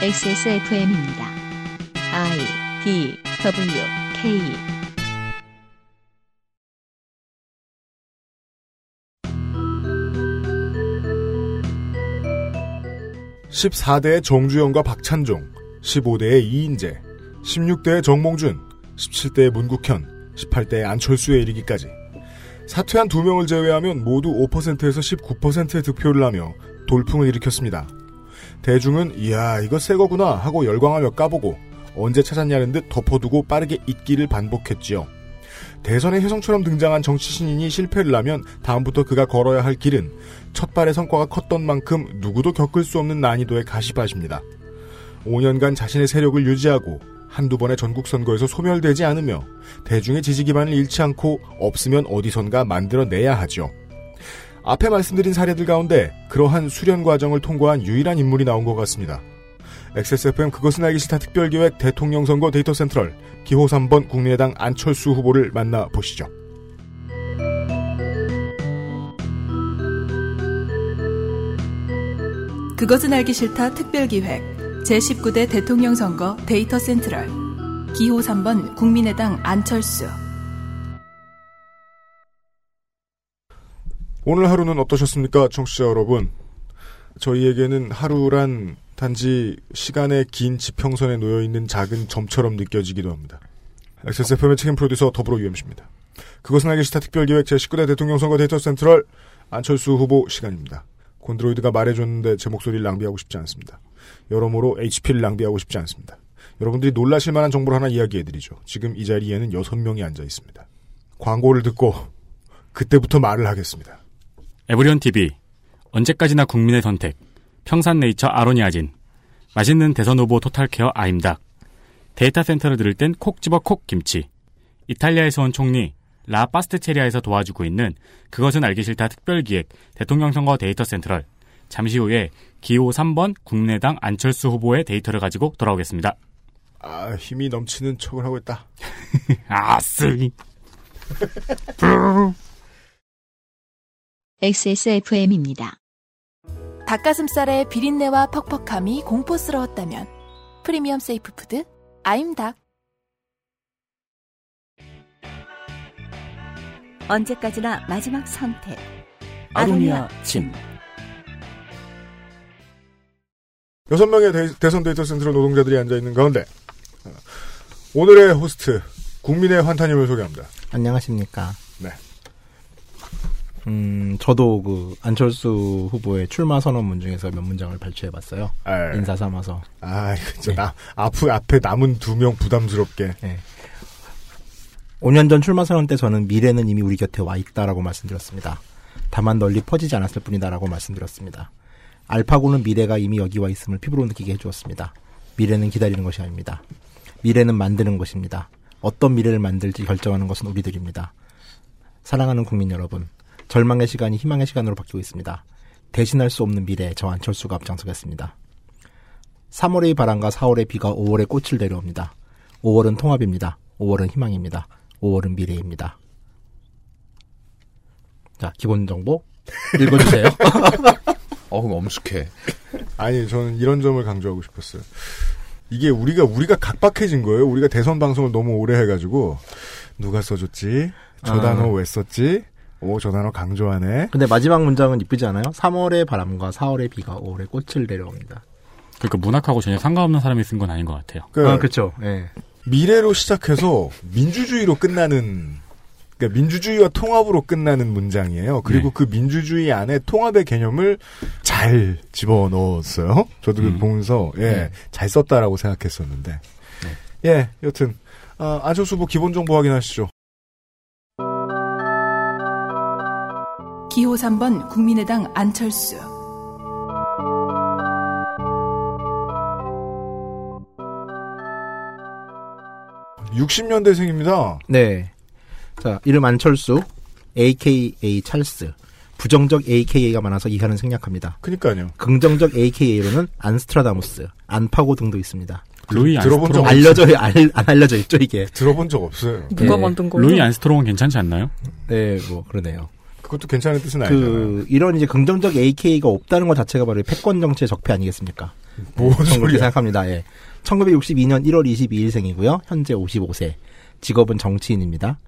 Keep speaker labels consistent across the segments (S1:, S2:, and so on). S1: XSFM입니다. I D W K
S2: 십사대의 정주영과 박찬종, 15대의 이인재, 16대의 정몽준, 17대의 문국현, 18대의 안철수에 이르기까지 사퇴한 두 명을 제외하면 모두 5%에서 19%의 득표를 하며 돌풍을 일으켰습니다. 대중은 이야 이거 새 거구나 하고 열광하며 까보고 언제 찾았냐는 듯 덮어두고 빠르게 잊기를 반복했지요. 대선의 혜성처럼 등장한 정치 신인이 실패를 하면 다음부터 그가 걸어야 할 길은 첫발의 성과가 컸던 만큼 누구도 겪을 수 없는 난이도의 가시밭입니다. 5년간 자신의 세력을 유지하고 한두 번의 전국선거에서 소멸되지 않으며 대중의 지지 기반을 잃지 않고 없으면 어디선가 만들어내야 하죠. 앞에 말씀드린 사례들 가운데 그러한 수련 과정을 통과한 유일한 인물이 나온 것 같습니다. XSFM 그것은 알기 싫다 특별기획 대통령 선거 데이터 센트럴 기호 3번 국민의당 안철수 후보를 만나보시죠.
S3: 그것은 알기 싫다 특별기획 제19대 대통령 선거 데이터 센트럴 기호 3번 국민의당 안철수
S2: 오늘 하루는 어떠셨습니까, 청취자 여러분? 저희에게는 하루란 단지 시간의 긴 지평선에 놓여 있는 작은 점처럼 느껴지기도 합니다. XSFM의 책임 프로듀서 더불어 UMC입니다. 그것은 알기 싫다 특별기획 제19대 대통령 선거 데이터 센트럴 안철수 후보 시간입니다. 곤드로이드가 말해줬는데 제 목소리를 낭비하고 싶지 않습니다. 여러모로 HP를 낭비하고 싶지 않습니다. 여러분들이 놀라실 만한 정보를 하나 이야기해드리죠. 지금 이 자리에는 6명이 앉아 있습니다. 광고를 듣고 그때부터 말을 하겠습니다.
S4: 에브리온 TV 언제까지나 국민의 선택 평산네이처 아로니아진 맛있는 대선 후보 토탈케어 아임닭 데이터 센터를 들을 땐 콕 집어 콕 김치 이탈리아에서 온 총리 라 파스트체리아에서 도와주고 있는 그것은 알기 싫다 특별기획 대통령 선거 데이터 센트럴 잠시 후에 기호 3번 국내당 안철수 후보의 데이터를 가지고 돌아오겠습니다.
S2: 아, 힘이 넘치는 척을 하고 있다.
S4: 아쓰
S1: XSFM입니다.
S3: 닭가슴살의 비린내와 퍽퍽함이 공포스러웠다면 프리미엄 세이프푸드 아임닭
S5: 언제까지나 마지막 선택.
S6: 아로니아 침
S2: 여섯 명의 대- 대선 데이터 센터로 노동자들이 앉아 있는 가운데 어, 오늘의 호스트 국민의 환타님을 소개합니다.
S7: 안녕하십니까.
S2: 네.
S7: 음, 저도 그 안철수 후보의 출마 선언문 중에서 몇 문장을 발췌해봤어요.
S2: 아,
S7: 인사 삼아서. 네.
S2: 아 이거 진짜 나 앞 앞에 남은 두 명 부담스럽게
S7: 5년 네. 전 출마 선언 때 저는 미래는 이미 우리 곁에 와 있다라고 말씀드렸습니다. 다만 널리 퍼지지 않았을 뿐이다라고 말씀드렸습니다. 알파고는 미래가 이미 여기 와 있음을 피부로 느끼게 해주었습니다. 미래는 기다리는 것이 아닙니다. 미래는 만드는 것입니다. 어떤 미래를 만들지 결정하는 것은 우리들입니다. 사랑하는 국민 여러분, 절망의 시간이 희망의 시간으로 바뀌고 있습니다. 대신할 수 없는 미래에 저 안철수가 앞장서겠습니다. 3월의 바람과 4월의 비가 5월의 꽃을 내려옵니다. 5월은 통합입니다. 5월은 희망입니다. 5월은 미래입니다. 자, 기본 정보 읽어주세요.
S6: 어우 엄숙해
S2: 아니 저는 이런 점을 강조하고 싶었어요. 이게 우리가 우리가 각박해진 거예요. 우리가 대선 방송을 너무 오래 해가지고 누가 써줬지? 저
S7: 아.
S2: 단어 왜 썼지? 오 저 단어 강조하네.
S7: 근데 마지막 문장은 이쁘지 않아요? 3월의 바람과 4월의 비가 5월의 꽃을 내려옵니다.
S4: 그러니까 문학하고 전혀 상관없는 사람이 쓴 건 아닌 것 같아요.
S2: 그
S7: 아, 그렇죠. 예.
S2: 미래로 시작해서 민주주의로 끝나는 그러니까 민주주의와 통합으로 끝나는 문장이에요. 그리고
S4: 네.
S2: 그 민주주의 안에 통합의 개념을 잘 집어넣었어요. 저도 그
S4: 음.
S2: 보면서 예,
S7: 네.
S2: 잘 썼다라고 생각했었는데. 예, 여튼 아, 안철수 후보 기본 정보 확인하시죠.
S3: 기호 3번 국민의당 안철수
S2: 육십 년대생입니다
S7: 네. 자, 이름 안철수, AKA 찰스. 부정적 AKA가 많아서 이하는 생략합니다.
S2: 그니까요.
S7: 긍정적 AKA로는 안스트라다무스, 안파고 등도 있니다
S4: 루이
S2: 들어본
S4: 안스토롱
S2: 적 없-
S7: 알려져, 알, 안 알려져 있죠, 이게.
S2: 들어본 적 없어요.
S8: 누가
S7: 네.
S8: 만든 거예요?
S4: 루이 안스토롱은 괜찮지 않나요?
S7: 네, 뭐, 그러네요.
S2: 그것도 괜찮은 뜻은 아니잖아요.
S7: 그 이런 이제 긍정적 AK가 없다는 것 자체가 바로 이 패권 정치의 적폐 아니겠습니까?
S2: 뭔
S7: 저는 그렇게
S2: 소리야.
S7: 생각합니다. 예. 1962년 1월 22일생이고요. 현재 55세. 직업은 정치인입니다.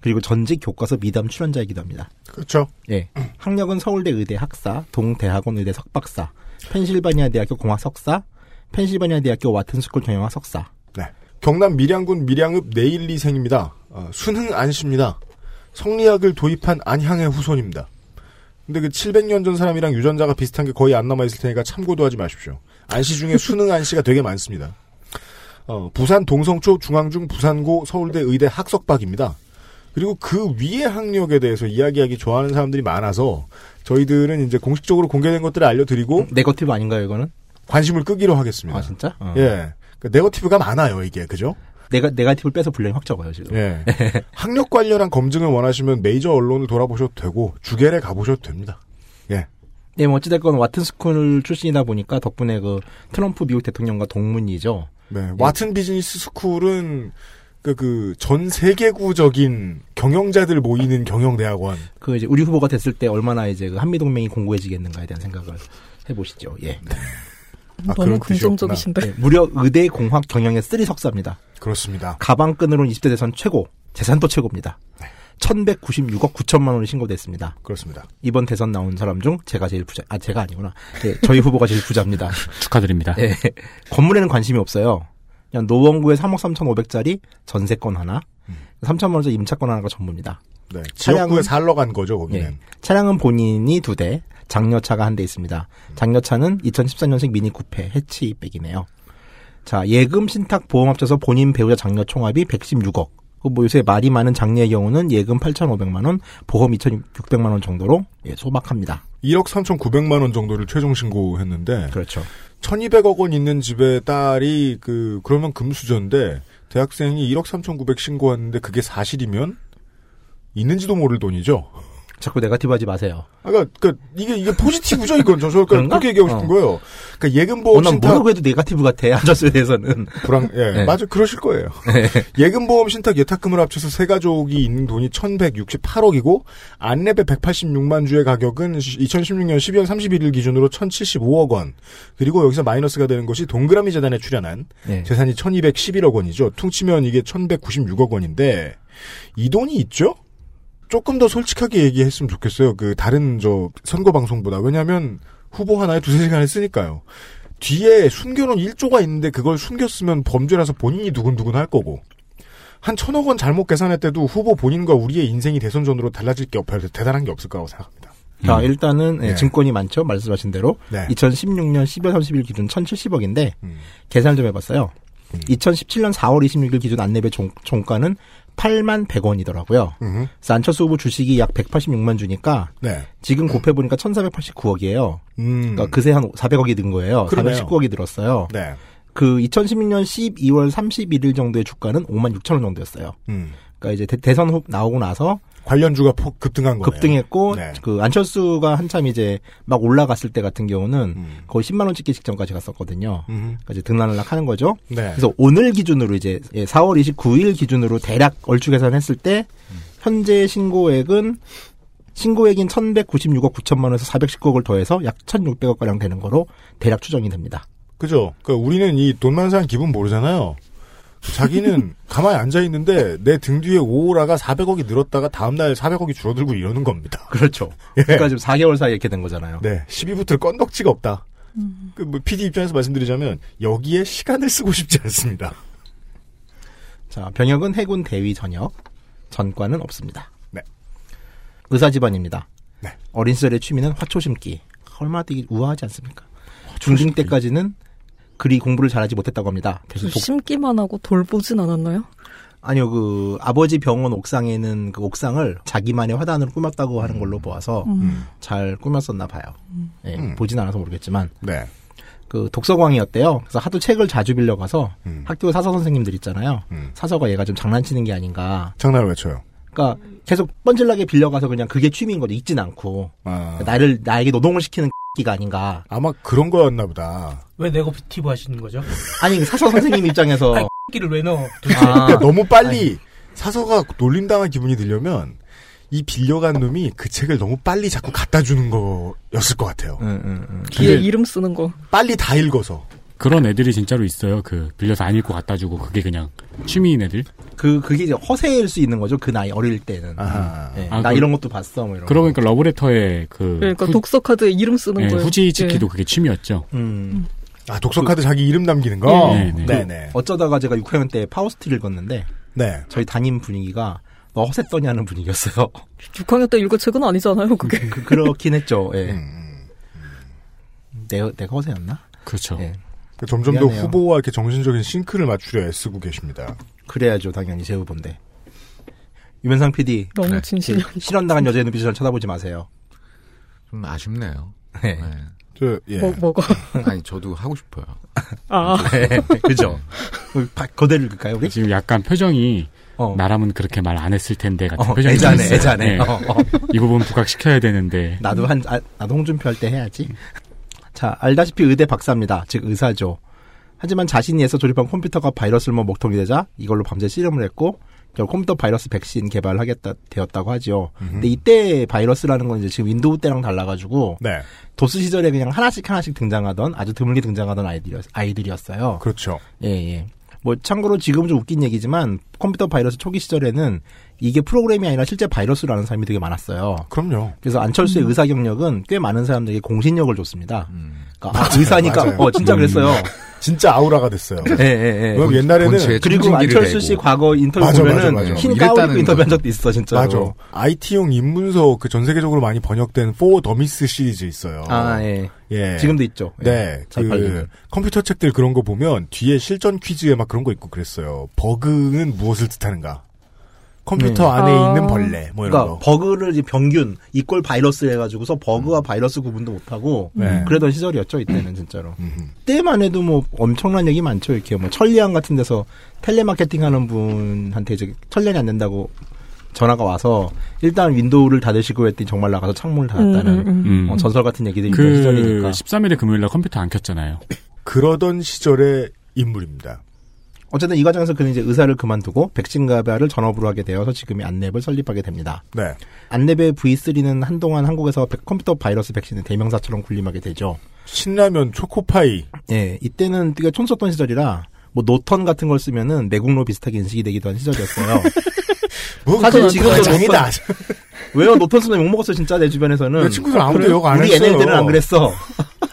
S7: 그리고 전직 교과서 미담 출연자이기도 합니다.
S2: 그렇죠.
S7: 예. 학력은 서울대 의대 학사, 동대학원 의대 석박사, 펜실바니아 대학교 공학 석사, 펜실바니아 대학교 와튼스쿨 경영학 석사.
S2: 네. 경남 밀양군 밀양읍 내일리생입니다. 어, 순흥 안씨입니다. 성리학을 도입한 안향의 후손입니다. 근데 그 700년 전 사람이랑 유전자가 비슷한 게 거의 안 남아있을 테니까 참고도 하지 마십시오. 안씨 중에 순흥 안씨가 되게 많습니다. 어, 부산 동성초 중앙중 부산고 서울대 의대 학석박입니다. 그리고 그 위의 학력에 대해서 이야기하기 좋아하는 사람들이 많아서 저희들은 이제 공식적으로 공개된 것들을 알려드리고
S7: 네거티브 아닌가요, 이거는?
S2: 관심을 끄기로 하겠습니다.
S7: 아, 진짜? 어.
S2: 예. 그 네거티브가 많아요, 이게. 그죠?
S7: 네가, 네가티브를 빼서 분량이 확 적어요, 지금.
S2: 예. 학력 관련한 검증을 원하시면 메이저 언론을 돌아보셔도 되고 주계를 가보셔도 됩니다. 예.
S7: 네, 뭐 어찌됐건 와튼스쿨 출신이다 보니까 덕분에 그 트럼프 미국 대통령과 동문이죠.
S2: 네. 와튼 비즈니스 스쿨은 그 그 전 세계구적인 경영자들 모이는 경영대학원.
S7: 그 이제 우리 후보가 됐을 때 얼마나 이제 그 한미 동맹이 공고해지겠는가에 대한 생각을 해보시죠. 예.
S2: 네.
S8: 너무
S2: 아, 그런 뜻이었구나.
S8: 긍정적이신데.
S7: 네, 무려 의대 공학 경영의 쓰리 석사입니다.
S2: 그렇습니다.
S7: 가방끈으로는 20대 대선 최고, 재산도 최고입니다.
S4: 네.
S7: 1196억 9천만 원이 신고됐습니다.
S2: 그렇습니다.
S7: 이번 대선 나온 사람 중 제가 제일 부자, 아, 제가 아니구나. 네, 저희 후보가 제일 부자입니다.
S4: 축하드립니다.
S7: 예. 건물에는 관심이 없어요. 그냥 노원구에 3억 3,500짜리 전세권 하나, 3천만 원짜리 임차권 하나가 전부입니다.
S2: 네.
S7: 차량은-
S2: 지역구에 살러 간 거죠, 거기는.
S7: 예. 차량은 본인이 두 대, 장려차가 한 대 있습니다. 장려차는 2014년식 미니 쿠페 해치백이네요. 자, 예금 신탁 보험 합쳐서 본인 배우자 장려 총합이 116억. 그뭐 요새 말이 많은 장례의 경우는 예금 8,500만 원, 보험 2,600만 원 정도로 예, 소박합니다.
S2: 1억 3,900만 원 정도를 최종 신고했는데
S7: 그렇죠.
S2: 1,200억 원 있는 집에 딸이 그 그러면 금수저인데 대학생이 1억 3,900 신고하는데 그게 사실이면 있는지도 모를 돈이죠.
S7: 자꾸 네가티브하지 마세요.
S2: 아, 그니까, 그니까, 이게, 이게 포지티브죠, 이건. 저, 저, 그러니까,
S7: 그런가?
S2: 그렇게 얘기하고 싶은
S7: 어.
S2: 거예요. 그니까,
S7: 어,
S2: 예금보험
S7: 난
S2: 신탁,
S7: 뭐라고 해도 네가티브 같아. 아저씨에 대해서는.
S2: 불안, 예,
S7: 네.
S2: 맞아, 그러실 거예요. 예금보험 신탁 예탁금을 합쳐서 세 가족이 있는 돈이 1168억이고, 안내배 186만 주의 가격은 2016년 12월 31일 기준으로 1075억 원. 그리고 여기서 마이너스가 되는 것이 동그라미 재단에 출연한
S7: 네.
S2: 재산이 1211억 원이죠. 퉁치면 이게 1196억 원인데, 이 돈이 있죠? 조금 더 솔직하게 얘기했으면 좋겠어요. 그, 다른 저, 선거 방송보다. 왜냐면, 후보 하나에 두세 시간을 쓰니까요. 뒤에 숨겨놓은 1조가 있는데 그걸 숨겼으면 범죄라서 본인이 두근두근 할 거고. 한 천억 원 잘못 계산했대도 후보 본인과 우리의 인생이 대선전으로 달라질 게 없어요. 대단한 게 없을 거라고 생각합니다.
S7: 자, 일단은 예,
S2: 예.
S7: 증권이 많죠. 말씀하신 대로.
S2: 네.
S7: 2016년 12월 30일 기준 1,070억인데
S2: 음.
S7: 계산을 좀 해봤어요. 2017년 4월 26일 기준 안내배 종, 가는 8만 100원이더라고요.
S2: 음.
S7: 안철수 후보 주식이 약 186만 주니까
S2: 네.
S7: 지금 곱해보니까 1,489억이에요.
S2: 음.
S7: 그러니까 그새 한 400억이 든 거예요.
S2: 그러네요.
S7: 419억이 들었어요.
S2: 네.
S7: 그 2016년 12월 31일 정도의 주가는 5만 6천 원 정도였어요.
S2: 음.
S7: 그러니까 이제 대, 선 나오고 나서
S2: 관련주가 폭 급등한 거예요.
S7: 급등했고
S2: 네.
S7: 그 안철수가 한참 이제 막 올라갔을 때 같은 경우는
S2: 음.
S7: 거의 10만 원 찍기 직전까지 갔었거든요.
S2: 음.
S7: 그러니까 이제 등락락 하는 거죠.
S2: 네.
S7: 그래서 오늘 기준으로 이제 예, 4월 29일 기준으로 대략 얼추 계산했을 때 현재 신고액은 신고액인 1,196억 9천만 원에서 419억을 더해서 약 1,600억 가량 되는 거로 대략 추정이 됩니다.
S2: 그죠? 그러니까 우리는 이 돈 많은 사람 기분 모르잖아요. 자기는 가만히 앉아 있는데 내 등 뒤에 오라가 400억이 늘었다가 다음 날 400억이 줄어들고 이러는 겁니다. 예.
S7: 그렇죠. 그러니까 지금 4개월 사이에 이렇게 된 거잖아요.
S2: 네, 12부터 건덕지가 없다. 그 뭐 PD 입장에서 말씀드리자면 여기에 시간을 쓰고 싶지 않습니다.
S7: 자, 병역은 해군 대위 전역, 전과는 없습니다.
S2: 네.
S7: 의사 집안입니다.
S2: 네.
S7: 어린 시절의 취미는 화초 심기. 얼마나 되게 우아하지 않습니까? 중딩 때까지는 그리 공부를 잘하지 못했다고 합니다. 대신 독-
S8: 심기만 하고 돌보진 않았나요?
S7: 아니요, 그 아버지 병원 옥상에는 그 옥상을 자기만의 화단으로 꾸몄다고
S2: 음.
S7: 하는 걸로 보아서 잘 꾸몄었나 봐요. 예,
S2: 음.
S7: 보진 않아서 모르겠지만
S2: 네,
S7: 그 독서광이었대요. 그래서 하도 책을 자주 빌려가서 학교 사서 선생님들 있잖아요.
S2: 음.
S7: 사서가 얘가 좀 장난치는 게 아닌가.
S2: 장난을 외쳐요.
S7: 그러니까 계속 뻔질나게 빌려가서 그냥 그게 취미인 거죠. 읽진 않고
S2: 아,
S7: 나를 나에게 노동을 시키는 기가 아닌가.
S2: 아마 그런 거였나 보다.
S9: 왜 네거티브 하시는 거죠?
S7: 아니 그 사서 선생님 입장에서
S2: 어.
S9: 아이, 끼를 왜 넣어?
S7: 아,
S2: 그러니까 너무 빨리 사서가 놀림당한 기분이 들려면 이 빌려간 놈이 그 책을 너무 빨리 자꾸 갖다 주는 거였을 것 같아요.
S7: 응, 응, 응.
S8: 뒤에
S4: 근데-
S8: 이름 쓰는 거.
S2: 빨리 다 읽어서.
S4: 그런 애들이 진짜로 있어요. 그 빌려서 안 읽고 갖다 주고 그게 그냥 취미인 애들.
S7: 그 그게 이제 허세일 수 있는 거죠. 그 나이 어릴 때는.
S2: 아하.
S7: 음. 예,
S4: 아,
S7: 나
S4: 그-
S7: 이런 것도 봤어. 뭐 이런.
S4: 그러고
S7: 거.
S4: 보니까 러브레터의 그
S8: 그러니까
S4: 후,
S8: 독서 카드에 이름 쓰는
S2: 네,
S4: 예,
S8: 거예요.
S4: 후지
S8: 예.
S4: 찍기도 그게 취미였죠.
S7: 음.
S2: 아, 독서카드 자기 이름 남기는 거?
S4: 네, 네.
S2: 네네.
S7: 그 어쩌다가 제가 6학년 때 파우스트를 읽었는데
S2: 네.
S7: 저희 담임 분위기가 너 허세 떠냐는 분위기였어요.
S8: 6학년 때 읽은 책은 아니잖아요, 그게.
S7: 그, 그렇긴 했죠. 예.
S2: 음.
S7: 내, 내가 허세였나?
S4: 그렇죠.
S7: 예.
S2: 그러니까 점점 더
S7: 미안해요.
S2: 후보와 이렇게 정신적인 싱크를 맞추려 애쓰고 계십니다.
S7: 그래야죠. 당연히 제 후보인데. 유면상 PD.
S8: 너무
S9: 네.
S8: 진심.
S7: 실현당한 여자의 눈빛을 저를 쳐다보지 마세요.
S9: 좀 아쉽네요.
S7: 네.
S9: 네.
S2: 저, 예.
S8: 뭐, 먹어.
S9: 아니 저도 하고 싶어요. 네,
S8: 아,
S7: 네. 그죠? 우리 바- 거대를 읽을까요, 우리?
S4: 지금 약간 표정이
S7: 어.
S4: 나라면 그렇게 말 안 했을 텐데 같은
S7: 어,
S4: 표정이
S7: 애자네,
S4: 있어요.
S7: 애자네.
S4: 예.
S7: 어, 어.
S4: 이 부분 부각시켜야 되는데
S7: 나도 한, 아, 나도 홍준표 할 때 해야지. 자, 알다시피 의대 박사입니다. 즉, 의사죠. 하지만 자신이 해서 조립한 컴퓨터가 바이러스를 뭐 먹 먹통이 되자 이걸로 밤새 씨름을 했고, 결국 컴퓨터 바이러스 백신 개발을 하겠다, 되었다고 하지요. 근데 이때 바이러스라는 건 이제 지금 윈도우 때랑 달라가지고,
S2: 네.
S7: 도스 시절에 그냥 하나씩 하나씩 등장하던, 아주 드물게 등장하던 아이들이었, 아이들이었어요.
S2: 그렇죠.
S7: 예, 예. 뭐 참고로 지금 좀 웃긴 얘기지만 컴퓨터 바이러스 초기 시절에는 이게 프로그램이 아니라 실제 바이러스라는 사람이 되게 많았어요.
S2: 그럼요.
S7: 그래서 안철수의 의사 경력은 꽤 많은 사람들에게 공신력을 줬습니다.
S9: 음.
S7: 그러니까 아, 의사니까
S2: 맞아요. 음.
S7: 어 진짜 그랬어요.
S2: 진짜 아우라가 됐어요.
S7: 예, 예, 예.
S2: 그럼 옛날에는
S9: 본체에
S7: 그리고
S9: 청진기를
S7: 안철수 씨
S9: 대고.
S7: 과거 인터뷰
S2: 맞아, 맞아,
S7: 보면은
S2: 맞아.
S7: 흰
S9: 이랬다는
S7: 가운 입고 인터뷰한
S9: 거죠.
S7: 적도 있어 진짜로.
S2: 맞아. IT용 인문서 그 전 세계적으로 많이 번역된 포 더미스 시리즈 있어요.
S7: 아 예.
S2: 예.
S7: 지금도 있죠. 예.
S2: 네.
S7: 잘
S2: 그
S7: 팔리는.
S2: 컴퓨터 책들 그런 거 보면 뒤에 실전 퀴즈에 막 그런 거 있고 그랬어요. 버그는 무엇을 뜻하는가? 컴퓨터 안에
S8: 아.
S2: 있는 벌레 뭐 이런
S7: 네. 그러니까
S2: 거.
S7: 버그를 이제 병균 이꼴 바이러스 해가지고서 버그와 바이러스 구분도 못하고
S2: 음. 네.
S7: 그러던 시절이었죠 이때는 진짜로.
S2: 음.
S7: 때만 해도 뭐 엄청난 얘기 많죠. 이렇게 뭐 천리안 같은 데서 텔레마케팅 하는 분한테 이제 천리안이 안 된다고 전화가 와서 일단 윈도우를 닫으시고 했더니 정말 나가서 창문을 닫았다는
S8: 음, 음,
S4: 음.
S7: 어, 전설 같은 얘기들이 있던
S4: 그
S7: 시절이니까.
S4: 13일에 금요일날 컴퓨터 안 켰잖아요.
S2: 그러던 시절의 인물입니다.
S7: 어쨌든 이 과정에서 그는 이제 의사를 그만두고 백신 개발을 전업으로 하게 되어서 지금의 안랩을 설립하게 됩니다.
S2: 네.
S7: 안랩의 V3는 한동안 한국에서 백- 컴퓨터 바이러스 백신의 대명사처럼 군림하게 되죠.
S2: 신라면 초코파이.
S7: 예, 이때는 되게 촌 썼던 시절이라 뭐 노턴 같은 걸 쓰면은 내국로 비슷하게 인식이 되기도 한 시절이었어요.
S2: 뭐
S7: 사실
S2: 그건
S7: 지금도
S2: 그건 정이다.
S7: 왜요? 노턴 쓰면 욕먹었어요, 진짜, 내
S2: 내
S7: 주변에서는.
S2: 친구들 아무도
S7: 그래?
S2: 욕 안
S7: 우리
S2: 했어요.
S7: 얘네들은 안 그랬어.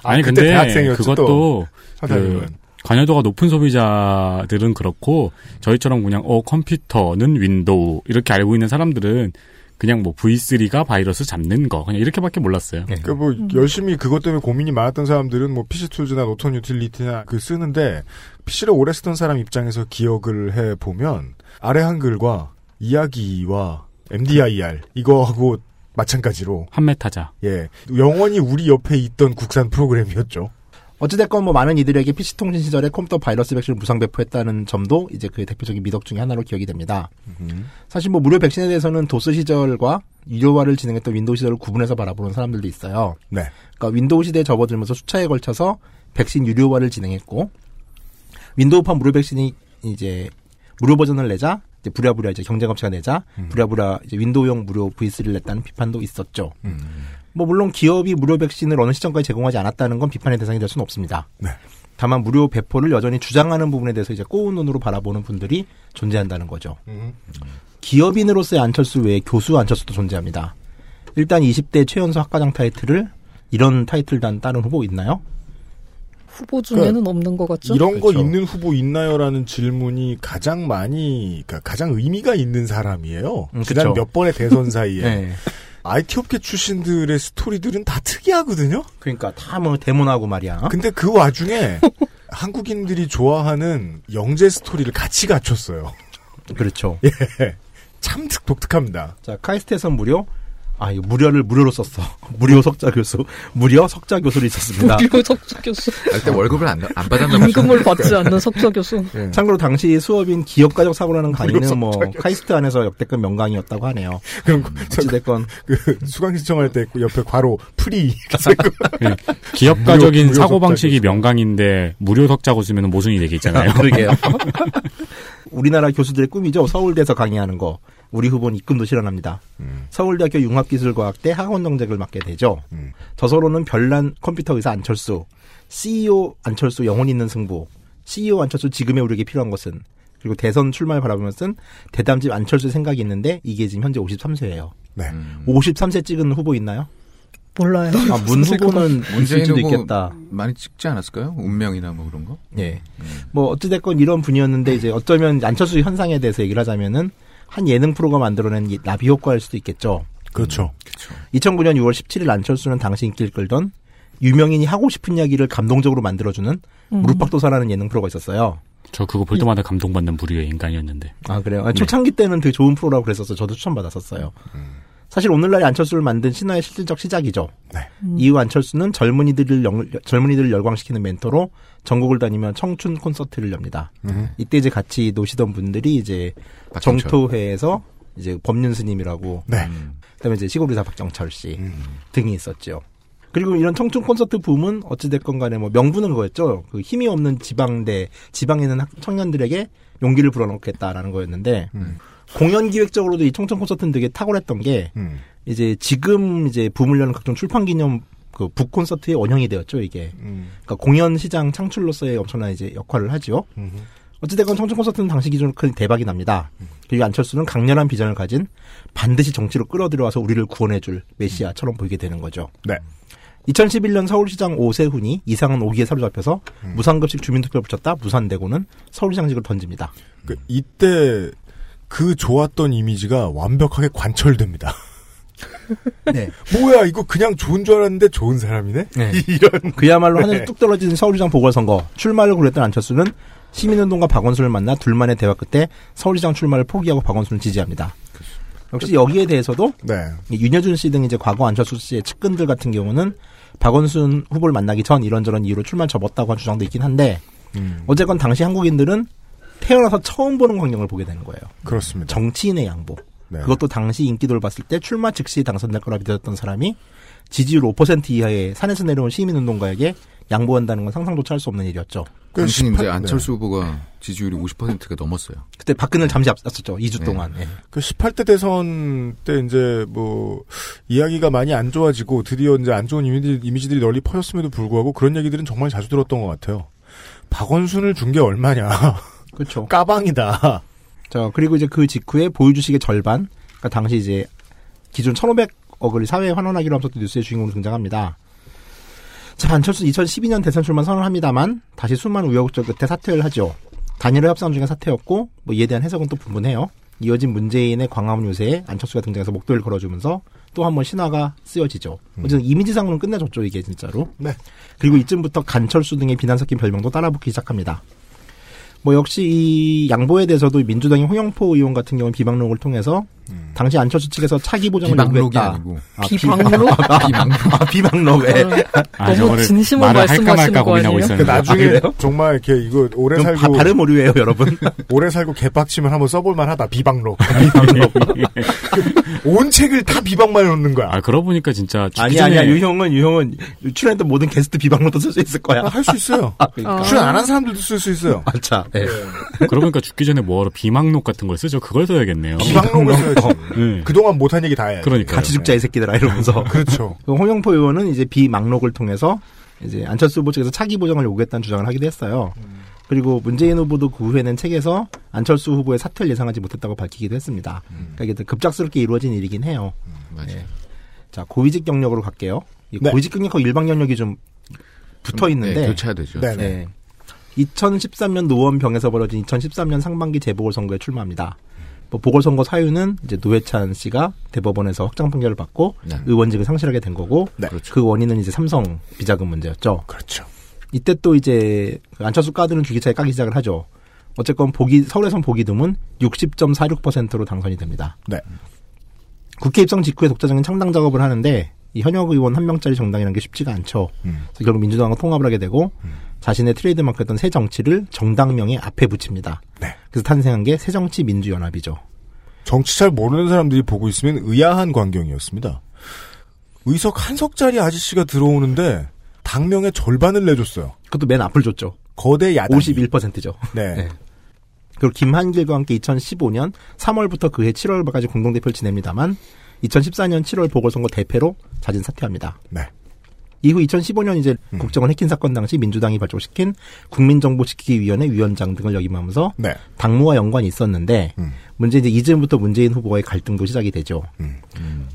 S4: 아니
S2: 그때
S4: 근데
S2: 대학생이었지, 또.
S4: 그것도
S2: 사장님은.
S4: 관여도가 높은 소비자들은 그렇고 저희처럼 그냥 어 컴퓨터는 윈도우 이렇게 알고 있는 사람들은 그냥 뭐 V3가 바이러스 잡는 거 그냥 이렇게밖에 몰랐어요.
S7: 예.
S2: 그러니까 뭐 열심히 그것 때문에 고민이 많았던 사람들은 뭐 PC 툴즈나 노턴 유틸리티나 그 쓰는데 PC를 오래 쓰던 사람 입장에서 기억을 해 보면 아래 한글과 이야기와 MDIR 이거하고 마찬가지로
S4: 한메 타자.
S2: 예 영원히 우리 옆에 있던 국산 프로그램이었죠.
S7: 어찌됐건 뭐 많은 이들에게 PC통신 시절에 컴퓨터 바이러스 백신을 무상 배포했다는 점도 이제 그 대표적인 미덕 중에 하나로 기억이 됩니다. 사실 뭐 무료 백신에 대해서는 도스 시절과 유료화를 진행했던 윈도우 시절을 구분해서 바라보는 사람들도 있어요.
S2: 네.
S7: 그러니까 윈도우 시대에 접어들면서 수차에 걸쳐서 백신 유료화를 진행했고 윈도우판 무료 백신이 이제 무료 버전을 내자 이제 부랴부랴 이제 경쟁업체가 내자 부랴부랴 이제 윈도우용 무료 V3를 냈다는 비판도 있었죠. 뭐 물론 기업이 무료 백신을 어느 시점까지 제공하지 않았다는 건 비판의 대상이 될 수는 없습니다.
S2: 네.
S7: 다만 무료 배포를 여전히 주장하는 부분에 대해서 이제 꼬운 눈으로 바라보는 분들이 존재한다는 거죠. 기업인으로서의 안철수 외에 교수 안철수도 존재합니다. 일단 20대 최연소 학과장 타이틀을 이런 타이틀단 다른 후보 있나요?
S8: 후보 중에는 없는 것 같죠?
S2: 이런 거
S7: 그렇죠.
S2: 있는 후보 있나요라는 질문이 가장 많이 그러니까 가장 의미가 있는 사람이에요.
S7: 음,
S2: 지난
S7: 그쵸.
S2: 몇 번의 대선 사이에
S7: 네.
S2: IT 업계 출신들의 스토리들은 다 특이하거든요.
S7: 그러니까 다 뭐 데모나고 말이야.
S2: 근데 그 와중에 한국인들이 좋아하는 영재 스토리를 같이 갖췄어요. 예.
S7: 그렇죠.
S2: 참 특- 독특합니다.
S7: 자 카이스트에서 무료 아 이거 무료를 무료로 썼어. 무료 석자 교수, 무료 석자 교수로 있었습니다.
S8: 무료 석자 교수.
S9: 아, 일단 월급을 안, 안 받았나 보죠.
S8: 임금을 받지 않는 석자 교수.
S9: 예. 아,
S7: 참고로 당시 수업인 기업가적 사고라는
S2: 무료
S7: 강의는 뭐
S2: 석자 교수.
S7: 카이스트 안에서 역대급 명강이었다고 하네요.
S2: 그런 거, 저,
S7: 음, 어찌됐건
S2: 그 수강 신청할 때 옆에 괄호 프리
S7: 음,
S4: 예. 기업가적인
S2: 무료- 무료
S4: 사고방식이
S2: 석자
S4: 명강인데 무료 석자고 쓰면 모순이 되게 있잖아요.
S7: 그러게요. 우리나라 교수들의 꿈이죠. 서울대에서 강의하는 거. 우리 후보는 입금도 실현합니다.
S2: 음.
S7: 서울대학교 융합기술과학대 학원 정책을 맡게 되죠.
S2: 음.
S7: 저서로는 별난 컴퓨터 의사 안철수, CEO 안철수 영혼 있는 승부, CEO 안철수 지금의 우리에게 필요한 것은 그리고 대선 출마를 바라보면 쓴 대담집 안철수 생각이 있는데 이게 지금 현재 53세예요.
S2: 네.
S9: 음.
S7: 53세 찍은 후보 있나요?
S8: 몰라요.
S7: 음. 아, 문
S8: 없을 것
S7: 후보는 있을
S9: 문재인
S7: 수도
S9: 후보-
S7: 있겠다.
S9: 많이 찍지 않았을까요? 운명이나 뭐 그런 거?
S7: 예. 뭐 어찌됐건 이런 분이었는데 이제 어쩌면 안철수 현상에 대해서 얘기를 하자면은 한 예능 프로가 만들어낸 이 나비 효과일 수도 있겠죠. 음,
S2: 그렇죠.
S7: 2009년 6월 17일 안철수는 당시 인기를 끌던 유명인이 하고 싶은 이야기를 감동적으로 만들어주는 무릎박도사라는 예능 프로가 있었어요.
S4: 저 그거 볼 때마다 감동받는 부류의 인간이었는데. 네.
S7: 아 그래요? 아, 초창기 때는 되게 좋은 프로라고 그랬었어. 저도 추천받았었어요.
S4: 음.
S7: 사실 오늘날의 안철수를 만든 신화의 실질적 시작이죠.
S2: 네.
S10: 음.
S8: 음.
S7: 이후 안철수는 젊은이들을 영, 젊은이들을 열광시키는 멘토로 전국을 다니며 청춘 콘서트를 엽니다. 이때 이제 같이 노시던 분들이 이제
S9: 박정철.
S7: 정토회에서 이제 법륜 스님이라고
S2: 네. 음.
S7: 그다음에 이제 시골의사 박정철 씨 등이 있었죠. 그리고 이런 청춘 콘서트 붐은 어찌됐건 간에 뭐 명분은 그거였죠. 그 힘이 없는 지방대, 지방에 있는 학- 청년들에게 용기를 불어넣겠다라는 거였는데,
S2: 음.
S7: 공연 기획적으로도 이 청춘 콘서트는 되게 탁월했던 게,
S2: 음.
S7: 이제 지금 이제 붐을 여는 각종 출판 기념 그 북콘서트의 원형이 되었죠, 이게.
S2: 음.
S7: 그러니까 공연 시장 창출로서의 엄청난 이제 역할을 하죠.
S2: 음.
S7: 어찌됐건 청춘 콘서트는 당시 기준으로 큰 대박이 납니다. 그리고 안철수는 강렬한 비전을 가진 반드시 정치로 끌어들여와서 우리를 구원해줄 메시아처럼 보이게 되는 거죠.
S2: 네.
S7: 2011년 서울시장 오세훈이 이상은 오기에 사로잡혀서
S2: 음.
S7: 무상급식 주민투표를 붙였다 무산되고는 서울시장직을 던집니다.
S2: 그 이때 그 좋았던 이미지가 완벽하게 관철됩니다.
S7: 네.
S2: 뭐야 이거 그냥 좋은 줄 알았는데 좋은 사람이네.
S7: 네.
S2: 이런. 네.
S7: 그야말로 하늘에 뚝 떨어지는 서울시장 보궐선거 출마를 고려했던 안철수는 시민운동과 박원순을 만나 둘만의 대화 끝에 서울시장 출마를 포기하고 박원순을 지지합니다. 역시 여기에 대해서도
S2: 네.
S7: 이 윤여준 씨 등 이제 과거 안철수 씨의 측근들 같은 경우는 박원순 후보를 만나기 전 이런저런 이유로 출마를 접었다고 한 주장도 있긴 한데
S2: 음.
S7: 어쨌건 당시 한국인들은 태어나서 처음 보는 광경을 보게 되는 거예요.
S2: 그렇습니다.
S7: 정치인의 양보.
S2: 네.
S7: 그것도 당시 인기도를 봤을 때 출마 즉시 당선될 거라 믿었던 사람이 지지율 5% 이하의 산에서 내려온 시민운동가에게 양보한다는 건 상상조차 할 수 없는 일이었죠. 네.
S2: 그
S9: 당시 이제
S2: 18
S9: 안철수 후보가 지지율이 50%가 넘었어요.
S7: 그때 박근혜를 잠시 앞섰죠. 2주
S9: 네.
S7: 동안. 예.
S2: 그 18대 대선 때 이제 뭐 이야기가 많이 안 좋아지고 드디어 이제 안 좋은 이미지, 이미지들이 널리 퍼졌음에도 불구하고 그런 얘기들은 정말 자주 들었던 것 같아요. 박원순을 준 게 얼마냐.
S7: 그렇죠.
S2: 까방이다.
S7: 자, 그리고 이제 그 직후에 보유주식의 절반, 그러니까 당시 이제 기존 1,500억을 사회에 환원하기로 하면서 또 뉴스의 주인공으로 등장합니다. 자, 안철수 2012년 대선 출마 선언을 합니다만 다시 수많은 우여곡절 끝에 사퇴를 하죠. 단일화 협상 중에 사퇴였고 뭐 이에 대한 해석은 또 분분해요. 이어진 문재인의 광화문 요새에 안철수가 등장해서 목도를 걸어주면서 또 한 번 신화가 쓰여지죠.
S9: 음.
S7: 어쨌든 이미지상으로는 끝내줬죠 이게 진짜로.
S2: 네.
S7: 그리고 이쯤부터 간철수 등의 비난 섞인 별명도 따라붙기 시작합니다. 뭐 역시 이 양보에 대해서도 민주당의 홍영표 의원 같은 경우는 비방록을 통해서 당시 안철수 측에서 차기
S9: 음.
S7: 보장을
S9: 비방록이
S7: 요구했다.
S9: 아니고
S7: 아, 비-
S8: 비방으로?
S7: 아, 비방록. 예.
S4: 아,
S8: 너무
S4: 저거를
S8: 진심으로
S4: 말을 할까
S8: 말씀하시는
S4: 말까
S8: 거
S4: 고민하고
S8: 아니에요?
S4: 있었는데.
S7: 아,
S2: 나중에
S7: 그래요?
S2: 정말 이렇게 이거 오래
S7: 좀 바,
S2: 살고
S7: 발음 오류예요, 여러분.
S2: 오래 살고 개빡침을 한번 써볼 만하다 비방록.
S4: 아,
S2: 온 책을 다 비방만 넣는 거야.
S4: 아, 그러고 보니까 진짜 죽기
S7: 아니
S4: 전에
S7: 아니야. 유형은 유형은 출연했던 모든 게스트 비방록도 쓸 수 있을 거야. 그러니까.
S2: 할 수 있어요. 출연 안 한 사람들도 쓸 수 있어요.
S7: 아, 차. 예.
S4: 그러고 보니까 죽기 전에 뭐하러 비망록 같은 걸 쓰죠. 그걸 써야겠네요.
S2: 비방록을 써야지.
S4: 네.
S2: 그동안 못한 얘기 다 해야지. 예.
S4: 그러니까
S7: 같이 죽자 이 새끼들아 이러면서.
S2: 그렇죠.
S7: 그 홍영표 의원은 이제 비망록을 통해서 이제 안철수 후보 측에서 차기 보정을 요구했다는 주장을 하기도 했어요. 그리고 문재인 후보도 그 후에는 책에서 안철수 후보의 사퇴를 예상하지 못했다고 밝히기도 했습니다.
S8: 음.
S7: 그러니까 이게 또 급작스럽게 이루어진 일이긴 해요. 예.
S9: 맞아요.
S7: 자 고위직 경력으로 갈게요. 이
S2: 네.
S7: 고위직 경력과 일방 경력이 좀 붙어
S9: 네,
S7: 있는데
S9: 교차되죠.
S2: 네.
S7: 네. 2013년 노원병에서 벌어진 2013년 상반기 재보궐선거에 출마합니다. 뭐 보궐선거 사유는 이제 노회찬 씨가 대법원에서 확장 판결을 받고
S9: 네. 그렇죠.
S7: 의원직을 상실하게 된 거고
S2: 네.
S7: 그 원인은 이제 삼성 비자금 문제였죠.
S2: 그렇죠.
S7: 이때 또 이제 그 안철수 까드는 주기차에 까기 시작을 하죠. 어쨌건 보기 서울에선 보기 드문 60.46%로 당선이 됩니다.
S2: 네.
S7: 국회 입성 직후에 독자적인 창당 작업을 하는데 이 현역 의원 한 명짜리 정당이라는 게 쉽지가 않죠.
S2: 음.
S7: 그래서 결국 민주당과 통합을 하게 되고 자신의 트레이드마크였던 새 정치를 정당명에 앞에 붙입니다.
S2: 네.
S7: 그래서 탄생한 게 새정치민주연합이죠.
S2: 정치 잘 모르는 사람들이 보고 있으면 의아한 광경이었습니다. 의석 한 석짜리 아저씨가 들어오는데 당명의 절반을 내줬어요.
S7: 그것도 맨 앞을 줬죠.
S2: 거대 야당.
S7: 51%죠.
S2: 네.
S7: 네. 그리고 김한길과 함께 2015년 3월부터 그해 7월까지 공동대표를 지냅니다만 2014년 7월 보궐선거 대패로 자진 사퇴합니다.
S2: 네.
S7: 이후 2015년 이제
S2: 음.
S7: 국정원 해킹 사건 당시 민주당이 발족시킨 국민정보지키기위원회 위원장 등을 역임하면서
S2: 네.
S7: 당무와 연관이 있었는데
S2: 음.
S7: 문제 이제 이전부터 문재인 후보와의 갈등도 시작이 되죠.
S2: 음.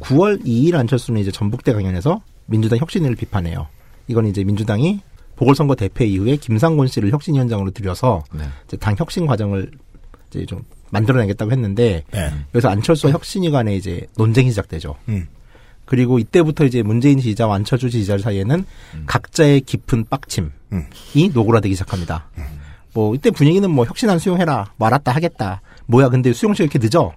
S7: 9월 2일 안철수는 이제 전북대 강연에서 민주당 혁신위를 비판해요. 이건 이제 민주당이 보궐선거 대패 이후에 김상곤 씨를 혁신위원장으로 들여서
S9: 네.
S7: 이제 당 혁신 과정을 이제 좀 만들어내겠다고 했는데
S2: 네.
S7: 여기서 안철수와 혁신위 간에 이제 논쟁이 시작되죠.
S2: 음.
S7: 그리고 이때부터 이제 문재인 지지자와 안철수 지지자 사이에는 각자의 깊은 빡침이
S2: 음.
S7: 노골화되기 시작합니다. 뭐 이때 분위기는 뭐 혁신안 수용해라 말았다 하겠다 뭐야 근데 수용식 이렇게 늦어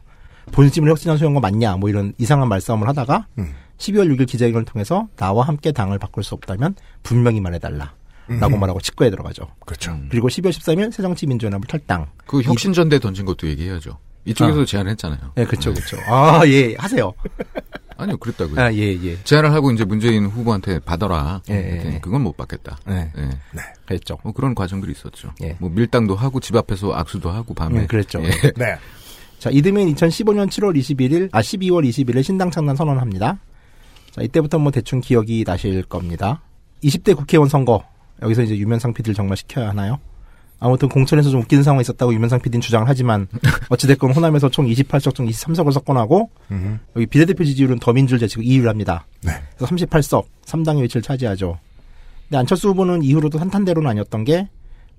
S7: 본심을 혁신안 수용한 거 맞냐 뭐 이런 이상한 말싸움을 하다가
S2: 음.
S7: 12월 6일 기자회견을 통해서 나와 함께 당을 바꿀 수 없다면 분명히 말해달라. 라고 말하고 직거에 들어가죠.
S2: 음. 그렇죠.
S7: 그리고 12월 13일 새정치민주연합을 탈당.
S9: 음. 그 혁신전대 던진 것도 얘기해야죠. 이쪽에서도 제안했잖아요.
S7: 예, 그렇죠, 그렇죠. 아, 예, 하세요.
S9: 아니요, 그랬다고요.
S7: 아, 예, 예.
S9: 제안을 하고 이제 문재인 후보한테 받아라.
S7: 예,
S9: 그랬더니
S7: 예.
S9: 그건 못 받겠다.
S7: 네.
S9: 예.
S7: 그랬죠.
S9: 뭐 그런 과정들이 있었죠.
S7: 예.
S9: 뭐 밀당도 하고 집 앞에서 악수도 하고 밤에.
S7: 예, 그랬죠.
S9: 예.
S2: 네.
S7: 자, 이듬해인 2015년 7월 21일, 아, 12월 21일 신당 창단 선언합니다. 자, 이때부터 뭐 대충 기억이 나실 겁니다. 20대 국회의원 선거. 여기서 이제 유면상 PD를 정말 시켜야 하나요? 아무튼 공천에서 좀 웃기는 상황이 있었다고 유면상 PD는 주장을 하지만 어찌됐건 호남에서 총 28석 중 23석을 석권하고
S2: 음.
S7: 여기 비례대표 지지율은 더민주를 제치고 2위를 합니다.
S2: 네.
S7: 그래서 38석, 3당의 위치를 차지하죠. 근데 안철수 후보는 이후로도 한탄대로는 아니었던 게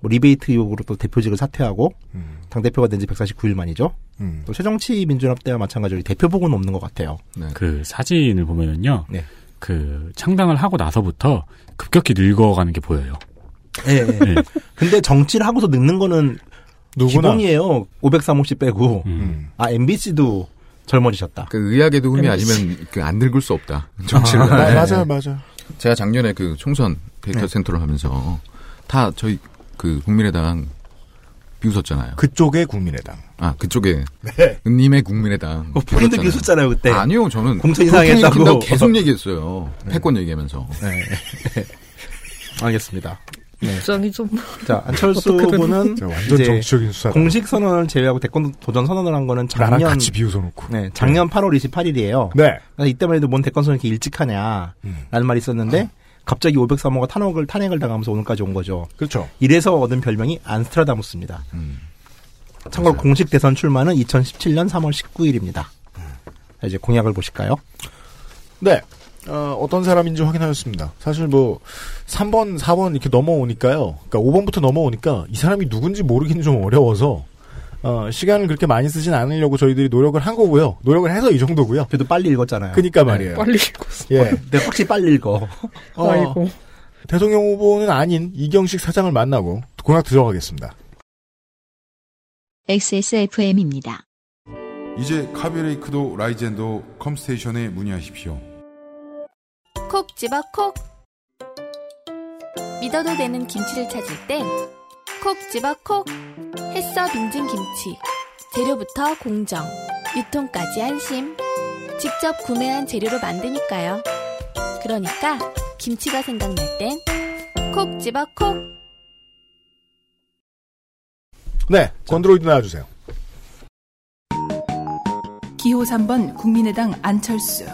S7: 뭐 리베이트 의혹으로 또 대표직을 사퇴하고
S2: 음.
S7: 당대표가 된 지 149일 만이죠.
S2: 음.
S7: 또 최정치 민주연합 때와 마찬가지로 대표복은 없는 것 같아요.
S4: 그 사진을 보면은요.
S7: 네.
S4: 그 창당을 하고 나서부터 급격히 늙어가는 게 보여요.
S7: 예. 근데 정치를 하고서 늙는 거는
S2: 네. 누구나 음.
S7: 기본이에요. 503호 씨 빼고. 아, MBC도 젊어지셨다.
S9: 그 의학의 도움이 아니면 그 안 늙을 수 없다. 정치를.
S2: 마-
S9: 네.
S2: 맞아요, 맞아요.
S9: 제가 작년에 그 총선 데이터 센터를 하면서 다 저희 그 국민의당 비웃었잖아요.
S2: 그쪽의 국민의당.
S9: 아 그쪽에 님의 국민의당.
S7: 어, 본인도
S9: 비웃었잖아요.
S7: 비웃었잖아요, 그때.
S9: 아니요, 저는
S7: 공천
S9: 국회의원
S7: 이상했다고.
S9: 킨다고 계속 얘기했어요. 패권 얘기하면서.
S7: 알겠습니다.
S8: 입장이 좀
S7: 자, 안철수
S8: 어떻게
S7: 후보는
S2: 자, 완전
S7: 이제
S2: 정치적인 수사.
S7: 공식 선언을 제외하고 대권 도전 선언을 한 거는
S2: 나랑
S7: 작년
S2: 같이 비웃어놓고.
S7: 네, 작년 8월 28일이에요.
S2: 네.
S7: 이때만 해도 뭔 대권 선언 이렇게 일찍 하냐라는 말이
S2: 음.
S7: 있었는데 갑자기 503호가 탄핵을 탄핵을 당하면서 오늘까지 온 거죠.
S2: 그렇죠. 음.
S7: 이래서 얻은 별명이 안스트라다무스입니다. 참고로 공식 대선 출마는 2017년 3월 19일입니다. 이제 공약을 보실까요?
S2: 네. 어, 어떤 사람인지 확인하였습니다. 사실 뭐 3번, 4번 이렇게 넘어오니까요. 그러니까 5번부터 넘어오니까 이 사람이 누군지 모르기는 좀 어려워서 어, 시간을 그렇게 많이 쓰진 않으려고 저희들이 노력을 한 거고요. 노력을 해서 이 정도고요.
S7: 그래도 빨리 읽었잖아요.
S2: 그니까 말이에요.
S8: 네, 빨리 읽었어.
S2: 예.
S7: 내가 확실히 빨리 읽어.
S2: 어,
S8: 아이고.
S2: 대통령 후보는 아닌 이경식 사장을 만나고 공약 들어가겠습니다.
S1: XSFM입니다.
S11: 이제 카비레이크도 라이젠도 컴스테이션에 문의하십시오.
S5: 콕 집어 콕. 믿어도 되는 김치를 찾을 땐 콕 집어 콕. 햇서 빙진 김치. 재료부터 공정, 유통까지 안심. 직접 구매한 재료로 만드니까요. 그러니까 김치가 생각날 땐 콕 집어 콕.
S2: 네. 건드로이드 나와주세요.
S3: 기호 3번 국민의당 안철수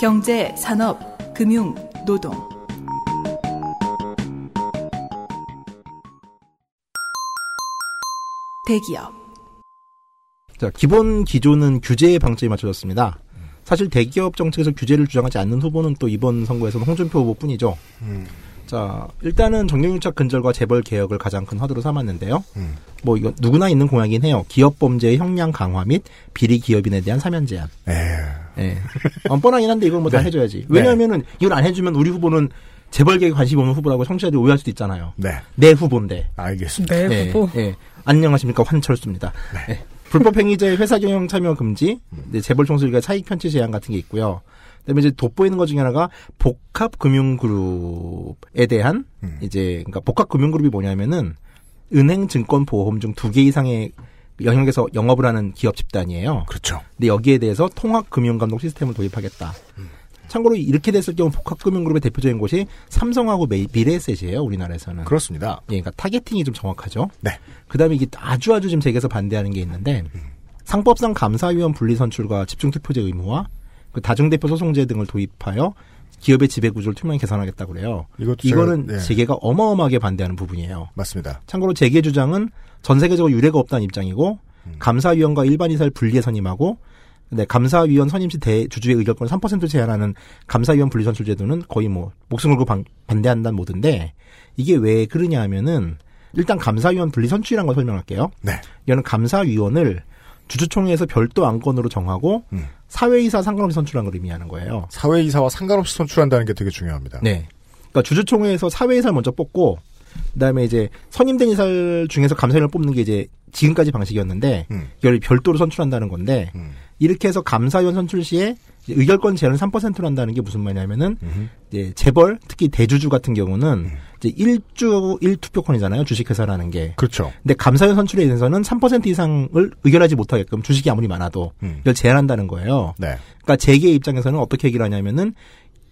S3: 경제, 산업, 금융, 노동 대기업
S7: 자, 기본 기조는 규제의 방점이 맞춰졌습니다. 사실 대기업 정책에서 규제를 주장하지 않는 후보는 또 이번 선거에서는 홍준표 후보뿐이죠.
S2: 음.
S7: 자, 일단은 정경유착 근절과 재벌 개혁을 가장 큰 화두로 삼았는데요.
S2: 음.
S7: 뭐 이건 누구나 있는 공약이긴 해요. 기업 범죄의 형량 강화 및 비리 기업인에 대한 사면 제한.
S2: 에.
S7: 예. 어, 뻔하긴 한데 이걸 뭐 다
S2: 네.
S7: 해줘야지. 왜냐하면은 이걸 안 해주면 우리 후보는 재벌 개혁에 관심 없는 후보라고 청취자들이 오해할 수도 있잖아요.
S2: 네.
S7: 내 후보인데.
S2: 알겠습니다.
S8: 내
S7: 예,
S8: 후보.
S7: 예. 안녕하십니까 환철수입니다.
S8: 네.
S7: 예. 불법행위자의 회사 경영 참여 금지, 이제 재벌 총수일가 차익 편취 제한 같은 게 있고요. 그다음에 이제 돋보이는 것 중에 하나가 복합 금융 그룹에 대한
S2: 음.
S7: 이제 그러니까 복합 금융 그룹이 뭐냐면은 은행, 증권, 보험 중 두 개 이상의 영역에서 영업을 하는 기업 집단이에요.
S2: 그렇죠. 음.
S7: 근데 여기에 대해서 통합 금융 감독 시스템을 도입하겠다. 참고로 이렇게 됐을 경우 복합금융그룹의 대표적인 곳이 삼성하고 메- 미래에셋이에요. 우리나라에서는.
S2: 그렇습니다.
S7: 예, 그러니까 타겟팅이 좀 정확하죠.
S2: 네. 음.
S7: 그다음에 이게 아주 아주 지금 세계에서 반대하는 게 있는데 상법상 감사위원 분리 선출과 집중투표제 의무와 그 다중대표 소송제 등을 도입하여 기업의 지배구조를 투명히 개선하겠다고 그래요.
S2: 이것도 제가-
S7: 이거는
S2: 네.
S7: 재계가 어마어마하게 반대하는 부분이에요.
S2: 맞습니다.
S7: 참고로 재계 주장은 전 세계적으로 유례가 없다는 입장이고
S2: 음.
S7: 감사위원과 일반 이사를 분리해 선임하고 네, 감사위원 선임 시 대, 주주의 의결권 3% 제한하는 감사위원 분리선출 제도는 거의 뭐 목숨 걸고 반, 반대한다는 모드인데 이게 왜 그러냐 하면은 일단 감사위원 분리선출이라는 걸 설명할게요.
S2: 네.
S7: 이거는 감사위원을 주주총회에서 별도 안건으로 정하고 사회이사 상관없이 선출한 걸 의미하는 거예요.
S2: 음. 사회이사와 상관없이 선출한다는 게 되게 중요합니다.
S7: 네. 그러니까 주주총회에서 사회이사를 먼저 뽑고 그다음에 이제 선임된 이사 중에서 감사위원을 뽑는 게 이제 지금까지 방식이었는데
S2: 음.
S7: 이걸 별도로 선출한다는 건데 이렇게 해서 감사위원 선출 시에 이제 의결권 제한을 3%로 한다는 게 무슨 말이냐면은 이제 재벌 특히 대주주 같은
S2: 음.
S7: 경우는 이제 1주 1투표권이잖아요 주식회사라는 게
S2: 그렇죠.
S7: 근데 감사위원 선출에 대해서는 3% 이상을 의결하지 못하게끔 주식이 아무리 많아도 이걸 제한한다는 거예요.
S2: 음. 네.
S7: 그러니까 재계 입장에서는 어떻게 얘기를 하냐면은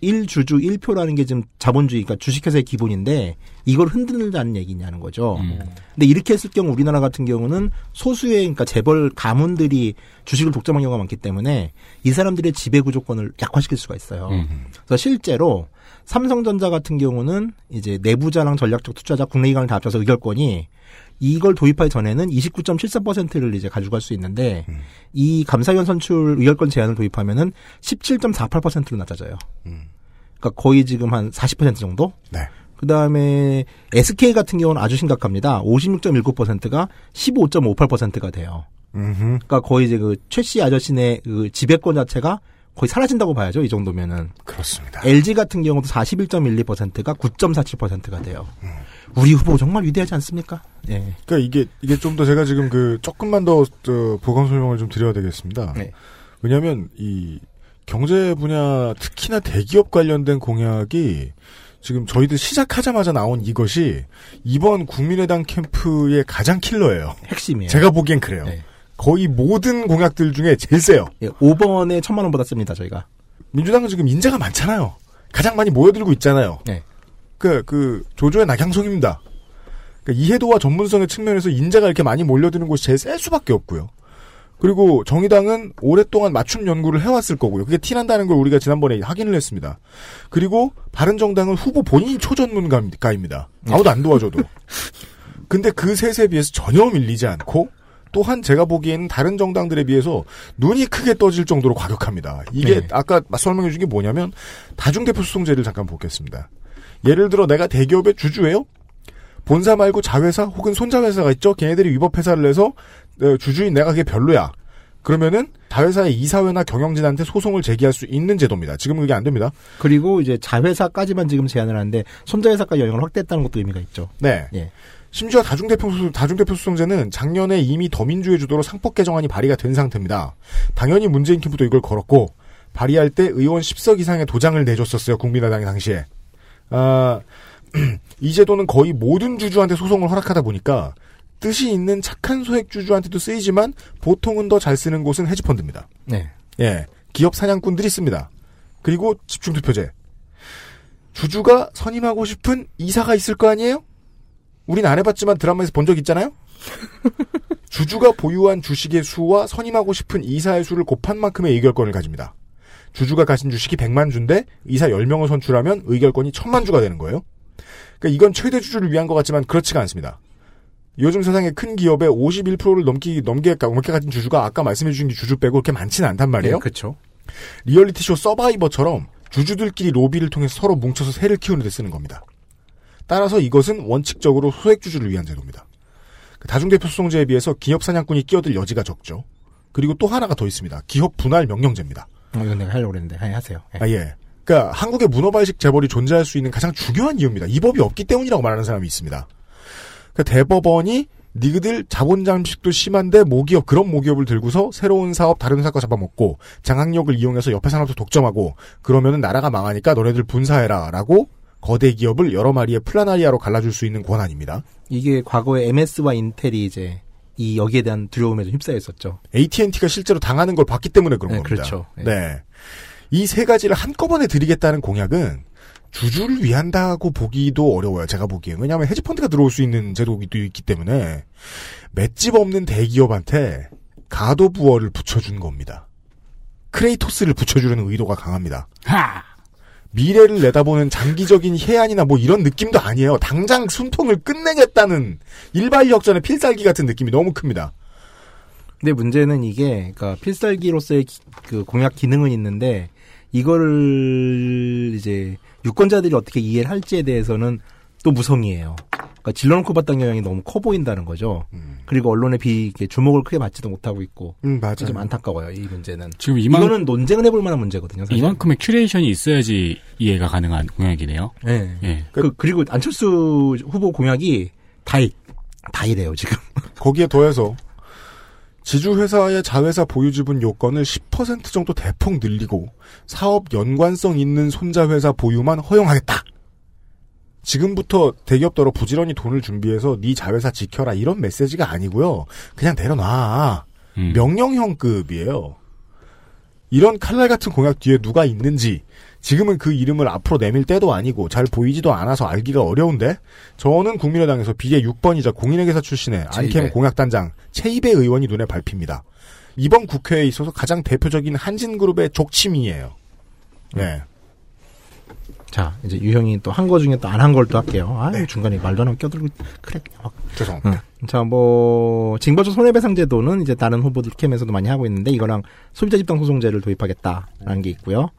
S7: 1주주 1표라는 게 지금 자본주의, 그러니까 주식회사의 기본인데 이걸 흔들다는 얘기냐는 거죠. 근데 이렇게 했을 경우 우리나라 같은 경우는 소수의, 그러니까 재벌 가문들이 주식을 독점한 경우가 많기 때문에 이 사람들의 지배구조권을 약화시킬 수가 있어요. 그래서 실제로 삼성전자 같은 경우는 이제 내부자랑 전략적 투자자, 국내 기관을 다 합쳐서 의결권이 이걸 도입하기 전에는 29.74%를 이제 가져갈 수 있는데 이 감사위원 선출 의결권 제한을 도입하면은 17.48%로 낮아져요. 그러니까 거의 지금 한 40% 정도?
S2: 네.
S7: 그다음에 SK 같은 경우는 아주 심각합니다. 56.19%가 15.58%가 돼요.
S2: 음흠.
S7: 그러니까 거의 이제 그 최씨 아저씨네 그 지배권 자체가 거의 사라진다고 봐야죠. 이 정도면은.
S2: 그렇습니다.
S7: LG 같은 경우도 41.12%가 9.47%가 돼요.
S2: 음.
S7: 우리 후보 정말 위대하지 않습니까? 예.
S2: 그러니까 이게 이게 좀 더 제가 지금 그 조금만 더 어, 보강 설명을 좀 드려야 되겠습니다.
S7: 네.
S2: 왜냐하면 이 경제 분야 특히나 대기업 관련된 공약이 지금 저희들 시작하자마자 나온 이것이 이번 국민의당 캠프의 가장 킬러예요.
S7: 핵심이에요. 네.
S2: 제가 보기엔 그래요. 거의 모든 공약들 중에 제일 세요.
S7: 예, 5번에 천만 원보다 셉니다 저희가.
S2: 민주당은 지금 인재가 많잖아요. 가장 많이 모여들고 있잖아요.
S7: 네.
S2: 그, 그, 조조의 낙향성입니다. 그러니까 이해도와 전문성의 측면에서 인재가 이렇게 많이 몰려드는 곳이 제일 셀 수밖에 없고요. 그리고 정의당은 오랫동안 맞춤 연구를 해왔을 거고요. 그게 티난다는 걸 우리가 지난번에 확인을 했습니다. 그리고 바른정당은 후보 본인이 초전문가입니다. 아무도 안 도와줘도. 근데 그 셋에 비해서 전혀 밀리지 않고 또한 제가 보기에는 다른 정당들에 비해서 눈이 크게 떠질 정도로 과격합니다. 이게 아까 설명해 준 게 뭐냐면 다중대표 소송제를 잠깐 보겠습니다. 예를 들어 내가 대기업의 주주예요. 본사 말고 자회사 혹은 손자회사가 있죠. 걔네들이 위법 회사를 해서 어, 주주인 내가 그게 별로야. 그러면은 자회사의 이사회나 경영진한테 소송을 제기할 수 있는 제도입니다. 지금 그게 안 됩니다.
S7: 그리고 이제 자회사까지만 지금 제한을 하는데 손자회사까지 영향을 확대했다는 것도 의미가 있죠.
S2: 네.
S7: 예.
S2: 심지어 다중대표, 소- 다중대표 수송제는 작년에 이미 더민주의 주도로 상법 개정안이 발의가 된 상태입니다. 당연히 문재인 캠프도 이걸 걸었고 발의할 때 의원 10석 이상의 도장을 내줬었어요. 국민의당이 당시에. 아, 이 제도는 거의 모든 주주한테 소송을 허락하다 보니까 뜻이 있는 착한 소액 주주한테도 쓰이지만 보통은 더 잘 쓰는 곳은 헤지펀드입니다.
S7: 네.
S2: 예, 기업 사냥꾼들이 씁니다. 그리고 집중 투표제. 주주가 선임하고 싶은 이사가 있을 거 아니에요? 우린 안 해봤지만 드라마에서 본 적 있잖아요? 주주가 보유한 주식의 수와 선임하고 싶은 이사의 수를 곱한 만큼의 의결권을 가집니다. 주주가 가진 주식이 100만 주인데 이사 10명을 선출하면 의결권이 1000만 주가 되는 거예요. 그러니까 이건 최대 주주를 위한 것 같지만 그렇지가 않습니다. 요즘 세상에 큰 기업의 51%를 넘기 넘게 넘게 가진 주주가 아까 말씀해 주신 주주 빼고 그렇게 많지는 않단 말이에요.
S7: 그렇죠.
S2: 리얼리티쇼 서바이버처럼 주주들끼리 로비를 통해 서로 뭉쳐서 새를 키우는 데 쓰는 겁니다. 따라서 이것은 원칙적으로 소액 주주를 위한 제도입니다. 그 다중대표 소송제에 비해서 기업 사냥꾼이 끼어들 여지가 적죠. 그리고 또 하나가 더 있습니다. 기업 분할 명령제입니다.
S7: 어, 이건 내가 하려고 그랬는데 아니, 하세요. 예.
S2: 아, 예. 그러니까 한국의 문어발식 재벌이 존재할 수 있는 가장 중요한 이유입니다. 이 법이 없기 때문이라고 말하는 사람이 있습니다. 그러니까 대법원이 니그들 자본 잠식도 심한데 모기업 그런 모기업을 들고서 새로운 사업 다른 회사 거 잡아먹고 장악력을 이용해서 옆에 산업도 독점하고 그러면은 나라가 망하니까 너네들 분사해라라고 거대 기업을 여러 마리의 플라나리아로 갈라줄 수 있는 권한입니다.
S7: 이게 과거에 MS와 인텔이 이제 이 여기에 대한 두려움에 좀 휩싸였었죠.
S2: AT&T가 실제로 당하는 걸 봤기 때문에 그런
S7: 네,
S2: 겁니다.
S7: 그렇죠. 네.
S2: 네. 이 세 가지를 한꺼번에 드리겠다는 공약은 주주를 위한다고 보기도 어려워요. 제가 보기에는. 왜냐하면 헤지펀드가 들어올 수 있는 제도도 있기 때문에 맷집 없는 대기업한테 가도부어를 붙여준 겁니다. 크레이토스를 붙여주려는 의도가 강합니다. 미래를 내다보는 장기적인 해안이나 뭐 이런 느낌도 아니에요. 당장 순통을 끝내겠다는 일발 역전의 필살기 같은 느낌이 너무 큽니다.
S7: 근데 문제는 이게 그러니까 필살기로서의 기- 그 공약 기능은 있는데 이거를 이제 유권자들이 어떻게 이해를 할지에 대해서는 또 무성이에요. 그러니까 질러놓고 봤던 영향이 너무 커 보인다는 거죠. 그리고 언론의 비 이렇게 주목을 크게 받지도 못하고 있고
S2: 음, 맞아요.
S7: 좀 안타까워요 이 문제는.
S4: 지금 이만-
S7: 이거는 논쟁을 해볼 만한 문제거든요. 사실.
S4: 이만큼의 큐레이션이 있어야지 이해가 가능한 공약이네요.
S7: 네.
S4: 예.
S7: 그, 그리고 안철수 후보 공약이 다이 다이래요 지금.
S2: 거기에 더해서 지주회사의 자회사 보유지분 요건을 10% 정도 대폭 늘리고 사업 연관성 있는 손자회사 보유만 허용하겠다. 지금부터 대기업더러 부지런히 돈을 준비해서 네 자회사 지켜라 이런 메시지가 아니고요. 그냥 내려놔. 명령형급이에요. 이런 칼날 같은 공약 뒤에 누가 있는지 지금은 그 이름을 앞으로 내밀 때도 아니고 잘 보이지도 않아서 알기가 어려운데 저는 국민의당에서 비례 6번이자 공인회계사 출신의 안캠
S12: 최이배.
S2: 공약단장 최이배 의원이 눈에 밟힙니다. 이번 국회에 있어서 가장 대표적인 한진그룹의 족침이에요. 네.
S7: 자, 이제 유형이 또 한 거 중에 또 안 한 걸 또 할게요. 아, 중간에 말도 안 하고 껴들고 그래 그냥 막.
S2: 네. 죄송합니다.
S7: 자, 뭐 징벌적 손해배상 제도는 이제 다른 후보들 캠에서도 많이 하고 있는데 이거랑 소비자 집단 소송제를 도입하겠다라는 게 있고요.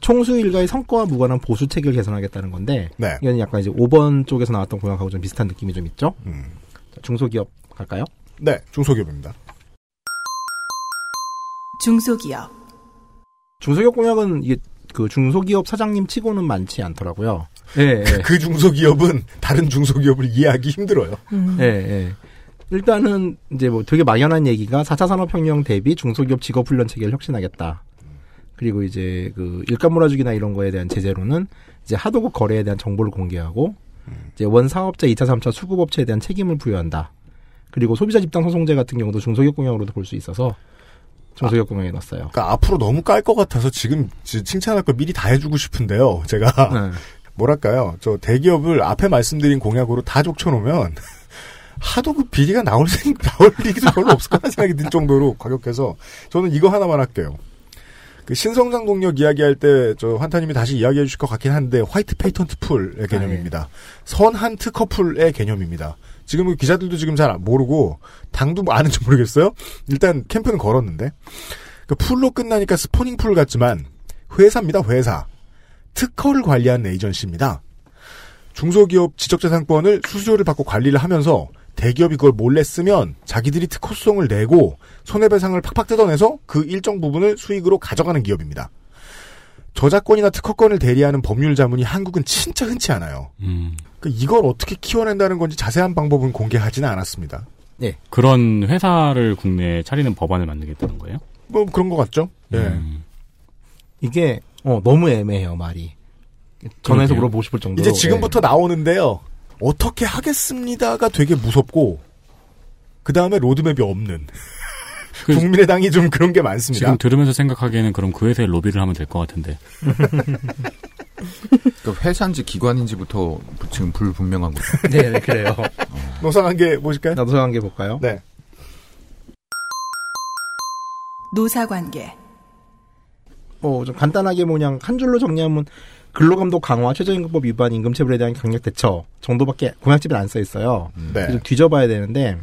S7: 총수 일가의 성과와 무관한 보수 체계를 개선하겠다는 건데
S2: 네.
S7: 이건 약간 이제 5번 쪽에서 나왔던 공약하고 좀 비슷한 느낌이 좀 있죠. 자, 중소기업 갈까요?
S2: 음. 네, 중소기업입니다.
S3: 중소기업,
S7: 중소기업 공약은 이게 그 중소기업 사장님 치고는 많지 않더라고요. 예,
S2: 그 중소기업은 다른 중소기업을 이해하기 힘들어요.
S7: 예, 예. 일단은 이제 뭐 되게 막연한 얘기가 4차 산업혁명 대비 중소기업 직업훈련 체계를 혁신하겠다. 그리고 이제 그 일감 몰아주기나 이런 거에 대한 제재로는 이제 하도급 거래에 대한 정보를 공개하고 이제 원사업자 2차 3차 수급업체에 대한 책임을 부여한다. 그리고 소비자 집단 소송제 같은 경우도 중소기업 공약으로도 볼 수 있어서 중소기업 공약에 넣었어요.
S2: 그러니까 앞으로 너무 깔 것 같아서 지금 지- 칭찬할 걸 미리 다 해주고 싶은데요. 제가
S7: 네.
S2: 뭐랄까요? 저 대기업을 앞에 말씀드린 공약으로 다 족쳐놓으면 하도 그 비리가 나올 생 나올 일이 별로 없을 거라는 생각이 들 정도로 과격해서 저는 이거 하나만 할게요. 그 신성장 동력 이야기할 때 저 환타님이 다시 이야기해 주실 것 같긴 한데 화이트 페이턴트 풀의 개념입니다. 선한 특허 풀의 개념입니다. 지금 그 기자들도 지금 잘 모르고 당도 뭐 아는지 모르겠어요. 일단 캠프는 걸었는데 그 풀로 끝나니까 스포닝 풀 같지만 회사입니다 회사 특허를 관리하는 에이전시입니다. 중소기업 지적재산권을 수수료를 받고 관리를 하면서 대기업이 그걸 몰래 쓰면 자기들이 특허 수송을 내고 손해배상을 팍팍 뜯어내서 그 일정 부분을 수익으로 가져가는 기업입니다. 저작권이나 특허권을 대리하는 법률 자문이 한국은 진짜 흔치 않아요.
S4: 음.
S2: 그 이걸 어떻게 키워낸다는 건지 자세한 방법은 공개하지는 않았습니다.
S7: 네.
S4: 그런 회사를 국내에 차리는 법안을 만들겠다는 거예요?
S2: 뭐 그런 것 같죠? 예.
S7: 이게 어, 너무 애매해요 말이. 전화해서
S2: 그러게요.
S7: 물어보고 싶을 정도로. 예.
S2: 이제 지금부터 나오는데요. 어떻게 하겠습니다가 되게 무섭고 그 다음에 로드맵이 없는
S7: 그
S2: 국민의당이 좀 그런 게 많습니다.
S4: 지금 들으면서 생각하기에는 그럼 그 회사에 로비를 하면 될 것 같은데.
S9: 그러니까 회사인지 기관인지부터 지금 불분명한 거죠.
S7: 네, 네, 그래요.
S2: 노상한 게 보실까요?
S7: 노상한 게 볼까요?
S2: 네.
S3: 노사관계,
S7: 뭐 좀 간단하게 뭐 그냥 한 줄로 정리하면 근로감독 강화, 최저임금법 위반, 임금체불에 대한 강력 대처 정도밖에 공약집에 안 써 있어요.
S2: 네. 음.
S7: 그래서 뒤져봐야 되는데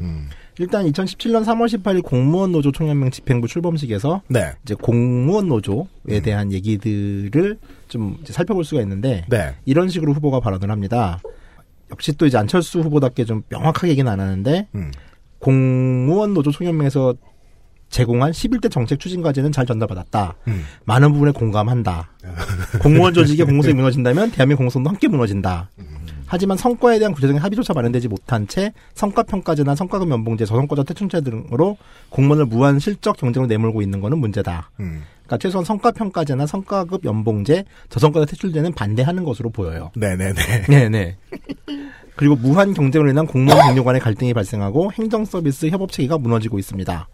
S7: 일단 2017년 3월 18일 공무원 노조 총연맹 집행부 출범식에서
S2: 네. 음.
S7: 이제 공무원 노조에 대한 얘기들을 좀 이제 살펴볼 수가 있는데
S2: 네.
S7: 이런 식으로 후보가 발언을 합니다. 역시 또 이제 안철수 후보답게 좀 명확하게 얘기는 안 하는데 공무원 노조 총연맹에서 제공한 11대 정책 추진 과제는 잘 전달받았다. 많은 부분에 공감한다. 공무원 조직의 공공성이 무너진다면 대한민국 공성도 함께 무너진다. 하지만 성과에 대한 구체적인 합의조차 마련되지 못한 채 성과평가제나 성과급 연봉제, 저성과자 퇴출제 등으로 공무원을 무한 실적 경쟁으로 내몰고 있는 것은 문제다.
S2: 음.
S7: 그러니까 최소한 성과평가제나 성과급 연봉제, 저성과자 퇴출제는 반대하는 것으로 보여요.
S2: 네네네.
S7: 네네. 그리고 무한 경쟁으로 인한 공무원 동료 간의 갈등이 발생하고 행정 서비스 협업 체계가 무너지고 있습니다.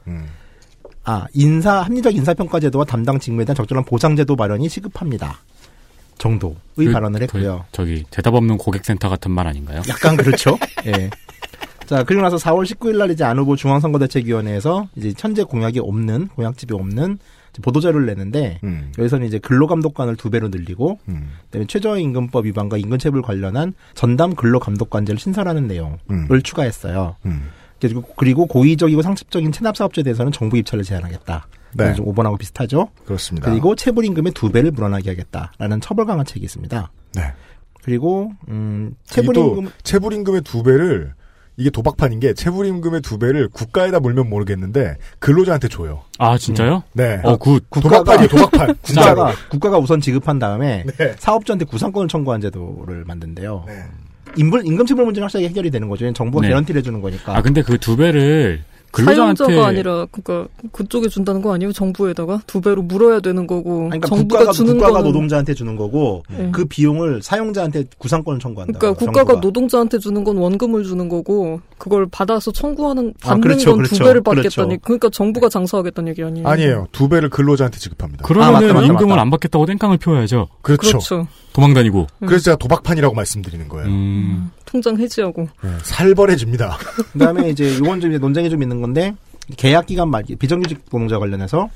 S7: 아, 인사, 합리적 인사평가제도와 담당 직무에 대한 적절한 보상제도 마련이 시급합니다. 정도의
S4: 그,
S7: 발언을 했고요.
S4: 저기 대답 없는 고객센터 같은 말 아닌가요?
S7: 약간 그렇죠. 예. 자, 그리고 나서 4월 19일 날 이제 안 후보 중앙선거대책위원회에서 이제 현재 공약이 없는, 공약집이 없는 이제 보도자료를 내는데,
S2: 음.
S7: 여기서는 이제 근로감독관을 두 배로 늘리고, 그다음에 최저임금법 위반과 임금체불 관련한 전담 근로감독관제를 신설하는 내용을
S2: 음.
S7: 추가했어요. 그리고- 그리고 고의적이고 상습적인 체납사업자에 대해서는 정부 입찰을 제한하겠다.
S2: 네.
S7: 이건 좀 5번하고 비슷하죠.
S2: 그렇습니다.
S7: 그리고 체불임금의 두 배를 불어나게 하겠다라는 처벌 강화 책이 있습니다.
S2: 네.
S7: 그리고 음,
S2: 체불임금
S7: 체불임금
S2: 체불임금의 두 배를 이게 도박판인 게 체불임금의 두 배를 국가에다 물면 모르겠는데 근로자한테 줘요.
S4: 아 진짜요?
S2: 네.
S4: 어, 굿.
S2: 도박판이 도박판.
S7: 국가가
S2: 진짜로.
S7: 국가가 우선 지급한 다음에
S2: 네.
S7: 사업주한테 구상권을 청구한 제도를 만든대요. 임금 임금체불 문제는 확실하게 해결이 되는 거죠. 왜냐면 정부가
S4: 네.
S7: 개런티를 해주는 거니까.
S4: 아 근데 그 두 배를 그,
S7: 그
S4: 근로자한테
S8: 사용자가 아니라 그니까 그쪽에 준다는 거 아니에요? 정부에다가 두 배로 물어야 되는 거고
S7: 그러니까
S8: 정부가
S7: 국가가
S8: 주는
S7: 국가가
S8: 거는
S7: 노동자한테 주는 거고
S8: 네.
S7: 그 비용을 사용자한테 구상권을 청구한다.
S8: 그러니까 국가가 노동자한테 주는 건 원금을 주는 거고 그걸 받아서 청구하는
S7: 아,
S8: 받는
S7: 그렇죠,
S8: 건 두
S7: 그렇죠,
S8: 배를
S7: 그렇죠.
S8: 받겠다니 그러니까 정부가 장사하겠다는 얘기 아니에요?
S2: 아니에요. 두 배를 근로자한테 지급합니다. 아,
S4: 그러면은 임금을 안 받겠다고 땡깡을 피워야죠.
S2: 그렇죠.
S8: 그렇죠.
S4: 도망다니고. 음,
S8: 음.
S2: 그래서 제가 도박판이라고 말씀드리는 거예요.
S8: 통장 해지하고
S2: 네, 살벌해집니다.
S7: 그다음에 이제 요건 좀 이제 논쟁이 좀 있는 건데 계약 기간 말 비정규직 노동자 관련해서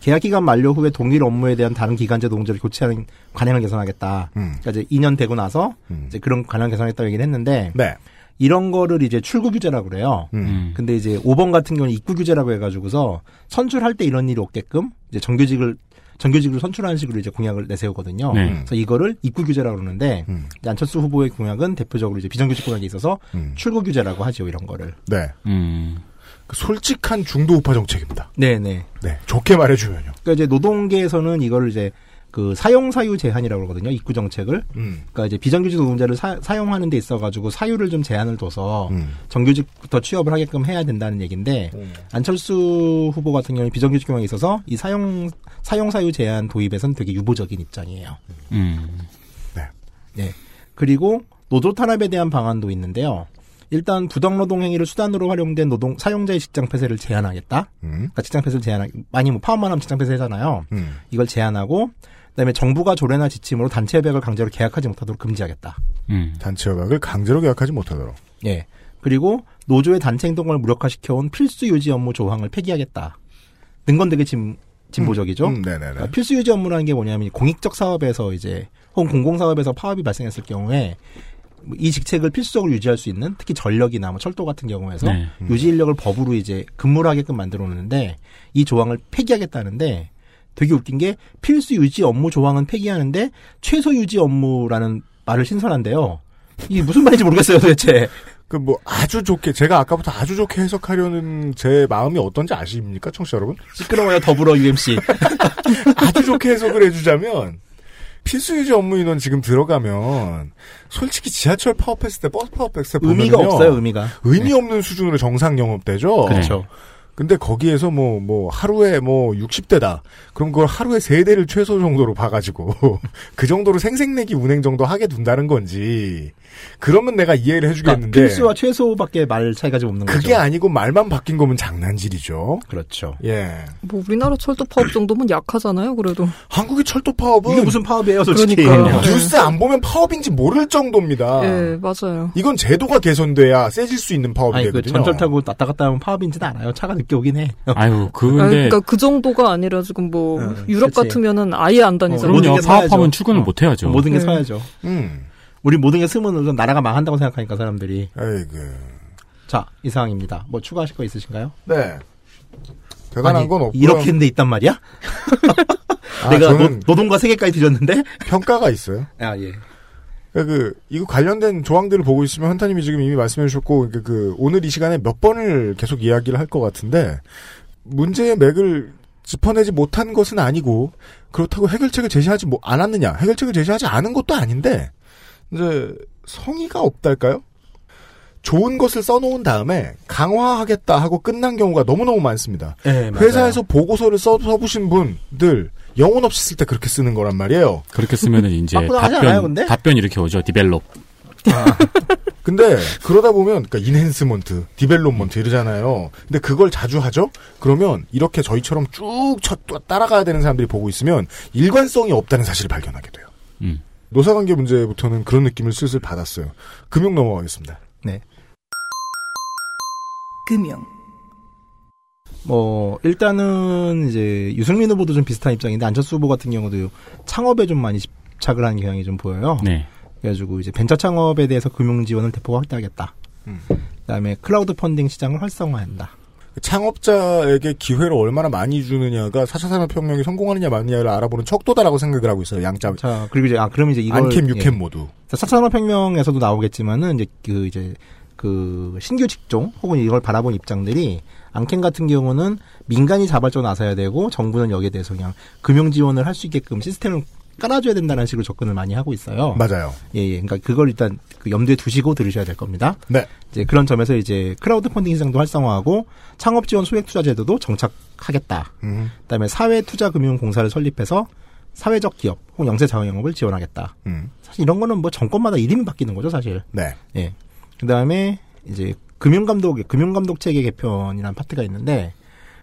S7: 계약 기간 만료 후에 동일 업무에 대한 다른 기간제 노동자를 교체하는 관행을 개선하겠다.
S2: 음.
S7: 그러니까 이제 2년 되고 나서 이제 그런 관행 개선했다고 얘기를 했는데
S2: 네.
S7: 이런 거를 이제 출구 규제라고 그래요.
S2: 음.
S7: 근데 이제 5번 같은 경우는 입구 규제라고 해가지고서 선출할 때 이런 일이 없게끔 이제 정규직을 정규직으로 선출하는 식으로 이제 공약을 내세우거든요.
S4: 네.
S7: 그래서 이거를 입구 규제라고 그러는데
S2: 음.
S7: 이제 안철수 후보의 공약은 대표적으로 이제 비정규직 공약에 있어서
S2: 음.
S7: 출구 규제라고 하죠 이런 거를.
S2: 네.
S7: 음.
S2: 그 솔직한 중도 우파 정책입니다.
S7: 네네.
S2: 네. 좋게 말해주면요.
S7: 그러니까 이제 노동계에서는 이거를 이제 그 사용 사유 제한이라고 그러거든요. 입구 정책을.
S2: 음.
S7: 그러니까 이제 비정규직 노동자를 사, 용하는데 있어 가지고 사유를 좀 제한을 둬서
S2: 음.
S7: 정규직부터 취업을 하게끔 해야 된다는 얘기인데 안철수 후보 같은 경우는 비정규직 경향에 있어서 이 사용 사용 사유 제한 도입에선 되게 유보적인 입장이에요.
S4: 음.
S7: 네. 그리고 노조 탄압에 대한 방안도 있는데요. 일단 부당 노동 행위를 수단으로 활용된 노동 사용자의 직장 폐쇄를 제한하겠다.
S2: 음.
S7: 그러니까 직장 폐쇄를 제한 많이 뭐 파업만 하면 직장 폐쇄잖아요.
S2: 음.
S7: 이걸 제한하고 그다음에 정부가 조례나 지침으로 단체 협약을 강제로 계약하지 못하도록 금지하겠다. 음.
S2: 단체 협약을 강제로 계약하지 못하도록.
S7: 예. 그리고 노조의 단체 행동을 무력화시켜온 필수 유지 업무 조항을 폐기하겠다. 는건 되게 진, 진보적이죠.
S2: 음, 음, 네네네.
S7: 그러니까 필수 유지 업무라는 게 뭐냐면 공익적 사업에서 이제 혹은 공공 사업에서 파업이 발생했을 경우에 뭐이 직책을 필수적으로 유지할 수 있는 특히 전력이나 뭐 철도 같은 경우에서
S4: 네.
S7: 유지 인력을 법으로 이제 근무를 하게끔 만들어 놓는데 이 조항을 폐기하겠다는데 되게 웃긴 게 필수 유지 업무 조항은 폐기하는데 최소 유지 업무라는 말을 신설한대요. 이게 무슨 말인지 모르겠어요 도대체.
S2: 그 뭐 아주 좋게 제가 아까부터 아주 좋게 해석하려는 제 마음이 어떤지 아십니까, 청취자 여러분?
S7: 시끄러워요 더불어 UMC.
S2: 아주 좋게 해석을 해주자면 필수 유지 업무 인원 지금 들어가면 솔직히 지하철 파업했을 때 버스 파업했을 때 보면요,
S7: 의미가 없어요, 의미가. 네.
S2: 의미 없는 수준으로 정상 영업되죠.
S7: 그렇죠.
S2: 근데 거기에서 뭐 뭐 하루에 뭐 60대다. 그럼 그걸 하루에 세 대를 최소 정도로 봐가지고 그 정도로 생색내기 운행 정도 하게 둔다는 건지 그러면 내가 이해를
S7: 그러니까
S2: 해주겠는데
S7: 필수와 최소밖에 말 차이가 좀 없는 거죠.
S2: 그게 아니고 말만 바뀐 거면 장난질이죠.
S7: 그렇죠.
S2: 예.
S8: 뭐 우리나라 철도 파업 정도면 약하잖아요. 그래도
S2: 한국의 철도 파업은
S7: 이게 무슨 파업이에요, 솔직히.
S8: 그러니까요. 네.
S2: 뉴스 안 보면 파업인지 모를 정도입니다.
S8: 예 맞아요.
S2: 이건 제도가 개선돼야 세질 수 있는 파업이
S7: 아니 그
S2: 되거든요.
S7: 전철 타고 왔다 갔다 하면 파업인지는 알아요. 차가 늦게 오긴 해.
S4: 아유
S8: 아,
S4: 그런데
S8: 그러니까 그 정도가 아니라 지금 뭐
S7: 응,
S8: 유럽
S7: 그치. 어,
S8: 같으면은 아예 안 다니잖아요.
S7: 모든
S4: 그럼요
S7: 게 사야죠. 어.
S4: 파업하면 출근을 못 해야죠.
S7: 모든 게
S8: 네.
S7: 서야죠.
S2: 음.
S7: 우리 모든 게 쓰면 우선 나라가 망한다고 생각하니까 사람들이.
S2: 에이그.
S7: 자, 이상입니다. 뭐 추가하실 거 있으신가요?
S2: 네. 대단한
S7: 아니,
S2: 건 없고요.
S7: 이렇게 했는데 있단 말이야?
S2: 아,
S7: 내가
S2: 저는
S7: 노, 동과 세계까지 드렸는데?
S2: 평가가 있어요.
S7: 아, 예.
S2: 그 이거 관련된 조항들을 보고 있으면 한타님이 지금 이미 말씀해 주셨고 그, 그 오늘 이 시간에 몇 번을 계속 이야기를 할 것 같은데 문제의 맥을 짚어내지 못한 것은 아니고 그렇다고 해결책을 제시하지 뭐 않았느냐 해결책을 제시하지 않은 것도 아닌데 이제 성의가 없달까요? 좋은 것을 써놓은 다음에 강화하겠다 하고 끝난 경우가 너무너무 많습니다.
S7: 예, 맞아요.
S2: 회사에서 보고서를 써, 써보신 분들 영혼 없이 쓸 때 그렇게 쓰는 거란 말이에요.
S4: 그렇게 쓰면은 이제
S7: 바쁘다 하지
S4: 답변
S7: 않아요, 근데?
S4: 답변 이렇게 오죠. 디벨롭.
S2: 근데 그러다 보면 그러니까 인핸스먼트, 디벨롭먼트 이러잖아요. 근데 그걸 자주 하죠. 그러면 이렇게 저희처럼 쭉 쳐- 또 따라가야 되는 사람들이 보고 있으면 일관성이 없다는 사실을 발견하게 돼요.
S4: 음.
S2: 노사관계 문제부터는 그런 느낌을 슬슬 받았어요. 금융 넘어가겠습니다.
S7: 네.
S3: 금융.
S7: 뭐 일단은 이제 유승민 후보도 좀 비슷한 입장인데 안철수 후보 같은 경우도 창업에 좀 많이 집착을 하는 경향이 좀 보여요.
S4: 네.
S7: 그래가지고 이제 벤처 창업에 대해서 금융 지원을 대폭 확대하겠다.
S2: 음.
S7: 그다음에 클라우드 펀딩 시장을 활성화한다.
S2: 창업자에게 기회를 얼마나 많이 주느냐가 4차 산업혁명이 성공하느냐 마느냐를 알아보는 척도다라고 생각을 하고 있어요. 양자.
S7: 자 그리고 이제 아 그러면 이제 이걸
S2: 안캠,
S7: 예.
S2: 유캠 모두.
S7: 자, 4차 산업혁명에서도 나오겠지만은 이제 그 이제 그 신규 직종 혹은 이걸 바라본 입장들이 앙켄 같은 경우는 민간이 자발적으로 나서야 되고 정부는 여기에 대해서 그냥 금융 지원을 할 수 있게끔 시스템을 깔아줘야 된다는 식으로 접근을 많이 하고 있어요.
S2: 맞아요.
S7: 예, 예. 그러니까 그걸 일단 그 염두에 두시고 들으셔야 될 겁니다.
S2: 네.
S7: 이제 그런 점에서 이제 크라우드 펀딩 시장도 활성화하고 창업 지원 소액 투자 제도도 정착하겠다.
S2: 음.
S7: 그다음에 사회 투자 금융 공사를 설립해서 사회적 기업 혹은 영세 자원 영업을 지원하겠다.
S2: 음.
S7: 사실 이런 거는 뭐 정권마다 이름이 바뀌는 거죠, 사실.
S2: 네.
S7: 예. 그 다음에 이제 금융감독, 금융감독 체계 개편이라는 파트가 있는데,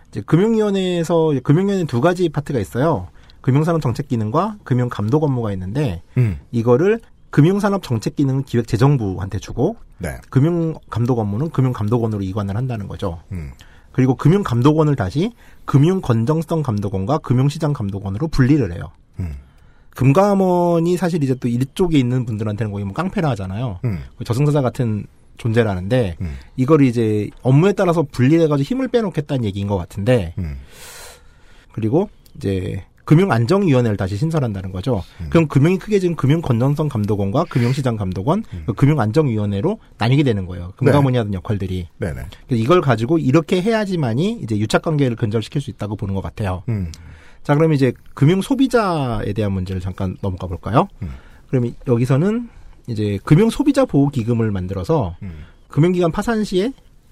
S7: 이제 금융위원회에서, 이제 금융위원회 두 가지 파트가 있어요. 금융산업 정책 기능과 금융감독 업무가 있는데,
S2: 음.
S7: 이거를 금융산업 정책 기능은 기획재정부한테 주고,
S2: 네.
S7: 금융감독 업무는 금융감독원으로 이관을 한다는 거죠.
S2: 음.
S7: 그리고 금융감독원을 다시 금융건정성 감독원과 금융시장 감독원으로 분리를 해요.
S2: 음.
S7: 금감원이 사실 이제 또 이쪽에 있는 분들한테는 거의 뭐 깡패라 하잖아요.
S2: 음.
S7: 저승사자 같은 존재라는데
S2: 음.
S7: 이걸 이제 업무에 따라서 분리해가지고 힘을 빼놓겠다는 얘기인 것 같은데
S2: 음.
S7: 그리고 이제 금융안정위원회를 다시 신설한다는 거죠.
S2: 음.
S7: 그럼 금융이 크게 지금 금융건전성 감독원과 금융시장 감독원, 그 금융안정위원회로 나뉘게 되는 거예요. 금감원이 하던 역할들이
S2: 음. 네네.
S7: 그래서 이걸 가지고 이렇게 해야지만이 이제 유착관계를 근절시킬 수 있다고 보는 것 같아요.
S2: 음.
S7: 자, 그럼 이제 금융 소비자에 대한 문제를 잠깐 넘어가 볼까요?
S2: 음.
S7: 그럼 이- 여기서는 이제 금융 소비자 보호 기금을 만들어서
S2: 음.
S7: 금융기관 파산 시에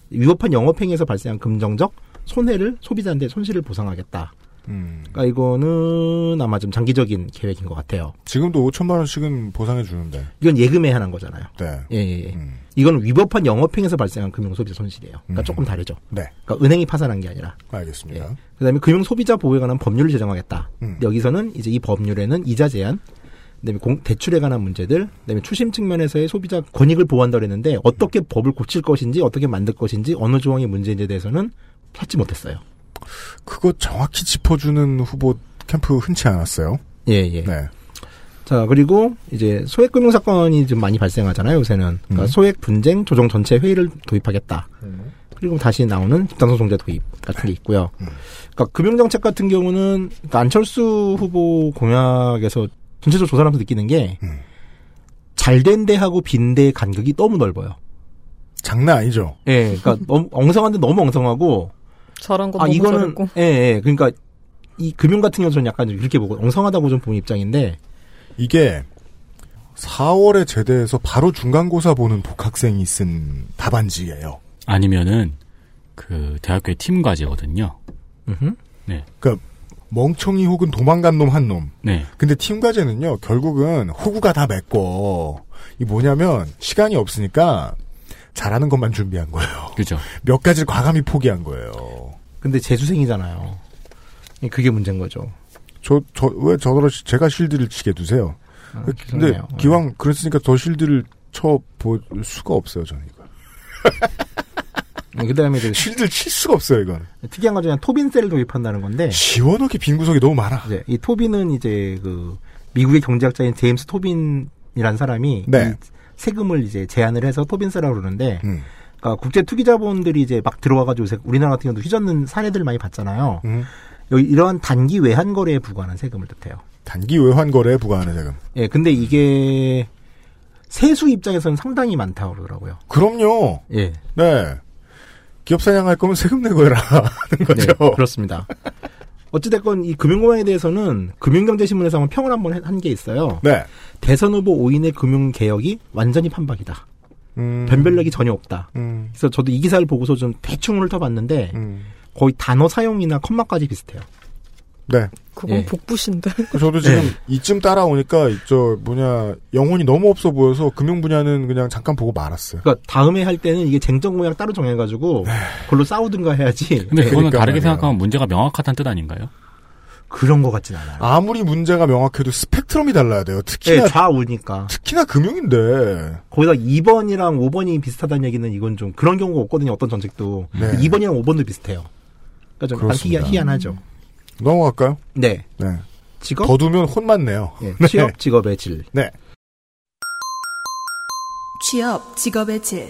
S7: 위법한 영업행위에서 발생한 금정적 손해를 소비자한테 손실을 보상하겠다.
S2: 음.
S7: 그러니까 이거는 아마 좀 장기적인 계획인 것 같아요.
S2: 지금도 5천만 원씩은 보상해 주는데.
S7: 이건 예금에 한한 거잖아요.
S2: 네.
S7: 예, 예, 예.
S2: 음.
S7: 이건 위법한 영업행위에서 발생한 금융 소비자 손실이에요. 그러니까
S2: 음.
S7: 조금 다르죠.
S2: 네.
S7: 그러니까 은행이 파산한 게 아니라.
S2: 알겠습니다.
S7: 예. 그다음에 금융 소비자 보호에 관한 법률을 제정하겠다.
S2: 음.
S7: 근데 여기서는 이제 이 법률에는 이자 제한, 그다음에 공- 대출에 관한 문제들, 그다음에 추심 측면에서의 소비자 권익을 보호한다 그랬는데 어떻게 법을 고칠 것인지 어떻게 만들 것인지 어느 조항이 문제인지에 대해서는 찾지 못했어요.
S2: 그거 정확히 짚어주는 후보 캠프 흔치 않았어요.
S7: 예, 예.
S2: 네.
S7: 자 그리고 이제 소액 금융 사건이 좀 많이 발생하잖아요 요새는 그러니까
S2: 음.
S7: 소액 분쟁 조정 전체 회의를 도입하겠다. 그리고 다시 나오는 집단소송제 도입 같은 게 있고요.
S2: 음.
S7: 그러니까 금융정책 같은 경우는 그러니까 안철수 후보 공약에서 전체적으로 조사하면서 느끼는 게
S2: 음.
S7: 잘된 데하고 빈데 의 간격이 너무 넓어요.
S2: 장난 아니죠.
S7: 예, 그러니까 너무 엉성한데 너무 엉성하고
S8: 잘한 건
S7: 아
S8: 너무
S7: 이거는
S8: 잘했고.
S7: 예, 예, 그러니까 이 금융 같은 경우는 저는 약간 좀 이렇게 보고 엉성하다고 좀 보는 입장인데
S2: 이게 4월에 제대해서 바로 중간고사 보는 복학생이 쓴 답안지예요.
S4: 아니면은 그 대학교의 팀 과제거든요.
S7: 음흠.
S2: 그러니까 멍청이 혹은 도망간 놈 한 놈.
S4: 네.
S2: 근데 팀 과제는요. 결국은 호구가 다 맺고 이 뭐냐면 시간이 없으니까 잘하는 것만 준비한 거예요.
S4: 그죠.
S2: 몇 가지를 과감히 포기한 거예요.
S7: 근데 재수생이잖아요. 그게 문제인 거죠.
S2: 저 저 왜 저더러 시- 제가 실드를 치게 두세요. 그
S7: 아,
S2: 근데
S7: 죄송해요.
S2: 기왕 그랬으니까 더 실드를 쳐 볼 수가 없어요. 저는 이거
S7: 네, 그다음에 이제
S2: 실드를 칠 수가 없어요. 이건
S7: 특이한 건 그냥 토빈세를 도입한다는 건데 네,
S2: 시원하게 빈 구석이 너무 많아.
S7: 이제 이 토빈은 이제 그 미국의 경제학자인 제임스 토빈이라는 사람이
S2: 네.
S7: 이 세금을 이제 제한을 해서 토빈세라고 그러는데
S2: 음.
S7: 그러니까 국제 투기 자본들이 이제 막 들어와가지고 요새 우리나라 같은 경우도 휘젓는 사례들 많이 봤잖아요.
S2: 음.
S7: 여기 이러한 단기 외환 거래에 부과하는 세금을 뜻해요.
S2: 단기 외환 거래에 부과하는 세금.
S7: 예, 근데 이게 세수 입장에서는 상당히 많다고 그러더라고요.
S2: 그럼요.
S7: 예,
S2: 네. 기업 사냥할 거면 세금 내고 해라 하는 거죠.
S7: 네, 그렇습니다. 어찌됐건 이 금융공항에 대해서는 금융경제신문에서 한번 평을 한번 한 게 있어요.
S2: 네.
S7: 대선 후보 5인의 금융개혁이 완전히 판박이다.
S2: 음,
S7: 변별력이 전혀 없다.
S2: 음,
S7: 그래서 저도 이 기사를 보고서 좀 대충 훑어봤는데
S2: 음.
S7: 거의 단어 사용이나 컴마까지 비슷해요. 예.
S2: 네.
S8: 그건 복부신데.
S2: 저도 지금 이쯤 따라오니까 저 뭐냐 영혼이 너무 없어 보여서 금융 분야는 그냥 잠깐 보고 말았어요.
S7: 그러니까 다음에 할 때는 이게 쟁점 모양 따로
S2: 네.
S7: 정해가지고 그걸로 싸우든가 해야지.
S4: 근데 그거는
S2: 그러니까
S4: 다르게 생각하면 문제가 명확하다는 뜻 아닌가요?
S7: 그러니까 그런 것 같진 않아요.
S2: 아무리 문제가 명확해도 스펙트럼이 달라야 돼요. 특히나
S7: 예, 좌우니까.
S2: 특히나 금융인데.
S7: 거기다 2번이랑 5번이 비슷하다는 얘기는 이건 좀 그런 경우가 없거든요. 어떤 전책도.
S2: 네.
S7: 2번이랑 5번도 비슷해요. 그러니까 좀 약간
S2: 그렇습니다.
S7: 희한, 희한하죠.
S2: 넘어갈까요?
S7: 네.
S2: 네.
S7: 직업?
S2: 거두면 혼만 내요.
S7: 예,
S2: 네.
S7: 취업, 직업의 질.
S2: 네.
S3: 취업, 직업의 질.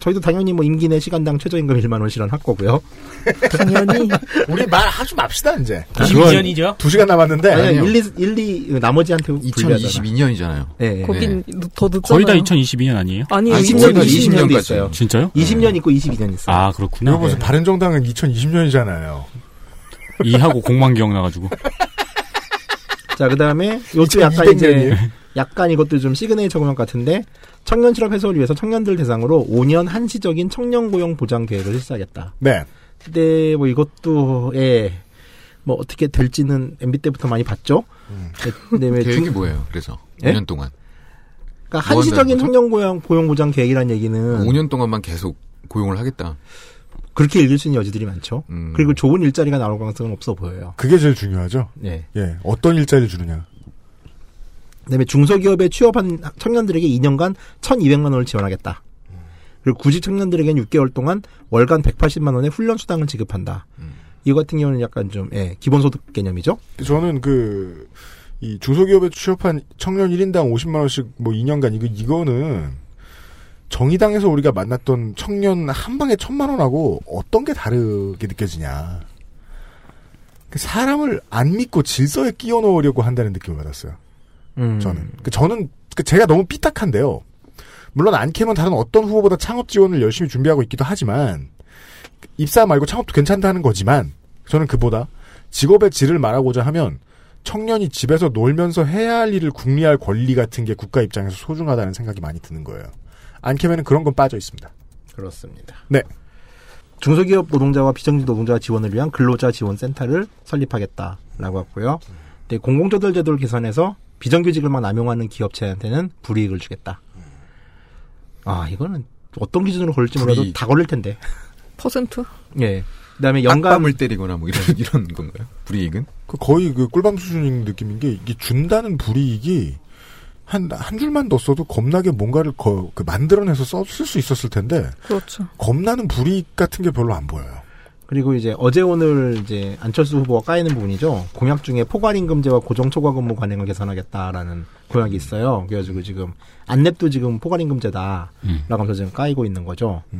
S7: 저희도 당연히 뭐 임기 내 시간당 최저임금 1만 원 실현할 거고요.
S8: 당연히.
S2: 우리 말 하지 맙시다 아, 이제.
S7: 아, 22년이죠?
S2: 2시간 남았는데.
S7: 아니, 1, 2, 1, 2 나머지한테
S9: 2022년이잖아요.
S7: 네.
S8: 거긴
S2: 예.
S8: 더 늦잖아요.
S4: 거의 다 2022년 아니에요?
S8: 아니에요.
S7: 아니, 20년, 20년 까지.
S4: 있어요. 진짜요? 네.
S7: 20년 있고 22년 있어요.
S4: 아 그렇구나.
S2: 여러분 바른정당은 2020년이잖아요.
S4: 이하고 공만 기억나가지고.
S7: 자, 그 다음에 요즘 약간 이제
S4: 2200년이에요.
S7: 약간 이것도 좀 시그네이처 공약 같은데 청년 실업 해소를 위해서 청년들 대상으로 5년 한시적인 청년 고용 보장 계획을 실시하겠다.
S2: 네.
S7: 근데 뭐 이것도 예. 뭐 어떻게 될지는 MB 때부터 많이 봤죠.
S2: 음.
S7: 근데 왜
S9: 계획이
S7: 중-
S9: 뭐예요? 그래서
S7: 예?
S9: 5년 동안
S7: 그러니까
S9: 뭐
S7: 한시적인
S9: 한다는 거죠?
S7: 청년 고용 고용 보장 계획이란 얘기는
S9: 5년 동안만 계속 고용을 하겠다.
S7: 그렇게 읽을 수 있는 여지들이 많죠.
S9: 음.
S7: 그리고 좋은 일자리가 나올 가능성은 없어 보여요.
S2: 그게 제일 중요하죠.
S7: 네.
S2: 예. 어떤 일자리를 주느냐.
S7: 그다음에 중소기업에 취업한 청년들에게 2년간 1,200만 원을 지원하겠다. 그리고 구직 청년들에게는 6개월 동안 월간 180만 원의 훈련 수당을 지급한다.
S2: 음.
S7: 이거 같은 경우는 약간 좀 예, 기본소득 개념이죠.
S2: 저는 그, 이 중소기업에 취업한 청년 1인당 50만원씩 뭐 2년간 이거, 이거는 정의당에서 우리가 만났던 청년 한 방에 천만원하고 어떤 게 다르게 느껴지냐. 그 사람을 안 믿고 질서에 끼워 넣으려고 한다는 느낌을 받았어요. 저는. 그 저는, 그 제가 너무 삐딱한데요. 물론 안캠은 다른 어떤 후보보다 창업 지원을 열심히 준비하고 있기도 하지만, 입사 말고 창업도 괜찮다는 거지만, 저는 그보다 직업의 질을 말하고자 하면, 청년이 집에서 놀면서 해야 할 일을 궁리할 권리 같은 게 국가 입장에서 소중하다는 생각이 많이 드는 거예요. 안캠에는 그런 건 빠져 있습니다.
S7: 그렇습니다.
S2: 네.
S7: 중소기업 노동자와 비정규 노동자 지원을 위한 근로자 지원 센터를 설립하겠다라고 했고요. 근데 공공조달 제도를 개선해서 비정규직을 막 남용하는 기업체한테는 불이익을 주겠다. 아 이거는 어떤 기준으로 걸릴지 몰라도
S9: 불이익.
S7: 다 걸릴 텐데.
S8: 퍼센트?
S7: 예. 그다음에 연간
S9: 을 때리거나 뭐 이런 이런 건가요? 네. 불이익은?
S2: 그 거의 그 꿀밤 수준인 느낌인 게, 이게 준다는 불이익이, 한, 한 줄만 더 써도 겁나게 뭔가를 거, 그 만들어내서 썼을 수 있었을 텐데,
S8: 그렇죠.
S2: 겁나는 불이익 같은 게 별로 안 보여요.
S7: 그리고 이제 어제 오늘 이제 안철수 후보가 까이는 부분이죠. 공약 중에 포괄임금제와 고정초과근무 관행을 개선하겠다라는 공약이 있어요. 그래가지고 지금 안랩도 지금 포괄임금제다라고 하면서 지금 까이고 있는 거죠. 어, 아.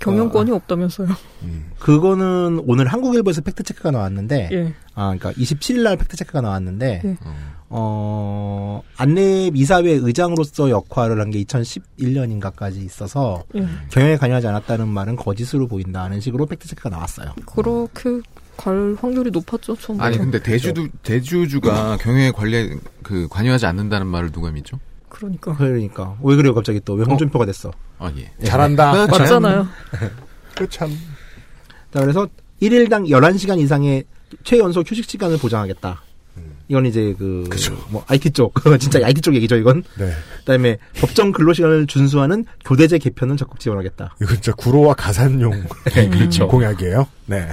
S8: 경영권이 없다면서요.
S2: 음.
S7: 그거는 오늘 한국일보에서 팩트체크가 나왔는데,
S8: 예.
S7: 아, 그러니까 27일날 팩트체크가 나왔는데,
S8: 예.
S2: 음.
S7: 어, 안랩 이사회 의장으로서 역할을 한 게 2011년인가까지 있어서
S8: 예.
S7: 경영에 관여하지 않았다는 말은 거짓으로 보인다는 식으로 팩트체크가 나왔어요.
S8: 그렇게 갈 확률이 높았죠, 처음부터.
S9: 아니
S7: 네.
S9: 근데 대주주 대주주가 경영에 관리 그 관여하지 않는다는 말을 누가 믿죠?
S8: 그러니까.
S7: 그러니까 왜 그래요 갑자기 또 왜 홍준표가 됐어?
S9: 아 예.
S2: 잘한다.
S8: 맞잖아요.
S2: 그 참.
S7: 자 그래서 1일당 11시간 이상의 최연소 휴식 시간을 보장하겠다. 이건 이제 그, 뭐, IT 쪽, 진짜 IT 쪽 얘기죠, 이건.
S2: 네.
S7: 그 다음에 법정 근로시간을 준수하는 교대제 개편은 적극 지원하겠다.
S2: 이건 진짜 구로와 가산용 공약이에요. 네.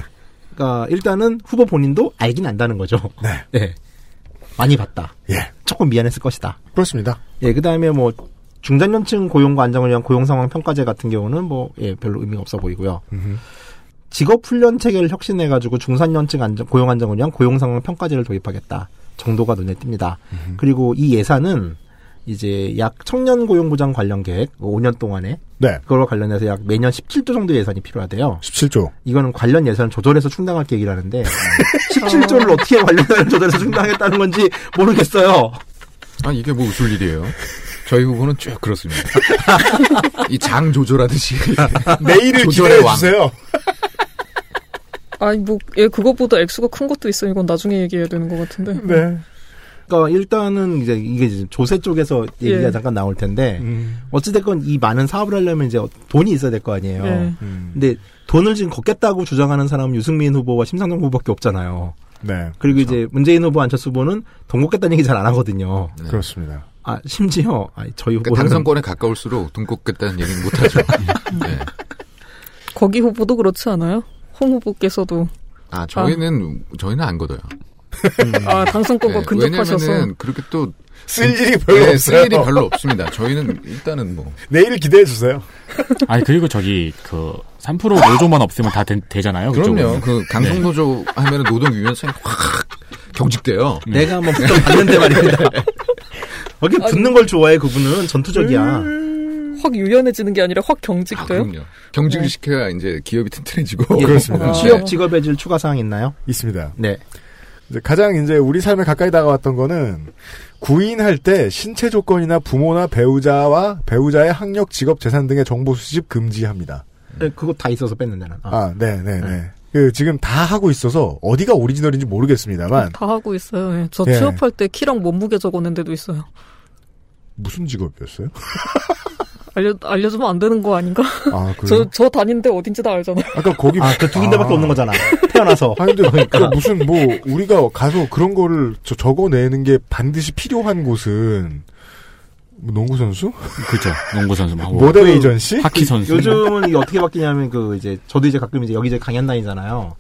S7: 그러니까, 일단은 후보 본인도 알긴 안다는 거죠.
S2: 네.
S7: 예. 많이 봤다.
S2: 예.
S7: 조금 미안했을 것이다.
S2: 그렇습니다.
S7: 예, 그 다음에 뭐, 중장년층 고용과 안정을 위한 고용 상황 평가제 같은 경우는 뭐, 예, 별로 의미가 없어 보이고요. 직업 훈련 체계를 혁신해 가지고 중산년층 안정, 고용 안정을 위한 고용 상황 평가제를 도입하겠다 정도가 눈에 띕니다. 그리고 이 예산은 이제 약 청년 고용 보장 관련 계획 그 5년 동안에
S2: 네.
S7: 그거와 관련해서 약 매년 17조 정도 예산이 필요하대요.
S2: 17조.
S7: 이거는 관련 예산 조절해서 충당할 계획이라는데 17조를 어떻게 관련 예산 조절해서 충당하겠다는 건지 모르겠어요.
S9: 아 이게 뭐 웃을 일이에요? 저희 후보는 쭉 그렇습니다. 이 장 조절하듯이
S2: 내일을
S9: 조절의
S2: 기대해
S9: 왕.
S2: 주세요.
S8: 아니, 뭐, 예, 그것보다 액수가 큰 것도 있어요. 이건 나중에 얘기해야 되는 것 같은데.
S2: 네.
S7: 그러니까 일단은 이제 이게 이제 조세 쪽에서 얘기가
S12: 예.
S7: 잠깐 나올 텐데
S12: 음.
S7: 어찌됐건 이 많은 사업을 하려면 이제 돈이 있어야 될 거 아니에요.
S2: 네.
S12: 예.
S2: 음,
S7: 근데 돈을 지금 걷겠다고 주장하는 사람은 유승민 후보와 심상정 후보밖에 없잖아요.
S2: 네.
S7: 그리고
S9: 그렇죠.
S7: 이제 문재인 후보 안철수 후보는 돈 걷겠다는 얘기 잘 안 하거든요.
S2: 그렇습니다.
S7: 아 심지어 아, 저희
S9: 네. 그러니까
S7: 후보는
S9: 당선권에 가까울수록 돈 꼽겠다는 얘기는 못하죠.
S2: 예.
S9: 네.
S8: 거기 후보도 그렇지 않아요? 홍 후보께서도
S9: 아 저희는 저희는 안 걷어요.
S8: 아 당선권과
S9: 네,
S8: 근접하셔서
S9: 왜냐면은 그렇게 또.
S2: 쓸 일이 별로
S9: 네,
S2: 없어요.
S9: 쓸 일이 별로 없습니다. 저희는 일단은 뭐.
S2: 내일 기대해 주세요.
S4: 아니 그리고 저기 그 3% 5조만 없으면 다 되, 잖아요 네.
S9: 그럼요. 그
S8: 네.
S9: 강성노조 하면은 노동 유연성이 확 경직돼요.
S8: 네.
S9: 네.
S7: 내가 한번 붙어봤는데 말입니다. 거기 붙는 걸 좋아해 그분은 전투적이야.
S8: 네. 확 유연해지는 게 아니라 확 경직돼요?
S9: 경직을
S8: 네. 예. 아.
S9: 시켜야 이제 기업이 튼튼해지고 네.
S7: 취업 직업에 줄 추가 사항 있나요?
S2: 있습니다.
S7: 네.
S2: 이제 가장 이제 우리 삶에 가까이 다가왔던 거는 구인할 때 신체 조건이나 부모나 배우자와 배우자의 학력, 직업, 재산 등의 정보 수집 금지합니다.
S7: 네, 그거 다 있어서 뺐는데는. 아.
S2: 아, 네, 네, 네. 그 지금 다 하고 있어서 어디가 오리지널인지
S7: 음,
S2: 모르겠습니다만
S8: 다 하고 있어요. 예. 저
S2: 예.
S8: 취업할 때 키랑 몸무게 적어낸 데도 있어요.
S2: 무슨 직업이었어요?
S8: 알려 알려주면 안 되는 거 아닌가?
S2: 아, 그래요?
S8: 저 저 다닌데 어딘지 다 알잖아요.
S2: 아까 거기
S7: 아, 그두 군데밖에 없는 거잖아. 태어나서. 그러니까.
S2: 아니 근데 그 무슨 뭐 우리가 가서 그런 거를 저- 적어내는 게 반드시 필요한 곳은 뭐 농구 선수?
S4: 그죠. 농구 선수 뭐 막
S2: 모델 에이전시?
S4: 그 하키 선수.
S7: 그 요즘은 이게 어떻게 바뀌냐면 그 이제 저도 이제 가끔 이제 여기저기 강연 다니잖아요.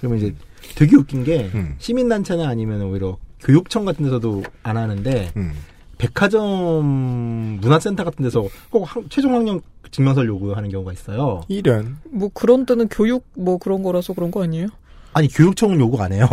S7: 그러면 이제 되게 웃긴 게
S2: 음.
S7: 시민단체나 아니면 오히려 교육청 같은 데서도 안 하는데
S2: 음.
S7: 백화점 문화센터 같은 데서 꼭 학- 최종 학년 증명서를 요구하는 경우가 있어요.
S2: 이런.
S8: 뭐 그런 데는 교육 뭐 그런 거라서 그런 거 아니에요?
S7: 아니 교육청은 요구 안 해요.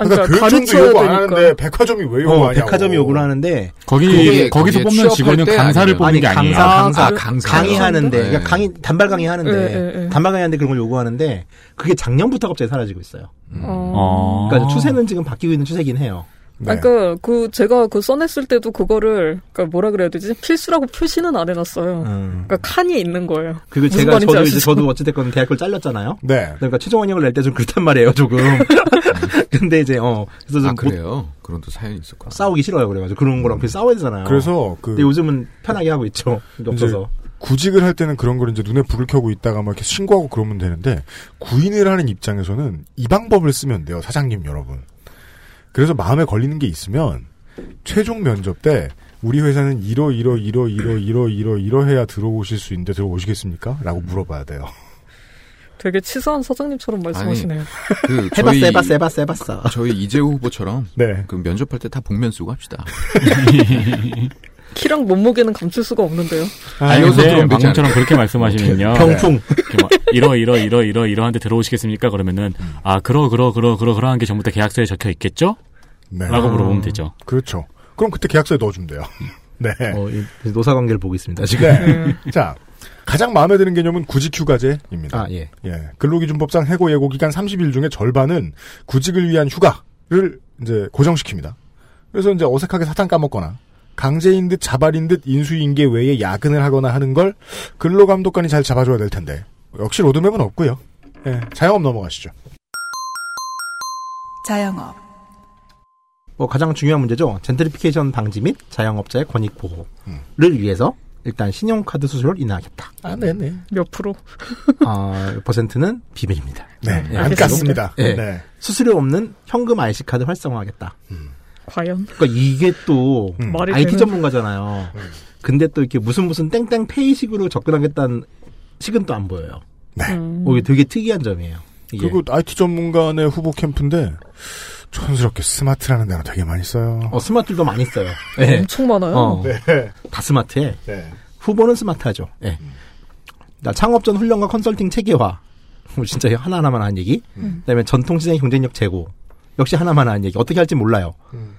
S8: 아니, 그러니까 그러니까 교육청도 가르쳐야 요구 안 되니까. 하는데
S2: 어, 백화점이 왜
S7: 요구 하냐고. 백화점이 요구를 하는데
S4: 거기-
S7: 그게-
S4: 거기서
S7: 거기에
S4: 뽑는
S7: 취업할
S4: 직원은
S7: 때
S4: 강사를
S7: 아니면-
S4: 뽑는 게 아니에요.
S7: 강사,
S4: 아,
S7: 강사,
S4: 그- 강사.
S7: 강의하는데
S4: 네.
S7: 그러니까 강의 단발 강의하는데
S4: 네, 네, 네.
S7: 단발 강의하는데 그런 걸 요구하는데 그게 작년부터 갑자기 사라지고 있어요.
S8: 어.
S7: 그러니까 추세는 지금 바뀌고 있는 추세긴 해요. 네.
S8: 아니, 그러니까 그 제가 그 써냈을 때도 그거를 그러니까 뭐라 그래야 되지 필수라고 표시는 안 해놨어요. 그러니까 칸이 있는 거예요.
S7: 그리고
S8: 무슨
S7: 제가
S8: 말인지
S7: 저도 이제
S8: 아시죠?
S7: 저도 어찌됐건 대학교를 잘렸잖아요.
S2: 네.
S7: 그러니까 최종 학력을 낼 때 좀 그렇단 말이에요, 조금. 근데 이제 어 그래서 좀
S9: 아
S7: 못-
S9: 그래요. 그런 또 사연이 있었구나.
S7: 싸우기 싫어요, 그래가지고 그런 거랑 그 싸워야 되잖아요.
S2: 그래서 그-
S7: 근데 요즘은 편하게 하고 있죠.
S2: 이제
S7: 없어서.
S2: 구직을 할 때는 그런 걸 이제 눈에 불을 켜고 있다가 막 이렇게 신고하고 그러면 되는데 구인을 하는 입장에서는 이 방법을 쓰면 돼요 사장님 여러분 그래서 마음에 걸리는 게 있으면 최종 면접 때 우리 회사는 이러 이러 이러 이러 이러 이러 이러 해야 들어오실 수 있는데 들어오시겠습니까? 라고 물어봐야 돼요
S8: 되게 치사한 사장님처럼 말씀하시네요.
S9: 그
S7: 해봤어,
S9: 저희- 그
S7: 해봤어, 해봤어, 해봤어.
S9: 저희 이재호 후보처럼
S2: 네.
S9: 그 면접할 때 다 복면 쓰고 합시다.
S8: 키랑 몸무게는 감출 수가 없는데요.
S4: 아니
S9: 알려서
S4: 근데
S9: 들어오면 되지
S4: 방송처럼
S9: 않을까요?
S4: 그렇게 말씀하시면요.
S9: 병풍.
S4: 네. 이렇게 막 이러 이러 이러 이러 이러한데 들어오시겠습니까? 그러면은 아 그러 그러 그러 그러 그러한 게 전부 다 계약서에 적혀 있겠죠?
S2: 네.
S9: 아.
S4: 라고 물어보면 되죠.
S2: 그렇죠 그럼 그때 계약서에 넣어주면 돼요 네.
S7: 어, 이 노사 관계를 보고 있습니다, 지금.
S2: 네. 자 가장 마음에 드는 개념은 구직 휴가제입니다
S7: 아, 예.
S2: 예, 근로기준법상 해고 예고 기간 30일 중에 절반은 구직을 위한 휴가를 이제 고정시킵니다. 그래서 이제 어색하게 사탕 까먹거나 강제인 듯 자발인 듯 인수인계 외에 야근을 하거나 하는 걸 근로감독관이 잘 잡아줘야 될 텐데 역시 로드맵은 없고요. 예, 자영업 넘어가시죠.
S3: 자영업,
S7: 뭐 가장 중요한 문제죠. 젠트리피케이션 방지 및 자영업자의 권익 보호를 위해서 일단 신용카드 수수료를 인하하겠다.
S2: 아, 네네.
S8: 몇 프로?
S7: 아, 퍼센트는 비밀입니다.
S2: 네,
S7: 예,
S2: 안 깠습니다.
S7: 예.
S2: 네.
S7: 수수료 없는 현금 IC카드 활성화하겠다.
S8: 과연?
S7: 그러니까 이게 또
S8: 음. 말이
S7: IT
S8: 되는-
S7: 전문가잖아요.
S2: 음.
S7: 근데 또 이렇게 무슨 무슨 땡땡 페이식으로 접근하겠다는 식은 또 안 보여요. 어, 이게 되게 특이한 점이에요. 이게.
S2: 네. 그리고 IT 전문가의 후보 캠프인데 촌스럽게 스마트라는 단어 되게 많이 써요.
S7: 어, 스마트도 많이 써요.
S8: 엄청 많아요.
S7: 어.
S2: 네.
S7: 다 스마트해.
S2: 네.
S7: 후보는 스마트하죠. 예.
S4: 음.
S7: 나 창업 전 훈련과 컨설팅 체계화. 뭐 진짜 이거 하나하나만 한 얘기.
S12: 음.
S7: 그다음에 전통시장의 경쟁력 제고. 역시 하나만 한 얘기. 어떻게 할지 몰라요.
S12: 음.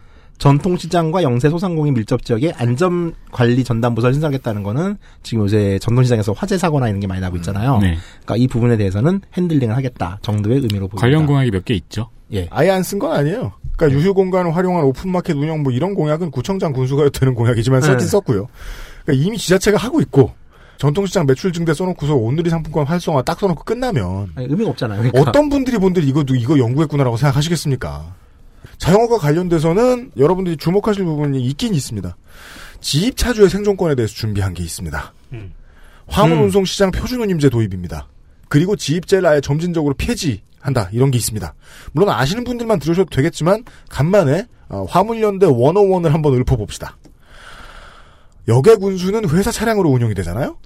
S7: 전통시장과 영세 소상공인 밀접 지역에 안전 관리 전담 부서를 신설하겠다는 거는 지금 요새 전통시장에서 화재 사고나 이런 게 많이 나고 있잖아요.
S4: 네.
S7: 그러니까 이 부분에 대해서는 핸들링을 하겠다 정도의 의미로 보입니다.
S4: 관련 공약이 몇 개 있죠.
S2: 아예 안 쓴 건 아니에요. 그러니까
S7: 예.
S2: 유휴 공간을 활용한 오픈마켓 운영 뭐 이런 공약은 구청장 군수가 되는 공약이지만 썼긴
S7: 네.
S2: 썼고요. 그러니까 이미 지자체가 하고 있고 전통시장 매출 증대 써놓고서 오늘이 상품권 활성화 딱 써놓고 끝나면
S7: 아니, 의미가 없잖아요. 그러니까.
S2: 어떤 분들이 본들 이거 누- 이거 연구했구나라고 생각하시겠습니까? 자영업과 관련돼서는 여러분들이 주목하실 부분이 있긴 있습니다. 지입 차주의 생존권에 대해서 준비한 게 있습니다.
S12: 음.
S2: 화물
S12: 음.
S2: 운송 시장 표준 운임제 도입입니다. 그리고 지입제를 아예 점진적으로 폐지한다 이런 게 있습니다. 물론 아시는 분들만 들으셔도 되겠지만 간만에 어, 화물연대 101을 한번 읊어봅시다. 여객 운수는 회사 차량으로 운영이 되잖아요.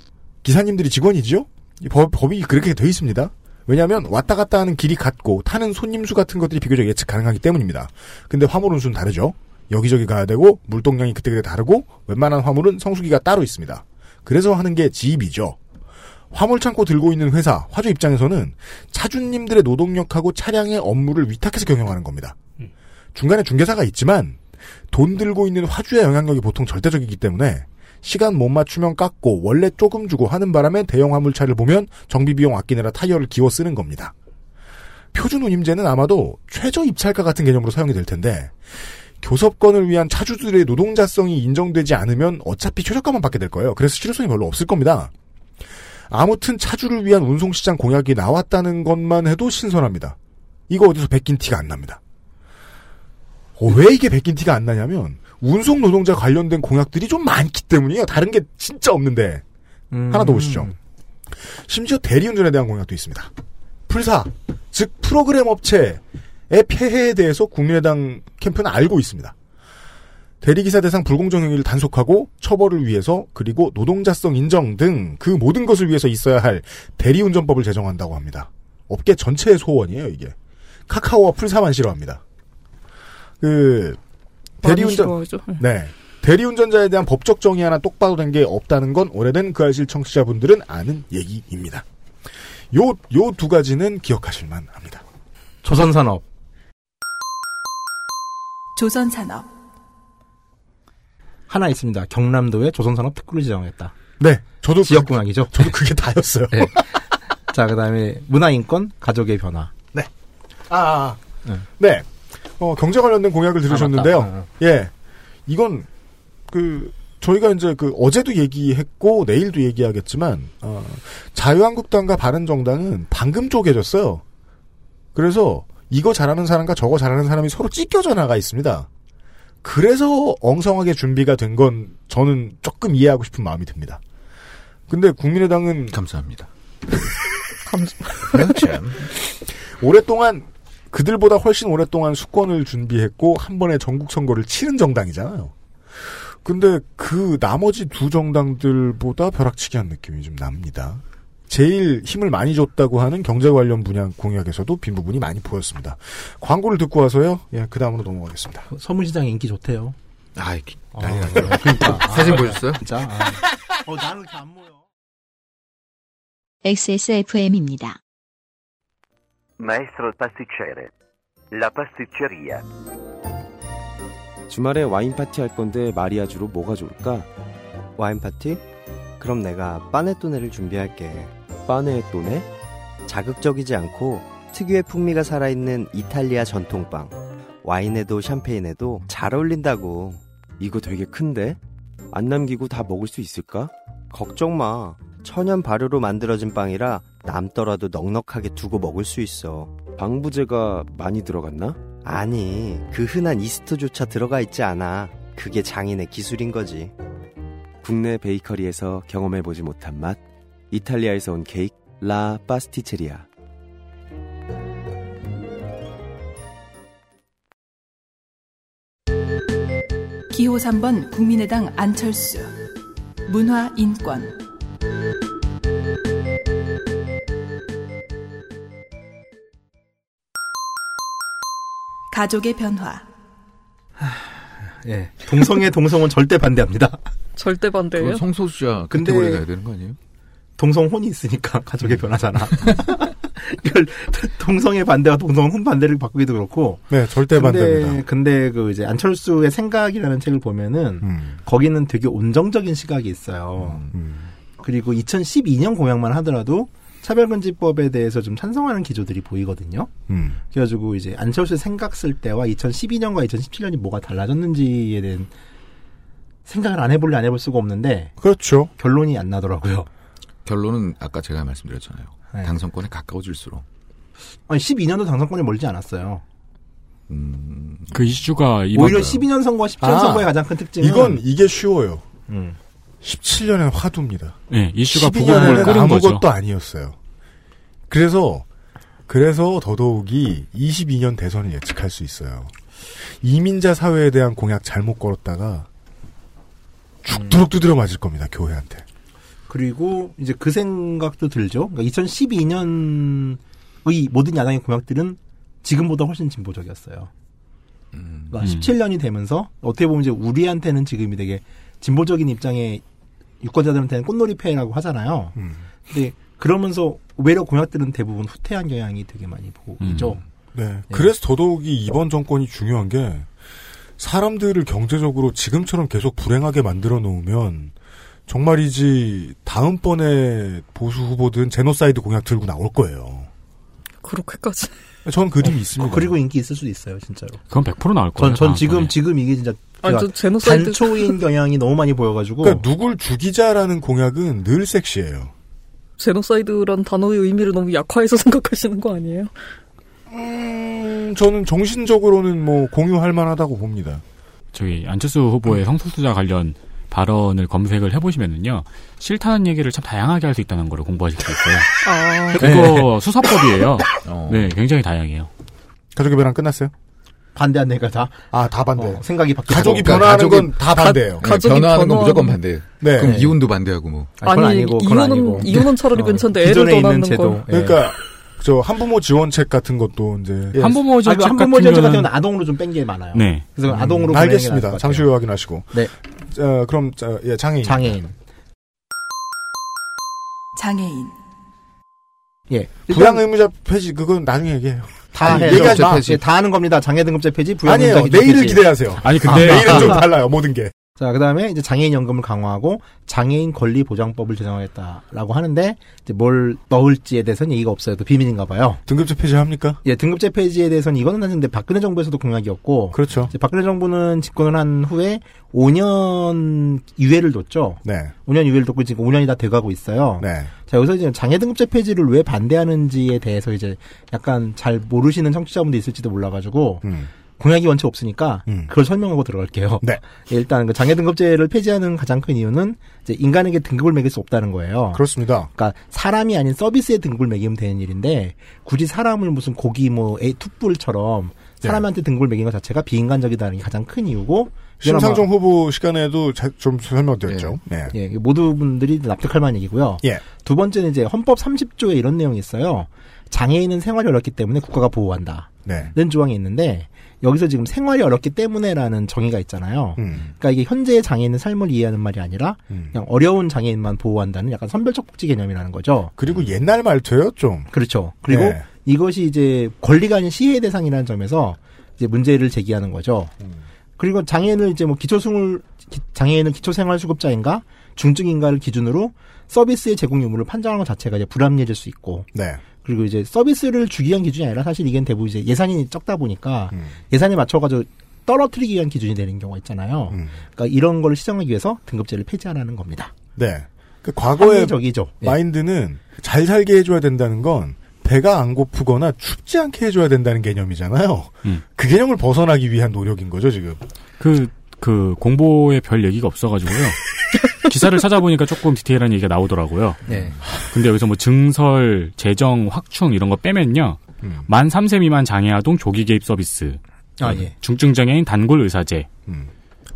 S2: 기사님들이 직원이지요. 이 법, 법이 그렇게 돼 있습니다. 왜냐하면 왔다 갔다 하는 길이 같고 타는 손님 수 같은 것들이 비교적 예측 가능하기 때문입니다. 근데 화물 운수는 다르죠. 여기저기 가야 되고 물동량이 그때그때 다르고 웬만한 화물은 성수기가 따로 있습니다. 그래서 하는 게 지입이죠. 화물 창고 들고 있는 회사 화주 입장에서는 차주님들의 노동력하고 차량의 업무를 위탁해서 경영하는 겁니다. 중간에 중개사가 있지만 돈 들고 있는 화주의 영향력이 보통 절대적이기 때문에 시간 못 맞추면 깎고 원래 조금 주고 하는 바람에 대형 화물차를 보면 정비 비용 아끼느라 타이어를 기워 쓰는 겁니다. 표준 운임제는 아마도 최저 입찰가 같은 개념으로 사용이 될 텐데 교섭권을 위한 차주들의 노동자성이 인정되지 않으면 어차피 최저가만 받게 될 거예요. 그래서 실효성이 별로 없을 겁니다. 아무튼 차주를 위한 운송시장 공약이 나왔다는 것만 해도 신선합니다. 이거 어디서 베낀 티가 안 납니다. 어, 왜 이게 베낀 티가 안 나냐면 운송 노동자 관련된 공약들이 좀 많기 때문이에요. 다른 게 진짜 없는데
S7: 음.
S2: 하나 더 보시죠. 심지어 대리운전에 대한 공약도 있습니다. 풀사 즉 프로그램 업체의 폐해에 대해서 국민의당 캠프는 알고 있습니다. 대리기사 대상 불공정 행위를 단속하고 처벌을 위해서 그리고 노동자성 인정 등 그 모든 것을 위해서 있어야 할 대리운전법을 제정한다고 합니다. 업계 전체의 소원이에요 이게. 카카오와 풀사만 싫어합니다. 그
S8: 많이
S2: 대리운전
S8: 싫어하죠.
S2: 네 대리운전자에 대한 법적 정의 하나 똑바로 된 게 없다는 건 오래된 그 알실 청취자분들은 아는 얘기입니다. 요 요 두 가지는 기억하실만 합니다.
S7: 조선산업
S3: 조선산업,
S7: 하나 있습니다. 경남도에 조선산업 특구를 지정했다.
S2: 네, 저도
S7: 지역 공약이죠. 네.
S2: 저도 그게 다였어요.
S7: 자, 그다음에 문화 인권, 가족의 변화.
S2: 네. 아, 네. 어, 경제 관련된 공약을 들으셨는데요.
S7: 아, 맞다. 어.
S2: 예. 이건, 그, 저희가 이제 그 어제도 얘기했고, 내일도 얘기하겠지만, 어, 자유한국당과 바른정당은 방금 쪼개졌어요. 그래서 이거 잘하는 사람과 저거 잘하는 사람이 서로 찢겨져 나가 있습니다. 그래서 엉성하게 준비가 된 건 저는 조금 이해하고 싶은 마음이 듭니다. 근데 국민의당은
S9: 감사합니다. 네,
S2: 오랫동안 그들보다 훨씬 오랫동안 수권을 준비했고 한 번에 전국 선거를 치른 정당이잖아요. 근데 그 나머지 두 정당들보다 벼락치기한 느낌이 좀 납니다. 제일 힘을 많이 줬다고 하는 경제 관련 분야 공약에서도 빈 부분이 많이 보였습니다. 광고를 듣고 와서요. 예, 그 다음으로 넘어가겠습니다.
S7: 서문시장 인기 좋대요.
S9: 아,
S7: 난리 났네요. 그러니까.
S9: 사진 보셨어요?
S7: 진짜. 아. 어, 나는 이렇게 안 모여.
S1: XSFM입니다.
S13: Maestro pasticcere. La pasticceria.
S14: 주말에 와인 파티 할 건데 마리아주로 뭐가 좋을까?
S15: 와인 파티? 그럼 내가 빠네또네를 준비할게.
S14: 빠네또네?
S15: 자극적이지 않고 특유의 풍미가 살아있는 이탈리아 전통빵. 와인에도 샴페인에도 잘 어울린다고.
S14: 이거 되게 큰데? 안 남기고 다 먹을 수 있을까?
S15: 걱정 마. 천연 발효로 만들어진 빵이라 남더라도 넉넉하게 두고 먹을 수 있어.
S14: 방부제가 많이 들어갔나?
S15: 아니, 그 흔한 이스트조차 들어가 있지 않아. 그게 장인의 기술인 거지.
S14: 국내 베이커리에서 경험해보지 못한 맛 이탈리아에서 온 케이크 라 파스티체리아
S3: 기호 3번 국민의당 안철수, 문화 인권, 가족의 변화,
S7: 예. 동성애 동성은 절대 반대합니다.
S8: 절대 반대예요.
S9: 성소수자
S7: 근데-
S9: 근데 가야 되는 거 아니에요?
S7: 동성혼이 있으니까 가족의 변화잖아. 이걸 동성애 반대와 동성혼 반대를 바꾸기도 그렇고.
S2: 네, 절대
S7: 근데-
S2: 반대입니다.
S7: 근데 그 이제 안철수의 생각이라는 책을 보면은
S2: 음.
S7: 거기는 되게 온정적인 시각이 있어요. 그리고 2012년 공약만 하더라도 차별금지법에 대해서 좀 찬성하는 기조들이 보이거든요.
S2: 음.
S7: 그래가지고 이제 안철수 생각 쓸 때와 2012년과 2017년이 뭐가 달라졌는지에 대한 생각을 안 해볼래 안 해볼 수가 없는데
S2: 그렇죠.
S7: 결론이 안 나더라고요.
S9: 결론은 아까 제가 말씀드렸잖아요.
S2: 네.
S9: 당선권에 가까워질수록.
S7: 아니 12년도 당선권이 멀지 않았어요.
S9: 음,
S4: 그 이슈가 이번
S7: 오히려 12년 선거와 10년
S4: 아.
S7: 선거의 가장 큰 특징은
S2: 이건 이게 쉬워요. 17년은 화두입니다.
S4: 네, 음. 이슈가
S2: 12
S4: 부검을
S2: 년에는
S4: 끓인 거죠.
S2: 아무것도 아니었어요. 그래서 그래서 더더욱이 22년 대선을 예측할 수 있어요. 이민자 사회에 대한 공약 잘못 걸었다가 죽도록 두드려 맞을 겁니다. 교회한테.
S7: 그리고 이제 그 생각도 들죠. 그러니까 2012년의 모든 야당의 공약들은 지금보다 훨씬 진보적이었어요. 그러니까
S2: 음.
S7: 17년이 되면서 어떻게 보면 이제 우리한테는 지금이 되게 진보적인 입장에 유권자들한테는 꽃놀이패라고 하잖아요.
S2: 음.
S7: 근데 그러면서 외려 공약들은 대부분 후퇴한 경향이 되게 많이
S4: 음.
S7: 보이죠.
S2: 네.
S4: 예.
S2: 그래서 더더욱이 이번 정권이 중요한 게 사람들을 경제적으로 지금처럼 계속 불행하게 만들어 놓으면 정말이지 다음번에 보수 후보든 제노사이드 공약 들고 나올 거예요.
S8: 그렇게까지.
S2: 전 그림이 있습니다.
S7: 어, 그리고 인기 있을 수도 있어요, 진짜로.
S4: 그건 100% 나올 거예요.
S7: 전, 전
S4: 다음
S7: 지금,
S4: 번에.
S7: 지금 이게 진짜.
S8: 아니, 저 제노사이드-
S7: 단초인 경향이 너무 많이 보여가지고.
S2: 그러니까 누굴 죽이자라는 공약은 늘 섹시해요.
S8: 제노사이드란 단어의 의미를 너무 약화해서 생각하시는 거 아니에요?
S2: 음, 저는 정신적으로는 뭐 공유할 만하다고 봅니다.
S4: 저기 안철수 후보의 성소수자 관련 발언을 검색을 해보시면은요 싫다는 얘기를 참 다양하게 할 수 있다는 걸 공부하실 수 있어요.
S8: 아,
S4: 그거 수사법이에요.
S9: 네. 어.
S4: 네, 굉장히 다양해요.
S2: 가족의 변화 끝났어요?
S7: 반대한 내가 다.
S2: 아, 다 반대.
S7: 생각이 바뀌어
S2: 가족이 변화하는 건 다 반대예요.
S9: 그러니까 변화하는 건 무조건 반대.
S2: 네.
S9: 그럼 이혼도 반대하고 어, 뭐.
S8: 아니, 이혼은 이혼은 차라리 괜찮은데
S7: 그
S8: 애를 떠나는 건.
S2: 그러니까 저 한부모 지원책 같은 것도 이제
S7: 예. 아, 그 한부모 지원책 같은 경우는 아동으로 좀 뺀 게 많아요.
S2: 네.
S7: 그래서
S2: 음,
S7: 아동으로 보내는
S2: 알겠습니다.
S7: 게 나을 것 같아요.
S2: 잠시 후에 확인하시고.
S7: 네.
S2: 자, 그럼 자, 예, 장애인.
S7: 장애인.
S3: 장애인.
S7: 예.
S2: 부양 의무자 폐지 그건 나중에 얘기해요.
S7: 다
S2: 아니,
S7: 해요.
S2: 얘기하지 마.
S7: 예, 다 하는 겁니다. 장애 등급제 폐지, 부양
S2: 아니에요.
S7: 등급제
S2: 내일을
S7: 폐지.
S2: 기대하세요. 아니, 근데- 내일은 좀 달라요, 모든 게.
S7: 예. 자, 그다음에 이제 장애인 연금을 강화하고 장애인 권리 보장법을 제정하겠다라고 하는데 이제 뭘 넣을지에 대해서는 얘기가 없어요. 또 비밀인가 봐요.
S2: 등급제 폐지합니까?
S7: 예, 등급제 폐지에 대해서는 이거는 사실 근데 박근혜 정부에서도 공약이었고
S2: 그렇죠.
S7: 이제 박근혜 정부는 집권을 한 후에 5년 유예를 뒀죠.
S2: 네.
S7: 5년 유예를 뒀고 지금 5년이 다 돼가고 있어요.
S2: 네.
S7: 자 여기서 이제 장애 등급제 폐지를 왜 반대하는지에 대해서 이제 약간 잘 모르시는 청취자분도 있을지도 몰라가지고
S2: 음.
S7: 공약이 원체 없으니까 그걸 설명하고 들어갈게요.
S2: 네.
S7: 예, 일단 그 장애 등급제를 폐지하는 가장 큰 이유는 이제 인간에게 등급을 매길 수 없다는 거예요.
S2: 그렇습니다.
S7: 그러니까 사람이 아닌 서비스에 등급을 매기면 되는 일인데 굳이 사람을 무슨 고기 뭐 에, 툭불처럼
S2: 네.
S7: 사람한테 등급을 매기는 것 자체가 비인간적이다는 게 가장 큰 이유고 이건 아마-
S2: 심상정 후보 시간에도 자- 좀 설명드렸죠. 네.
S7: 예, 이게 모두 분들이 납득할 만한 얘기고요.
S2: 예.
S7: 두 번째는 이제 헌법 30조에 이런 내용이 있어요. 장애인은 생활이 어렵기 때문에 국가가 보호한다.
S2: 네.
S7: 는 조항이 있는데 여기서 지금 생활이 어렵기 때문에라는 정의가 있잖아요.
S2: 음.
S7: 그러니까 이게 현재의 장애인의 삶을 이해하는 말이 아니라 그냥 어려운 장애인만 보호한다는 약간 선별적 복지 개념이라는 거죠.
S2: 그리고 옛날 말투예요, 좀.
S7: 그렇죠. 그리고
S2: 예.
S7: 이것이 이제 권리가 아닌 시혜 대상이라는 점에서 이제 문제를 제기하는 거죠. 그리고 장애인을 이제 뭐 기초생활 장애인은 기초생활수급자인가 중증인가를 기준으로 서비스의 제공 유무를 판정하는 것 자체가 이제 불합리해질 수 있고
S2: 네.
S7: 그리고 이제 서비스를 주기 위한 기준이 아니라 사실 이게 대부분 이제 예산이 적다 보니까 예산에 맞춰가지고 떨어뜨리기 위한 기준이 되는 경우가 있잖아요. 그러니까 이런 걸 시정하기 위해서 등급제를 폐지하라는 겁니다.
S2: 네. 그 과거의
S7: 합리적이죠. 예.
S2: 마인드는 잘 살게 해줘야 된다는 건 배가 안 고프거나 춥지 않게 해줘야 된다는 개념이잖아요.
S4: 음.
S2: 그 개념을 벗어나기 위한 노력인 거죠, 지금.
S4: 그, 그 공보에 별 얘기가 없어가지고요. 기사를 찾아보니까 조금 디테일한 얘기가 나오더라고요.
S7: 네.
S4: 근데 여기서 뭐 증설, 재정, 확충 이런 거 빼면요.
S10: 음.
S2: 음.
S4: 만 3세 미만 장애아동 조기 개입 서비스.
S7: 아, 예.
S4: 중증 장애인 단골 의사제.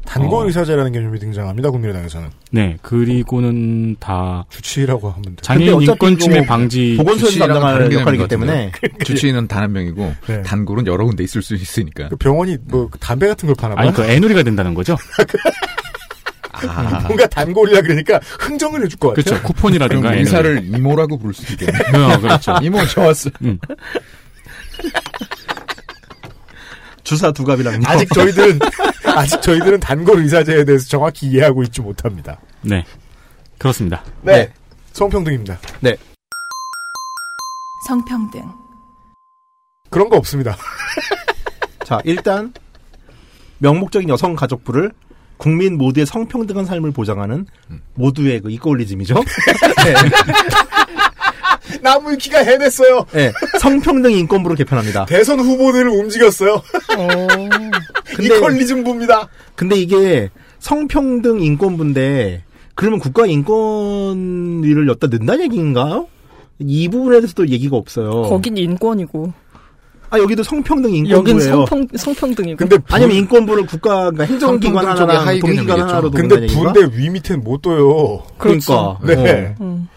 S2: 단골
S4: 어.
S2: 의사제라는 개념이 등장합니다, 국민의당에서는.
S4: 네. 그리고는 다
S2: 주치라고 하면 돼요.
S4: 장애인
S2: 근데 어차피
S4: 인권
S2: 이거
S4: 침해 방지
S9: 주치의랑은 다른 개념인
S7: 역할이기
S9: 것 같은데요.
S7: 때문에.
S9: 주치의는 단 한 명이고
S2: 네.
S9: 단골은 여러 군데 있을 수
S4: 예.
S9: 있으니까.
S2: 그 병원이 뭐 담배 같은 걸 파나 봐요.
S9: 아니, 그
S4: 애누리가 된다는 거죠? 그
S9: 아.
S2: 뭔가 단골이라 그러니까 흥정을 해줄 것 같아요.
S9: 그렇죠.
S7: 그러니까
S9: 그럼 의사를 이모라고 부를 수도 있겠네요.
S2: 어, 그렇죠.
S9: 이모 좋았어.
S7: 주사 두갑이라는 거.
S2: 아직 저희들은 아직 저희들은 단골 의사제에 대해서 정확히 이해하고 있지 못합니다.
S4: 네. 그렇습니다.
S2: 네. 성평등입니다.
S7: 네.
S3: 성평등.
S2: 그런 거 없습니다.
S7: 자, 일단 명목적인 여성 가족부를 국민 모두의 성평등한 삶을 보장하는 모두의 그 이퀄리즘이죠.
S2: 나무위키가 해냈어요.
S7: 네. 성평등 인권부로 개편합니다.
S2: 대선 후보들을 움직였어요. 이퀄리즘부입니다.
S7: 근데 이게 성평등 인권부인데 그러면 국가 인권위를 엿다 넣는다는 얘기인가요? 이 부분에 대해서도 얘기가 없어요.
S8: 거긴 인권이고.
S7: 아 여기도 성평등 인권부예요.
S8: 여긴 성평, 성평등이고.
S7: 그 아니면 인권부를 국가 그러니까 행정기관
S8: 성평등 쪽의
S7: 하나랑
S8: 하위
S7: 동기관
S8: 개념이겠죠.
S7: 하나로
S2: 근데
S7: 놓는다는 얘기인가?
S2: 부인데 위 밑엔 못 둬요.
S7: 그러니까.
S2: 네.
S7: 어.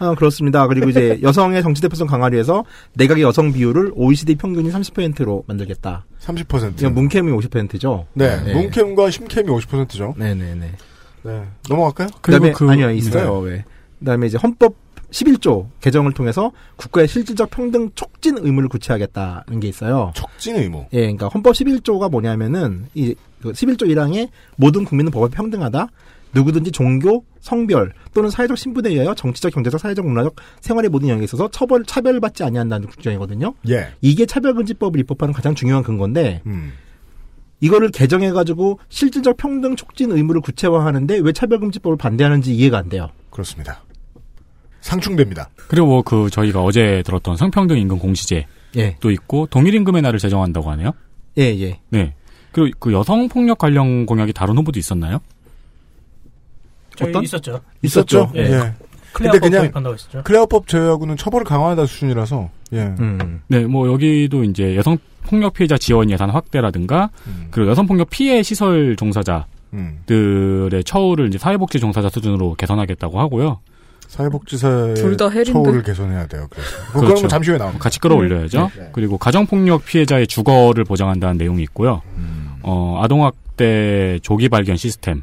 S7: 아, 그렇습니다. 그리고 이제 여성의 정치 대표성 강화를 위해서 내각의 여성 비율을 OECD 평균인 30%로 만들겠다.
S2: 30%.
S7: 그냥 문캠이 50%죠.
S2: 네. 문캠과 심캠이 50%죠.
S7: 네네네.
S2: 네. 넘어갈까요?
S7: 그다음에 아니요 있어요. 왜? 그다음에 이제 헌법 11조 개정을 통해서 국가의 실질적 평등 촉진 의무를 구체하겠다는 게 있어요.
S2: 촉진 의무.
S7: 예, 그러니까 헌법 11조가 뭐냐면은 이 11조 1항에 모든 국민은 법에 평등하다. 누구든지 종교, 성별 또는 사회적 신분에 의하여 정치적, 경제적, 사회적, 문화적 생활의 모든 영역에 있어서 처벌 차별받지 아니한다는 규정이거든요.
S2: 예.
S7: 이게 차별금지법을 입법하는 가장 중요한 근거인데
S2: 음.
S7: 이거를 개정해가지고 실질적 평등 촉진 의무를 구체화하는데 왜 차별금지법을 반대하는지 이해가 안 돼요.
S2: 그렇습니다. 상충됩니다.
S4: 그리고 뭐 그 저희가 어제 들었던 성평등 임금 공시제
S7: 예.
S4: 또 있고 동일 임금의 날을 제정한다고 하네요.
S7: 예, 예.
S4: 네. 그리고 그 여성 폭력 관련 공약이 다른 후보도 있었나요?
S12: 저희
S4: 어떤?
S12: 있었죠.
S2: 있었죠.
S10: 네.
S4: 예.
S10: 음.
S2: 예.
S12: 클레어법
S2: 근데
S12: 도입한다고 했었죠.
S2: 클레어법 제외하고는 처벌을 강화하다 수준이라서 예.
S7: 음.
S4: 네, 뭐 여기도 이제 여성 폭력 피해자 지원 예산 확대라든가
S7: 음.
S4: 그리고 여성 폭력 피해 시설 종사자
S2: 음.
S4: 들의 처우를 이제 사회복지 종사자 수준으로 개선하겠다고 하고요.
S7: 뭐
S2: 사회복지사의
S4: 둘다 헬인데.
S2: 처우를 개선해야 돼요. 그래서 뭐
S4: 그렇죠.
S2: 그런 건 잠시 후에 나옵니다.
S4: 같이 끌어올려야죠.
S2: 네.
S4: 그리고 가정폭력 피해자의 주거를 보장한다는 내용이 있고요.
S7: 음.
S4: 어, 아동학대 조기 발견 시스템.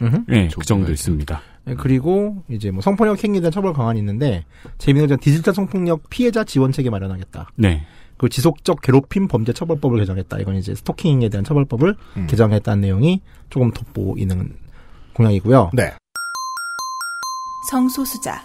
S7: 음흠.
S4: 예, 그 정도 있습니다.
S7: 예, 그리고 이제 뭐 성폭력 행위에 대한 처벌 강화는 있는데 재미있는 점 디지털 성폭력 피해자 지원 체계 마련하겠다.
S4: 네.
S7: 그 지속적 괴롭힘 범죄 처벌법을 개정했다. 이건 이제 스토킹에 대한 처벌법을
S2: 음.
S7: 개정했다는 내용이 조금 돋보이는 공약이고요.
S2: 네.
S3: 성소수자,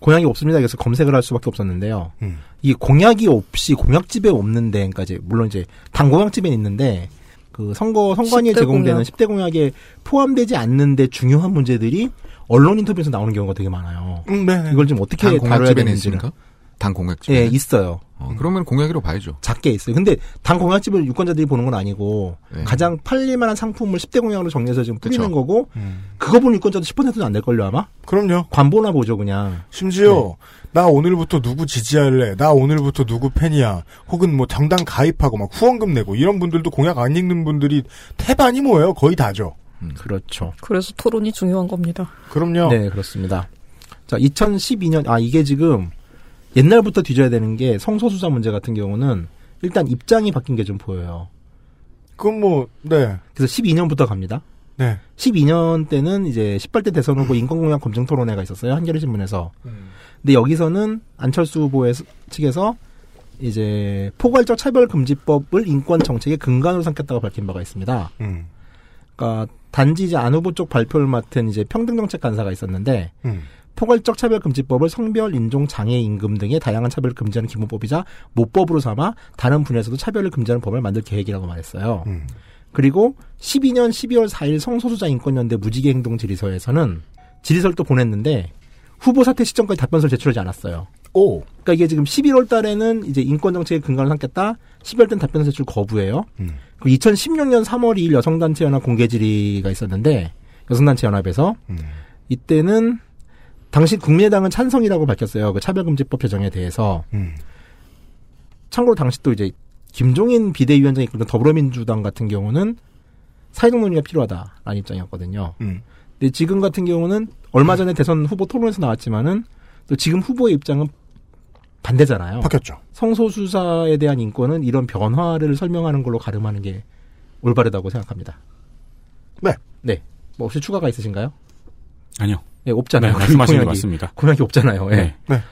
S7: 공약이 없습니다. 그래서 검색을 할 수밖에 없었는데요.
S2: 음.
S7: 이 공약이 없이 공약집에 없는데, 그러니까 이제 물론 이제 당 공약집에 있는데 그 선거 선관위에
S15: 10대
S7: 제공되는
S15: 공약.
S7: 10대 공약에 포함되지 않는데 중요한 문제들이 언론 인터뷰에서 나오는 경우가 되게 많아요. 이걸 좀 어떻게
S9: 음, 네, 당
S7: 다뤄야
S9: 공약집에는
S7: 되는지를
S9: 있습니까? 당 공약집.
S7: 예, 있어요.
S9: 그러면 공약이라고 봐야죠.
S7: 작게 있어요. 근데 당 공약집을 유권자들이 보는 건 아니고
S9: 네.
S7: 가장 팔릴만한 상품을 10대 공약으로 정리해서 지금 뿌리는
S2: 그쵸.
S7: 거고
S2: 음.
S7: 그거 보는 유권자도 10%는 안 될 걸요 아마?
S2: 그럼요.
S7: 관보나 보죠 그냥. 네.
S2: 심지어 나 오늘부터 누구 지지할래? 나 오늘부터 누구 팬이야? 혹은 뭐 정당 가입하고 막 후원금 내고 이런 분들도 공약 안 읽는 분들이 태반이 뭐예요? 거의 다죠.
S9: 음.
S7: 그렇죠.
S8: 그래서 토론이 중요한 겁니다.
S2: 그럼요.
S7: 네, 그렇습니다. 자, 2012년, 아, 이게 지금 옛날부터 뒤져야 되는 게 성소수자 문제 같은 경우는 일단 입장이 바뀐 게 좀 보여요.
S2: 그건 뭐, 네.
S7: 그래서 12년부터 갑니다.
S2: 네.
S7: 12년 때는 이제 18대 대선 후보 인권공약 검증 토론회가 있었어요. 한겨레 신문에서. 근데 여기서는 안철수 후보 의 측에서 이제 포괄적 차별 금지법을 인권 정책의 근간으로 삼겠다고 밝힌 바가 있습니다.
S2: 음.
S7: 그러니까 단지 이제 안 후보 쪽 발표를 맡은 이제 평등정책 간사가 있었는데
S2: 음.
S7: 포괄적 차별금지법을 성별, 인종, 장애, 임금 등의 다양한 차별을 금지하는 기본법이자 모법으로 삼아 다른 분야에서도 차별을 금지하는 법을 만들 계획이라고 말했어요. 그리고 12년 12월 4일 성소수자 인권연대 무지개행동 질의서에서는 질의서를 또 보냈는데 후보 사퇴 시점까지 답변서를 제출하지 않았어요.
S2: 오.
S7: 그러니까 이게 지금 11월 달에는 이제 인권 정책의 근간을 삼겠다. 12월 땐 답변서 제출 거부해요. 그 2016년 3월 2일 여성단체 연합 공개 질의가 있었는데 여성단체 연합에서 이때는 당시 국민의당은 찬성이라고 밝혔어요. 그 차별금지법 제정에 대해서. 참고로 당시 또 이제 김종인 비대위원장이 이끌던 더불어민주당 같은 경우는 사회적 논의가 필요하다라는 입장이었거든요.
S2: 음.
S7: 근데 지금 같은 경우는 얼마 전에 대선 후보 토론에서 나왔지만은 또 지금 후보의 입장은 반대잖아요.
S2: 바뀌었죠.
S7: 성소수자에 대한 인권은 이런 변화를 설명하는 걸로 가름하는 게 올바르다고 생각합니다.
S2: 네.
S7: 네. 뭐 혹시 추가가 있으신가요?
S4: 아니요.
S7: 네, 없잖아요.
S4: 네, 말씀하신 게
S7: 공약이-
S4: 맞습니다.
S7: 공약이 없잖아요. 예.
S4: 네.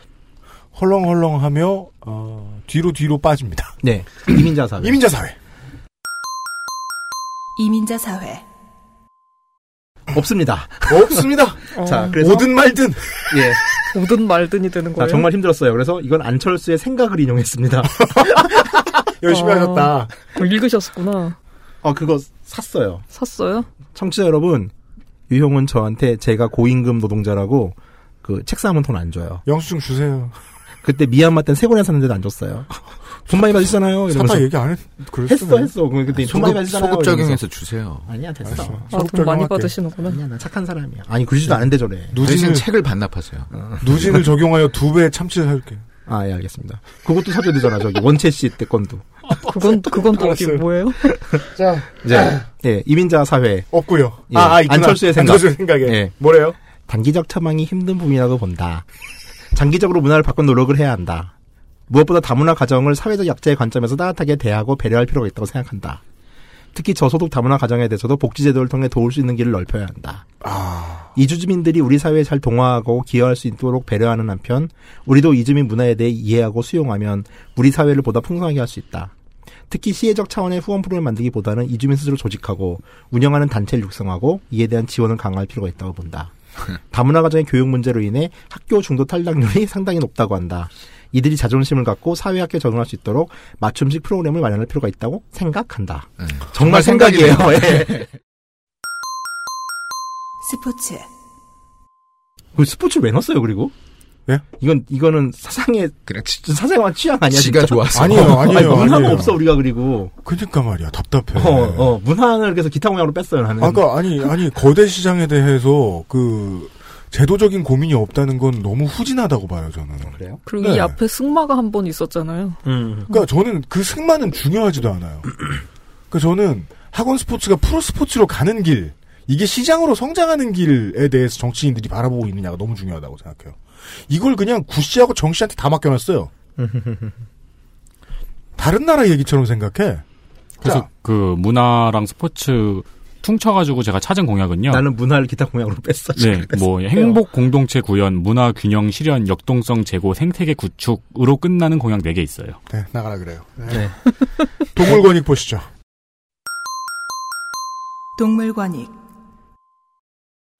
S2: 헐렁헐렁하며 어, 뒤로 뒤로 빠집니다.
S7: 네. 이민자 사회.
S2: 이민자 사회.
S3: 이민자 사회,
S7: 없습니다.
S2: 없습니다.
S7: 자,
S8: 어.
S7: 그래서
S8: 오든
S2: 말든
S7: 예.
S8: 오든 말든이 되는
S7: 아,
S8: 거예요.
S7: 정말 힘들었어요. 그래서 이건 안철수의 생각을 인용했습니다. 열심히
S8: 아,
S7: 하셨다.
S8: 그걸 읽으셨구나.
S7: 어, 그거 샀어요.
S8: 샀어요?
S7: 청취자 여러분, 유형은 저한테 제가 고임금 노동자라고 그 책 사면 돈 안 줘요.
S2: 영수증 주세요.
S7: 그때 미얀마 땐세 권에 샀는데도 안 줬어요. 돈 많이 받으시잖아요.
S2: 사다
S7: 이러면서.
S2: 얘기 안 했- 그랬어,
S7: 했어,
S2: 그냥.
S7: 했어. 근데 돈
S9: 소급-
S7: 많이 받으시잖아요.
S9: 소급
S7: 이러면서.
S9: 적용해서 주세요.
S7: 아니야, 됐어.
S9: 알았어.
S7: 소급
S8: 아, 돈 많이
S7: 적용할게.
S8: 받으시는구나.
S7: 아니야, 나 착한 사람이야. 아니, 그러지도 않은데 저래.
S9: 대신 책을 반납하세요.
S2: 네. 누진을 적용하여 두 배 참치를 사줄게.
S7: 아, 예, 알겠습니다. 그것도 사줘야 되잖아, 저기. 원채 씨 때 건도.
S8: 그건 그건 또 어디
S7: 아, 알았어요.
S8: 뭐예요?
S2: 자,
S7: 이제, 예, 이민자 사회.
S2: 네. 없고요.
S7: 예,
S2: 아, 아, 있구나.
S7: 안철수의 생각.
S2: 안철수의 생각에.
S7: 예.
S2: 뭐래요?
S7: 단기적 처망이 힘든 부분이라고 본다. 장기적으로 문화를 바꾼 노력을 해야 한다. 무엇보다 다문화 가정을 사회적 약자의 관점에서 따뜻하게 대하고 배려할 필요가 있다고 생각한다. 특히 저소득 다문화 가정에 대해서도 복지제도를 통해 도울 수 있는 길을 넓혀야 한다.
S2: 아.
S7: 이주주민들이 우리 사회에 잘 동화하고 기여할 수 있도록 배려하는 한편, 우리도 이주민 문화에 대해 이해하고 수용하면 우리 사회를 보다 풍성하게 할 수 있다. 특히 시혜적 차원의 후원 프로그램을 만들기보다는 이주민 스스로 조직하고 운영하는 단체를 육성하고 이에 대한 지원을 강화할 필요가 있다고 본다. 다문화 가정의 교육 문제로 인해 학교 중도 탈락률이 상당히 높다고 한다. 이들이 자존심을 갖고 사회학교에 적응할 수 있도록 맞춤식 프로그램을 마련할 필요가 있다고 생각한다. 정말, 생각이에요. 예.
S3: 스포츠
S7: 그 스포츠 왜 넣었어요? 그리고 예? 이건 이거는 사상의 사생활 취향 아니야?
S9: 지가
S7: 진짜?
S9: 좋아서.
S2: 아니에요, 아니에요,
S7: 아니, 문화가
S2: 아니에요.
S7: 없어 우리가 그리고.
S2: 그니까 말이야, 답답해.
S7: 어, 어, 문항을 그래서 기타 공양으로 뺐어요. 나는.
S2: 아까 그러니까 아니 아니 거대 시장에 대해서 그 제도적인 고민이 없다는 건 너무 후진하다고 봐요 저는. 네.
S7: 그래요?
S8: 그리고 이 앞에 승마가 한 번 있었잖아요.
S2: 그러니까 저는 그 승마는 중요하지도 않아요. 그러니까 저는 학원 스포츠가 프로 스포츠로 가는 길 이게 시장으로 성장하는 길에 대해서 정치인들이 바라보고 있느냐가 너무 중요하다고 생각해요. 이걸 그냥 구씨하고 정씨한테 다 맡겨놨어요. 다른 나라 얘기처럼 생각해.
S4: 그래서
S2: 자.
S4: 그 문화랑 스포츠 퉁쳐가지고 제가 찾은 공약은요.
S7: 나는 문화를 기타 공양으로 뺐어.
S4: 네, 뭐 행복 공동체 구현, 문화 균형 실현, 역동성 제고, 생태계 구축으로 끝나는 공약 4개 있어요.
S2: 네, 나가라 그래요.
S7: 네.
S2: 동물 권익 보시죠.
S3: 동물권익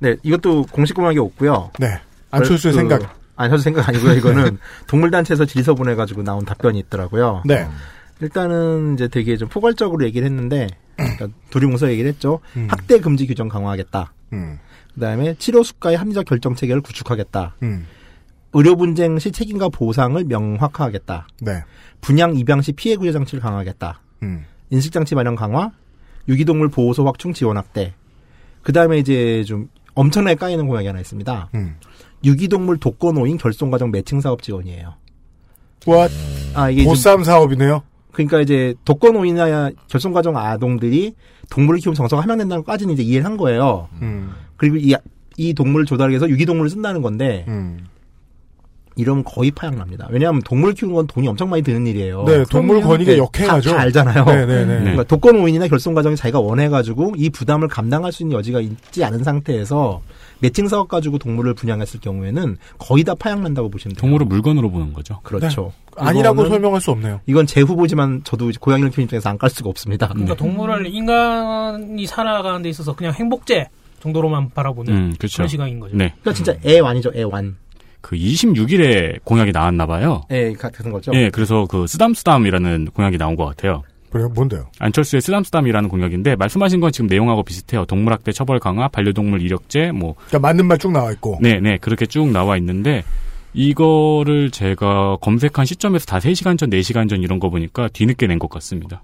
S7: 네, 이것도 공식 공약이 없고요.
S2: 네. 안철수의
S7: 그-
S2: 생각.
S7: 안철수 생각 아니고요. 이거는 동물단체에서 질서 보내가지고 나온 답변이 있더라고요.
S2: 네.
S7: 일단은 이제 되게 좀 포괄적으로 얘기를 했는데 그러니까 두리뭉서 얘기를 했죠. 학대 금지 규정 강화하겠다.
S2: 음.
S7: 그다음에 치료 수가의 합리적 결정 체계를 구축하겠다.
S2: 음.
S7: 의료 분쟁 시 책임과 보상을 명확화하겠다.
S2: 네.
S7: 분양 입양 시 피해 구제 장치를 강화하겠다.
S2: 음.
S7: 인식장치 마련 강화, 유기동물 보호소 확충 지원 확대. 그 다음에 이제 좀 엄청나게 까이는 공약이 하나 있습니다.
S2: 음.
S7: 유기동물 독거노인 결손가정 매칭 사업 지원이에요.
S2: What?
S7: 아, 이게
S2: 보쌈 사업이네요.
S7: 그러니까 이제 독거노인이나 결손가정 아동들이 동물을 키우면 정서가 함양된다는 것까지는 이제 이해를 한 거예요.
S2: 음.
S7: 그리고 이, 이 동물을 조달해서 유기동물을 쓴다는 건데
S2: 음.
S7: 이러면 거의 파양납니다. 왜냐하면 동물 키우는 건 돈이 엄청 많이 드는 일이에요.
S2: 네, 동물
S7: 그럼요.
S2: 권익의
S7: 네,
S2: 역행하죠.
S7: 다, 다 알잖아요.
S2: 네, 네, 네.
S7: 그러니까 독거노인이나 결손가정이 자기가 원해가지고 이 부담을 감당할 수 있는 여지가 있지 않은 상태에서 매칭 사업 가지고 동물을 분양했을 경우에는 거의 다 파양난다고 보시면 돼요.
S4: 동물을 물건으로 보는 거죠.
S7: 그렇죠.
S2: 네. 아니라고
S7: 이거는-
S2: 설명할 수 없네요.
S7: 이건 제 후보지만 저도 이제 고양이를 키우는 입장에서 안 깔 수가 없습니다.
S4: 네.
S10: 그러니까 동물을 인간이 살아가는 데 있어서 그냥 행복제 정도로만 바라보는
S4: 음, 그렇죠.
S10: 런 시각인 거죠.
S4: 네.
S7: 그러니까 진짜 애완이죠, 애완.
S4: 그 26일에 공약이 나왔나 봐요.
S7: 애 같은 거죠.
S4: 예, 그래서 그 쓰담쓰담이라는 공약이 나온 것 같아요.
S2: 그래요? 뭔데요?
S4: 안철수의 쓰담쓰담이라는 공약인데 말씀하신 건 지금 내용하고 비슷해요. 동물학대 처벌 강화, 반려동물 이력제, 뭐
S2: 그러니까 맞는 말 쭉 나와 있고.
S4: 네, 네. 그렇게 쭉 나와 있는데 이거를 제가 검색한 시점에서 다 3시간 전, 4시간 전 이런 거 보니까 뒤늦게 낸 것 같습니다.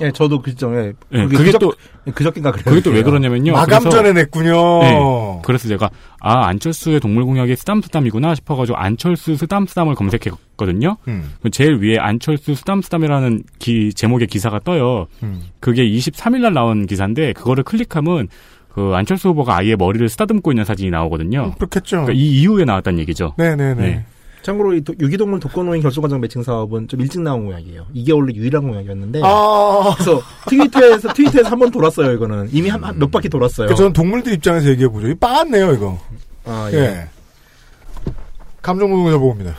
S7: 예, 저도 그 점에
S4: 예, 그게 또-
S7: 그저께가 그래요.
S4: 그게 또 왜 그러냐면요.
S2: 마감
S4: 그래서-
S2: 전에 냈군요.
S4: 네. 그래서 제가 아, 안철수의 동물 공약이 쓰담쓰담이구나 싶어 가지고 안철수 쓰담쓰담을 검색했거든요.
S2: 음.
S4: 그 제일 위에 안철수 쓰담쓰담이라는 기- 제목의 기사가 떠요.
S2: 음.
S4: 그게 23일날 나온 기사인데 그거를 클릭하면 그 안철수 후보가 아예 머리를 쓰다듬고 있는 사진이 나오거든요.
S2: 음, 그렇겠죠.
S4: 그러니까 이 이후에 나왔다는 얘기죠.
S2: 네네네.
S4: 네.
S7: 참고로 이 도- 유기동물 독거노인 결손가정 매칭 사업은 좀 일찍 나온 공약이에요. 이게 원래 유일한 공약이었는데.
S2: 아.
S7: 네. 그래서 트위터에서 트위터에서 한 번 돌았어요. 이거는 이미 한 몇 바퀴 돌았어요.
S2: 그러니까 저는 동물들 입장에서 얘기해 보죠. 이 빠았네요 이거.
S7: 아,
S2: 예.
S7: 예.
S2: 감정노동자 보고입니다.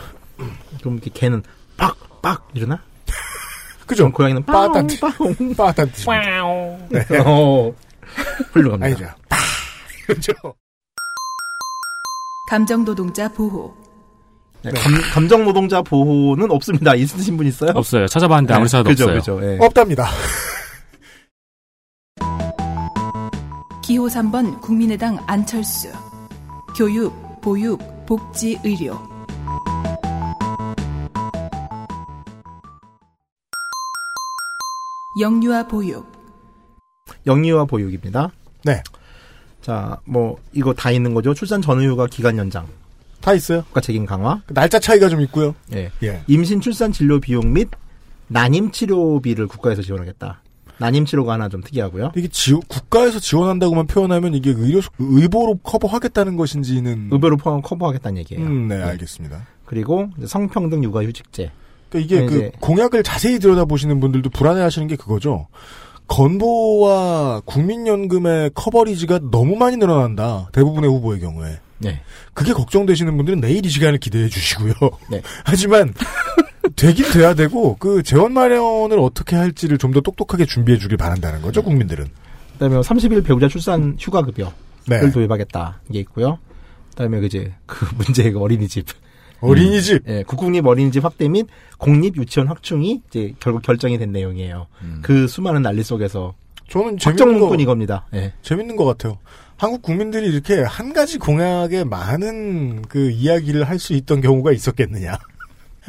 S7: 그럼 이렇게 개는 빡빡 이러나?
S2: 그죠?
S7: 고양이는
S2: 빠딴
S7: 빠따
S2: 뜻. 빠딴 뜻. 네.
S7: 어, 훌륭합니다.
S2: 아니죠. 빠.
S7: 그렇죠.
S2: 그죠?
S3: 감정노동자 보호
S7: 네, 감, 감정 노동자 보호는 없습니다. 있으신 분 있어요?
S4: 없어요. 찾아봤는데 아무리
S7: 네,
S4: 찾아도
S7: 그죠,
S4: 없어요.
S7: 그죠, 예.
S2: 없답니다.
S3: 기호 3번 국민의당 안철수 교육, 보육, 복지, 의료 영유아 보육,
S7: 영유아 보육입니다.
S2: 네.
S7: 자, 뭐 이거 다 있는 거죠. 출산 전후휴가 기간 연장.
S2: 다 있어요. 그
S7: 국가 책임 강화.
S2: 날짜 차이가 좀 있고요.
S7: 예.
S2: 예.
S7: 임신 출산 진료 비용 및 난임 치료비를 국가에서 지원하겠다. 난임 치료가 하나 좀 특이하고요.
S2: 이게 지- 국가에서 지원한다고만 표현하면 이게 의료 의보로 커버하겠다는 것인지는
S7: 의보로 포함 커버하겠다는 얘기예요.
S2: 음, 네, 알겠습니다.
S7: 그리고 이제 성평등 육아 휴직제.
S2: 그러니까
S7: 네,
S2: 이게 그 공약을 자세히 들여다보시는 분들도 불안해하시는 게 그거죠. 건보와 국민연금의 커버리지가 너무 많이 늘어난다. 대부분의 후보의 경우에.
S7: 네.
S2: 그게 걱정되시는 분들은 내일 이 시간을 기대해 주시고요.
S7: 네.
S2: 하지만 되긴 돼야 되고 그 재원 마련을 어떻게 할지를 좀 더 똑똑하게 준비해 주길 바란다는 거죠, 국민들은.
S7: 네. 그다음에 30일 배우자 출산 휴가 급여를
S2: 네.
S7: 도입하겠다 이게 있고요. 그다음에 이제 그 문제가 어린이집.
S2: 어린이집.
S7: 음, 예, 국공립 어린이집 확대 및 공립 유치원 확충이 이제 결국 결정이 된 내용이에요. 그 수많은 난리 속에서
S2: 음. 저는
S7: 확정
S2: 재밌는 거-
S7: 문건 이겁니다. 예.
S2: 재밌는 것 같아요. 한국 국민들이 이렇게 한 가지 공약에 많은 그 이야기를 할 수 있던 경우가 있었겠느냐.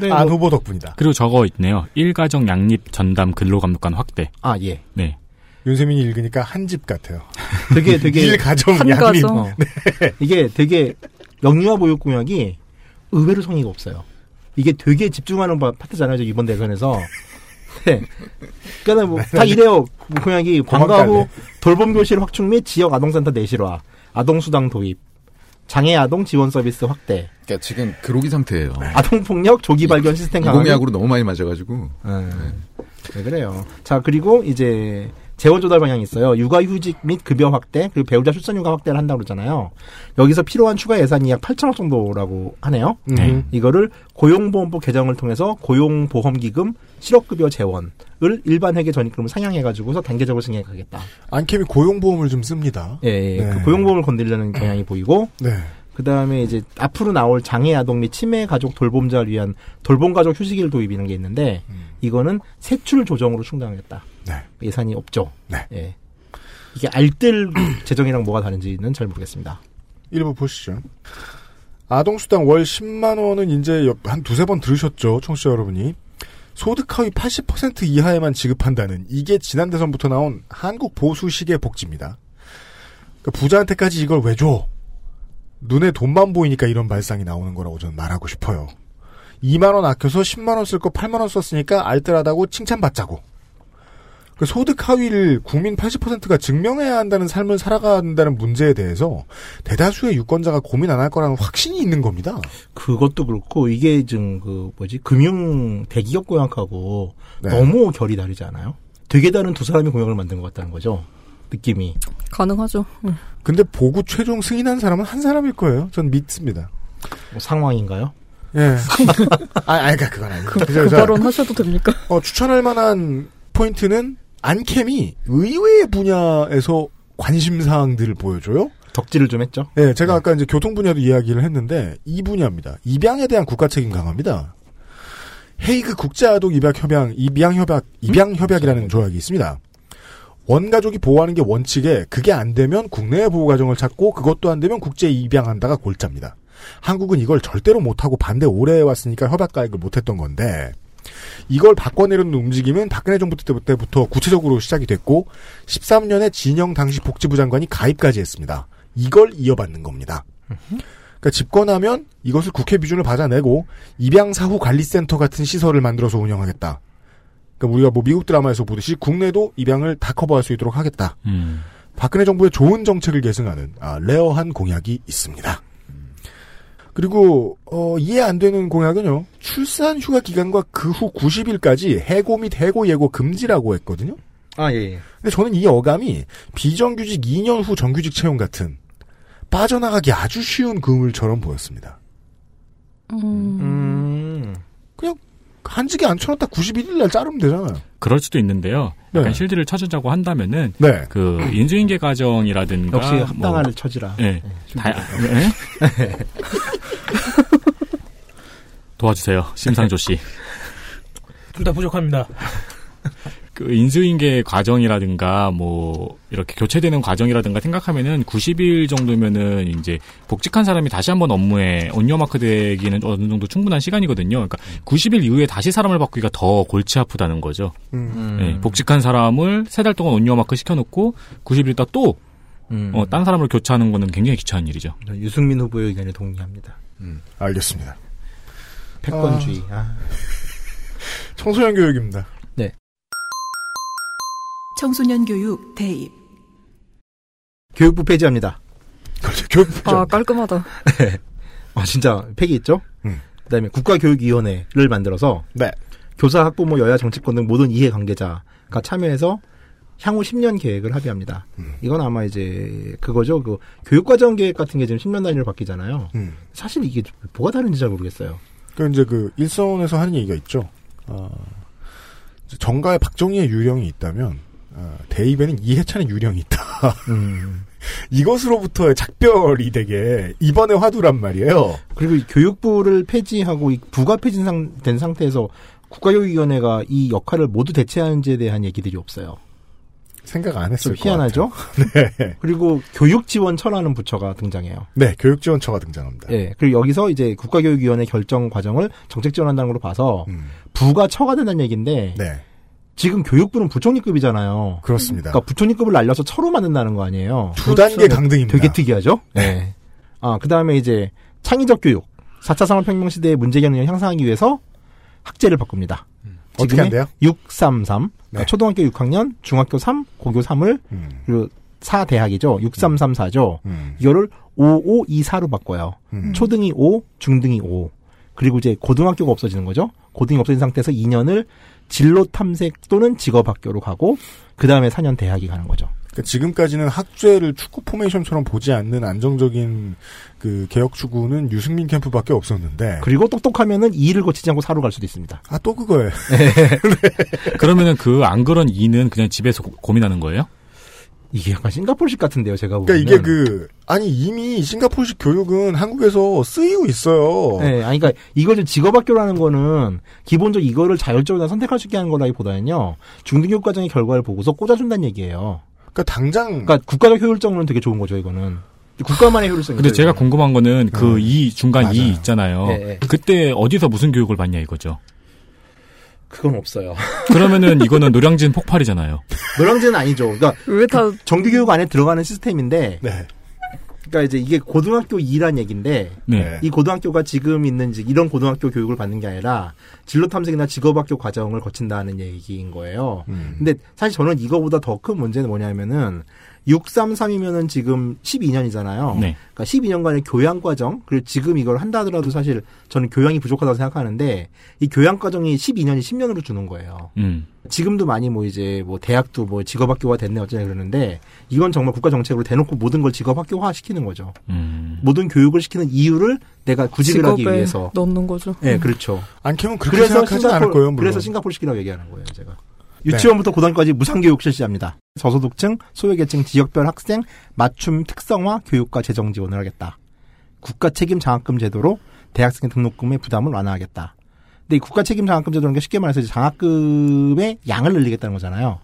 S7: 네, 뭐
S2: 안 후보 덕분이다.
S4: 그리고 저거 있네요. 일가정 양립 전담 근로감독관 확대.
S7: 아, 예.
S4: 네.
S2: 윤세민이 읽으니까 한 집 같아요.
S7: 되게 되게
S2: 일 가정 양립.
S7: 어. 이게 되게 영유아 보육 공약이 의외로 성의가 없어요. 이게 되게 집중하는 바- 파트잖아요. 지금 이번 대선에서. 네. 그러니까
S15: 네.
S7: 뭐다 이래요. 공약이 방과 후
S2: 도망가네.
S7: 돌봄 교실 확충 및 지역 아동센터 내실화, 아동 수당 도입, 장애 아동 지원 서비스 확대.
S9: 그러니까 지금 그로기 상태예요.
S7: 아동 폭력 조기 발견 시스템 강화. 및
S9: 공약으로 예. 너무 많이 맞아가지고.
S7: 네, 그래요. 자, 그리고 이제 재원 조달 방향이 있어요. 육아휴직 및 급여 확대, 그리고 배우자 출산휴가 확대를 한다고 그러잖아요. 여기서 필요한 추가 예산이 약 8천억 정도라고 하네요. 음,
S2: 네.
S7: 이거를 고용보험법 개정을 통해서 고용보험기금, 실업급여 재원을 일반 회계 전입금을 상향해가지고서 단계적으로 승인하겠다.
S2: 안캠이 고용보험을 좀 씁니다.
S7: 예, 예.
S2: 네.
S7: 그 고용보험을 건드리려는 경향이 보이고,
S2: 네.
S7: 그 다음에 이제 앞으로 나올 장애 아동 및 치매 가족 돌봄자를 위한 돌봄 가족 휴식일 도입이라는 게 있는데 이거는 세출 조정으로 충당하겠다. 예산이 없죠. 예. 이게 알뜰 재정이랑 뭐가 다른지는 잘 모르겠습니다.
S2: 일부 보시죠. 아동수당 월 10만 원은 이제 옆- 한 두세 번 들으셨죠, 청취자 여러분이. 소득 하위 80% 이하에만 지급한다는 이게 지난 대선부터 나온 한국 보수식의 복지입니다. 그러니까 부자한테까지 이걸 왜 줘? 눈에 돈만 보이니까 이런 발상이 나오는 거라고 저는 말하고 싶어요. 2만 원 아껴서 10만 원 쓸 거 8만 원 썼으니까 알뜰하다고 칭찬받자고. 그 소득 하위를 국민 80%가 증명해야 한다는 삶을 살아간다는 문제에 대해서 대다수의 유권자가 고민 안 할 거라는 확신이 있는 겁니다.
S7: 그것도 그렇고 이게 지금 그 뭐지 금융 대기업 공약하고 너무 결이 다르지 않아요? 되게 다른 두 사람이 공약을 만든 것 같다는 거죠. 느낌이.
S8: 가능하죠. 네. 응.
S2: 근데 보고 최종 승인한 사람은 한 사람일 거예요. 전 믿습니다.
S7: 뭐 상황인가요?
S2: 예. 아, 아니, 그러니까 그건 아니고.
S7: 그-
S2: 그저-
S7: 그
S2: 저-
S7: 발언
S8: 하셔도 됩니까?
S2: 어, 추천할 만한 포인트는 안캠이 의외의 분야에서 관심 사항들을 보여줘요.
S7: 덕질을 좀 했죠.
S2: 네, 제가 아까 이제 교통 분야도 이야기를 했는데 이 분야입니다. 입양에 대한 국가 책임 강화입니다. 헤이그 국제아동 입양 협약 입양 협약 입양 협약이라는 조약이 있습니다. 원가족이 보호하는 게 원칙에 그게 안 되면 국내 보호 과정을 찾고 그것도 안 되면 국제 입양한다가 골자입니다. 한국은 이걸 절대로 못하고 반대 오래 해왔으니까 협약 가입을 못했던 건데 이걸 바꿔내려는 움직임은 박근혜 정부 때부터 구체적으로 시작이 됐고 13년에 진영 당시 복지부 장관이 가입까지 했습니다. 이걸 이어받는 겁니다. 그러니까 집권하면 이것을 국회 비준을 받아내고 입양 사후 관리센터 같은 시설을 만들어서 운영하겠다. 그러니까 우리가 뭐 미국 드라마에서 보듯이 국내도 입양을 다 커버할 수 있도록 하겠다.
S7: 음.
S2: 박근혜 정부의 좋은 정책을 계승하는 아, 레어한 공약이 있습니다. 그리고 어, 이해 안 되는 공약은요. 출산 휴가 기간과 그 후 90일까지 해고 및 해고 예고 금지라고 했거든요.
S7: 아 예. 예.
S2: 근데 저는 이 어감이 비정규직 2년 후 정규직 채용 같은 빠져나가기 아주 쉬운 그물처럼 보였습니다.
S4: 음.
S2: 음. 그냥 한직에 안 쳐놨다 91일 날 자르면 되잖아요.
S4: 그럴 수도 있는데요. 약간
S2: 네.
S4: 실드를 쳐주자고 한다면은
S2: 네.
S4: 그 인수인계 가정이라든가
S7: 역시 합당한
S4: 뭐-
S7: 처지라.
S4: 네. 다- 네? 도와주세요, 심상조 씨.
S10: 둘 다 부족합니다.
S4: 그 인수인계 과정이라든가 뭐 이렇게 교체되는 과정이라든가 생각하면은 90일 정도면은 이제 복직한 사람이 다시 한번 업무에 온유마크 되기는 어느 정도 충분한 시간이거든요. 그러니까 90일 이후에 다시 사람을 바꾸기가 더 골치 아프다는 거죠.
S16: 음.
S4: 네, 복직한 사람을 세 달 동안 온유마크 시켜놓고 90일 있다 또
S7: 음.
S4: 어, 딴 사람을 교체하는 거는 굉장히 귀찮은 일이죠.
S7: 유승민 후보의 의견에 동의합니다.
S2: 음, 알겠습니다.
S7: 패권주의. 아. 네.
S2: 청소년 교육입니다.
S3: 청소년 교육 대입.
S7: 교육부 폐지합니다.
S2: 그렇죠. 교육부 폐지.
S8: 아 깔끔하다.
S7: 네. 아 진짜 팩이 있죠. 그다음에 국가교육위원회를 만들어서
S2: 네.
S7: 교사, 학부모, 뭐 여야, 정치권 등 모든 이해관계자가 참여해서 향후 10년 계획을 합의합니다.
S2: 음.
S7: 이건 아마 이제 그거죠. 그 교육과정 계획 같은 게 지금 10년 단위로 바뀌잖아요.
S2: 음.
S7: 사실 이게 뭐가 다른지 잘 모르겠어요.
S2: 그 이제 그 일선에서 하는 얘기가 있죠. 어, 이제 정가에 박정희의 유령이 있다면 어, 대입에는 이해찬의 유령이 있다.
S7: 음.
S2: 이것으로부터의 작별이 되게 이번의 화두란 말이에요.
S7: 그리고 이 교육부를 폐지하고 이 부가 폐지된 상태에서 국가교육위원회가 이 역할을 모두 대체하는지에 대한 얘기들이 없어요.
S2: 생각 안 했을
S7: 좀 희한하죠?
S2: 네.
S7: 그리고 교육지원처라는 부처가 등장해요.
S2: 네, 교육지원처가 등장합니다.
S7: 예. 그리고 여기서 이제 국가교육위원회 결정 과정을 정책 지원한다는 걸로 봐서
S2: 음.
S7: 부가 처가 된다는 얘기인데 지금 교육부는 부총리급이잖아요.
S2: 네. 그렇습니다.
S7: 그러니까 부총리급을 날려서 처로 만든다는 거 아니에요.
S2: 두 단계 강등입니다.
S7: 되게 특이하죠? 네. 아, 그 다음에 이제 창의적 교육. 4차 산업혁명 시대의 문제경영을 향상하기 위해서 학제를 바꿉니다.
S2: 어떻게 한대요? 네.
S7: 633. 초등학교 6학년, 중학교 3, 고교 3을,
S2: 음.
S7: 그리고 4 대학이죠. 6334죠.
S2: 음.
S7: 이거를 5524로 바꿔요. 초등이 5, 중등이 5. 그리고 이제 고등학교가 없어지는 거죠. 고등이 없어진 상태에서 2년을 진로 탐색 또는 직업 학교로 가고 그 다음에 4년 대학이 가는 거죠.
S2: 그러니까 지금까지는 학죄를 축구 포메이션처럼 보지 않는 안정적인 그 개혁 추구는 유승민 캠프밖에 없었는데
S7: 그리고 똑똑하면은 2를 고치지 않고 4로 갈 수도 있습니다.
S2: 아 또 그거예요.
S4: 그러면은 그 안 그런 이는 그냥 집에서 고- 고민하는 거예요?
S7: 이게 약간 싱가포르식 같은데요, 제가
S2: 그러니까 이게 그 아니 이미 싱가포르식 교육은 한국에서 쓰이고 있어요.
S7: 네, 아니, 그러니까 이걸 좀 직업학교라는 거는 기본적으로 이거를 자율적으로 선택할 수 있게 하는 거라기보다는요 중등교육 과정의 결과를 보고서 꽂아준다는 얘기예요.
S2: 그러니까 당장
S7: 그러니까 국가적 효율성은 되게 좋은 거죠 이거는 국가만의 효율성이.
S4: 근데 제가 궁금한 거는 그 이 중간 이 있잖아요.
S7: 어. 예, 예.
S4: 그때 어디서 무슨 교육을 받냐 이거죠.
S7: 그건 없어요.
S4: 그러면은 이거는 노량진 폭발이잖아요.
S7: 노량진은 아니죠. 그러니까
S8: 왜다
S7: 정규교육 안에 들어가는 시스템인데. 그러니까 이제 이게 고등학교 2란 얘기인데
S4: 네.
S7: 이 고등학교가 지금 있는 이제 이런 고등학교 교육을 받는 게 아니라 진로 탐색이나 직업학교 과정을 거친다는 얘기인 거예요.
S4: 음.
S7: 근데 사실 저는 이거보다 더 큰 문제는 뭐냐면은 633이면은 지금 12년이잖아요.
S4: 네.
S7: 그러니까 12년간의 교양 과정 그리고 지금 이걸 한다 하더라도 사실 저는 교양이 부족하다고 생각하는데 이 교양 과정이 12년이 10년으로 주는 거예요.
S4: 음.
S7: 지금도 많이 뭐 이제 뭐 대학도 뭐 직업학교가 됐네 어쩌냐 그러는데 이건 정말 국가 정책으로 대놓고 모든 걸 직업학교화 시키는 거죠.
S8: 음.
S7: 모든 교육을 시키는 이유를 내가 구직을 하기
S8: 직업에
S7: 위해서.
S8: 넣는 거죠.
S7: 예, 그렇죠.
S2: 안 캐면
S8: 그렇게 생각하진 않을 거예요, 물론.
S7: 그래서 싱가포르식이라고 얘기하는 거예요, 제가. 네. 유치원부터 고등까지 무상교육 실시합니다. 저소득층, 소외계층, 지역별 학생 맞춤 특성화 교육과 재정 지원을 하겠다. 국가 책임 장학금 제도로 대학생의 등록금의 부담을 완화하겠다. 근데 이 국가 책임 장학금 제도라는 게 쉽게 말해서 이제 장학금의 양을 늘리겠다는 거잖아요.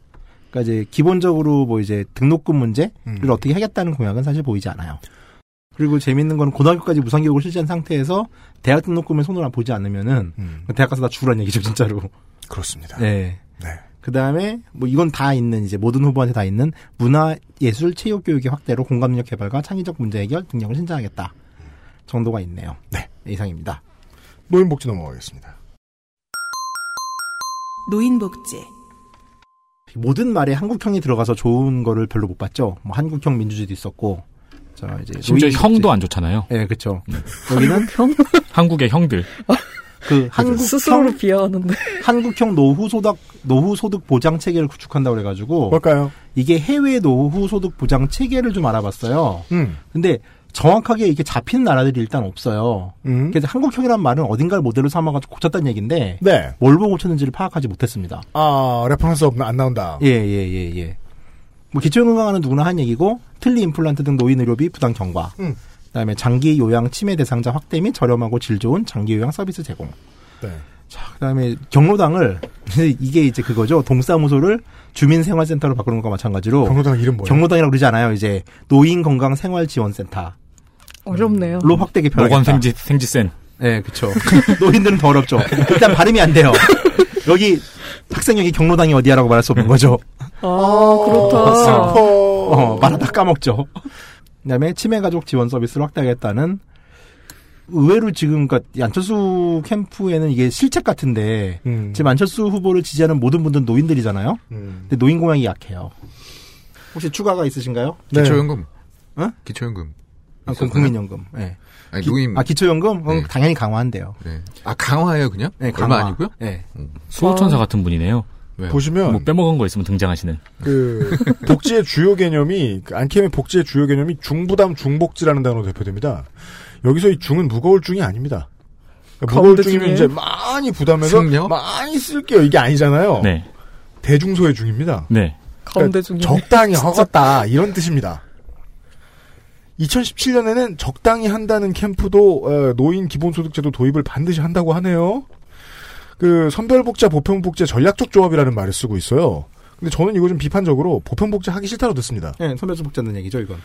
S7: 그러니까 이제 기본적으로 뭐 이제 등록금 문제를
S2: 음.
S7: 어떻게 하겠다는 공약은 사실 보이지 않아요. 그리고 재밌는 건 고등학교까지 무상교육을 실시한 상태에서 대학 등록금에 손을 안 보지 않으면은 대학 가서 다 죽으란 얘기죠 진짜로.
S2: 음. 그렇습니다.
S7: 네. 그 다음에 뭐 이건 다 있는 이제 모든 후보한테 다 있는 문화 예술 체육 교육의 확대로 공감력 개발과 창의적 문제 해결 능력을 신장하겠다 정도가 있네요.
S2: 네
S7: 이상입니다.
S2: 노인복지 넘어가겠습니다.
S3: 노인복지.
S7: 모든 말에 한국형이 들어가서 좋은 거를 별로 못 봤죠. 뭐 한국형 민주주의도 있었고 자 이제
S4: 심지어
S7: 노인복지.
S4: 형도 안 좋잖아요.
S7: 예, 그렇죠.
S8: 네.
S7: 여기는
S4: 한국의 형들.
S7: 그 한국
S8: 스스로를 비하하는데.
S7: 한국형 노후 소득 노후 소득 보장 체계를 구축한다고 그래가지고
S2: 뭘까요?
S7: 이게 해외 노후 소득 보장 체계를 좀 알아봤어요.
S2: 음.
S7: 근데 정확하게 이렇게 잡히는 나라들이 일단 없어요.
S8: 음.
S7: 그래서 한국형이란 말은 어딘가를 모델로 삼아가지고 고쳤다는 얘기인데
S2: 네.
S7: 뭘 보고 고쳤는지를 파악하지 못했습니다.
S2: 아 레퍼런스 없나 안 나온다.
S7: 예, 예, 예, 예. 뭐 기초건강하는 누구나 한 얘기고 틀니 임플란트 등 노인 의료비 부담 경과.
S2: 음.
S7: 그다음에 장기 요양 치매 대상자 확대 및 저렴하고 질 좋은 장기 요양 서비스 제공.
S2: 네.
S7: 자, 그다음에 경로당을 이게 이제 그거죠. 동사무소를 주민생활센터로 바꾸는 것과 마찬가지로
S2: 경로당 이름 뭐예요?
S7: 경로당이라고 그러지 않아요. 이제 노인건강생활지원센터.
S8: 어렵네요.
S7: 로
S2: 음.
S7: 확대 개편하겠다.
S4: 노건 생지 생지센.
S7: 네, 그렇죠. 노인들은 더 어렵죠. 일단 발음이 안 돼요. 여기 학생 여기 경로당이 어디야라고 말할 수 없는 거죠.
S8: 아, 그렇다.
S7: 어, 말하다 까먹죠. 그다음에 치매 가족 지원 서비스를 확대하겠다는 의외로 지금 그니까 안철수 캠프에는 이게 실책 같은데
S2: 음.
S7: 지금 안철수 후보를 지지하는 모든 분들은 노인들이잖아요.
S2: 음.
S7: 근데 노인 공약이 약해요. 혹시 추가가 있으신가요?
S9: 네. 기초연금.
S7: 어?
S9: 기초연금.
S7: 아, 그 국민연금. 예.
S9: 아니,
S7: 기-
S9: 노인.
S7: 아, 기초연금? 그럼 당연히 강화한대요.
S9: 네. 아, 강화예요, 그냥?
S7: 네,
S9: 얼마
S7: 강화.
S9: 아니고요?
S7: 네.
S12: 수호천사 같은 분이네요.
S9: 왜요?
S2: 보시면-
S12: 뭐 빼먹은 거 있으면 등장하시는.
S2: 그 복지의 주요 개념이 그 안캠의 복지의 주요 개념이 중부담 중복지라는 단어로 대표됩니다. 여기서 이 중은 무거울 중이 아닙니다. 그러니까 무거울
S12: 가운데
S2: 중이면
S12: 중에
S2: 이제 많이 부담해서
S12: 승려?
S2: 많이 쓸게요 이게 아니잖아요.
S12: 네.
S2: 대중소의 중입니다.
S12: 네.
S8: 가운데 중에
S2: 그러니까 적당히 허겄다 이런 뜻입니다. 2017년에는 적당히 한다는 캠프도 어, 노인 기본소득제도 도입을 반드시 한다고 하네요. 그 선별복제, 보편복제 전략적 조합이라는 말을 쓰고 있어요. 근데 저는 이거 좀 비판적으로 보편복제 하기 싫다고 듣습니다.
S7: 네, 선별수 복자는 얘기죠, 이건.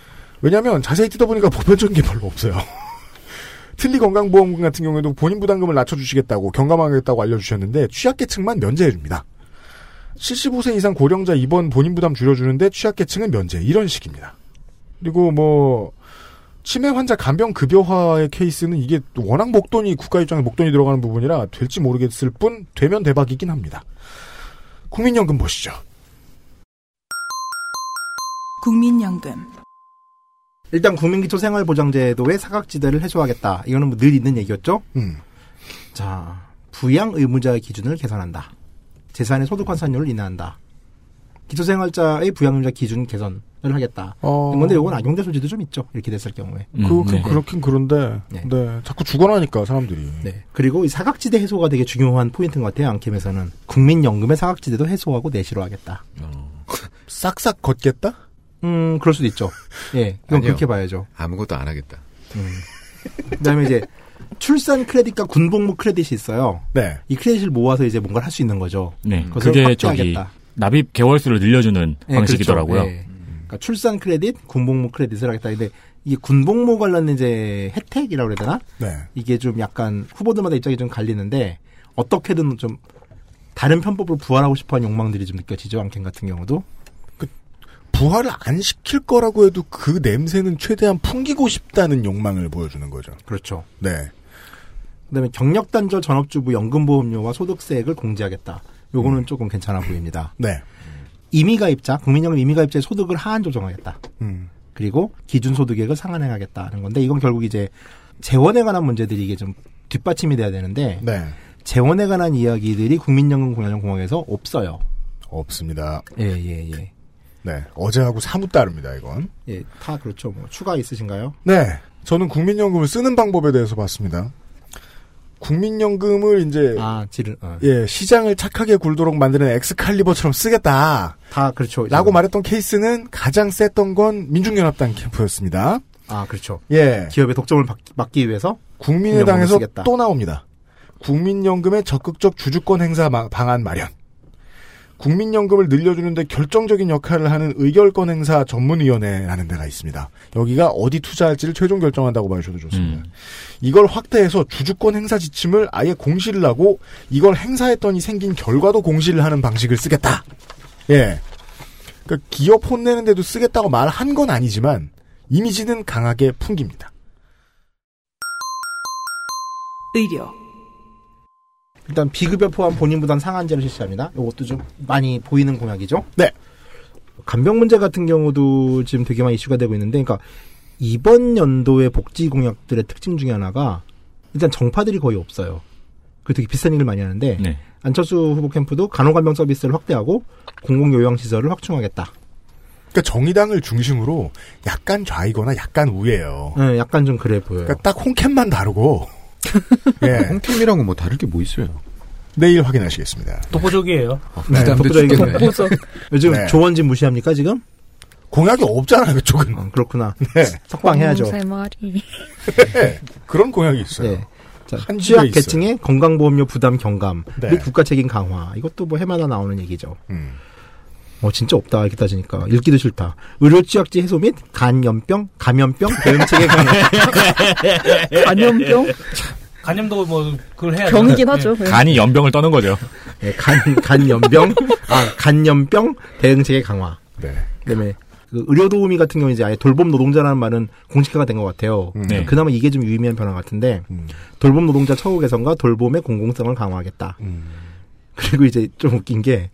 S2: 왜냐하면 자세히 뜯어보니까 보편적인 게 별로 없어요. 틀리 건강보험금 같은 경우에도 본인 부담금을 낮춰주시겠다고 경감하겠다고 알려주셨는데 취약계층만 면제해줍니다. 75세 이상 고령자 입원 본인 부담 줄여주는데 취약계층은 면제 이런 식입니다. 그리고 뭐 치매 환자 간병 급여화의 케이스는 이게 또 워낙 목돈이 국가 입장에 목돈이 들어가는 부분이라 될지 모르겠을 뿐 되면 대박이긴 합니다. 국민연금 보시죠.
S3: 국민연금,
S7: 일단 국민기초생활보장제도의 사각지대를 해소하겠다. 이거는 뭐늘 있는 얘기였죠.
S2: 음.
S7: 자, 부양 의무자의 기준을 개선한다. 재산의 소득 환산율을 인하한다. 기초생활자의 부양 의무자 기준 개선을 하겠다.
S2: 어.
S7: 근데 이건 악용될 소지도 좀 있죠. 이렇게 됐을 경우에.
S2: 그, 그렇긴 그런데 네, 자꾸 죽어나니까 사람들이
S7: 네. 그리고 이 사각지대 해소가 되게 중요한 포인트인 것 같아요. 안캠에서는 국민연금의 사각지대도 해소하고 내실화하겠다.
S9: 어.
S2: 싹싹 걷겠다?
S7: 음, 그럴 수도 있죠. 예, 그건
S9: 아니요.
S7: 그렇게 봐야죠. 음.
S9: 아무것도 안 하겠다.
S7: 그다음에 이제 출산 크레딧과 군복무 크레딧이 있어요.
S2: 네.
S7: 이 크레딧을 모아서 이제 뭔가를 할 수 있는 거죠.
S12: 네.
S7: 음, 그것을
S12: 그게 저기
S7: 확대하겠다.
S12: 납입 개월수를 늘려주는
S7: 예,
S12: 방식이더라고요.
S7: 그렇죠. 예. 그러니까 출산 크레딧, 군복무 크레딧을 하겠다. 근데 이게 군복무 관련 이제 혜택이라고 그래야 되나?
S2: 네.
S7: 이게 좀 약간 후보들마다 입장이 좀 갈리는데 어떻게든 좀 다른 편법으로 부활하고 싶어하는 욕망들이 좀 느껴지죠. 안캠 같은 경우도.
S2: 그 부활을 안 시킬 거라고 해도 그 냄새는 최대한 풍기고 싶다는 욕망을 보여주는 거죠.
S7: 그렇죠.
S2: 네.
S7: 그다음에 경력단절 전업주부 연금보험료와 소득세액을 공제하겠다. 요거는 조금 괜찮아 보입니다.
S2: 음. 네.
S7: 이미가입자 국민연금 이미가입자의 소득을 하한 조정하겠다.
S2: 음.
S7: 그리고 기준 소득액을 상한행하겠다는 건데 이건 결국 이제 재원에 관한 문제들이 이게 좀 뒷받침이 돼야 되는데
S2: 네.
S7: 재원에 관한 이야기들이 국민연금 공연공항에서 없어요.
S2: 없습니다.
S7: 예, 예, 예.
S2: 네. 어제하고 사뭇 다릅니다, 이건.
S7: 예, 다 그렇죠. 뭐 추가 있으신가요?
S2: 네. 저는 국민연금을 쓰는 방법에 대해서 봤습니다. 국민연금을 이제
S7: 아, 지를 어.
S2: 네. 예, 시장을 착하게 굴도록 만드는 엑스칼리버처럼 쓰겠다.
S7: 다 그렇죠.
S2: 라고 말했던 케이스는 가장 셌던 건 민중연합당 캠프였습니다.
S7: 아, 그렇죠.
S2: 예.
S7: 기업의 독점을 막- 막기 위해서 국민연금을
S2: 국민의당에서
S7: 쓰겠다.
S2: 또 나옵니다. 국민연금의 적극적 주주권 행사 마- 방안 마련. 국민연금을 늘려주는데 결정적인 역할을 하는 의결권 행사 전문위원회라는 데가 있습니다. 여기가 어디 투자할지를 최종 결정한다고 봐주셔도 좋습니다.
S7: 음.
S2: 이걸 확대해서 주주권 행사 지침을 아예 공시를 하고 이걸 행사했더니 생긴 결과도 공시를 하는 방식을 쓰겠다. 예. 그러니까 기업 혼내는데도 쓰겠다고 말한 건 아니지만 이미지는 강하게 풍깁니다.
S3: 의료,
S7: 일단 비급여 포함 본인 부담 상한제를 실시합니다. 이것도 좀 많이 보이는 공약이죠.
S2: 네.
S7: 간병 문제 같은 경우도 지금 되게 많이 이슈가 되고 있는데, 그러니까 이번 연도의 복지 공약들의 특징 중에 하나가 일단 정파들이 거의 없어요. 그 되게 비싼 일을 많이 하는데
S12: 네.
S7: 안철수 후보 캠프도 간호간병 서비스를 확대하고 공공 요양 시설을 확충하겠다.
S2: 그러니까 정의당을 중심으로 약간 좌이거나 약간 우예요.
S7: 네, 약간 좀 그래 보여요.
S2: 그러니까 딱 홍캠만 다르고. 예.
S9: 홍캠이랑은 뭐 다를 게 뭐 있어요? 아,
S2: 내일 확인하시겠습니다.
S10: 독보적이에요.
S7: 네, 독보적이긴
S10: 죽겠네.
S7: 한데.
S10: 독보적.
S7: 요즘
S2: 네.
S7: 조원진 무시합니까 지금?
S2: 공약이 없잖아 그쪽은.
S7: 어, 그렇구나.
S2: 네.
S7: 석방해야죠.
S8: 마리.
S2: 그런 공약이 네, 있어요.
S7: 네. 자,
S2: 한 줄에
S7: 취약
S2: 있어요.
S7: 계층의 건강보험료 부담 경감
S2: 네.
S7: 및 국가 책임 강화 이것도 뭐 해마다 나오는 얘기죠.
S2: 음.
S7: 어 진짜 없다 이렇게 따지니까 읽기도 싫다. 의료 취약지 해소 및 간염병, 감염병 대응 체계 강화. 예,
S8: 간염병?
S10: 간염도 뭐 그걸 해야
S8: 병이긴 하죠. 그냥.
S12: 네. 간이 연병을 떠는 거죠.
S7: 네, 간 간염병, 아 간염병 대응 체계 강화.
S2: 네.
S7: 그다음에 그 의료 도우미 같은 경우 이제 아예 돌봄 노동자라는 말은 공식화가 된 것 같아요. 그러니까
S2: 네. 음.
S7: 그나마 이게 좀 유의미한 변화 같은데 돌봄 노동자 처우 개선과 돌봄의 공공성을 강화하겠다.
S2: 음.
S7: 그리고 이제 좀 웃긴 게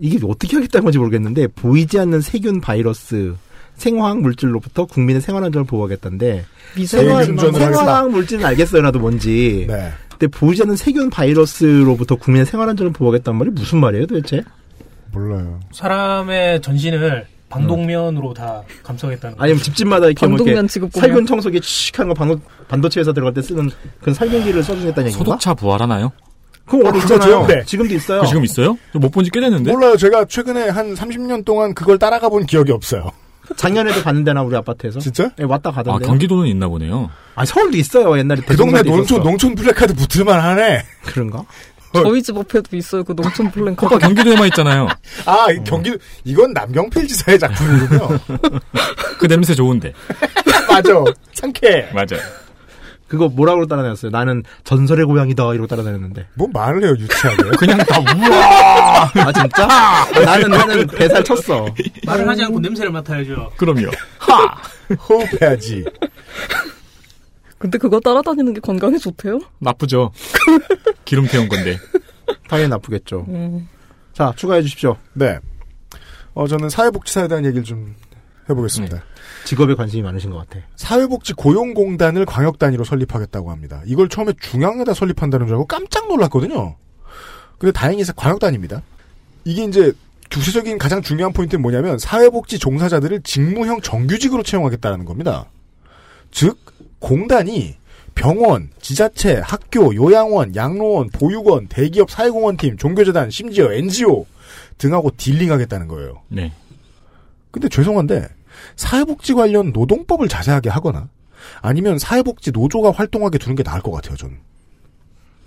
S7: 이게 어떻게 하겠다는 건지 모르겠는데 보이지 않는 세균 바이러스 생화학 물질로부터 국민의 생활 안전을 보호하겠다는데
S2: 미세먼지만
S7: 생화-
S2: 하겠다.
S7: 생화학 물질은 알겠어요 나도 뭔지
S2: 네.
S7: 근데 보이지 않는 세균 바이러스로부터 국민의 생활 안전을 보호하겠다는 말이 무슨 말이에요 도대체
S2: 몰라요
S10: 사람의 전신을 방독면으로 다 감싸겠다는 거.
S7: 아니면 집집마다 이렇게 뭐
S10: 방독면
S7: 이렇게
S10: 지급 공약.
S7: 살균 청소기 칙한 거 반도, 반도체 회사 들어갈 때 쓰는 그런 살균기를 써주겠다는 얘기인가?
S12: 소독차 부활하나요?
S7: 그거 원래 있잖아요.
S2: 네.
S7: 그렇죠. 지금도 있어요.
S12: 그 지금 있어요? 못 본 지 꽤 됐는데.
S2: 몰라요. 제가 최근에 한 30년 동안 그걸 따라가 본 기억이 없어요.
S7: 작년에도 봤는데 나 우리 아파트에서
S2: 진짜?
S7: 네, 왔다
S12: 아
S7: 가던데.
S12: 경기도는 있나 보네요.
S7: 아 서울도 있어요. 옛날에
S2: 그 동네 농촌 농촌 블랙카드 붙을만 하네. 어.
S7: 그런가?
S8: 저희 집 앞에도 있어요. 그 농촌 블랭크.
S12: 아까 경기도에만 있잖아요.
S2: 아, 이 경기 이건 남경필 지사의 작품이군요.
S12: 그 냄새 좋은데.
S2: 맞아. 상쾌.
S12: 맞아.
S7: 그거 뭐라고 따라다녔어요? 나는 전설의 고향이다 이러고 따라다녔는데.
S2: 뭔뭐 말을 해요 유치하게?
S12: 그냥 다
S7: 우와. 아 진짜? 아, 나는 나는 배살 쳤어.
S10: 말을 하지 않고 냄새를 맡아야죠.
S12: 그럼요.
S2: 호흡해야지.
S8: 근데 그거 따라다니는 게 건강에 좋대요?
S12: 나쁘죠. 기름 태운 건데.
S7: 당연히 나쁘겠죠.
S8: 음.
S7: 자, 추가해 주십시오.
S2: 네. 어, 저는 사회복지사에 대한 얘기를 좀 해보겠습니다.
S7: 네. 직업에 관심이 많으신 것 같아.
S2: 사회복지 고용공단을 광역 단위로 설립하겠다고 합니다. 이걸 처음에 중앙에다 설립한다는 줄 알고 깜짝 놀랐거든요. 근데 다행히 광역 단위입니다. 이게 이제 구체적인 가장 중요한 포인트는 뭐냐면 사회복지 종사자들을 직무형 정규직으로 채용하겠다는 겁니다. 즉 공단이 병원, 지자체, 학교, 요양원, 양로원, 보육원, 대기업 사회공헌팀, 종교재단, 심지어 NGO 등하고 딜링하겠다는 거예요.
S12: 네.
S2: 근데 죄송한데 사회복지 관련 노동법을 자세하게 하거나 아니면 사회복지 노조가 활동하게 두는 게 나을 것 같아요, 저는.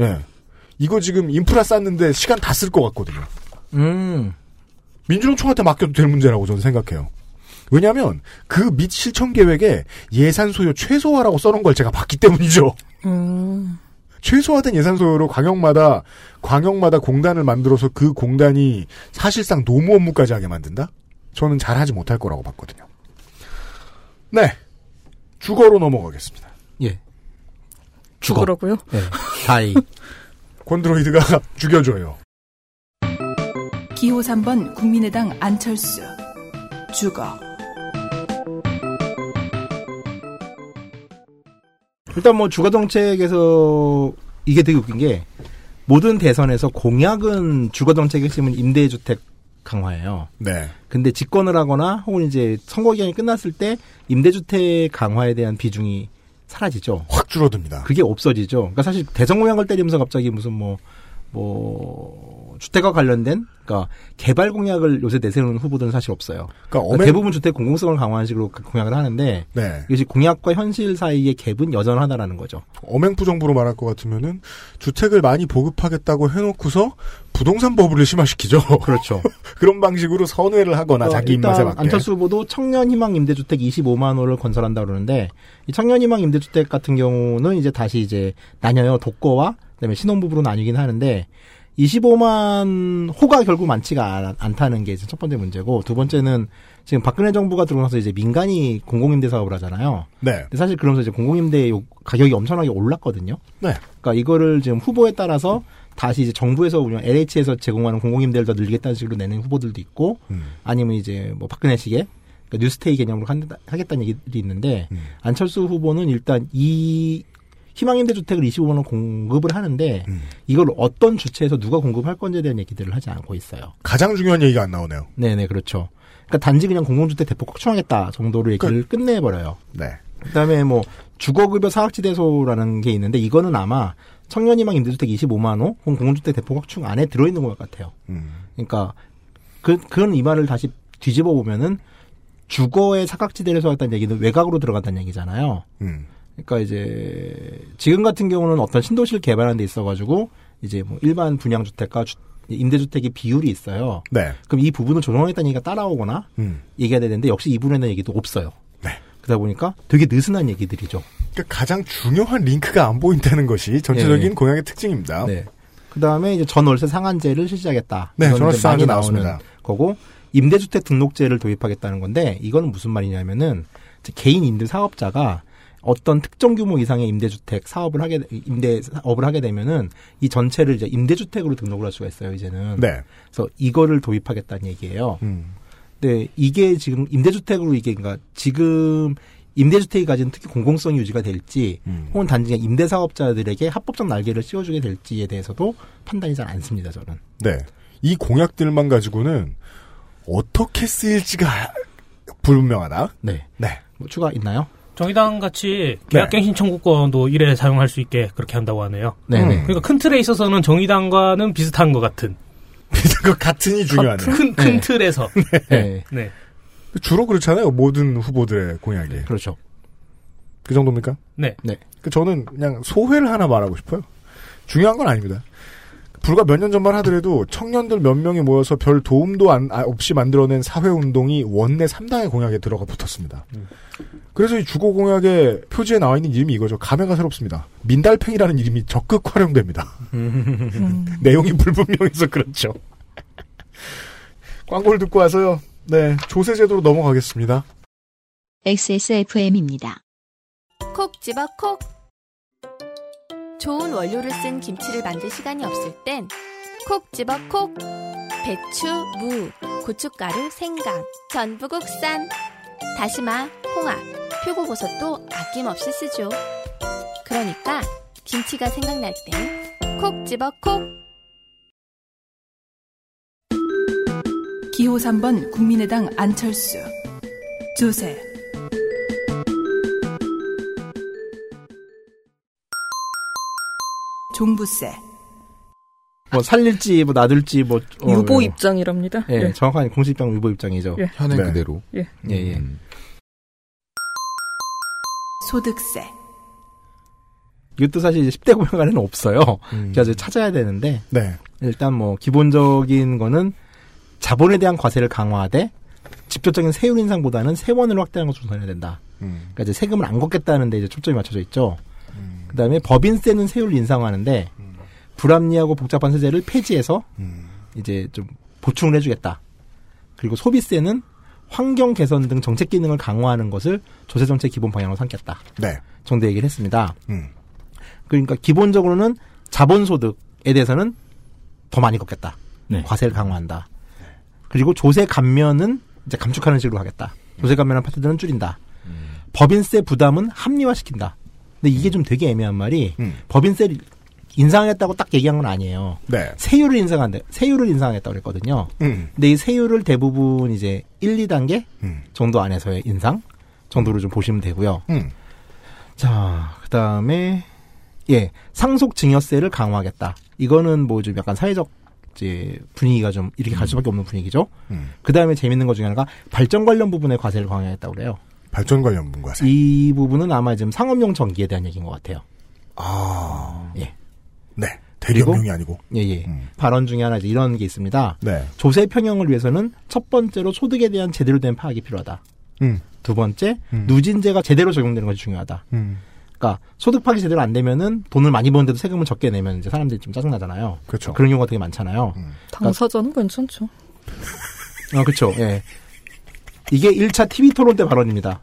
S2: 예. 이거 지금 인프라 쌓는데 시간 다 쓸 것 같거든요.
S7: 음.
S2: 민주노총한테 맡겨도 될 문제라고 저는 생각해요. 왜냐하면 그 밑 실천 계획에 예산 소요 최소화라고 써놓은 걸 제가 봤기 때문이죠. 최소화된 예산 소요로 광역마다 광역마다 공단을 만들어서 그 공단이 사실상 노무 업무까지 하게 만든다? 저는 잘하지 못할 거라고 봤거든요. 네, 주거로 넘어가겠습니다.
S7: 예.
S2: 죽어.
S8: 죽으라고요?
S7: 다이.
S2: 곤드로이드가 죽여줘요.
S3: 기호 3번 국민의당 안철수 죽어
S7: 일단 뭐 주거 정책에서 이게 되게 웃긴 게 모든 대선에서 공약은 주거 정책의 핵심은 임대 주택 강화예요.
S2: 네.
S7: 근데 집권을 하거나 혹은 이제 선거 기간이 끝났을 때 임대주택 강화에 대한 비중이 사라지죠.
S2: 확 줄어듭니다.
S7: 그게 없어지죠. 그러니까 사실 대선 공약을 때리면서 갑자기 무슨 뭐, 뭐, 주택과 관련된, 그러니까 개발 공약을 요새 내세우는 후보들은 사실 없어요.
S2: 그러니까 엄연-
S7: 대부분 주택 공공성을 강화하는 식으로 공약을 하는데,
S2: 네.
S7: 이것이 공약과 현실 사이의 갭은 여전하다라는 거죠.
S2: 엄행부 정부로 말할 것 같으면은 주택을 많이 보급하겠다고 해놓고서 부동산 버블을 심화시키죠.
S7: 그렇죠.
S2: 그런 방식으로 선회를 하거나
S7: 그러니까
S2: 자기
S7: 일단
S2: 입맛에 맞게.
S7: 안철수 후보도 청년희망 임대주택 25만 호를 건설한다 그러는데 이 청년희망 임대주택 같은 경우는 이제 다시 이제 나녀요 독거와 그다음에 신혼부부로 나뉘긴 하는데 25만 호가 결국 많지가 않- 않다는 게 이제 첫 번째 문제고 두 번째는 지금 박근혜 정부가 들어와서 이제 민간이 공공임대 사업을 하잖아요.
S2: 네.
S7: 근데 사실 그러면서 이제 공공임대 요- 가격이 엄청나게 올랐거든요.
S2: 네.
S7: 그러니까 이거를 지금 후보에 따라서 다시 이제 정부에서 운영 LH에서 제공하는 공공임대를 더 늘리겠다는 식으로 내는 후보들도 있고 아니면 이제 뭐 박근혜식의 그러니까 뉴스테이 개념으로 한- 하겠다는 얘기들이 있는데
S2: 음.
S7: 안철수 후보는 일단 이 희망임대 주택을 25만 원 공급을 하는데
S2: 음.
S7: 이걸 어떤 주체에서 누가 공급할 건지에 대한 얘기들을 하지 않고 있어요.
S2: 가장 중요한 얘기가 안 나오네요.
S7: 네네 그렇죠. 그러니까 단지 그냥 공공주택 대폭 확충하겠다 정도로 얘기를 끝내버려요.
S2: 네.
S7: 그다음에 뭐 주거급여 사각지대소라는 게 있는데 이거는 아마 청년희망 임대주택 25만 호 혹은 공공주택 대폭 확충 안에 들어있는 것 같아요. 그러니까 그 그런 이 말을 다시
S2: 음.
S7: 뒤집어 보면은 주거의 사각지대를 소화했다는 얘기는 외곽으로 들어갔다는 얘기잖아요. 그러니까 이제 지금 같은 경우는 어떤 신도시를 개발하는 데 있어가지고 이제 뭐 일반 분양 주택과 주- 임대주택의 비율이 있어요.
S2: 네.
S7: 그럼 이 부분을 조정하겠다는 얘기가 따라오거나
S2: 음.
S7: 얘기가 되는데 역시 이분에 대한 얘기도 없어요. 그러다 보니까 되게 느슨한 얘기들이죠.
S2: 네. 그러니까 가장 중요한 링크가 안 보인다는 것이 전체적인
S7: 예.
S2: 공약의 특징입니다.
S7: 네. 그다음에 이제 전월세 상한제를 실시하겠다.
S2: 네,
S7: 이거는
S2: 전월세
S7: 이제 많이
S2: 상한제
S7: 나오는
S2: 나왔습니다.
S7: 거고 임대주택 등록제를 도입하겠다는 건데 이거는 무슨 말이냐면은 이제 개인 임대 사업자가 어떤 특정 규모 이상의 임대주택 사업을 하게 임대 사업을 하게 되면은 이 전체를 이제 임대주택으로 등록을 할 수가 있어요 이제는.
S2: 네. 음.
S7: 그래서 이거를 도입하겠다는 얘기예요. 네, 이게 지금 임대주택으로 이게 그러니까 지금 임대주택이 가진 특히 공공성이 유지가 될지
S2: 음.
S7: 혹은 단지 그냥 임대사업자들에게 합법적 날개를 씌워주게 될지에 대해서도 판단이 잘 안 씁니다 저는.
S2: 네. 이 공약들만 가지고는 어떻게 쓰일지가 불분명하다.
S7: 네.
S2: 네.
S7: 뭐 추가 있나요?
S10: 정의당 같이
S7: 네.
S10: 계약갱신 청구권도 일에 사용할 수 있게 그렇게 한다고 하네요.
S7: 네네.
S10: 그러니까 큰 틀에 있어서는 정의당과는 비슷한 것 같은.
S2: 비슷한 것 같은이 중요하네요.
S10: 큰, 큰
S2: 네.
S10: 틀에서.
S2: 네.
S10: 네.
S2: 주로 그렇잖아요. 모든 후보들의 공약이.
S7: 그렇죠.
S2: 그 정도입니까?
S10: 네.
S7: 네.
S2: 그 저는 그냥 소회를 하나 말하고 싶어요. 중요한 건 아닙니다. 불과 몇 년 전만 하더라도 청년들 몇 명이 모여서 별 도움도 안- 아, 없이 만들어낸 사회운동이 원내 3당의 공약에 들어가 붙었습니다. 그래서 이 주거 공약의 표지에 나와 있는 이름이 이거죠. 감회가 새롭습니다. 민달팽이라는 이름이 적극 활용됩니다.
S8: 음.
S2: 내용이 불분명해서 그렇죠. 광고를 듣고 와서요. 네, 조세제도로 넘어가겠습니다.
S1: XSFM입니다.
S5: 콕 집어 콕. 좋은 원료를 쓴 김치를 만들 시간이 없을 땐 콕 집어 콕. 배추, 무, 고춧가루, 생강, 전부국산, 다시마, 홍합, 표고버섯도 아낌없이 쓰죠. 그러니까 김치가 생각날 땐 콕 집어 콕.
S3: 기호 3번 국민의당 안철수 조세 종부세
S7: 뭐 살릴지 뭐 놔둘지 뭐 어,
S8: 유보
S7: 뭐.
S8: 입장이랍니다.
S7: 예,
S8: 예.
S7: 정확한 공식 입장 유보 입장이죠.
S8: 예. 현행
S9: 그대로.
S8: 예.
S7: 예, 예.
S3: 소득세
S7: 이것도 사실 이제 10대 공약안에는 없어요. 제가 이제 찾아야 되는데
S2: 네.
S7: 일단 뭐 기본적인 거는 자본에 대한 과세를 강화하되 직접적인 세율 인상보다는 세원을 확대하는 것을 우선해야 된다. 그러니까 이제 세금을 안 걷겠다는데 이제 초점이 맞춰져 있죠. 그다음에 법인세는 세율 인상하는데 불합리하고 복잡한 세제를 폐지해서 이제 좀 보충을 해주겠다. 그리고 소비세는 환경 개선 등 정책 기능을 강화하는 것을 조세 정책 기본 방향으로 삼겠다.
S2: 네.
S7: 정도 얘기를 했습니다.
S2: 음.
S7: 그러니까 기본적으로는 자본소득에 대해서는 더 많이 걷겠다.
S2: 네.
S7: 과세를 강화한다. 그리고 조세 감면은 이제 감축하는 식으로 하겠다. 조세 감면한 파트들은 줄인다. 법인세 부담은 합리화시킨다. 근데 이게 좀 되게 애매한 말이
S2: 음.
S7: 법인세를 인상했다고 딱 얘기한 건 아니에요.
S2: 네.
S7: 세율을 인상한다. 세율을 인상했다고 그랬거든요.
S2: 음.
S7: 근데 이 세율을 대부분 이제 1, 2단계
S2: 음.
S7: 정도 안에서의 인상 정도로 좀 보시면 되고요.
S2: 음.
S7: 자, 그 다음에, 예, 상속 증여세를 강화하겠다. 이거는 뭐 좀 약간 사회적 이제 분위기가 좀 이렇게 갈 수밖에 없는 분위기죠.
S2: 음.
S7: 그 다음에 재밌는 것 중에 하나가 발전 관련 부분의 과세를 강화했다고 그래요.
S2: 발전 관련 부분 과세.
S7: 이 부분은 아마 지금 상업용 전기에 대한 얘기인 것 같아요.
S2: 아.
S7: 예.
S2: 네. 대리업용이
S7: 그리고-
S2: 아니고. 음.
S7: 예, 예. 발언 중에 하나 이제 이런 게 있습니다.
S2: 네.
S7: 조세 평형을 위해서는 첫 번째로 소득에 대한 제대로 된 파악이 필요하다.
S2: 음.
S7: 두 번째, 누진제가 제대로 적용되는 것이 중요하다.
S2: 음.
S7: 그러니까 소득 파악이 제대로 안 되면은 돈을 많이 버는데도 세금을 적게 내면 이제 사람들이 좀 짜증 나잖아요.
S2: 그렇죠. 음.
S7: 그런 경우가 되게 많잖아요.
S8: 당사자는 괜찮죠.
S7: 아, 그렇죠. 예. 이게 1차 TV 토론 때 발언입니다.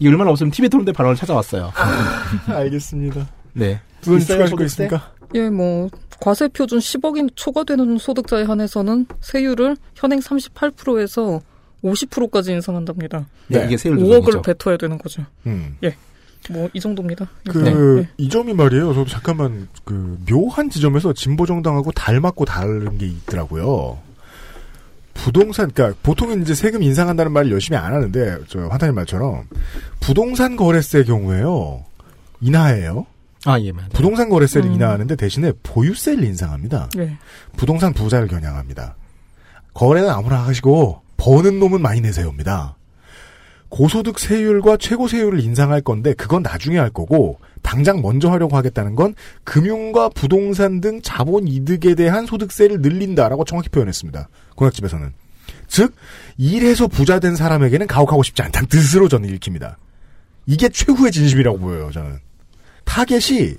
S7: 이게 얼마나 없으면 TV 토론 때 발언을 찾아왔어요.
S2: 알겠습니다.
S7: 네.
S2: 두분
S7: 있어요,
S2: 추가하실 거
S7: 소득세?
S2: 있습니까?
S8: 예, 뭐 과세 표준 10억이 초과되는 소득자에 한해서는 세율을 현행 38%에서 50%까지 인상한답니다.
S2: 네, 이게 세율
S8: 5억을
S2: 조정이죠.
S8: 뱉어야 되는 거죠.
S2: 음.
S8: 예, 뭐 이 정도입니다. 네.
S2: 그,
S7: 네.
S2: 이 점이 말이에요. 저도 잠깐만, 그, 묘한 지점에서 진보정당하고 닮았고 다른 게 있더라고요. 부동산, 그니까, 보통은 이제 세금 인상한다는 말을 열심히 안 하는데, 저, 환타님 말처럼, 부동산 거래세 경우에요. 인하해요.
S7: 아, 예, 맞아요.
S2: 부동산 거래세를
S7: 음. 네.
S2: 인하하는데 대신에 보유세를 인상합니다.
S8: 예.
S2: 부동산 부자를 겨냥합니다. 거래는 아무나 하시고 버는 놈은 많이 내세요입니다. 고소득 세율과 최고 세율을 인상할 건데 그건 나중에 할 거고 당장 먼저 하려고 하겠다는 건 금융과 부동산 등 자본 이득에 대한 소득세를 늘린다라고 정확히 표현했습니다. 공약집에서는 즉 일해서 부자 된 사람에게는 가혹하고 싶지 않다는 뜻으로 저는 읽힙니다. 이게 최후의 진심이라고 보여요. 저는 타겟이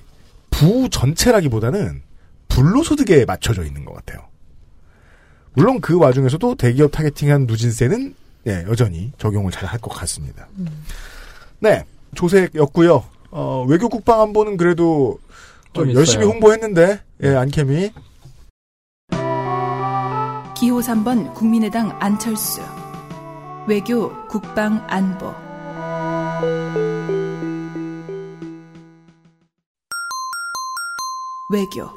S2: 부 전체라기보다는 불로소득에 맞춰져 있는 것 같아요. 물론 그 와중에서도 대기업 타겟팅한 누진세는 예, 여전히 적용을 잘 할 것 같습니다.
S7: 음.
S2: 네, 조색였고요. 어, 외교 국방안보는 그래도 좀
S7: 좀
S2: 열심히
S7: 있어요.
S2: 홍보했는데 예, 안캠이
S3: 기호 3번 국민의당 안철수 외교 국방 안보 외교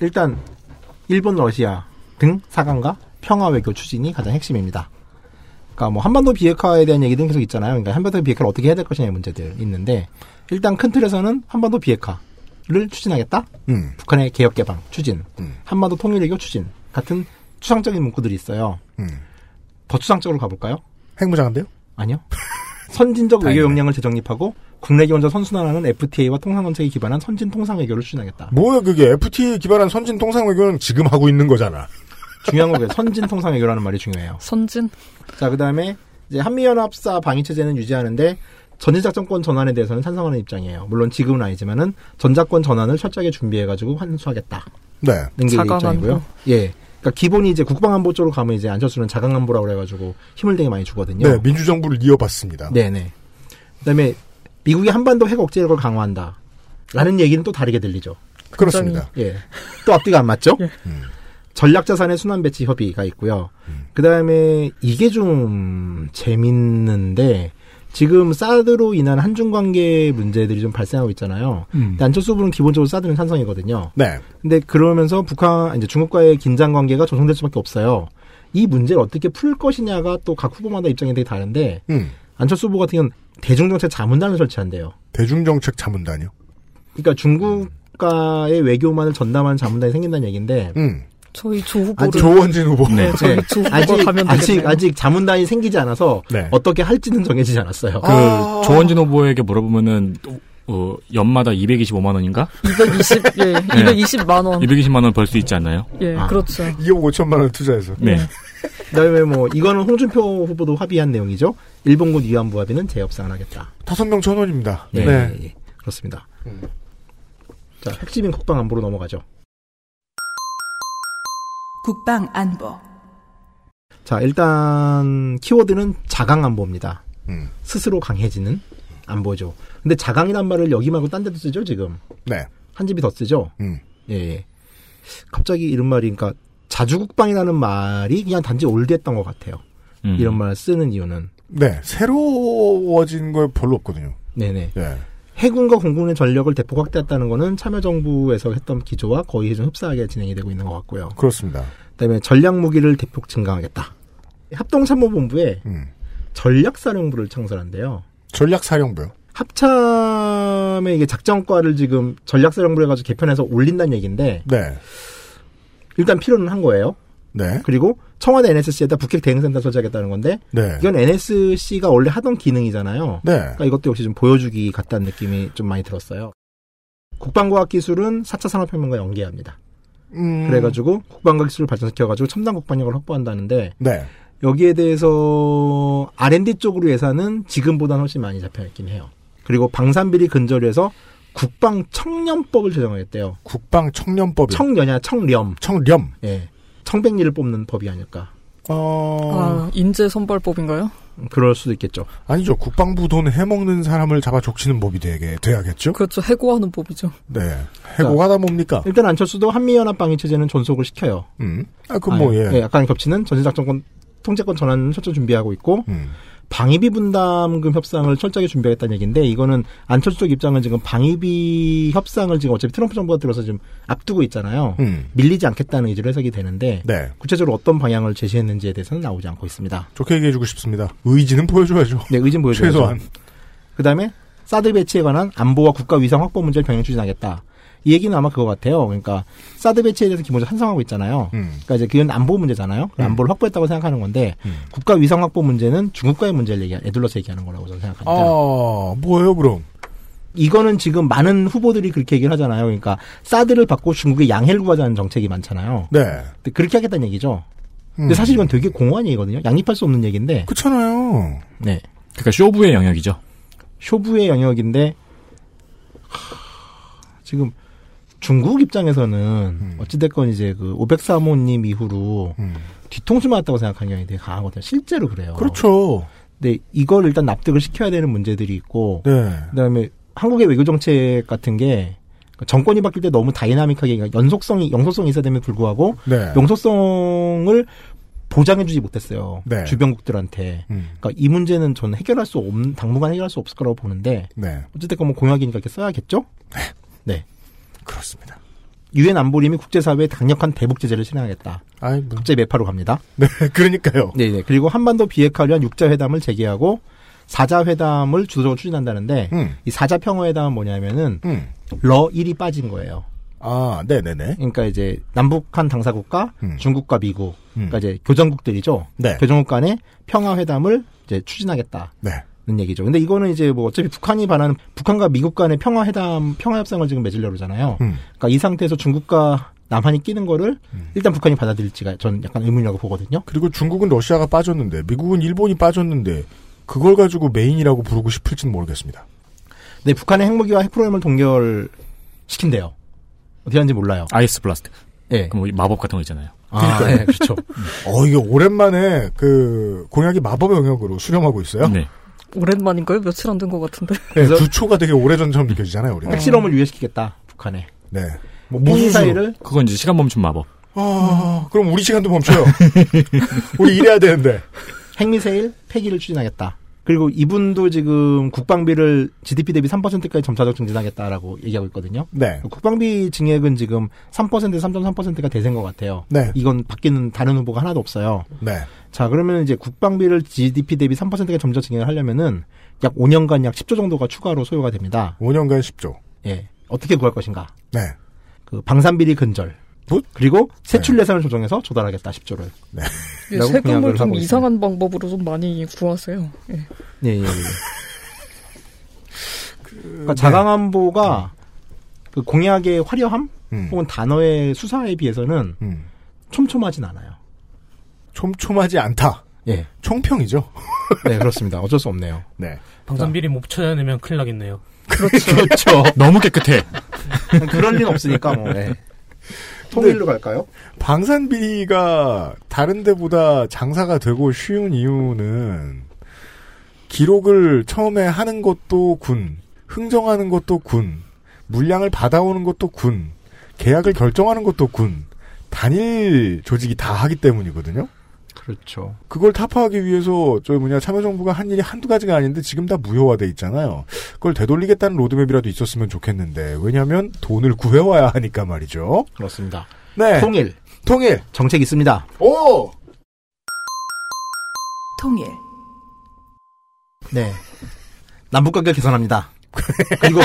S7: 일단 일본, 러시아 등 사강과 평화 외교 추진이 가장 핵심입니다. 그러니까 뭐 한반도 비핵화에 대한 얘기들은 계속 있잖아요. 그러니까 한반도 비핵화를 어떻게 해야 될 것이냐의 문제들 있는데 일단 큰 틀에서는 한반도 비핵화를 추진하겠다.
S2: 음.
S7: 북한의 개혁 개방 추진, 한반도 통일 외교 추진 같은 추상적인 문구들이 있어요.
S2: 음.
S7: 더 추상적으로 가볼까요?
S2: 핵무장한데요?
S7: 아니요. 선진적 외교
S2: 다행이네.
S7: 역량을 재정립하고 국내 기원자 선순환하는 FTA와 통상 원칙에 기반한 선진 통상 외교를 추진하겠다.
S2: 뭐야 그게 FT 기반한 선진 통상 외교는 지금 하고 있는 거잖아.
S7: 중요한 거예요. 선진 통상 외교라는 말이 중요해요.
S8: 선진.
S7: 자, 그다음에 이제 한미연합사 방위체제는 유지하는데 전제작전권 전환에 대해서는 찬성하는 입장이에요. 물론 지금은 아니지만은 전작권 전환을 철저하게 준비해가지고 환수하겠다.
S2: 네.
S7: 는게
S2: 사강
S7: 입장이고요.
S8: 뭐.
S2: 안보.
S7: 예. 그러니까 기본이 이제 국방안보 쪽으로 가면 이제 안철수는 자강안보라고 그래가지고 힘을 되게 많이 주거든요.
S2: 네, 민주정부를 이어봤습니다.
S7: 네네. 그다음에 미국이 한반도 핵 억제력을 강화한다. 라는 얘기는 또 다르게 들리죠.
S2: 그렇습니다.
S7: 예. 또 앞뒤가 안 맞죠? 음. 전략자산의 순환 배치 협의가 있고요.
S2: 음.
S7: 그다음에 이게 좀 재밌는데 지금 사드로 인한 한중 관계 문제들이 좀 발생하고 있잖아요.
S2: 음.
S7: 근데 안철수 분은 기본적으로 사드는 찬성이거든요.
S2: 네.
S7: 근데 그러면서 북한 이제 중국과의 긴장 관계가 조성될 수밖에 없어요. 이 문제를 어떻게 풀 것이냐가 또 각 후보마다 입장이 되게 다른데
S2: 음.
S7: 안철수 후보 같은 경우는 대중정책 자문단을 설치한대요.
S2: 대중정책 자문단이요?
S7: 그러니까 중국과의 외교만을 전담하는 자문단이 생긴다는 얘기인데
S2: 음.
S8: 저희 조
S7: 아,
S8: 후보를.
S7: 네.
S8: 네, 저희
S7: 네.
S8: 조 후보가
S7: 아직,
S8: 가면
S7: 아직,
S8: 되겠네요.
S7: 아직 자문단이 생기지 않아서
S12: 네.
S7: 어떻게 할지는 정해지지 않았어요.
S12: 그
S8: 아.
S12: 조원진 후보에게 물어보면은 어, 연마다 225만 원인가?
S8: 220, 예,
S4: 네.
S8: 220만 원.
S12: 220만 원 벌 수 있지 않나요?
S8: 예, 그렇죠.
S2: 2억 5천만 원 투자해서.
S12: 네.
S7: 그다음에 뭐 이거는 홍준표 후보도 합의한 내용이죠. 일본군 위안부 합의는 재협상을 하겠다.
S2: 다섯 명 천원입니다.
S7: 네.
S2: 네. 음.
S7: 예, 예. 그렇습니다. 자, 핵심인 국방 안보로 넘어가죠.
S3: 국방 안보
S7: 자, 일단 키워드는 자강 안보입니다.
S2: 음.
S7: 스스로 강해지는 안보죠. 근데 자강이란 말을 여기 말고 딴 데도 쓰죠, 지금.
S2: 네.
S7: 한 집이 더 쓰죠.
S2: 음.
S7: 예, 예. 갑자기 이런 말이 그러니까 자주국방이라는 말이 그냥 단지 올드했던 것 같아요.
S2: 음.
S7: 이런 말을 쓰는 이유는
S2: 네. 새로워진 거 별로 없거든요.
S7: 네네.
S2: 예.
S7: 해군과 공군의 전력을 대폭 확대했다는 거는 참여정부에서 했던 기조와 거의 좀 흡사하게 진행이 되고 있는 것 같고요.
S2: 그렇습니다.
S7: 그다음에 전략 무기를 대폭 증강하겠다. 합동참모본부에 전략사령부를 창설한대요.
S2: 음. 전략사령부요?
S7: 합참의 이게 작전과를 지금 전략사령부 해가지고 개편해서 올린다는 얘기인데
S2: 네.
S7: 일단 필요는 한 거예요.
S2: 네.
S7: 그리고 청와대 NSC에다 북핵 대응센터 설치하겠다는 건데
S2: 네.
S7: 이건 NSC가 원래 하던 기능이잖아요.
S2: 네.
S7: 그러니까 이것도 역시 좀 보여주기 같다는 느낌이 좀 많이 들었어요. 국방과학기술은 4차 산업혁명과 연계합니다.
S2: 음.
S7: 그래가지고 국방과학기술을 발전시켜가지고 첨단 국방력을 확보한다는데
S2: 네.
S7: 여기에 대해서 R&D 쪽으로 예산은 지금보다는 훨씬 많이 잡혀있긴 해요. 그리고 방산비리 근절해서 국방 청렴법을 제정하겠대요.
S2: 국방 청렴법이
S7: 청년이야 청렴.
S2: 청렴.
S7: 예. 청백리를 뽑는 법이 아닐까.
S2: 어.
S8: 아, 인재 선발법인가요?
S7: 음, 그럴 수도 있겠죠.
S2: 아니죠. 국방부 돈 해먹는 사람을 잡아 족치는 법이 되게 돼야겠죠.
S8: 그렇죠. 해고하는 법이죠.
S2: 네. 해고하다 뭡니까?
S7: 일단 안철수도 한미연합 방위 체제는 존속을 시켜요.
S2: 음. 아, 그건 뭐, 예.
S7: 약간 겹치는 전시작전권 통제권 전환 철저 준비하고 있고
S2: 음.
S7: 방위비 분담금 협상을 철저하게 준비하겠다는 얘기인데 이거는 안철수 쪽 입장은 지금 방위비 협상을 지금 어차피 트럼프 정부가 들어서 지금 앞두고 있잖아요.
S2: 음.
S7: 밀리지 않겠다는 의지로 해석이 되는데
S2: 네.
S7: 구체적으로 어떤 방향을 제시했는지에 대해서는 나오지 않고 있습니다.
S2: 좋게 얘기해주고 싶습니다. 의지는 보여줘야죠.
S7: 네, 의지는 보여줘야죠.
S2: 최소한.
S7: 그다음에 사드 배치에 관한 안보와 국가 위상 확보 문제를 병행 추진하겠다. 이 얘기는 아마 그거 같아요. 그러니까 사드 배치에 대해서 기본적으로 찬성하고 있잖아요.
S2: 음.
S7: 그러니까 이제 그건 안보 문제잖아요. 그 안보를 확보했다고 생각하는 건데
S2: 음.
S7: 국가 위상 확보 문제는 중국과의 문제를 얘기 에둘러서 얘기하는 거라고 저는 생각합니다.
S2: 아, 뭐예요, 그럼?
S7: 이거는 지금 많은 후보들이 그렇게 얘기를 하잖아요. 그러니까 사드를 받고 중국에 양해를 구하자는 정책이 많잖아요.
S2: 네.
S7: 근데 그렇게 하겠다는 얘기죠.
S2: 음.
S7: 근데 사실 이건 되게 공허한 얘기거든요. 양립할 수 없는 얘기인데.
S2: 그렇잖아요.
S7: 네.
S12: 그러니까 쇼부의 영역이죠.
S7: 쇼부의 영역인데 하, 지금 중국 입장에서는
S2: 음.
S7: 어찌됐건 이제 그 503호님 이후로 뒤통수 맞았다고 생각하는 경향이 되게 강하거든요. 실제로 그래요.
S2: 그렇죠.
S7: 근데 이걸 일단 납득을 시켜야 되는 문제들이 있고
S2: 네.
S7: 그다음에 한국의 외교 정책 같은 게 그러니까 정권이 바뀔 때 너무 다이나믹하게 그러니까 연속성이 영속성이 있어야 됨에 불구하고
S2: 네.
S7: 영속성을 보장해주지 못했어요.
S2: 네.
S7: 주변국들한테.
S2: 음.
S7: 그러니까 이 문제는 저는 해결할 수 없는 당분간 해결할 수 없을 거라고 보는데
S2: 네.
S7: 어쨌든 뭐 공약이니까 이렇게 써야겠죠. 네.
S2: 그렇습니다.
S7: 유엔 안보림이 국제사회에 강력한 대북 제재를 실행하겠다. 국제 매파로 갑니다.
S2: 뭐. 네, 그러니까요.
S7: 네, 네. 그리고 한반도 비핵화 를 위한 육자 회담을 재개하고 사자 회담을 주도적으로 추진한다는데
S2: 음.
S7: 이 사자 평화 회담은 뭐냐면은 러 1이 빠진 거예요.
S2: 아, 네, 네, 네.
S7: 그러니까 이제 남북한 당사국과
S2: 음.
S7: 중국과 미국,
S2: 음.
S7: 그러니까 이제 교전국들이죠.
S2: 네.
S7: 교전국 간의 평화 회담을 이제 추진하겠다.
S2: 네.
S7: 는 얘기죠. 근데 이거는 이제 뭐 어차피 북한이 바라는 북한과 미국 간의 평화 회담, 평화 협상을 지금 맺으려고 그러잖아요.
S2: 음.
S7: 그러니까 이 상태에서 중국과 남한이 끼는 거를
S12: 음.
S7: 일단 북한이 받아들일지가 전 약간 의문이라고 보거든요.
S2: 그리고 중국은 러시아가 빠졌는데 미국은 일본이 빠졌는데 그걸 가지고 메인이라고 부르고 싶을지는 모르겠습니다.
S7: 네, 북한의 핵무기와 핵프로그램을 동결 시킨대요. 어떻게 하는지 몰라요.
S12: 아이스 블라스트.
S7: 예.
S12: 그럼 뭐 마법 같은 거 있잖아요.
S2: 그러니까요.
S7: 네, 그렇죠.
S2: 어, 이게 오랜만에 그 공약이 마법의 영역으로 수렴하고 있어요.
S12: 네.
S8: 오랜만인가요? 며칠 안 된 것 같은데.
S2: 주초가 되게 오래전처럼 느껴지잖아요, 우리가.
S7: 핵실험을 유예시키겠다. 북한에.
S2: 네. 뭐
S7: 미사일을
S12: 그건 이제 시간 멈춘 마법.
S2: 아, 그럼 우리 시간도 멈춰요. 우리 일해야 되는데.
S7: 핵미사일 폐기를 추진하겠다. 그리고 이분도 지금 국방비를 GDP 대비 3%까지 점차적 증진하겠다라고 얘기하고 있거든요.
S2: 네.
S7: 국방비 증액은 지금 3% 3.3%가 대세인 것 같아요.
S2: 네.
S7: 이건 바뀌는 다른 후보가 하나도 없어요.
S2: 네.
S7: 자, 그러면 이제 국방비를 GDP 대비 3%가 점차 증액을 하려면은 약 5년간 약 10조 정도가 추가로 소요가 됩니다.
S2: 5년간 10조.
S7: 예. 어떻게 구할 것인가?
S2: 네. 뭐?
S7: 그 방산비리 근절. 그리고 세출 예산을 조정해서 조달하겠다 10조를.
S2: 네.
S8: 예, 세금을 좀 이상한 방법으로 좀 많이 구하세요. 예.
S7: 예, 예, 예. 그러니까 자강안보가 그 공약의 화려함
S2: 음.
S7: 혹은 단어의 수사에 비해서는
S2: 음.
S7: 촘촘하진 않아요.
S2: 촘촘하지 않다.
S7: 예.
S2: 총평이죠.
S7: 네, 그렇습니다. 어쩔 수 없네요.
S2: 네.
S10: 방산비리 못 찾아내면 큰일 나겠네요.
S7: 그렇죠.
S12: 너무 깨끗해.
S7: 그럴 리는 없으니까 뭐. 예. 통일로 갈까요?
S2: 방산비리가 다른 데보다 장사가 되고 쉬운 이유는 기록을 처음에 하는 것도 군, 흥정하는 것도 군, 물량을 받아오는 것도 군, 계약을 결정하는 것도 군, 단일 조직이 다 하기 때문이거든요.
S7: 그렇죠.
S2: 그걸 타파하기 위해서 저 뭐냐 참여정부가 한 일이 한두 가지가 아닌데 지금 다 무효화돼 있잖아요. 그걸 되돌리겠다는 로드맵이라도 있었으면 좋겠는데 왜냐하면 돈을 구해와야 하니까 말이죠.
S7: 그렇습니다.
S2: 네.
S7: 통일.
S2: 통일.
S7: 정책 있습니다.
S2: 오!
S3: 통일.
S7: 네. 남북 관계 개선합니다. 그리고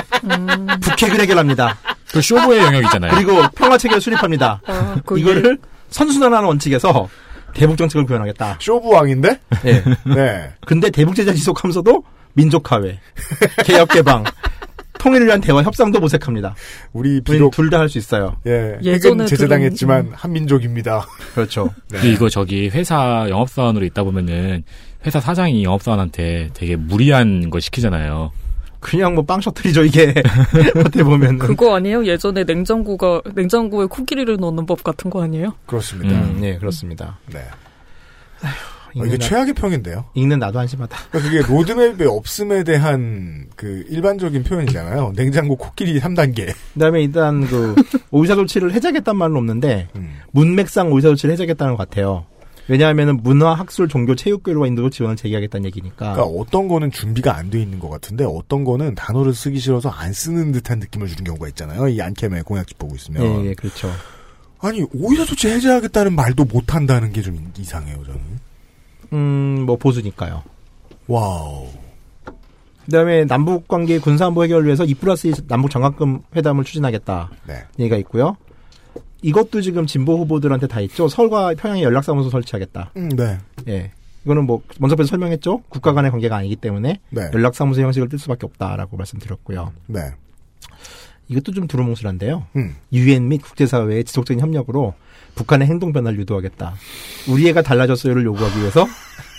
S7: 북핵을 해결합니다.
S12: 그 쇼부의 영역이잖아요.
S7: 그리고 평화 체계를 수립합니다.
S8: 아, 그
S7: 이거를 선순환하는 원칙에서 대북 정책을 구현하겠다.
S2: 쇼부 왕인데?
S7: 네.
S2: 네.
S7: 근데 대북 제재 지속하면서도 민족화해, 개혁 개방, 통일을 위한 대화 협상도 모색합니다.
S2: 우리
S7: 비록 둘 다 할 수 있어요.
S2: 예.
S7: 예전에 음.
S2: 핵은 제재당했지만
S7: 들은-
S2: 한민족입니다. 어,
S7: 그렇죠.
S12: 근데 이거 저기 회사 영업사원으로 있다 보면은 회사 사장이 영업사원한테 되게 무리한 거 시키잖아요.
S7: 그냥 뭐 빵 셔틀이죠 이게 어떻게 보면
S8: 그거 아니에요? 예전에 냉장고가 냉장고에 코끼리를 넣는 법 같은 거 아니에요?
S2: 그렇습니다.
S7: 음, 예, 그렇습니다.
S2: 네. 아,
S7: 읽는
S2: 이게
S7: 나-
S2: 최악의 평인데요.
S7: 읽는 나도 한심하다.
S2: 그러니까 그게 로드맵의 없음에 대한 그 일반적인 표현이잖아요. 냉장고 코끼리 3단계.
S7: 그다음에 일단 그 의사 조치를 해제하겠다는 말은 없는데
S2: 음.
S7: 문맥상 의사 조치를 해제하겠다는 것 같아요. 왜냐하면 문화, 학술, 종교, 체육교류와 인도 지원을 제기하겠다는 얘기니까.
S2: 그러니까 어떤 거는 준비가 안 돼 있는 것 같은데 어떤 거는 단어를 쓰기 싫어서 안 쓰는 듯한 느낌을 주는 경우가 있잖아요. 이 안캠의 공약집 보고 있으면.
S7: 예, 예, 그렇죠.
S2: 아니 오히려 조치 해제하겠다는 말도 못 한다는 게 좀 이상해요 저는.
S7: 음, 뭐 보수니까요.
S2: 와우.
S7: 그다음에 남북 관계 군사 안보 해결을 위해서 2 플러스 남북 정강금 회담을 추진하겠다.
S2: 네.
S7: 얘기가 있고요. 이것도 지금 진보 후보들한테 다 있죠. 서울과 평양에 연락사무소 설치하겠다.
S2: 음, 네.
S7: 예. 이거는 뭐 먼저부터 설명했죠. 국가 간의 관계가 아니기 때문에
S2: 네.
S7: 연락사무소 형식을 뜰 수밖에 없다라고 말씀드렸고요.
S2: 네.
S7: 이것도 좀 두루뭉술한데요.
S2: 음.
S7: 유엔 및 국제사회의 지속적인 협력으로 북한의 행동 변화를 유도하겠다. 우리 애가 달라졌어요를 요구하기 위해서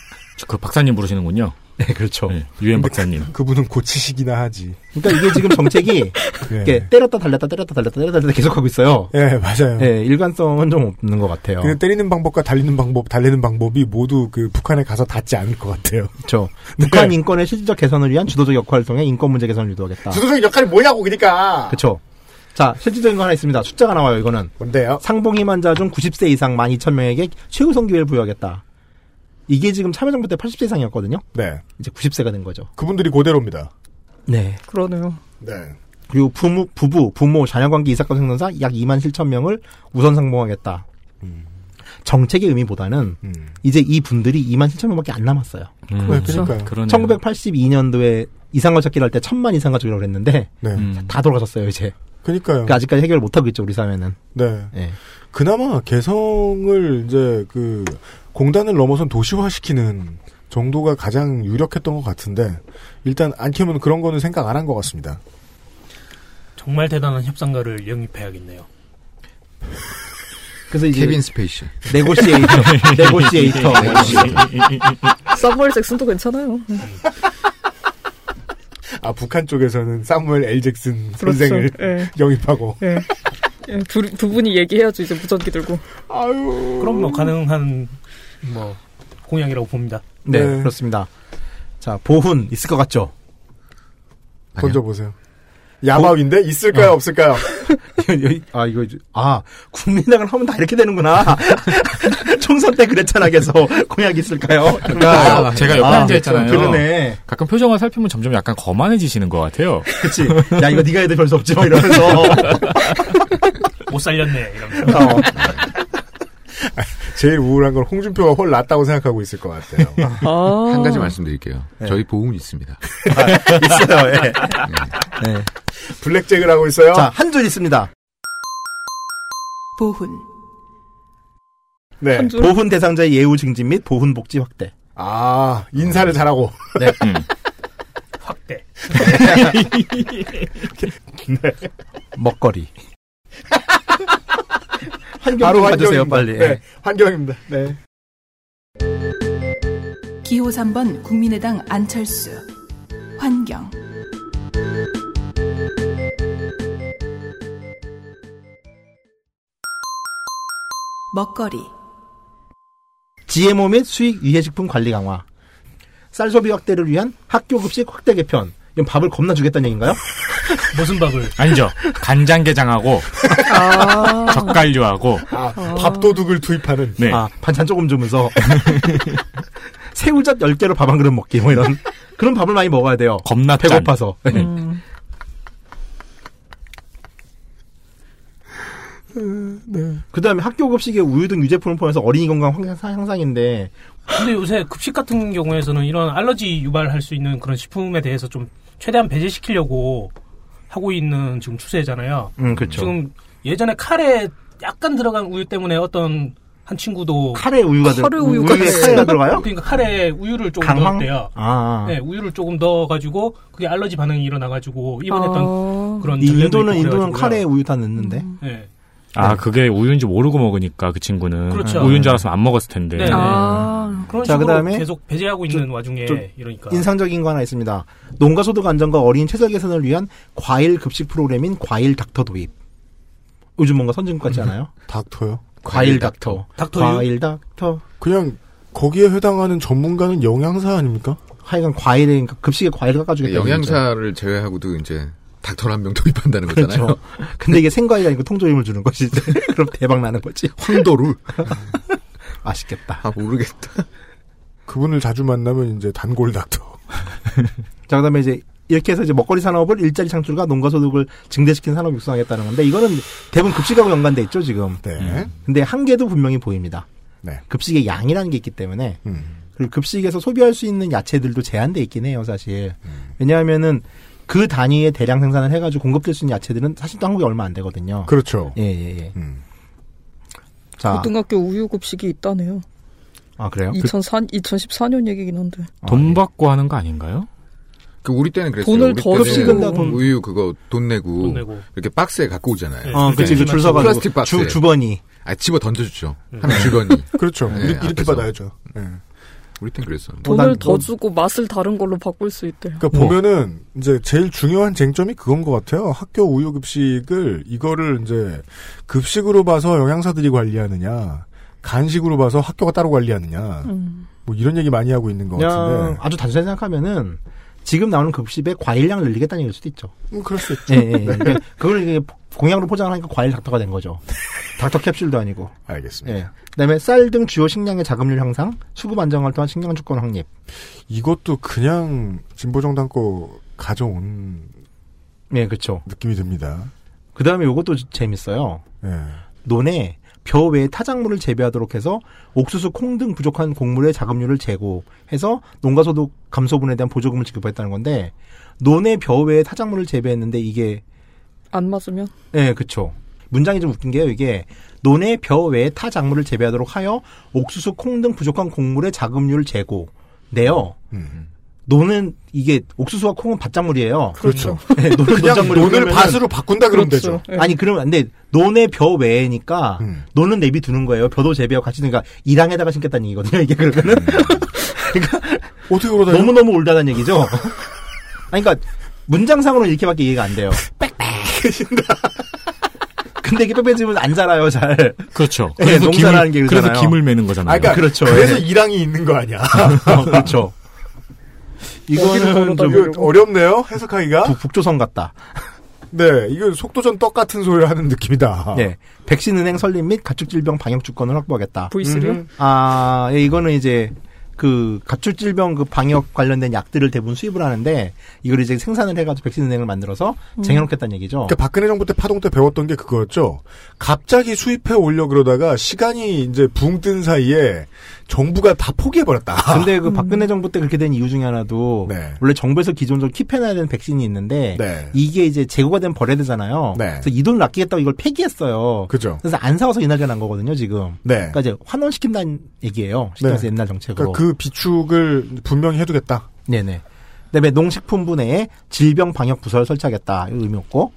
S12: 그 박사님 부르시는군요.
S7: 네, 그렇죠.
S12: 유엔 박사님.
S2: 그분은 고치시기나 하지. 네.
S7: 그러니까 이게 지금 정책이 이렇게 때렸다 달렸다 때렸다 달렸다 때렸다 달렸다 계속 하고 있어요.
S2: 예, 맞아요. 그렇죠.
S7: 예, 일관성은 좀 없는 것 같아요.
S2: 근데 때리는 방법과 달리는 방법, 달리는 방법이 모두 그 북한에 가서 닿지 않을 것 같아요.
S7: 그렇죠.
S2: 네.
S7: 북한 인권의 실질적 개선을 위한 주도적 역할을 통해 인권 문제 개선을 유도하겠다.
S2: 주도적인 역할이 뭐냐고 그러니까.
S7: 그렇죠. 자, 실질적인 거 하나 있습니다. 숫자가 나와요, 이거는.
S2: 뭔데요?
S7: 상봉임 환자 중 90세 이상 12,000명에게 최우선 기회를 부여하겠다. 이게 지금 참여정부 때 80세 이상이었거든요.
S2: 네.
S7: 이제 90세가 된 거죠.
S2: 그분들이 고대로입니다.
S7: 네.
S8: 그러네요.
S2: 네.
S7: 그리고 부모, 부부, 부모, 자녀관계 이삭과 생산사 약 2만 7천 명을 우선 상봉하겠다. 정책의 의미보다는 이제 이 분들이 2만 7천 명밖에 안 남았어요.
S2: 음. 네, 그러니까요. 그러네요.
S7: 1982년도에 이상과 찾기를 할 때 천만 이상과 적이라고 그랬는데
S2: 네.
S7: 다 돌아섰어요 이제.
S2: 그러니까요.
S7: 그러니까 아직까지 해결 못 하고 있죠 우리 사회는.
S2: 네.
S7: 예.
S2: 그나마 개성을 이제 그 공단을 넘어선 도시화시키는 정도가 가장 유력했던 것 같은데 일단 안캠은 그런 거는 생각 안 한 것 같습니다.
S10: 정말 대단한 협상가를 영입해야겠네요.
S7: 그래서 이제
S9: 케빈
S2: 네,
S9: 스페이시.
S7: 네고시에이터, 네고시에이터.
S8: 사무엘 잭슨도 괜찮아요. 네.
S2: 아 북한 쪽에서는 사무엘 엘 잭슨
S8: 그렇죠.
S2: 선생을
S8: 예.
S2: 영입하고
S8: 예. 예, 두, 두 분이 얘기해야죠 이제 무전기 들고.
S2: 아유.
S10: 그럼 뭐 가능한 뭐 공약이라고 봅니다.
S7: 네, 그렇습니다. 자 보훈 있을 것 같죠?
S2: 던져보세요. 야마인데 있을까요 없을까요?
S7: 어. 아 이거 이제- 아 국민당을 하면 다 이렇게 되는구나. 총선 때 그랬잖아 계속 공약이 있을까요?
S12: 그러니까 제가 옆에
S7: 아,
S12: 앉아 있잖아요.
S7: 그렇죠. 그러네.
S12: 가끔 표정을 살피면 점점 약간 거만해지시는 것 같아요.
S7: 그치. 야 이거 네가 해도 별수 없지 뭐 이러면서.
S10: 못 살렸네 이러면서.
S7: 어.
S2: 제일 우울한 건 홍준표가 훨 낫다고 생각하고 있을 것 같아요.
S9: 한 가지 말씀드릴게요.
S2: 네.
S9: 저희 보험이 예. 아, 있습니다.
S7: 있어요. 예.
S9: 예.
S7: 네.
S2: 블랙잭을 하고 있어요.
S7: 자, 한 줄 있습니다.
S3: 보훈.
S2: 네.
S3: 한 줄.
S7: 보훈 대상자의 예우 증진 및 보훈 복지 확대.
S2: 아 인사를 잘하고.
S7: 네.
S12: 음.
S10: 확대.
S2: 네.
S7: 먹거리. 환경
S2: 바로
S7: 좀 봐주세요,
S2: 환경입니다.
S7: 빨리.
S2: 네, 환경입니다. 네.
S3: 기호 3번 국민의당 안철수. 환경. 먹거리.
S7: GMO 및 수익 유해식품 관리 강화. 쌀 소비 확대를 위한 학교 급식 확대 개편. 이건 밥을 겁나 주겠다는 얘기인가요?
S10: 무슨 밥을?
S12: 아니죠. 간장게장하고 젓갈류하고
S2: 아, 밥도둑을 투입하는.
S12: 네.
S7: 아, 반찬 조금 주면서. 새우젓 10개로 밥 한 그릇 먹기, 뭐 이런. 그런 밥을 많이 먹어야 돼요.
S12: 겁나 짠.
S7: 배고파서. 네.
S2: 음. 네.
S7: 그 다음에 학교 급식에 우유 등 유제품을 포함해서 어린이 건강 향상- 향상인데,
S10: 근데 요새 급식 같은 경우에서는 이런 알러지 유발할 수 있는 그런 식품에 대해서 좀 최대한 배제시키려고 하고 있는 지금 추세잖아요.
S7: 음, 그렇죠.
S10: 지금 예전에 카레 약간 들어간 우유 때문에 어떤 한 친구도
S7: 카레 우유가 들- 아, 카레 우유가 우유에 들어가요? 카레가 들어가요?
S10: 그러니까 카레 우유를 조금
S7: 강황?
S10: 넣었대요.
S7: 아.
S10: 네, 우유를 조금 넣어가지고 그게 알러지 반응이 일어나가지고 입원했던 그런
S7: 이
S10: 전례도
S7: 인도는,
S10: 있고
S7: 인도는
S10: 그래가지고요.
S7: 카레에 우유 다 넣는데.
S10: 네.
S12: 아 그게 우유인지 모르고 먹으니까 그 친구는
S10: 그렇죠.
S12: 우유인 줄 알았으면 안 먹었을 텐데.
S10: 네.
S7: 아,
S10: 그런
S7: 자,
S10: 식으로
S7: 그다음에
S10: 계속 배제하고 있는 와중에
S7: 좀
S10: 이러니까
S7: 인상적인 거 하나 있습니다. 농가 소득 안정과 어린 체질 개선을 위한 과일 급식 프로그램인 과일 닥터 도입. 요즘 뭔가 선진국 같지 않아요?
S2: 닥터요?
S7: 과일 닥터.
S2: 닥터유?
S7: 과일 닥터.
S2: 그냥 거기에 해당하는 전문가는 영양사 아닙니까?
S7: 하여간 과일에 그러니까 급식에 과일 깎아주겠다.
S9: 영양사를 제외하고도 이제 닥터 한 명 도입한다는 거잖아요.
S7: 그렇죠. 근데 이게 생과일이 아니고 통조림을 주는 것이 그럼 대박 나는 거지.
S9: 황도루.
S7: 아쉽겠다.
S9: 아 모르겠다.
S2: 그분을 자주 만나면 이제 단골 닥터.
S7: 자, 그다음에 이제 이렇게 해서 이제 먹거리 산업을 일자리 창출과 농가 소득을 증대시킨 산업 육성하겠다는 건데 이거는 대부분 급식하고 연관돼 있죠 지금. 음.
S2: 네.
S7: 근데 한계도 분명히 보입니다.
S2: 네. 음.
S7: 급식의 양이라는 게 있기 때문에 그리고 급식에서 소비할 수 있는 야채들도 제한돼 있긴 해요, 사실. 왜냐하면은 그 단위의 대량 생산을 해가지고 공급될 수 있는 야채들은 사실 또 한국에 얼마 안 되거든요.
S2: 그렇죠.
S7: 예, 예, 예. 자,
S8: 아. 고등학교 우유 급식이 있다네요.
S7: 아 그래요?
S8: 2004, 2014년 얘기긴 한데.
S4: 아.
S7: 아, 예.
S12: 돈 받고 하는 거 아닌가요?
S9: 그 우리 때는 그랬어요.
S8: 돈을
S9: 우리
S8: 더
S9: 때는
S8: 주시고.
S9: 돈- 우유 그거 돈 내고,
S8: 돈 내고.
S9: 이렇게 박스에 갖고
S2: 네.
S9: 오잖아요.
S7: 어, 그치, 그줄 서가지고
S9: 플라스틱 박스
S7: 주- 주머니.
S9: 아 집어 던져주죠. 하면 주거니.
S2: 네. 그렇죠.
S9: 네,
S2: 이렇게, 이렇게
S9: 앞에서. 네.
S2: 받아야죠. 예.
S9: 우리 땐 그랬어요.
S8: 돈을 더 주고 맛을 다른 걸로 바꿀 수 있대요. 뭐?
S2: 그러니까
S7: 뭐.
S2: 보면은 이제 제일 중요한 쟁점이 그건 것 같아요. 학교 우유 급식을 이거를 이제 급식으로 봐서 영양사들이 관리하느냐, 간식으로 봐서 학교가 따로 관리하느냐,
S4: 음.
S2: 뭐 이런 얘기 많이 하고 있는 것
S7: 그냥
S2: 같은데.
S7: 아주 단순히 생각하면은 지금 나오는 급식에 과일량을 늘리겠다는 얘기일 수도 있죠.
S2: 음, 그럴 수 있죠.
S7: 예, 예, 예.
S2: 네.
S7: 그러니까 그걸 이게 공약으로 포장하니까 과일 닥터가 된 거죠. 닥터 캡슐도 아니고.
S2: 알겠습니다.
S7: 예. 그다음에 쌀 등 주요 식량의 자급률 향상, 수급 안정을 통한 식량 주권 확립.
S2: 이것도 그냥 진보정당 거 가져온
S7: 예, 그렇죠.
S2: 느낌이 듭니다.
S7: 그다음에 요것도 재밌어요.
S2: 예. 음.
S7: 논에 벼 외에 타작물을 재배하도록 해서 옥수수, 콩 등 부족한 곡물의 자급률을 제고해서 농가소득 감소분에 대한 보조금을 지급했다는 건데 논에 벼 외에 타작물을 재배했는데 이게
S8: 안 맞으면
S7: 예, 그쵸. 문장이 좀 웃긴 게요. 이게 논의 벼 외에 타 작물을 재배하도록 하여 옥수수, 콩 등 부족한 곡물의 자급률 제고. 네요. 음. 논은 이게 옥수수와 콩은 밭작물이에요.
S2: 그렇죠.
S7: 네, 논은
S2: 그냥
S7: 논작물이고
S2: 논을
S7: 그러면은-
S2: 밭으로 바꾼다 그러면 그렇죠. 음. 되죠. 예.
S7: 아니 그러면 안 돼. 논의 벼 외니까 논은 내비 두는 거예요. 벼도 재배하고 같이 그러니까 이랑에다가 심겠다는 얘기거든요. 이게 그러면은 그러니까
S2: 어떻게 그러다
S7: 너무 너무 올다는 얘기죠. 아니 그러니까 문장상으로는 이렇게밖에 이해가 안 돼요. 빽빽해진다. 근데 이게 빽빽해지면 안 자라요 잘.
S12: 그렇죠.
S7: 예,
S12: 그래서
S7: 농사라는 게
S12: 김을,
S7: 그러잖아요.
S12: 그래서 김을 매는 거잖아요.
S7: 아, 그러니까 그렇죠.
S2: 그래서
S7: 예.
S2: 이랑이 있는 거 아니야.
S7: 어, 그렇죠. 이거는 좀
S2: 이거 어렵네요. 해석하기가.
S7: 북, 조선 같다.
S2: 네, 이거 속도전 떡 같은 소리를 하는 느낌이다.
S7: 네, 백신 은행 설립 및 가축질병 방역 주권을 확보하겠다.
S2: V3요? 음.
S7: 아, 예, 이거는 이제 그 가축질병 그 방역 관련된 약들을 대부분 수입을 하는데 이걸 이제 생산을 해가지고 백신 은행을 만들어서
S2: 음.
S7: 쟁여놓겠다는 얘기죠.
S2: 그러니까 박근혜 정부 때 파동 때 배웠던 게 그거였죠. 갑자기 수입해 올려 그러다가 시간이 이제 붕 뜬 사이에 정부가 다 포기해 버렸다.
S7: 근데 그 박근혜 정부 때 그렇게 된 이유 중에 하나도 원래 정부에서 기존적으로 킵해놔야 되는 백신이 있는데
S2: 네.
S7: 이게 이제 재고가 되면 버려야 되잖아요. 그래서 이 돈을 아끼겠다고 이걸 폐기했어요.
S2: 그죠.
S7: 래서안 사와서 이날가 난 거거든요 지금.
S2: 네.
S7: 그러니까 이제 환원시킨다는 얘기예요. 시장에서
S2: 네.
S7: 옛날 정책으로.
S2: 그러니까 그 비축을 분명히 해두겠다.
S7: 아, 네네. 그다음에 농식품 분야에 질병 방역 부서를 설치하겠다. 이거 의미 없고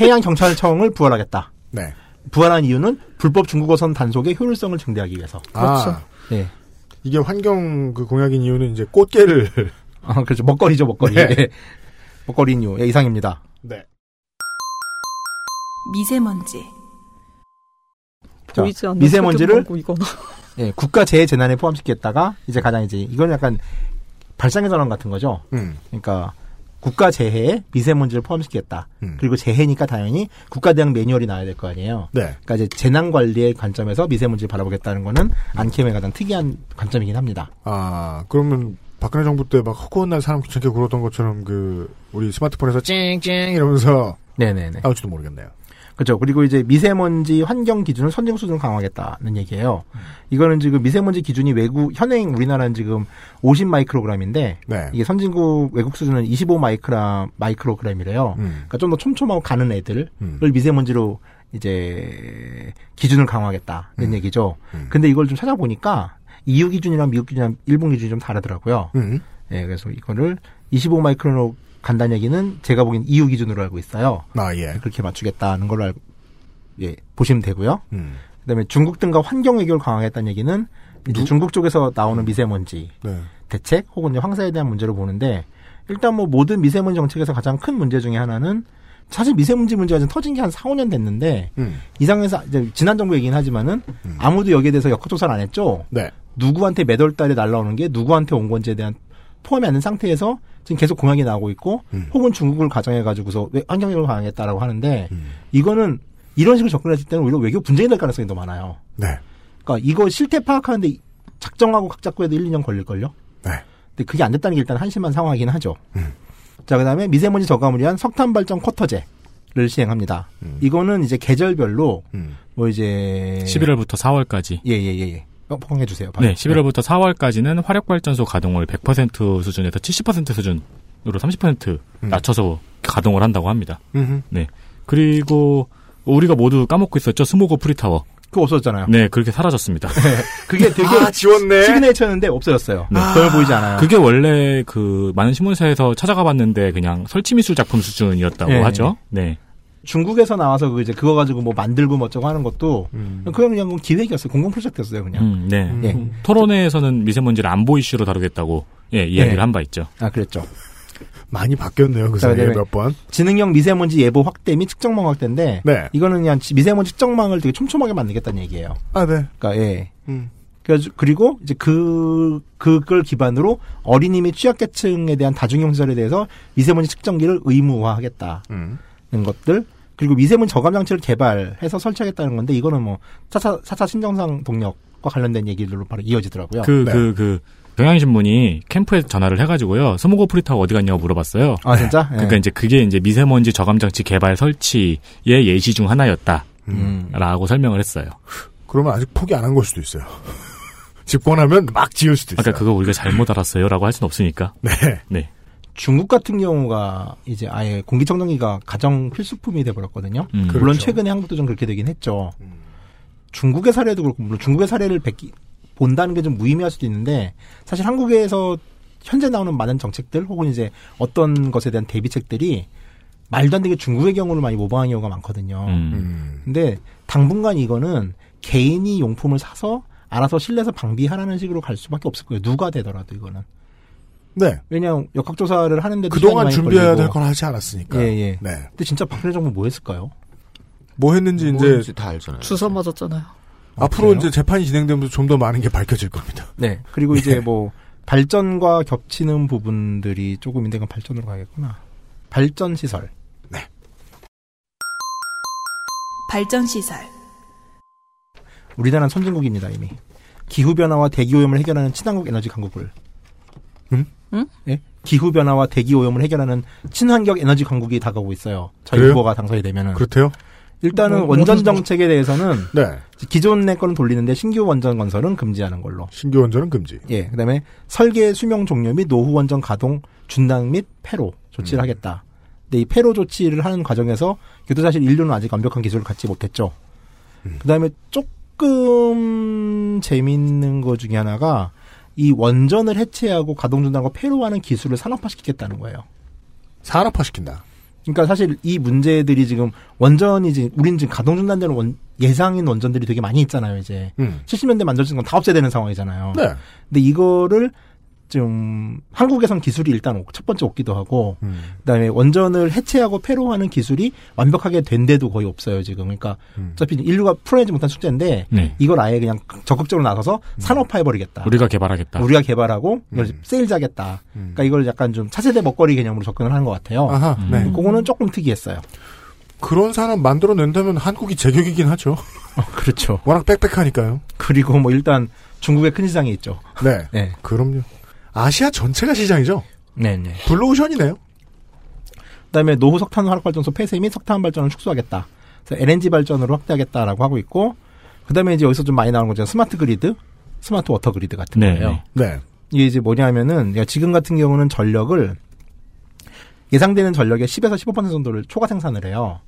S7: 해양 경찰청을 부활하겠다.
S2: 네.
S7: 부활한 이유는 불법 중국어선 단속의 효율성을 증대하기 위해서.
S2: 아.
S7: 네.
S2: 이게 환경 그 공약인 이유는 이제 꽃게를
S7: 아, 그렇죠. 먹거리죠, 먹거리. 예.
S2: 네.
S7: 먹거리 뉴 예, 이상입니다.
S3: 미세먼지,
S7: 자,
S8: 보이지 않는
S7: 미세먼지를
S8: 세균 광고 이거나.
S7: 예, 국가 재해 재난에 포함시켰다가 이제 가장 이제 이건 약간 발상의 전환 같은 거죠.
S2: 음.
S7: 그러니까 국가 재해에 미세먼지를 포함시켰다.
S2: 음.
S7: 그리고 재해니까 당연히 국가 대응 매뉴얼이 나와야 될 거 아니에요.
S2: 네.
S7: 그러니까 이제 재난 관리의 관점에서 미세먼지를 바라보겠다는 거는 안캠의 가장 특이한 관점이긴 합니다.
S2: 아, 그러면 박근혜 정부 때 막 허구한 날 사람 귀찮게 굴었던 것처럼 그 우리 스마트폰에서 찡찡 이러면서
S7: 네네네.
S2: 나올지도 모르겠네요.
S7: 그렇죠. 그리고 이제 미세먼지 환경 기준을 선정 수준 강화하겠다는 얘기예요.
S2: 음.
S7: 이거는 지금 미세먼지 기준이 외국 현행 우리나라는 지금 50 마이크로그램인데
S2: 네.
S7: 이게 선진국 외국 수준은 25 마이크라 마이크로그램이래요.
S2: 음.
S7: 그러니까 좀 더 촘촘하고 가는 애들을 미세먼지로 이제 기준을 강화하겠다는
S2: 음.
S7: 얘기죠. 근데 이걸 좀 찾아보니까 EU 기준이랑 미국 기준이랑 일본 기준이 좀 다르더라고요.
S2: 음.
S7: 예, 그래서 이거를 25 마이크로로 간다는 얘기는 제가 보기엔 EU 기준으로 알고 있어요.
S2: 아, 예.
S7: 그렇게 맞추겠다는 걸로 알고, 예, 보시면 되고요.
S2: 음.
S7: 그다음에 중국 등과 환경 외교를 강화하겠다는 얘기는 이제 중국 쪽에서 나오는 미세먼지
S2: 네.
S7: 대책 혹은 이제 황사에 대한 문제를 보는데 일단 뭐 모든 미세먼지 정책에서 가장 큰 문제 중에 하나는 사실 미세먼지 문제가 지금 터진 게 한 4, 5년 됐는데
S2: 음.
S7: 이상해서 이제 지난 정부 얘기긴 하지만은 아무도 여기에 대해서 역학조사를 안 했죠.
S2: 네.
S7: 누구한테 매달 달에 날라오는 게 누구한테 온 건지에 대한 포함이 안 된 상태에서 지금 계속 공약이 나오고 있고
S2: 음.
S7: 혹은 중국을 가정해 가지고서 왜 환경적으로 강했다라고 하는데
S2: 음.
S7: 이거는 이런 식으로 접근했을 때는 오히려 외교 분쟁이 될 가능성이 더 많아요.
S2: 네.
S7: 그러니까 이거 실태 파악하는데 작정하고 각 잡고 해도 1, 2년 걸릴걸요?
S2: 네.
S7: 근데 그게 안 됐다는 게 일단 한심한 상황이긴 하죠. 자, 그 다음에 미세먼지 저감을 위한 석탄 발전 쿼터제를 시행합니다.
S2: 음.
S7: 이거는 이제 계절별로 뭐 이제
S12: 11월부터 4월까지.
S7: 예, 예, 예. 예. 뻥뻥해 주세요.
S12: 네, 11월부터 4월까지는 화력발전소 가동을 100% 수준에서 70% 수준으로 30%
S7: 음.
S12: 낮춰서 가동을 한다고 합니다.
S7: 음흠.
S12: 네. 그리고 우리가 모두 까먹고 있었죠. 스모그 프리타워.
S7: 그거 없어졌잖아요.
S12: 네, 그렇게 사라졌습니다.
S7: 그게 되게
S2: 아, 지웠네.
S7: 시그네이처였는데 없어졌어요. 별 보이지 않아요.
S12: 그게 원래 그 많은 신문사에서 찾아가 봤는데 그냥 설치미술 작품 수준이었다고
S7: 예.
S12: 하죠. 네.
S7: 중국에서 나와서 그 이제 그거 가지고 뭐 만들고 뭐 어쩌고 하는 것도
S2: 음.
S7: 그냥 그냥 기획이었어요. 공공 프로젝트였어요, 그냥.
S12: 음, 네.
S7: 예.
S12: 토론회에서는 미세먼지를 안보 이슈로 다루겠다고 예, 이야기를
S7: 네.
S12: 한 바 있죠.
S7: 아, 그랬죠.
S2: 많이 바뀌었네요, 그
S7: 그다음에
S2: 사이에 몇 번.
S7: 지능형 미세먼지 예보 확대 및 측정망 확대인데
S2: 네.
S7: 이거는 그냥 지- 미세먼지 측정망을 되게 촘촘하게 만들겠다는 얘기예요.
S2: 아, 네.
S7: 그러니까 예. 그래가지고- 그리고 이제 그 그걸 기반으로 어린이 및 취약계층에 대한 다중이용 시설에 대해서 미세먼지 측정기를 의무화하겠다는 것들 그리고 미세먼지 저감 장치를 개발해서 설치하겠다는 건데 이거는 뭐 차차 차차 신정상 동력과 관련된 얘기들로 바로 이어지더라고요. 네.
S12: 그,
S4: 네.
S12: 그, 그, 경향신문이 캠프에 전화를 해가지고요. 스모그 프리타워 어디 갔냐고 물어봤어요.
S7: 아, 진짜?
S12: 그러니까
S7: 예.
S12: 이제 그게 이제 미세먼지 저감장치 개발 설치의 예시 중 하나였다.
S2: 음.
S12: 라고 설명을 했어요.
S2: 그러면 아직 포기 안 한 걸 수도 있어요. 집권하면 막 지을 수도 있어요.
S12: 그러니까 그거 우리가 잘못 알았어요. 라고 할 수는 없으니까.
S2: 네.
S12: 네.
S7: 중국 같은 경우가 이제 아예 공기청정기가 가정 필수품이 돼버렸거든요.
S12: 음.
S7: 물론
S12: 그렇죠.
S7: 최근에 한국도 좀 그렇게 되긴 했죠. 중국의 사례도 그렇고 물론 중국의 사례를 뵙기- 본다는 게 좀 무의미할 수도 있는데 사실 한국에서 현재 나오는 많은 정책들 혹은 이제 어떤 것에 대한 대비책들이 말도 안 되게 중국의 경우를 많이 모방한 경우가 많거든요.
S2: 음.
S7: 음. 근데 당분간 이거는 개인이 용품을 사서 알아서 실내에서 방비하라는 식으로 갈 수밖에 없을 거예요. 누가 되더라도 이거는.
S2: 네.
S7: 왜냐하면 역학조사를 하는데도
S2: 그동안
S7: 시간이 많이
S2: 준비해야
S7: 걸리고.
S2: 될 건 하지 않았으니까.
S7: 예, 예.
S2: 네.
S7: 근데 진짜 박근혜 정부 뭐 했을까요?
S2: 뭐 했는지 이제
S7: 했는지
S2: 다 알잖아요.
S8: 주사 맞았잖아요.
S2: 앞으로
S7: 그래요?
S2: 이제 재판이 진행되면서 좀 더 많은 게 밝혀질 겁니다.
S7: 네. 그리고 이제 뭐 발전과 겹치는 부분들이 조금인데 그건 발전으로 가겠구나. 발전 시설.
S3: 발전시설,
S7: 우리나라는 선진국입니다 이미. 기후 변화와 대기 오염을 해결하는 친환국 에너지 강국을.
S2: 음?
S8: 응?
S7: 예? 기후 변화와 대기 오염을 해결하는 친환경 에너지 강국이 다가오고 있어요. 저희
S2: 그래요?
S7: 후보가 당선이 되면은.
S2: 그렇대요?
S7: 일단은
S2: 뭐,
S7: 원전
S2: 뭐든지.
S7: 정책에 대해서는
S2: 네.
S7: 기존 내 거는 돌리는데 신규 원전 건설은 금지하는 걸로.
S2: 신규 원전은 금지.
S7: 예. 그다음에 설계 수명 종료 및 노후 원전 가동 준당 및 폐로
S2: 음.
S7: 조치를 하겠다. 근데 이 폐로 조치를 하는 과정에서 이것도 사실 인류는 아직 완벽한 기술을 갖지 못했죠. 그다음에 조금 재밌는 거 중에 하나가 이 원전을 해체하고 가동 준당과 폐로 하는 기술을 산업화시키겠다는 거예요.
S2: 산업화시킨다.
S7: 그러니까 사실 이 문제들이 지금 원전이 지금 우리는 지금 가동 중단되는 원- 예상인 원전들이 되게 많이 있잖아요. 이제
S2: 음.
S7: 70년대 만들어진 건 다 없애야 되는 상황이잖아요.
S2: 네.
S7: 근데 이거를 좀 한국에선 기술이 일단 오- 첫 번째 없기도 하고 그다음에 원전을 해체하고 폐로하는 기술이 완벽하게 된 데도 거의 없어요 지금 그러니까
S2: 음.
S7: 어차피 인류가 풀어내지 못한 숙제인데
S12: 네.
S7: 이걸 아예 그냥 적극적으로 나서서
S2: 음.
S7: 산업화해 버리겠다
S12: 우리가 개발하겠다.
S7: 우리가 개발하고 이걸 세일즈하겠다. 그러니까 이걸 약간 좀 차세대 먹거리 개념으로 접근을 하는 것 같아요.
S2: 음. 아하, 네.
S7: 음, 그거는 조금 특이했어요.
S2: 그런 사람 만들어낸다면 한국이 제격이긴 하죠.
S7: 그렇죠.
S2: 워낙 빽빽하니까요.
S7: 그리고 뭐 일단 중국의 큰 시장이 있죠.
S2: 네. 그럼요. 아시아 전체가 시장이죠.
S7: 네네.
S2: 블루오션이네요.
S7: 그다음에 노후 석탄 화력 발전소 폐쇄 및 석탄 발전을 축소하겠다. 그래서 LNG 발전으로 확대하겠다라고 하고 있고 그다음에 이제 여기서 좀 많이 나오는 거죠. 스마트 그리드, 스마트 워터 그리드 같은
S12: 네,
S7: 거예요.
S2: 네.
S7: 이게 이제 뭐냐면은 그러니까 지금 같은 경우는 전력을 예상되는 전력의 10에서 15% 정도를 초과 생산을 해요.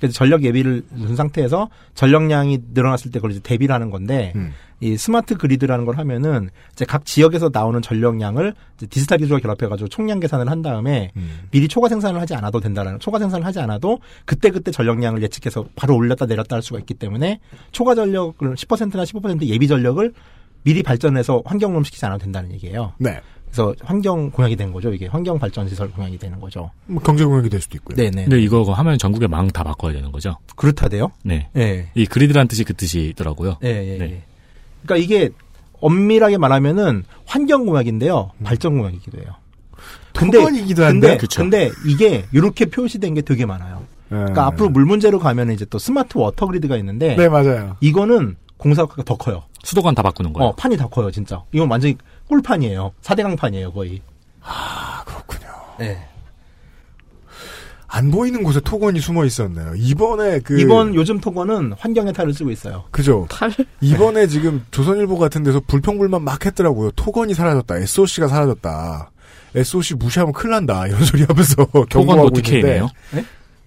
S7: 그래서 전력 예비를 둔 상태에서 전력량이 늘어났을 때 그걸 이제 대비를 하는 건데 이 스마트 그리드라는 걸 하면은 이제 각 지역에서 나오는 전력량을 이제 디지털 기술과 결합해가지고 총량 계산을 한 다음에 미리 초과 생산을 하지 않아도 된다라는 초과 생산을 하지 않아도 그때 그때 전력량을 예측해서 바로 올렸다 내렸다 할 수가 있기 때문에 초과 전력을 10%나 15% 예비 전력을 미리 발전해서 환경 오염시키지 않아도 된다는 얘기예요.
S2: 네.
S7: 그래서 환경 공약이 된 거죠. 이게 환경 발전 시설 공약이 되는 거죠.
S2: 뭐 경제 공약이 될 수도 있고요.
S7: 네네.
S12: 근데 이거 하면 전국의 망 다 바꿔야 되는 거죠.
S7: 그렇다대요?
S12: 네.
S7: 예.
S12: 이 그리드란 뜻이 그 뜻이더라고요.
S7: 예, 예,
S2: 네.
S7: 예. 그러니까 이게 엄밀하게 말하면은 환경 공약인데요. 발전 공약이기도 해요. 근데
S2: 토건이기도 한데?
S7: 근데,
S2: 그쵸.
S7: 근데 이게 이렇게 표시된 게 되게 많아요. 그러니까 앞으로 물 문제로 가면 이제 또 스마트 워터 그리드가 있는데
S2: 네, 맞아요.
S7: 이거는 공사가 더 커요.
S12: 수도관 다 바꾸는 거예요.
S7: 어, 판이 더 커요, 진짜. 이건 완전히
S12: 아,
S7: 꿀판이에요. 4대강 판이에요, 거의.
S2: 아, 그렇군요.
S7: 네.
S2: 안 보이는 곳에 토건이 숨어 있었네요. 이번에 그
S7: 이번 요즘 토건은 환경에 탈을 쓰고 있어요.
S2: 그죠? 이번에 지금 조선일보 같은 데서 불평불만 막 했더라고요. 토건이 사라졌다. SOC가 사라졌다. SOC 무시하면 큰일 난다. 이런 소리 하면서 경고하고
S12: 어떻게
S2: 있는데.
S12: 해내요?
S7: 네?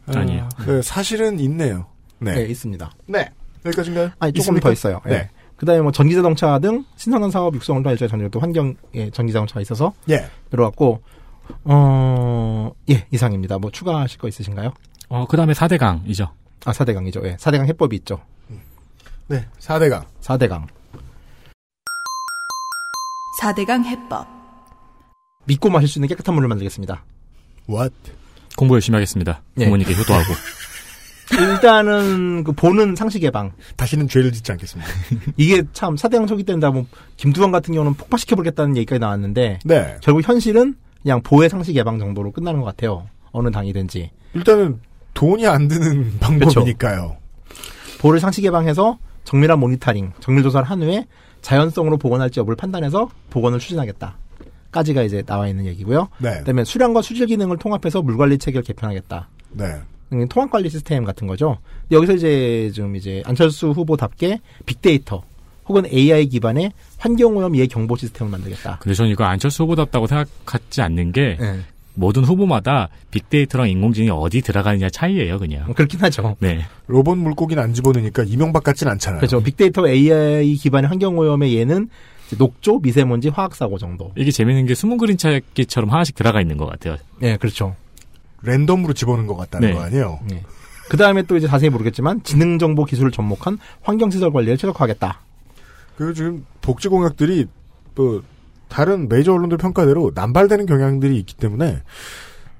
S2: 아,
S12: 아니에요.
S2: 네, 사실은 있네요. 네.
S7: 네, 있습니다.
S2: 네. 여기까지인가요?
S7: 아니 조금
S2: 있습니까?
S7: 더 있어요. 예.
S2: 네.
S7: 그다음에 뭐 전기자동차 등 신선한 사업 육성을 통한 일자리 전열 또 환경 예, 전기자동차가 있어서
S2: 예.
S7: 들어왔고 어, 어예 이상입니다. 뭐 추가하실 거 있으신가요?
S12: 어, 그 다음에 4대강이죠.
S7: 아 4대강이죠. 예. 4대강 해법이 있죠.
S2: 네. 4대강.
S7: 4대강.
S3: 4대강 해법.
S7: 믿고 마실 수 있는 깨끗한 물을 만들겠습니다.
S2: What?
S12: 공부 열심히 하겠습니다.
S7: 예.
S12: 부모님께 효도하고.
S7: 일단은 그 보는 상시 개방.
S2: 다시는 죄를 짓지 않겠습니다.
S7: 이게 참 사대강 초기 때는 다뭐 김두관 같은 경우는 폭파시켜 보겠다는 얘기까지 나왔는데
S2: 네.
S7: 결국 현실은 그냥 보혜 상시 개방 정도로 끝나는 것 같아요. 어느 당이든지. 그렇죠.
S2: 일단은 돈이 안 드는 방법이니까요.
S7: 보를 상시 개방해서 정밀한 모니터링, 정밀 조사를 한 후에 자연성으로 복원할지 여부를 판단해서 복원을 추진하겠다. 까지가 이제 나와 있는 얘기고요.
S2: 네.
S7: 그다음에 수량과 수질 기능을 통합해서 물 관리 체계를 개편하겠다.
S2: 네.
S7: 음, 통합 관리 시스템 같은 거죠. 근데 여기서 이제 좀 이제 안철수 후보답게 빅데이터 혹은 AI 기반의 환경 오염 예해 경보 시스템을 만들겠다.
S12: 근데 저는 이거 안철수 후보답다고 생각하지 않는 게
S7: 예.
S12: 모든 후보마다 빅데이터랑 인공지능이 어디 들어가느냐 차이예요, 그냥.
S7: 그렇긴 하죠.
S12: 네.
S2: 로봇 물고기는 안 집어넣으니까 이명박 같진 않잖아요.
S7: 그렇죠. 빅데이터 AI 기반의 환경 오염의 예는 이제 녹조, 미세먼지, 화학 사고 정도.
S12: 이게 재밌는 게 숨은 그림 찾기처럼 하나씩 들어가 있는 것 같아요.
S7: 네, 그렇죠.
S2: 랜덤으로 집어넣은 것 같다는
S12: 네.
S2: 거 아니에요?
S7: 그 다음에 또 이제 자세히 모르겠지만 지능 정보 기술을 접목한 환경 시설 관리를 최적화하겠다.
S2: 그 지금 복지 공약들이 뭐 다른 메이저 언론들 평가대로 남발되는 경향들이 있기 때문에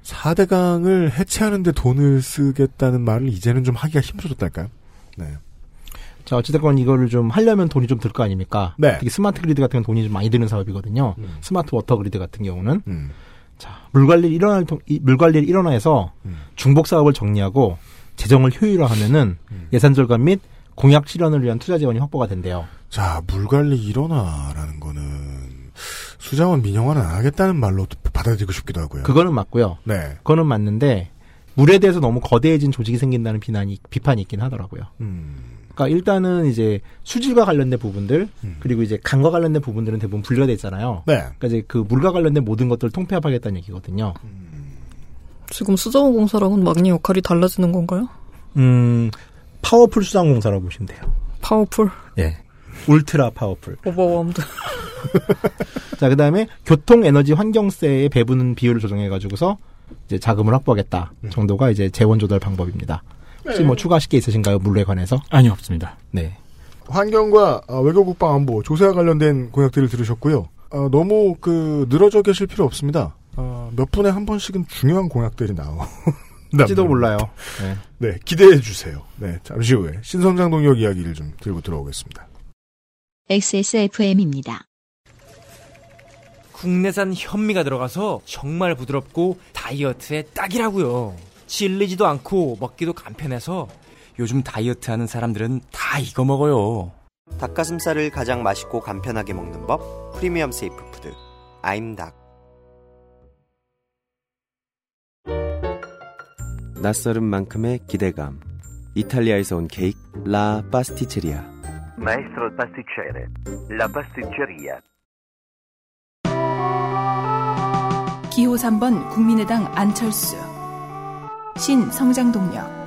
S2: 4대강을 해체하는데 돈을 쓰겠다는 말을 이제는 좀 하기가 힘들어졌달까요? 네.
S7: 자, 어찌됐건 이거를 좀 하려면 돈이 좀 들 거 아닙니까?
S2: 네.
S7: 특히 스마트 그리드 같은 건 돈이 좀 많이 드는 사업이거든요.
S2: 음.
S7: 스마트 워터 그리드 같은 경우는.
S2: 음.
S7: 자, 물 관리를 일원화를 통, 이- 물 관리를 일원화해서
S2: 음.
S7: 중복 사업을 정리하고 재정을 효율화하면은
S2: 음.
S7: 예산 절감 및 공약 실현을 위한 투자 재원이 확보가 된대요.
S2: 자, 물관리 일어나라는 거는 수자원 민영화는 안 하겠다는 말로 받아들이고 싶기도 하고요.
S7: 그거는 맞고요.
S2: 네.
S7: 그거는 맞는데 물에 대해서 너무 거대해진 조직이 생긴다는 비난이 비판이 있긴 하더라고요.
S9: 음.
S7: 그러니까 일단은 이제 수질과 관련된 부분들
S12: 음.
S7: 그리고 이제 강과 관련된 부분들은 대부분 분리가 돼 있잖아요.
S2: 네.
S7: 그러니까 이제 그 물과 관련된 모든 것들을 통폐합하겠다는 얘기거든요.
S12: 음.
S8: 지금 수자원 공사랑은 막내 역할이 달라지는 건가요?
S7: 음, 파워풀 수상공사라고 보시면 돼요.
S8: 파워풀
S7: 예. 울트라 파워풀.
S8: 오버웜드.
S7: 자, 그 다음에 교통 에너지 환경세의 배분 비율을 조정해가지고서 이제 자금을 확보하겠다
S12: 음.
S7: 정도가 이제 재원 조달 방법입니다. 혹시 뭐 추가하실 게 있으신가요? 물에 관해서?
S12: 아니요, 없습니다.
S7: 네.
S2: 환경과 어, 외교국방안보 조세와 관련된 공약들을 들으셨고요. 어, 너무 그 늘어져 계실 필요 없습니다. 어, 몇 분에 한 번씩은 중요한 공약들이 나오.
S7: 할지도 몰라요. 네.
S2: 네, 기대해 주세요. 네, 잠시 후에 신선장동역 이야기를 좀 들고 들어오겠습니다.
S1: XSFM입니다.
S16: 국내산 현미가 들어가서 정말 부드럽고 다이어트에 딱이라고요. 질리지도 않고 먹기도 간편해서
S17: 요즘 다이어트 하는 사람들은 다 이거 먹어요.
S15: 닭가슴살을 가장 맛있고 간편하게 먹는 법 프리미엄 세이프 푸드 아임닭
S14: 낯설은 만큼의 기대감. 이탈리아에서 온 케이크 라 파스티체리아.
S13: Maestro il pasticcere. La pasticceria.
S3: 기호 3번 국민의당 안철수. 신 성장동력.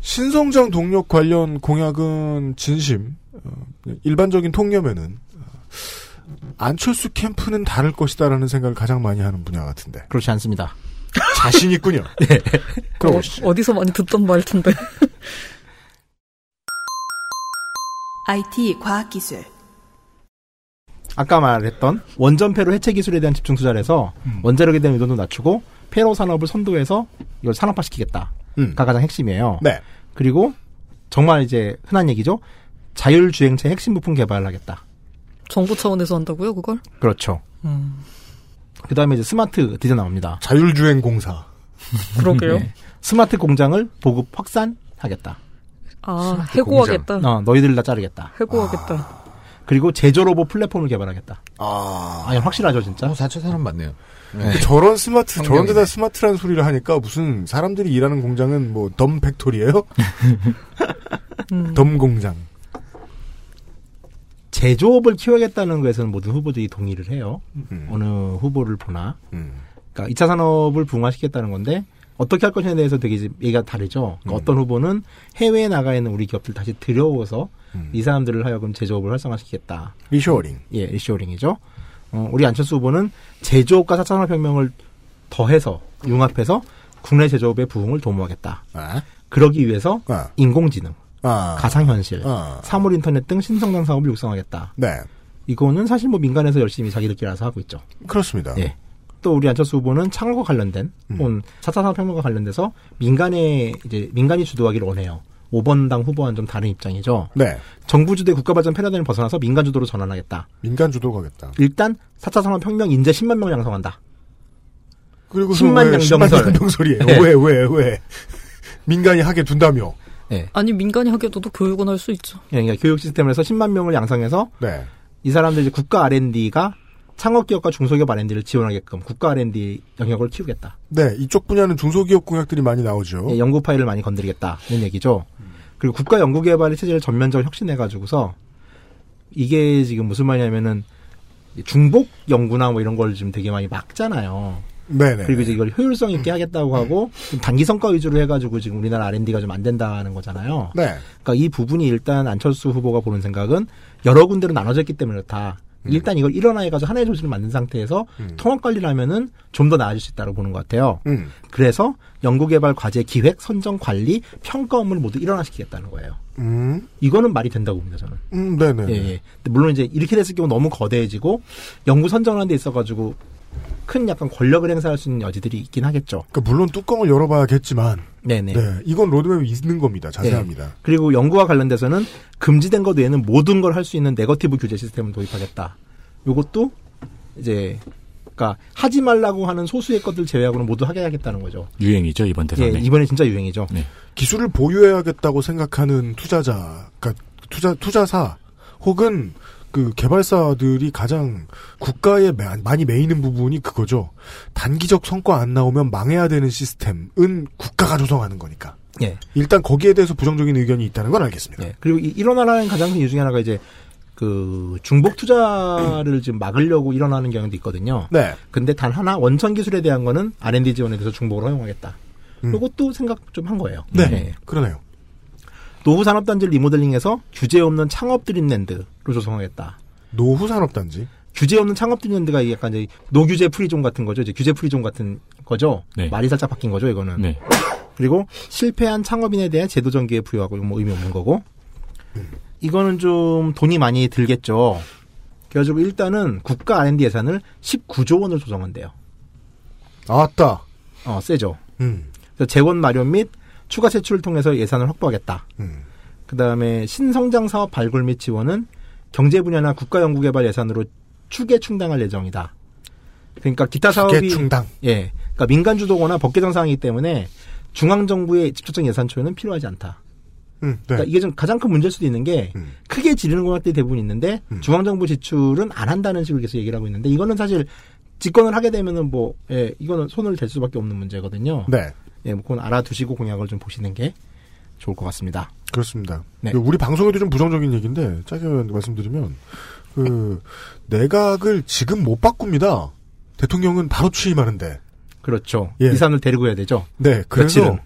S2: 신성장 동력 관련 공약은 진심. 어, 일반적인 통념에는 어, 안철수 캠프는 다를 것이다라는 생각을 가장 많이 하는 분야 같은데.
S7: 그렇지 않습니다. 네.
S2: 자신 있군요. 그럼
S8: 어, 디서 많이 듣던 말투인데.
S3: IT 과학기술.
S7: 아까 말했던 원전 폐로 해체 기술에 대한 집중 투자를 해서
S2: 음.
S7: 원자력에 대한 의존도 낮추고 폐로 산업을 선도해서 이걸 산업화시키겠다가 가장 핵심이에요.
S2: 음. 네.
S7: 그리고 정말 이제 흔한 얘기죠. 자율주행차 핵심 부품 개발을 하겠다.
S8: 정부 차원에서 한다고요, 그걸?
S7: 그렇죠.
S8: 음.
S7: 그 다음에 이제 스마트 드디어 나옵니다. 네.
S2: 자율주행 공사.
S8: 그러게요.
S7: 스마트 공장을 보급 확산하겠다.
S8: 아, 해고하겠다.
S2: 그 어.
S7: 어, 너희들 다 자르겠다.
S8: 해고하겠다.
S7: 그리고 제조 로봇 플랫폼을 개발하겠다.
S2: 아,
S7: 아니, 확실하죠 진짜.
S9: 4차 산업 어, 맞네요.
S2: 근데 음. 저런 스마트 저런 데다 스마트라는 소리를 하니까 무슨 사람들이 일하는 공장은 뭐 덤 팩토리예요?
S8: 음.
S2: 덤 공장.
S7: 제조업을 키워야겠다는 거에서는 모든 후보들이 동의를 해요.
S2: 음.
S7: 어느 후보를 보나.
S2: 음.
S7: 그러니까 2차 산업을 부흥화시키겠다는 건데 어떻게 할 것이냐에 대해서 되게 이제 얘기가 다르죠.
S2: 음.
S7: 그러니까 어떤 후보는 해외에 나가 있는 우리 기업들 다시 들여오고서 이 사람들을 하여금 제조업을 활성화시키겠다.
S2: 음. 리쇼어링.
S7: 예, 리쇼어링이죠. 어, 우리 안철수 후보는 제조업과 4차 산업혁명을 더해서 융합해서 국내 제조업의 부흥을 도모하겠다.
S2: 네.
S7: 그러기 위해서 인공지능,
S2: 아.
S7: 가상현실, 사물 인터넷 등 신성장 사업을 육성하겠다.
S2: 네.
S7: 이거는 사실 뭐 민간에서 열심히 자기들끼리 알아서 하고 있죠.
S2: 그렇습니다. 음.
S7: 예. 또 우리 안철수 후보는 창업과 관련된 혹은 4차 산업혁명과 관련돼서 민간에 이제 민간이 주도하기를 원해요. 5번 당 후보와는 좀 다른 입장이죠.
S2: 네.
S7: 정부 주도의 국가 발전 패러다임을 벗어나서 민간 주도로 전환하겠다.
S2: 민간 주도 가겠다.
S7: 일단 4차 산업혁명 인재 10만 명 양성한다.
S2: 그리고
S7: 10만 양병설.
S2: 양병설이에요.
S7: 네.
S2: 왜, 왜, 왜. 민간이 하게 둔다며.
S8: 아니 민간이 하기에도 교육은 할 수 있죠.
S7: 예, 그러니까 교육 시스템에서 10만 명을 양성해서
S2: 네.
S7: 이 사람들 이제 국가 R&D가 창업기업과 중소기업 R&D를 지원하게끔 국가 R&D 영역을 키우겠다.
S2: 네, 이쪽 분야는 중소기업 공약들이 많이 나오죠.
S7: 예, 연구 파일을 많이 건드리겠다는 얘기죠. 그리고 국가 연구개발 체제를 전면적으로 혁신해가지고서 이게 지금 무슨 말이냐면은 중복 연구나 뭐 이런 걸 지금 되게 많이 막잖아요.
S2: 네네.
S7: 그리고 이제 이걸 효율성 있게 하겠다고 하고 좀 단기 성과 위주로 해가지고 지금 우리나라 R&D가 좀 안 된다는 거잖아요.
S2: 네.
S7: 그러니까 이 부분이 일단 안철수 후보가 보는 생각은 여러 군데로 나눠졌기 때문에 그렇다.
S2: 음.
S7: 일단 이걸 일원화해가지고 하나의 조직을 만든 상태에서 통합 관리를 하면은 좀 더 나아질 수 있다고 보는 것 같아요.
S2: 음.
S7: 그래서 연구개발 과제 기획 선정 관리 평가 업무를 모두 일원화시키겠다는 거예요.
S2: 음.
S7: 이거는 말이 된다고 봅니다 저는.
S2: 음, 네네.
S7: 예, 예. 근데 물론 이제 이렇게 됐을 경우 너무 거대해지고 연구 선정하는 데 있어가지고 큰 약간 권력을 행사할 수 있는 여지들이 있긴 하겠죠.
S2: 그러니까 물론 뚜껑을 열어봐야겠지만.
S7: 네네.
S2: 네, 이건 로드맵이 있는 겁니다. 자세합니다.
S7: 네. 그리고 연구와 관련돼서는 금지된 것 외에는 모든 걸 할 수 있는 네거티브 규제 시스템을 도입하겠다. 요것도 이제 그러니까 하지 말라고 하는 소수의 것들 제외하고는 모두 하게 하겠다는 거죠.
S12: 유행이죠 이번 대선에.
S7: 예, 이번에 진짜 유행이죠.
S2: 네. 기술을 보유해야겠다고 생각하는 투자자, 그러니까 투자 투자사 혹은 그 개발사들이 가장 국가에 마- 많이 매이는 부분이 그거죠. 단기적 성과 안 나오면 망해야 되는 시스템은 국가가 조성하는 거니까.
S7: 예.
S2: 일단 거기에 대해서 부정적인 의견이 있다는 건 알겠습니다.
S7: 네. 그리고 이- 일어나는 가장 큰 이유 중에 하나가 이제 그 중복 투자를 지금 막으려고 일어나는 경우도 있거든요.
S2: 네.
S7: 근데 단 하나 원천 기술에 대한 거는 R&D 지원에 대해서 중복을 허용하겠다. 이것도 음. 생각 좀 한 거예요.
S2: 네. 그러네요.
S7: 노후 산업 단지 를 리모델링해서 규제 없는 창업 드림랜드로 조성하겠다.
S2: 노후 산업 단지?
S7: 규제 없는 창업 드림랜드가 이게 약간 이제 노규제 프리존 같은 거죠. 이제 규제 프리존 같은 거죠.
S12: 네.
S7: 말이 살짝 바뀐 거죠, 이거는.
S12: 네.
S7: 그리고 실패한 창업인에 대한 제도 전기에 부여하고 이건 뭐 의미 없는 거고. 이거는 좀 돈이 많이 들겠죠. 그래가지고 일단은 국가 R&D 예산을 19조 원을 조정한대요.
S2: 아따.
S7: 어, 세죠.
S2: 음.
S7: 그래서 재원 마련 및 추가 세출을 통해서 예산을 확보하겠다.
S2: 음.
S7: 그 다음에 신성장 사업 발굴 및 지원은 경제 분야나 국가 연구개발 예산으로 추계 충당할 예정이다. 그러니까 기타 사업이
S2: 추계 충당.
S7: 예, 그러니까 민간 주도거나 법개정 사항이기 때문에 중앙 정부의 직접적 예산 초에는 필요하지 않다.
S2: 음, 네. 음.
S7: 그러니까 이게 좀 가장 큰 문제일 수도 있는 게 크게 지르는 공약들이 대부분 있는데 중앙 정부 지출은 안 한다는 식으로 계속 얘기를 하고 있는데 이거는 사실 집권을 하게 되면은 뭐 예, 이거는 손을 댈 수밖에 없는 문제거든요.
S2: 네.
S7: 예, 뭐 그건 알아두시고 공약을 좀 보시는 게 좋을 것 같습니다.
S2: 그렇습니다.
S7: 네.
S2: 우리 방송에도 좀 부정적인 얘기인데 짧게 말씀드리면 그 내각을 지금 못 바꿉니다. 대통령은 바로 취임하는데.
S7: 그렇죠.
S2: 예.
S7: 이 사람을 데리고 해야 되죠.
S2: 네, 그래서
S7: 며칠은.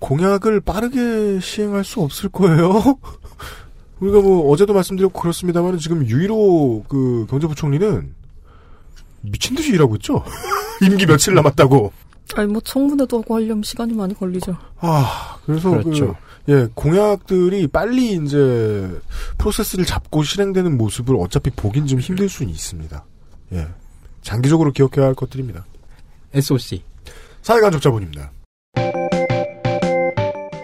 S2: 공약을 빠르게 시행할 수 없을 거예요. 우리가 뭐 어제도 말씀드렸고 그렇습니다만 지금 유일호 그 경제부총리는 미친 듯이 일하고 있죠. 임기 며칠 남았다고.
S8: 아니 뭐 청문회도 하고 하려면 시간이 많이 걸리죠.
S2: 아, 그래서 그
S8: 그렇죠.
S2: 예, 공약들이 빨리 이제 프로세스를 잡고 실행되는 모습을 어차피 보긴 좀 힘들 수는 있습니다. 예. 장기적으로 기억해야 할 것들입니다.
S7: SOC.
S2: 사회간접자본입니다.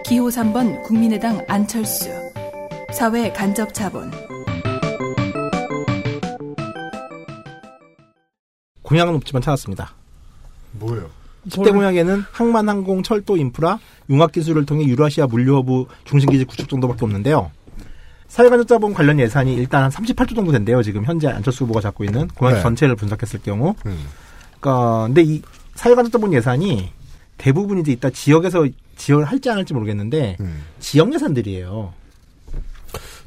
S3: 기호 3번 국민의당 안철수 사회 간접 자본
S7: 공약은 없지만 찾았습니다.
S2: 뭐예요?
S7: 10대 공약에는 항만, 항공, 철도, 인프라, 융합 기술을 통해 유라시아 물류허브 중심기지 구축 정도밖에 없는데요. 사회간접자본 관련 예산이 일단 한 38조 정도 된대요. 지금 현재 안철수 후보가 잡고 있는 공약
S2: 네.
S7: 전체를 분석했을 경우.
S2: 음,
S7: 그러니까 근데 이 사회간접자본 예산이 대부분 이제 이따 지역에서 지원을 할지 안 할지 모르겠는데 지역 예산들이에요.
S2: 음.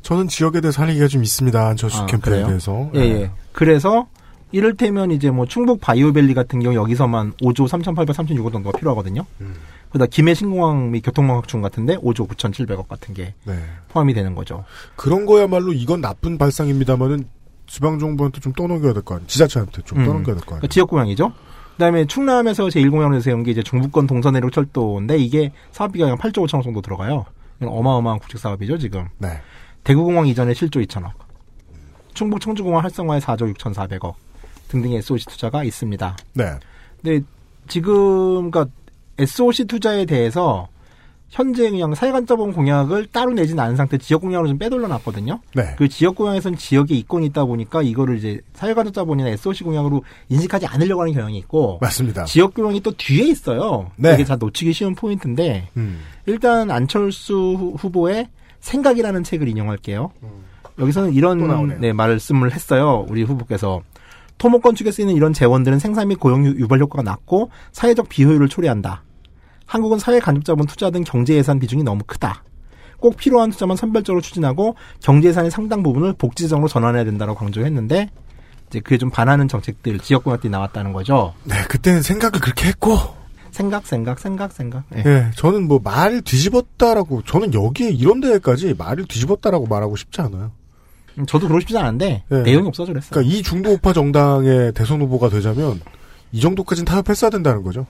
S2: 저는 지역에 대해서 할 얘기가 좀 있습니다. 안철수
S7: 아,
S2: 캠프에
S7: 그래요?
S2: 대해서. 네.
S7: 예, 예. 그래서 이를테면 이제 뭐 충북 바이오밸리 같은 경우 여기서만 5조 3,800, 3,600억 정도가 필요하거든요. 그다 김해 신공항 및 교통망학충 같은데 5조 9,700억 같은 게
S2: 네.
S7: 포함이 되는 거죠.
S2: 그런 거야말로 이건 나쁜 발상입니다만은 지방정부한테 좀 떠넘겨야 될 거 아니에요. 지자체한테 좀
S7: 음.
S2: 떠넘겨야 될 거 아니에요.
S7: 그러니까 지역 고양이죠. 그다음에 충남에서 제1공항으로 세운 게 이제 중부권 동서 내륙 철도인데 이게 사업비가 그냥 8조 5천억 정도 들어가요. 이건 어마어마한 국책 사업이죠 지금.
S2: 네.
S7: 대구공항 이전에 7조 2천억, 충북 청주공항 활성화에 4조 6,400억 등등의 SOC 투자가 있습니다.
S2: 네.
S7: 근데 지금 그러니까 SOC 투자에 대해서 현재 그냥 사회간자본 공약을 따로 내진 않은 상태 지역 공약으로 좀 빼돌려놨거든요.
S2: 네.
S7: 그 지역 공약에서는 지역에 이권이 있다 보니까 이거를 이제 사회간접자본이나 SOC 공약으로 인식하지 않으려고 하는 경향이 있고
S2: 맞습니다.
S7: 지역 공약이 또 뒤에 있어요.
S2: 네.
S7: 이게 다 놓치기 쉬운 포인트인데
S2: 음.
S7: 일단 안철수 후- 후보의 생각이라는 책을 인용할게요. 여기서는 이런 네, 말씀을 했어요. 우리 후보께서 토목 건축에 쓰이는 이런 재원들은 생산 및 고용 유- 유발 효과가 낮고 사회적 비효율을 초래한다. 한국은 사회 간접자본 투자 등 경제 예산 비중이 너무 크다. 꼭 필요한 투자만 선별적으로 추진하고 경제 예산의 상당 부분을 복지 재정으로 전환해야 된다고 강조했는데 이제 그에 좀 반하는 정책들 지역 공약들이 나왔다는 거죠.
S2: 네, 그때는 생각을 그렇게 했고
S7: 생각 생각 생각 생각. 예.
S2: 예, 저는 뭐 말을 뒤집었다라고 저는 여기에 이런 데까지 말을 뒤집었다라고 말하고 싶지 않아요.
S7: 음, 저도 그러고 싶지 않은데
S2: 예.
S7: 내용이 없어서 그랬어요.
S2: 그러니까 이 중도 우파 정당의 대선 후보가 되자면 이 정도까지는 타협했어야 된다는 거죠.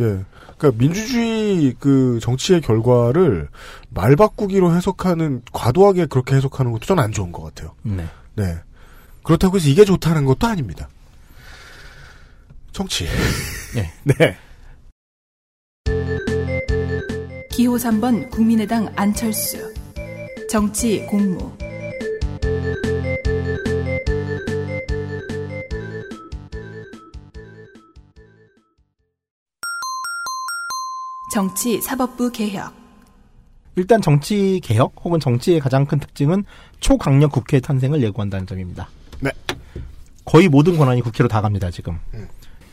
S2: 예. 그러니까 민주주의 그 정치의 결과를 말 바꾸기로 해석하는 과도하게 그렇게 해석하는 것도 저는 안 좋은 것 같아요.
S7: 네.
S2: 네. 그렇다고 해서 이게 좋다는 것도 아닙니다. 정치.
S7: 네.
S2: 네.
S3: 기호 3번 국민의당 안철수 정치 공무 정치 사법부 개혁
S7: 일단 정치 개혁 혹은 정치의 가장 큰 특징은 초강력 국회 탄생을 예고한다는 점입니다.
S2: 네.
S7: 거의 모든 권한이 국회로 다 갑니다 지금.
S9: 음.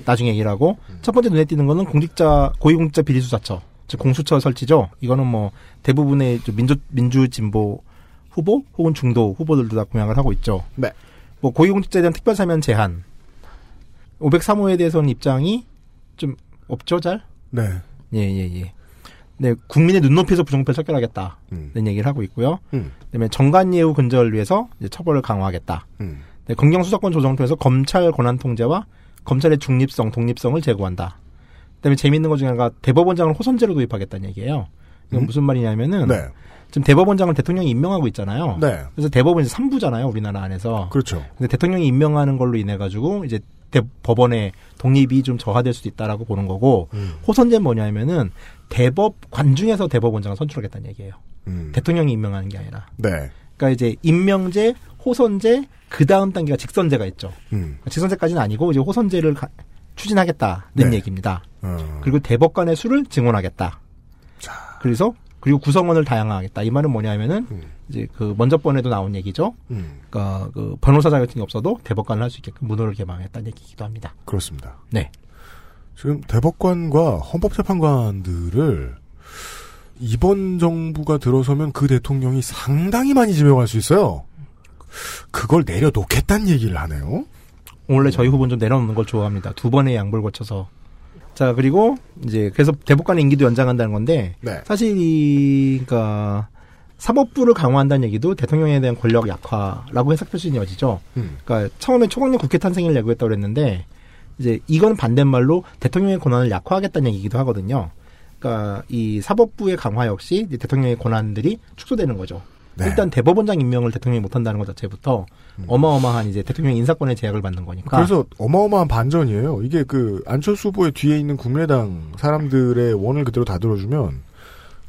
S7: 나중에 얘기를 하고 첫 번째 눈에 띄는 거는 공직자 고위공직자 비리수사처 즉 공수처 설치죠. 이거는 뭐 대부분의 좀 민주 민주 진보 후보 혹은 중도 후보들도 다 공약을 하고 있죠.
S2: 네.
S7: 뭐 고위공직자에 대한 특별 사면 제한 503호에 대해서는 입장이 좀 없죠 잘.
S2: 네.
S7: 예, 예, 예. 네, 국민의 눈높이에서 부정부패를 척결하겠다는 얘기를 하고 있고요.
S2: 음.
S7: 그다음에 정관예우 근절을 위해서 이제 처벌을 강화하겠다.
S2: 음.
S7: 네, 검경수사권 조정을 통해서 검찰 권한 통제와 검찰의 중립성, 독립성을 제고한다. 그다음에 재미있는 것 중에 하나가 대법원장을 호선제로 도입하겠다는 얘기예요. 이건
S2: 음?
S7: 무슨 말이냐면은 지금 대법원장을 대통령이 임명하고 있잖아요.
S2: 네.
S7: 그래서 대법원이 3부잖아요, 우리나라 안에서.
S2: 그렇죠.
S7: 근데 대통령이 임명하는 걸로 인해 가지고 이제 대- 법원의 독립이 좀 저하될 수도 있다라고 보는 거고
S2: 음.
S7: 호선제는 뭐냐면은 대법 관중에서 대법원장을 선출하겠다는 얘기예요.
S2: 음.
S7: 대통령이 임명하는 게 아니라.
S2: 네.
S7: 그러니까 이제 임명제, 호선제, 그 다음 단계가 직선제가 있죠. 그러니까
S2: 음.
S7: 직선제까지는 아니고 이제 호선제를 가- 추진하겠다는
S2: 네.
S7: 얘기입니다.
S2: 어.
S7: 그리고 대법관의 수를 증원하겠다. 그래서 그리고 구성원을 다양화하겠다. 이 말은 뭐냐면은 이제 그 먼저 번에도 나온 얘기죠.
S2: 음.
S7: 그러니까 그 변호사 자격증이 없어도 대법관을 할 수 있게끔 문호를 개방했다는 얘기이기도 합니다.
S2: 그렇습니다.
S7: 네.
S2: 지금 대법관과 헌법재판관들을 이번 정부가 들어서면 그 대통령이 상당히 많이 지명할 수 있어요. 그걸 내려놓겠다는 얘기를 하네요.
S7: 원래 저희 후보는 좀 내려놓는 걸 좋아합니다. 두 번의 양보를 거쳐서. 자, 그리고 이제 그래서 대법관의 임기도 연장한다는 건데
S2: 네.
S7: 사실 이 그러니까 사법부를 강화한다는 얘기도 대통령에 대한 권력 약화라고 해석 표시는 여지죠.
S2: 음.
S7: 그러니까 처음에 초강력 국회 탄생을 예고했다고 그랬는데 이제 이건 반대말로 대통령의 권한을 약화하겠다는 얘기기도 하거든요. 그러니까 이 사법부의 강화 역시 이제 대통령의 권한들이 축소되는 거죠.
S2: 네.
S7: 일단 대법원장 임명을 대통령이 못한다는 것 자체부터 어마어마한 이제 대통령 인사권의 제약을 받는 거니까.
S2: 음. 그래서 어마어마한 반전이에요. 이게 그 안철수 후보의 뒤에 있는 국민의당 사람들의 원을 그대로 다 들어주면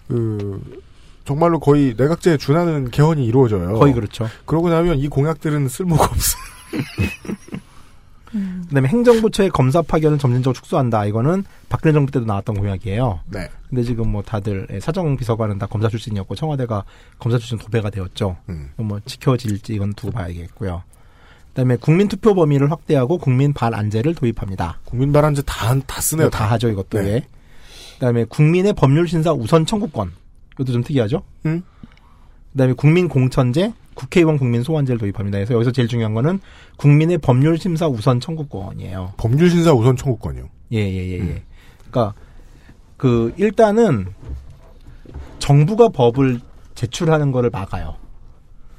S2: 그 정말로 거의 내각제에 준하는 개헌이 이루어져요.
S7: 거의 그렇죠.
S2: 그러고 나면 이 공약들은 쓸모가 없어요.
S7: 그다음에 행정부처의 검사 파견을 점진적으로 축소한다. 이거는 박근혜 정부 때도 나왔던 공약이에요.
S2: 네.
S7: 근데 지금 뭐 다들 예, 사정비서관은 다 검사 출신이었고 청와대가 검사 출신 도배가 되었죠.
S2: 음.
S7: 뭐 지켜질지 이건 두고 봐야겠고요. 그다음에 국민 투표 범위를 확대하고 국민 발안제를 도입합니다.
S2: 국민 발안제 다, 다 쓰네요,
S7: 다,
S2: 다.
S7: 하죠 이것도. 예. 그다음에 국민의 법률 신사 우선 청구권. 이것도 좀 특이하죠.
S2: 음.
S7: 그다음에 국민 공천제, 국회의원 국민 소환제를 도입합니다. 그래서 여기서 제일 중요한 거는 국민의 법률 심사 우선 청구권이에요.
S2: 법률 심사 우선 청구권이요. 음.
S7: 예, 예, 예, 예. 그러니까 그 일단은 정부가 법을 제출하는 거를 막아요.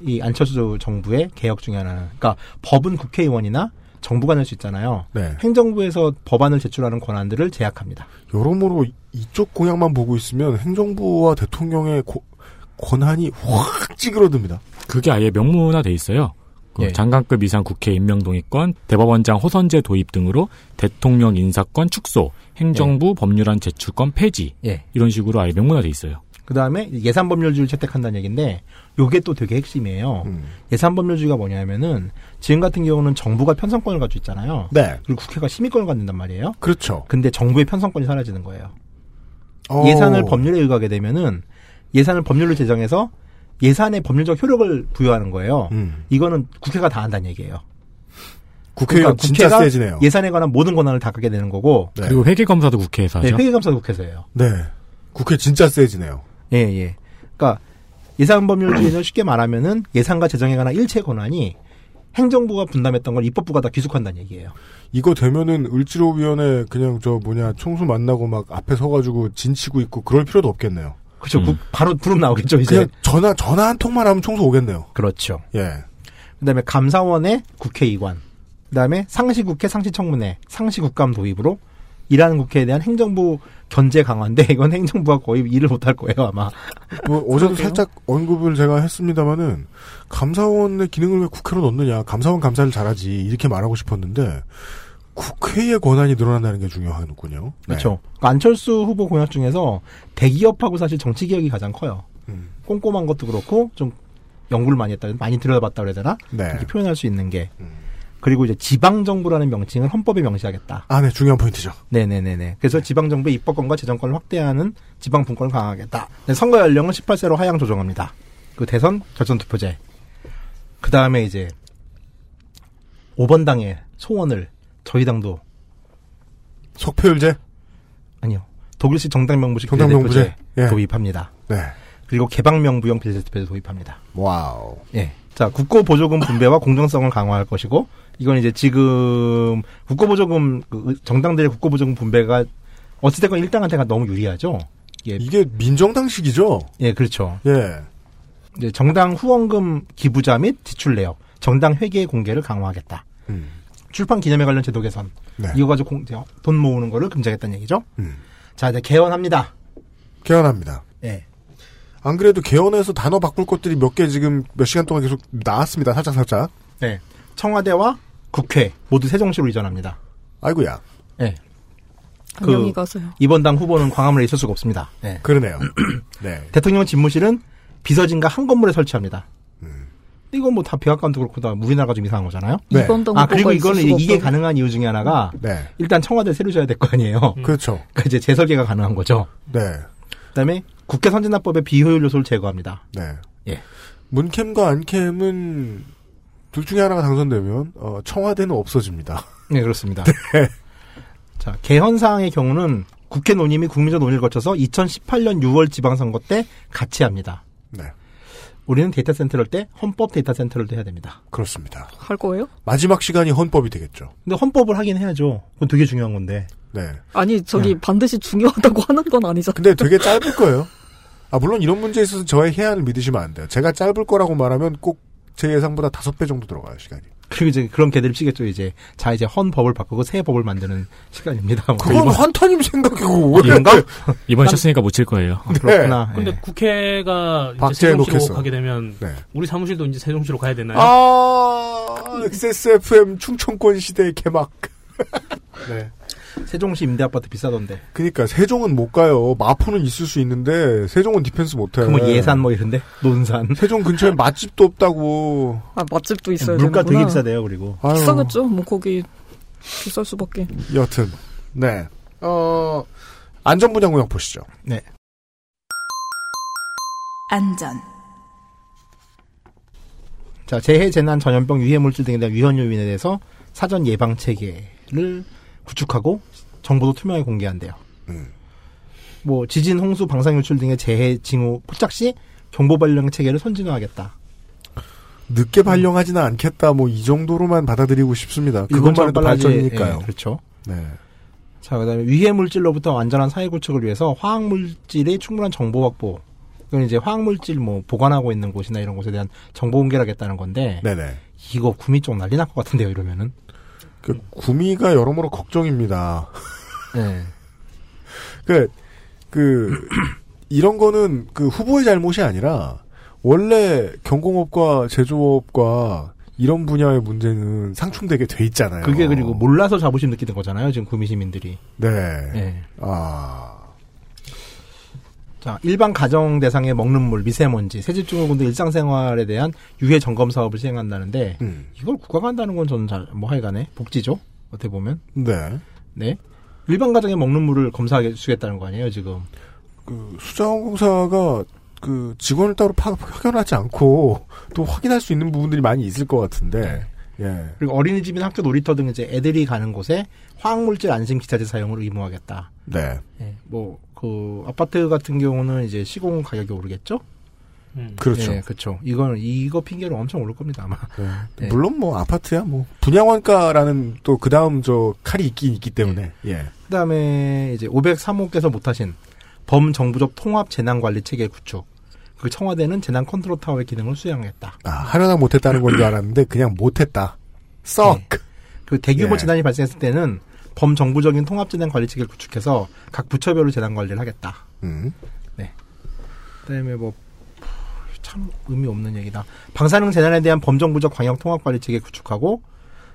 S7: 이 안철수 정부의 개혁 중에 하나는. 그러니까 법은 국회의원이나 정부가 낼 수 있잖아요.
S2: 네.
S7: 행정부에서 법안을 제출하는 권한들을 제약합니다.
S2: 여러모로 이- 이쪽 공약만 보고 있으면 행정부와 대통령의 고- 권한이 확 찌그러듭니다.
S12: 그게 아예 명문화돼 있어요. 그
S2: 예.
S12: 장관급 이상 국회 임명동의권, 대법원장 호선제 도입 등으로 대통령 인사권 축소, 행정부
S17: 예.
S12: 법률안 제출권 폐지
S7: 예.
S12: 이런 식으로 아예 명문화돼 있어요.
S7: 그 다음에 예산 법률주의를 채택한다는 얘기인데, 요게 또 되게 핵심이에요.
S2: 음.
S7: 예산 법률주의가 뭐냐면은, 지금 같은 경우는 정부가 편성권을 가지고 있잖아요.
S2: 네.
S7: 그리고 국회가 심의권을 갖는단 말이에요.
S2: 그렇죠.
S7: 근데 정부의 편성권이 사라지는 거예요.
S2: 어.
S7: 예산을 법률에 의거하게 되면은, 예산을 법률로 제정해서 예산의 법률적 효력을 부여하는 거예요. 이거는 국회가 다 한다는 얘기예요.
S2: 음. 국회의원
S7: 그러니까
S2: 진짜
S7: 국회가
S2: 세지네요.
S7: 예산에 관한 모든 권한을 다 갖게 되는 거고.
S12: 그리고 회계 검사도 국회에서
S7: 네,
S12: 하죠.
S7: 회계감사 국회에서 해요.
S2: 네. 국회 진짜 세지네요.
S7: 예, 예. 그러니까 예산 법률주의는 쉽게 말하면은 예산과 재정에 관한 일체 권한이 행정부가 분담했던 걸 입법부가 다 귀속한다는 얘기예요.
S2: 이거 되면은 을지로위원회 그냥 저 뭐냐 총수 만나고 막 앞에 서가지고 진치고 있고 그럴 필요도 없겠네요.
S7: 그렇죠. 바로 부름 나오겠죠, 이제.
S2: 그냥 전화 전화 한 통만 하면 총수 오겠네요.
S7: 그렇죠.
S2: 예.
S7: 그다음에 감사원의 국회의관, 그다음에 상시국회 상시청문회, 상시국감 도입으로 일하는 국회에 대한 행정부 견제 강화인데 이건 행정부가 거의 일을 못할 거예요 아마.
S2: 뭐 어제도 살짝 언급을 제가 했습니다마는 감사원의 기능을 왜 국회로 넣느냐 감사원 감사를 잘하지 이렇게 말하고 싶었는데 국회의 권한이 늘어난다는 게 중요하군요. 네.
S7: 그렇죠. 그러니까 안철수 후보 공약 중에서 대기업하고 사실 정치 개혁이 가장 커요. 꼼꼼한 것도 그렇고 좀 연구를 많이 했다, 많이 들여다봤다 그래야 되나?
S2: 네.
S7: 이렇게 표현할 수 있는 게. 그리고 이제 지방 정부라는 명칭을 헌법에 명시하겠다.
S2: 아, 네, 중요한 포인트죠.
S7: 네네네네. 그래서 지방 정부의 입법권과 재정권을 확대하는 지방 분권을 강화하겠다. 네, 선거 연령은 18세로 하향 조정합니다. 그 대선 결선 투표제. 그 다음에 이제 5번 당의 소원을 저희 당도
S2: 석패율제
S7: 아니요 독일식 정당 명부식
S2: 정당 명부제. 예.
S7: 도입합니다.
S2: 네.
S7: 그리고 개방 명부형 비례대표제 도입합니다.
S2: 와우.
S7: 예. 자, 국고 보조금 분배와 공정성을 강화할 것이고 이건 이제 지금 국고 보조금 그 정당들의 국고 보조금 분배가 어찌됐건 일당한테가 너무 유리하죠.
S2: 이게 민정당식이죠.
S7: 예, 그렇죠.
S2: 예.
S7: 이제 정당 후원금 기부자 및 지출 내역, 정당 회계 공개를 강화하겠다. 출판 기념회 관련 제도 개선.
S2: 네.
S7: 이거 가지고 공- 저- 돈 모으는 거를 금지하겠다는 얘기죠.
S2: 음.
S7: 자, 이제 개헌합니다.
S2: 개헌합니다.
S7: 예.
S2: 안 그래도 개헌에서 단어 바꿀 것들이 몇 개 지금 몇 시간 동안 계속 나왔습니다. 살짝 살짝.
S7: 네. 청와대와 국회 모두 세종시로 이전합니다.
S2: 아이고야.
S7: 예.
S17: 그
S8: 안녕히 가세요.
S7: 이번 당 후보는 광화문에 있을 수가 없습니다. 예.
S2: 그러네요. 네.
S7: 대통령 집무실은 비서진과 한 건물에 설치합니다.
S2: 음.
S7: 이건 뭐 다 백악관도 그렇고 다 우리나라가 좀 이상한 거잖아요.
S2: 네.
S7: 아
S2: 이번 당 후보가
S7: 그리고
S2: 있을
S7: 이거는
S2: 수가
S7: 이게
S2: 없다고.
S7: 가능한 이유 중에 하나가
S2: 네.
S7: 일단 청와대 새로 줘야 될 거 아니에요.
S2: 그렇죠.
S7: 그러니까 이제 재설계가 가능한 거죠.
S2: 네.
S7: 그다음에 국회 선진화법의 비효율 요소를 제거합니다.
S2: 네.
S7: 예.
S2: 문캠과 안캠은 둘 중에 하나가 당선되면 어, 청와대는 없어집니다.
S7: 네, 그렇습니다. 자, 개헌 사항의 경우는 국회 논의 및 국민적 논의를 거쳐서 2018년 6월 지방선거 때 같이 합니다.
S2: 네.
S7: 우리는 데이터 센터를 때 헌법 데이터 센터를 또 해야 됩니다.
S2: 그렇습니다.
S8: 할 거예요?
S2: 마지막 시간이 헌법이 되겠죠.
S7: 근데 헌법을 하긴 해야죠. 예. 그건 되게 중요한 건데.
S2: 네.
S8: 아니 저기 반드시 중요하다고 하는 건 아니잖아.
S2: 근데 되게 짧을 거예요. 아, 물론 이런 문제에 있어서 저의 해안을 믿으시면 안 돼요. 제가 짧을 거라고 말하면 꼭 제 예상보다 다섯 배 정도 들어가요, 시간이.
S7: 그리고 이제 그런 개들을 치겠죠. 이제 자 이제 헌법을 바꾸고 새 법을 만드는 시간입니다. 뭐.
S2: 그건 한타님 생각이고. 네.
S7: 이런가?
S12: 그러니까 이번에 쳤으니까 뭐 못 칠 거예요.
S7: 그렇구나.
S10: 네. 근데 국회가 이제
S12: 박제해
S10: 세종시로
S12: 놓겠어.
S10: 가게 되면
S2: 네.
S10: 우리 사무실도 이제 세종시로 가야 되나요?
S2: 아, XSFM 충청권 시대의 개막. 네.
S7: 세종시 임대 아파트 비싸던데.
S2: 그니까, 세종은 못 가요. 마포는 있을 수 있는데, 세종은 디펜스 못 해요.
S7: 그뭐 예산 뭐 이런데 논산.
S2: 세종 근처에 맛집도 없다고.
S8: 아 맛집도 있어야
S7: 물가
S8: 되는구나.
S7: 되게 비싸대요. 그리고
S8: 비싸겠죠. 뭐 거기 비쌀 수밖에.
S7: 음.
S2: 여튼 네. 어 안전분야 공약 보시죠.
S7: 네.
S3: 안전,
S7: 자, 재해, 재난, 전염병, 유해물질 등에 대한 위험 요인에 대해서 사전 예방 체계를 구축하고 정보도 투명하게 공개한대요.
S2: 네.
S7: 뭐 지진, 홍수, 방사 유출 등의 재해, 징후, 포착 시 정보 발령 체계를 선진화하겠다.
S2: 아, 늦게 발령하지는 않겠다. 뭐 이 정도로만 받아들이고 싶습니다. 그것만 해도
S7: 빨라지-
S2: 발전이니까요.
S7: 예, 그렇죠.
S2: 네.
S7: 자, 그다음에 위해 물질로부터 안전한 사회 구축을 위해서 화학 물질의 충분한 정보 확보. 이건 이제 화학 물질 뭐 보관하고 있는 곳이나 이런 곳에 대한 정보 공개를 하겠다는 건데.
S2: 네네.
S7: 이거 구미 쪽 난리 날 것 같은데요, 이러면은.
S2: 그 구미가 여러모로 걱정입니다.
S7: 네.
S2: 그, 그, 이런 거는 그 후보의 잘못이 아니라, 원래 경공업과 제조업과 이런 분야의 문제는 상충되게 돼 있잖아요.
S7: 그게 그리고 몰라서 자부심 느끼는 거잖아요, 지금 구미 시민들이.
S2: 네.
S7: 네.
S2: 아.
S7: 자, 일반 가정 대상의 먹는 물, 미세먼지, 새집 증후군도 일상생활에 대한 유해 점검 사업을 시행한다는데 이걸 국가가 한다는 건 저는 잘 뭐 하여간에 복지죠. 어떻게 보면.
S2: 네.
S7: 네. 일반 가정의 먹는 물을 검사해 주겠다는 거 아니에요, 지금.
S2: 그 수자원공사가 그 직원을 따로 파, 파견하지 않고 또 확인할 수 있는 부분들이 많이 있을 것 같은데,
S7: 네.
S2: 예.
S7: 그리고 어린이집이나 학교 놀이터 등 이제 애들이 가는 곳에 화학물질 안심 기자재 사용을 의무화하겠다.
S2: 네.
S7: 예, 뭐, 그, 아파트 같은 경우는 이제 시공 가격이 오르겠죠?
S2: 그렇죠.
S7: 예, 그렇죠. 이건, 이거 핑계로 엄청 오를 겁니다, 아마. 네.
S2: 물론 뭐 아파트야 뭐 분양원가라는 또 그 다음 저 칼이 있긴 있기 때문에 예.
S7: 그 다음에 이제 503호께서 못하신 범정부적 통합 재난관리 체계 구축. 그 청와대는 재난 컨트롤 타워의 기능을 수행했다.
S2: 아, 하려나 못했다는 건 줄 알았는데 그냥 못했다. 썩.
S7: 예. 그 대규모
S2: 예.
S7: 재난이 발생했을 때는 범정부적인 통합 재난 관리 체계를 구축해서 각 부처별로 재난 관리를 하겠다.
S2: 음.
S7: 네. 그다음에 뭐 참 의미 없는 얘기다. 방사능 재난에 대한 범정부적 광역 통합 관리 체계 구축하고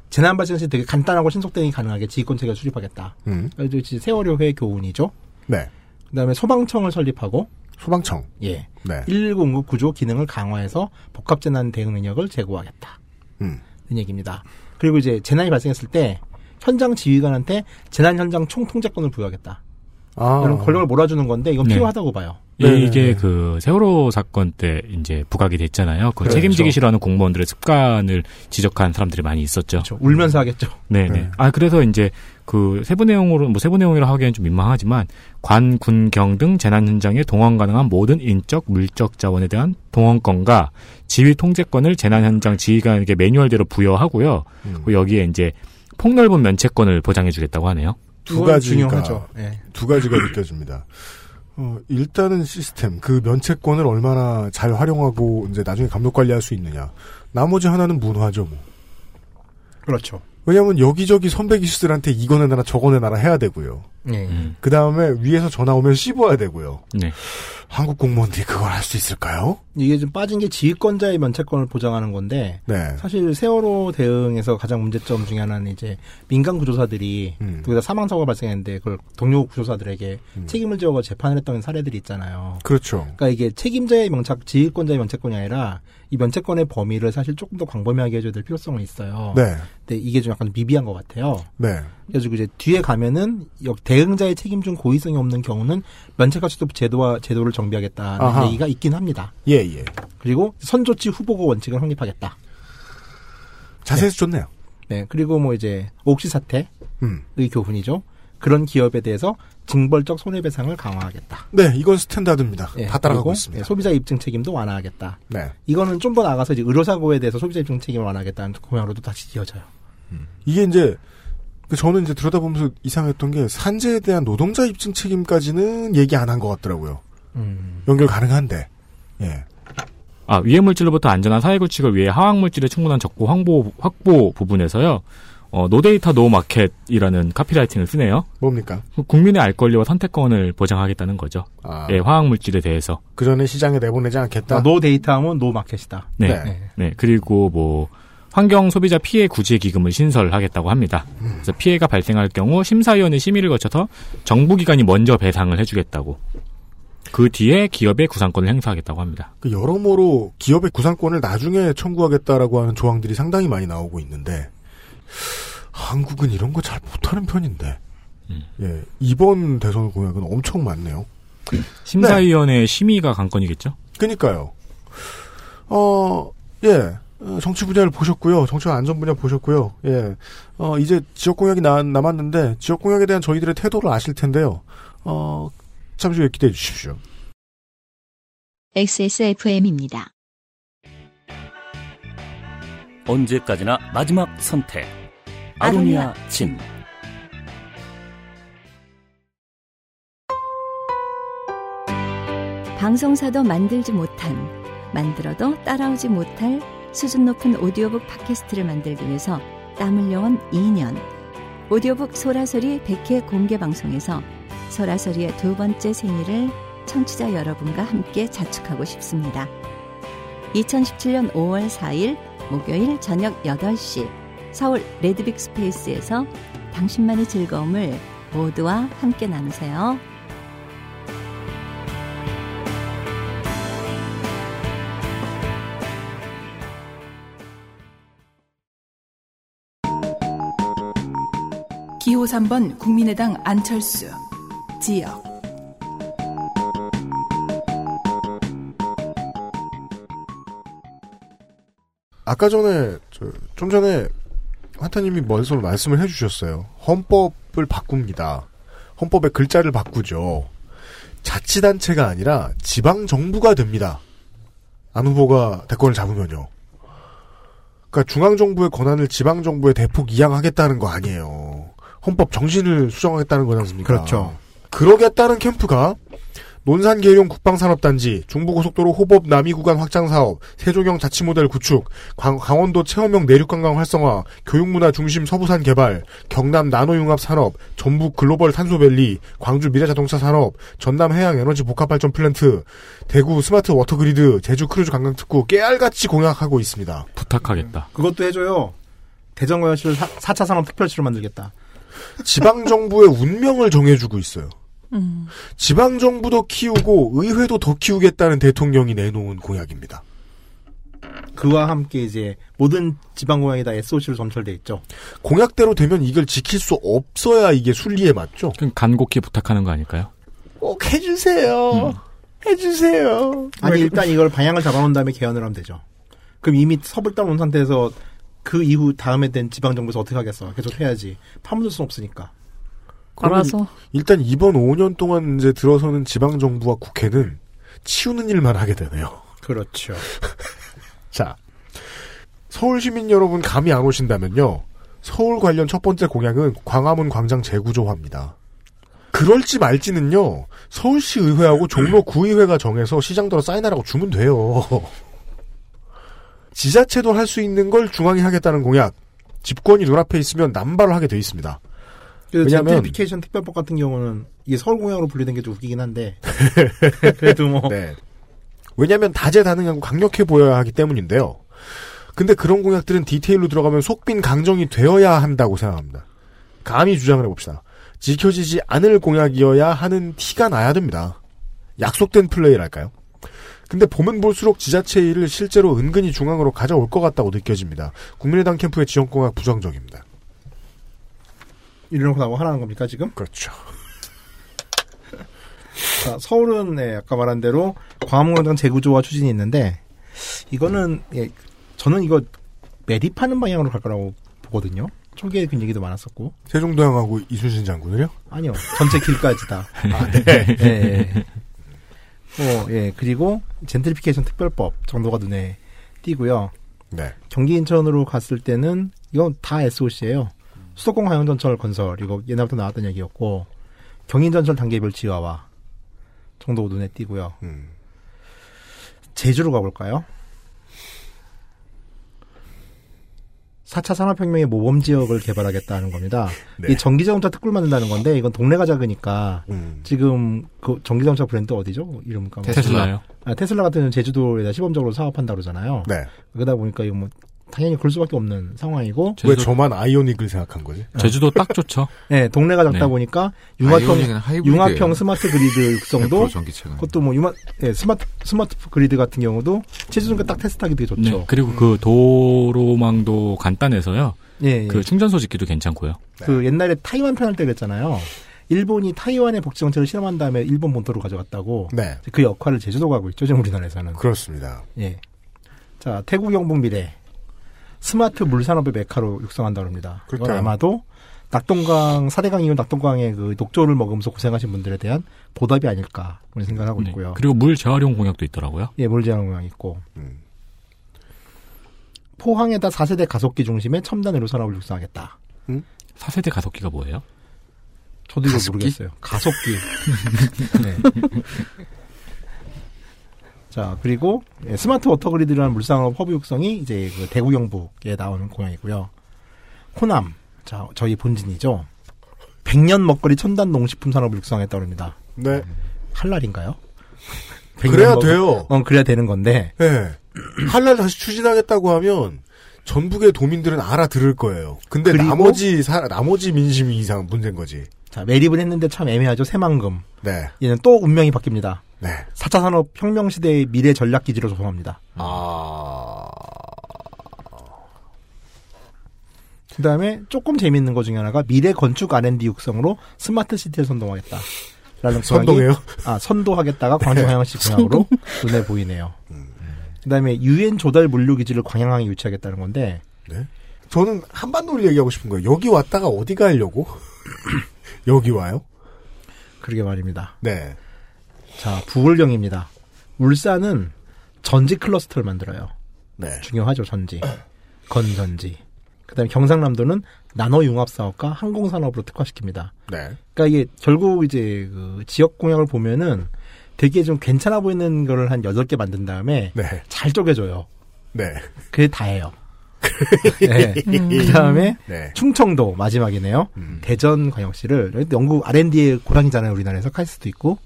S7: 재난 발생 시 되게 간단하고 신속 대응이 가능하게 지휘권 체계 수립하겠다.
S2: 음.
S7: 그래서 이제 세월호회 교훈이죠.
S2: 네.
S7: 그다음에 소방청을 설립하고
S2: 소방청.
S7: 예.
S2: 네.
S7: 119 응급 구조 기능을 강화해서 복합 재난 대응 능력을 제고하겠다.
S2: 음.
S7: 는 얘기입니다. 그리고 이제 재난이 발생했을 때 현장 지휘관한테 재난 현장 총 통제권을 부여하겠다.
S2: 아.
S7: 이런 권력을 몰아주는 건데 이건
S4: 네.
S7: 필요하다고 봐요.
S12: 예,
S4: 이게 그 세월호 사건 때 이제 부각이 됐잖아요. 그
S7: 그렇죠.
S4: 책임지기 싫어하는 공무원들의 습관을 지적한 사람들이 많이 있었죠.
S17: 그렇죠.
S7: 울면서 하겠죠.
S4: 네네.
S7: 네.
S4: 아 그래서 이제 그 세부 내용으로 뭐 세부 내용이라 하기엔 좀 민망하지만 관, 군, 경 등 재난 현장에 동원 가능한 모든 인적, 물적 자원에 대한 동원권과 지휘 통제권을 재난 현장 지휘관에게 매뉴얼대로 부여하고요. 그리고 여기에 이제 폭넓은 면책권을 보장해주겠다고 하네요.
S2: 두
S4: 그건
S2: 가지가
S4: 중요하죠.
S7: 예.
S2: 두 가지가 느껴집니다. 어, 일단은 시스템 그 면책권을 얼마나 잘 활용하고 이제 나중에 감독 관리할 수 있느냐. 나머지 하나는 문화죠 뭐.
S7: 그렇죠.
S2: 왜냐하면 여기저기 선배 기수들한테 이거 내놔라 저거 내놔라 해야 되고요.
S4: 음.
S7: 예.
S2: 그 다음에 위에서 전화 오면 씹어야 되고요.
S4: 네.
S2: 한국 공무원들이 그걸 할 수 있을까요?
S7: 이게 좀 빠진 게 지휘권자의 면책권을 보장하는 건데
S2: 네.
S7: 사실 세월호 대응에서 가장 문제점 중에 하나는 이제 민간 구조사들이
S2: 음.
S7: 거기다 사망 사고가 발생했는데 그걸 동료 구조사들에게 책임을 지어서 재판을 했던 사례들이 있잖아요.
S2: 그렇죠.
S7: 그러니까 이게 책임자의 명착, 지휘권자의 면책권이 아니라 이 면책권의 범위를 사실 조금 더 광범위하게 해줘야 될 필요성은 있어요.
S2: 네.
S7: 근데 이게 좀 약간 미비한 것 같아요.
S2: 네.
S7: 그래가지고 이제 뒤에 가면은 역 대응자의 책임 중 고의성이 없는 경우는 면책과수도 제도와 제도를 정비하겠다는
S2: 아하.
S7: 얘기가 있긴 합니다.
S2: 예, 예.
S7: 그리고 선조치 후보고 원칙을 확립하겠다.
S2: 자세해서 좋네요.
S7: 네, 그리고 뭐 이제 옥시 사태의
S2: 음.
S7: 교훈이죠. 그런 기업에 대해서 징벌적 손해배상을 강화하겠다.
S2: 네, 이건 스탠다드입니다. 다 따라가고
S7: 그리고,
S2: 있습니다.
S7: 예, 소비자 입증 책임도 완화하겠다.
S2: 네.
S7: 이거는 좀 더 나가서 이제 의료사고에 대해서 소비자 입증 책임을 완화하겠다는 공약으로도 다시 이어져요.
S2: 이게 이제 그 저는 이제 들여다보면서 이상했던 게 산재에 대한 노동자 입증 책임까지는 얘기 안 한 것 같더라고요. 연결 가능한데. 예.
S4: 아, 위해 물질로부터 안전한 사회 구축을 위해 화학 물질의 충분한 적고 확보, 확보 부분에서요. 어, 노데이터 노 마켓이라는 카피라이팅을 쓰네요.
S2: 뭡니까?
S4: 그 국민의 알 권리와 선택권을 보장하겠다는 거죠.
S2: 아.
S4: 예, 화학 물질에 대해서.
S2: 그 전에 시장에 내보내지 않겠다.
S7: 아, 노 데이터하면 노 마켓이다.
S4: 네. 네. 그리고 뭐 환경 소비자 피해 구제 기금을 신설하겠다고 합니다. 그래서 피해가 발생할 경우 심사위원회 심의를 거쳐서 정부 기관이 먼저 배상을 해주겠다고. 그 뒤에 기업의 구상권을 행사하겠다고 합니다.
S2: 그 여러모로 기업의 구상권을 나중에 청구하겠다라고 하는 조항들이 상당히 많이 나오고 있는데 한국은 이런 거 잘 못하는 편인데. 예, 이번 대선 공약은 엄청 많네요.
S12: 심사위원회 심의가 관건이겠죠?
S2: 그니까요. 어, 예. 어, 정치 분야를 보셨고요. 정치와 안전 분야 보셨고요. 예. 어, 이제 지역 공약이 나, 남았는데, 지역 공약에 대한 저희들의 태도를 아실 텐데요. 어, 잠시 후에 기대해 주십시오.
S1: XSFM입니다.
S18: 언제까지나 마지막 선택. 아로니아 진.
S19: 방송사도 만들지 못한, 만들어도 따라오지 못할 수준 높은 오디오북 팟캐스트를 만들기 위해서 땀 흘려온 2년. 오디오북 소라소리 100회 공개 방송에서 소라소리의 두 번째 생일을 청취자 여러분과 함께 자축하고 싶습니다. 2017년 5월 4일 목요일 저녁 8시 서울 레드빅 스페이스에서 당신만의 즐거움을 모두와 함께 나누세요.
S3: 기호 3번 국민의당 안철수 지역
S2: 아까 전에 저, 좀 전에 환타님이 멀서 말씀을 해주셨어요. 헌법을 바꿉니다. 헌법의 글자를 바꾸죠. 자치단체가 아니라 지방 정부가 됩니다. 안 후보가 대권을 잡으면요. 그러니까 중앙 정부의 권한을 지방 정부에 대폭 이양하겠다는 거 아니에요. 헌법 정신을 수정하겠다는 거지 않습니까?
S7: 그렇죠.
S2: 그러겠다는 캠프가 논산 계룡 국방산업단지, 중부고속도로 호법 남이 구간 확장 사업, 세종형 자치 모델 구축, 광- 강원도 체험형 내륙관광 활성화, 교육문화 중심 서부산 개발, 경남 나노융합 산업, 전북 글로벌 탄소밸리, 광주 미래자동차 산업, 전남 해양 에너지 복합발전 플랜트, 대구 스마트 워터그리드, 제주 크루즈 관광특구 깨알같이 공약하고 있습니다.
S12: 부탁하겠다.
S7: 그것도 해줘요. 대전광역시를 4차 산업특별시로 만들겠다.
S2: 지방정부의 운명을 정해주고 있어요.
S12: 음.
S2: 지방정부도 키우고 의회도 더 키우겠다는 대통령이 내놓은 공약입니다.
S7: 그와 함께 이제 모든 지방공항이 다 SOC로 점철돼 있죠.
S2: 공약대로 되면 이걸 지킬 수 없어야 이게 순리에 맞죠?
S12: 그럼 간곡히 부탁하는 거 아닐까요?
S2: 꼭 해주세요. 해주세요.
S7: 음. 아니 일단 이걸 방향을 잡아놓은 다음에 개헌을 하면 되죠. 그럼 이미 섭을 따놓은 상태에서 그 이후 다음에 된 지방정부에서 어떻게 하겠어? 계속 해야지. 파묻을 수는 없으니까.
S2: 그러면 일단 이번 5년 동안 이제 들어서는 지방 정부와 국회는 치우는 일만 하게 되네요.
S7: 그렇죠.
S2: 자, 서울 시민 여러분 감이 안 오신다면요. 서울 관련 첫 번째 공약은 광화문 광장 재구조화입니다. 그럴지 말지는요. 서울시 의회하고 종로 구의회가 정해서 시장도로 사인하라고 주면 돼요. 지자체도 할 수 있는 걸 중앙이 하겠다는 공약. 집권이 눈앞에 있으면 남발을 하게 돼 있습니다.
S7: 그래서
S2: 왜냐면-
S7: 젠트리피케이션 특별법 같은 경우는 이게 서울공항으로 분류된 게 좀 웃기긴 한데 그래도 뭐
S2: 네. 왜냐하면 다재다능하고 강력해 보여야 하기 때문인데요. 근데 그런 공약들은 디테일로 들어가면 속빈 강정이 되어야 한다고 생각합니다. 감히 주장을 해봅시다. 지켜지지 않을 공약이어야 하는 티가 나야 됩니다. 약속된 플레이랄까요? 근데 보면 볼수록 지자체 일을 실제로 은근히 중앙으로 가져올 것 같다고 느껴집니다. 국민의당 캠프의 지원공약 부정적입니다.
S7: 이래놓고 나고 하라는 겁니까 지금?
S2: 그렇죠.
S7: 자, 서울은 네, 아까 말한 대로 광화문광장 재구조화 추진이 있는데 이거는 예, 저는 이거 매립하는 방향으로 갈 거라고 보거든요. 초기에 그 얘기도 많았었고
S2: 세종대왕하고 이순신 장군을요?
S7: 아니요 전체 길까지 다.
S2: 아, 네.
S7: 예, 예. 어, 예 그리고 젠트리피케이션 특별법 정도가 눈에 띄고요.
S2: 네.
S7: 경기 인천으로 갔을 때는 이건 다 SOC예요. 수도권 광역 전철 건설 이거 옛날부터 나왔던 얘기였고 경인 전철 단계별 지하화 정도 눈에 띄고요.
S2: 음.
S7: 제주로 가볼까요? 4차 산업혁명의 모범 지역을 개발하겠다는 겁니다.
S2: 네.
S7: 이 전기자동차 특구를 만든다는 건데 이건 동네가 작으니까
S2: 음.
S7: 지금 그 전기자동차 브랜드 어디죠? 이름 까먹
S12: 테슬라요.
S7: 아, 테슬라 같은 경우는 제주도에다 시범적으로 사업한다 그러잖아요.
S2: 네.
S7: 그러다 보니까 이거 뭐 당연히 그럴 수밖에 없는 상황이고
S2: 왜 저만 아이오닉을 생각한 거지?
S12: 제주도 딱 좋죠.
S7: 네, 동네가 작다
S12: 네.
S7: 보니까
S12: 아이오닉은
S7: 융합형
S12: 하이브리드예요.
S7: 융합형 스마트 그리드 육성도
S12: 100% 전기차가.
S7: 그것도 뭐 융합 예, 스마트 스마트 그리드 같은
S2: 그렇죠.
S7: 경우도 체중과 딱 테스트하기 되게 좋죠.
S12: 그리고 그 도로망도 간단해서요.
S2: 네.
S7: 예, 예.
S12: 그 충전 소집기도 괜찮고요.
S7: 그 옛날에 타이완 편할 때 그랬잖아요. 일본이 타이완의 복지 정책을 실험한 다음에 일본 본토로 가져갔다고.
S2: 네.
S7: 그 역할을 제주도가 하고 있죠, 지금 우리나라에서는.
S2: 그렇습니다.
S7: 예. 자, 태국 영북 미래. 스마트 물산업의 메카로 육성한다고 합니다. 이건
S12: 그렇죠.
S2: 그러니까요.
S7: 아마도 낙동강, 사대강 이후 낙동강의 그 녹조를 먹으면서 고생하신 분들에 대한 보답이 아닐까, 그런 생각을 하고 있고요.
S12: 네. 그리고 물 재활용 공약도 있더라고요.
S7: 예, 물제왕공항 있고. 포항에다 4세대 가속기 중심의 첨단 의료 산업을 육성하겠다.
S2: 음?
S12: 4세대 가속기가 뭐예요?
S7: 저도 이거
S12: 가습기?
S7: 모르겠어요. 가속기. 네. 자, 그리고 예, 스마트 워터그리드라는 물산업 허브 육성이 이제 그 대구 경북에 나오는 공항이고요. 호남. 자, 저희 본진이죠. 백년 먹거리 첨단 농식품 산업을 육성했다고 합니다.
S2: 네.
S7: 할 날인가요?
S2: 그래야 돼요.
S7: 어, 그래야 되는 건데.
S2: 예. 한라를 다시 추진하겠다고 하면 전북의 도민들은 알아들을 거예요. 근데
S7: 그리고-
S2: 아, 나머지 사, 나머지 민심이 이상 문제인 거지.
S7: 자, 매립을 했는데 참 애매하죠. 새만금.
S2: 네.
S7: 얘는 또 운명이 바뀝니다.
S2: 네.
S7: 4차 산업 혁명 시대의 미래 전략 기지로 조성합니다.
S2: 아.
S7: 그 다음에 조금 재밌는 것 중에 하나가 미래 건축 R&D 육성으로 스마트 시티를 선동하겠다. 라는 공약이-
S2: 선동해요? 네.
S7: 아, 선도하겠다가 광주광양시 공항으로 눈에 보이네요.
S2: 음.
S7: 그 다음에 유엔 조달 물류기지를 광양항에 유치하겠다는 건데.
S2: 네. 저는 한반도를 얘기하고 싶은 거예요. 여기 왔다가 어디 가려고? 여기 와요?
S7: 그러게 말입니다.
S2: 네.
S7: 자, 부울경입니다. 울산은 전지 클러스터를 만들어요.
S2: 네.
S7: 중요하죠, 전지. 건전지. 그 다음에 경상남도는 나노융합사업과 항공산업으로 특화시킵니다.
S2: 네.
S7: 그러니까 이게 결국 이제 그 지역 공약을 보면은 되게 좀 괜찮아 보이는 거를 한 여덟 개 만든 다음에
S2: 네.
S7: 잘 쪼개줘요.
S2: 네.
S7: 그게 다예요. 네. 그 다음에
S2: 네. 음.
S7: 충청도 마지막이네요. 대전 광역시를 영국 R&D의 고장이잖아요. 우리나라에서 카이스트도 있고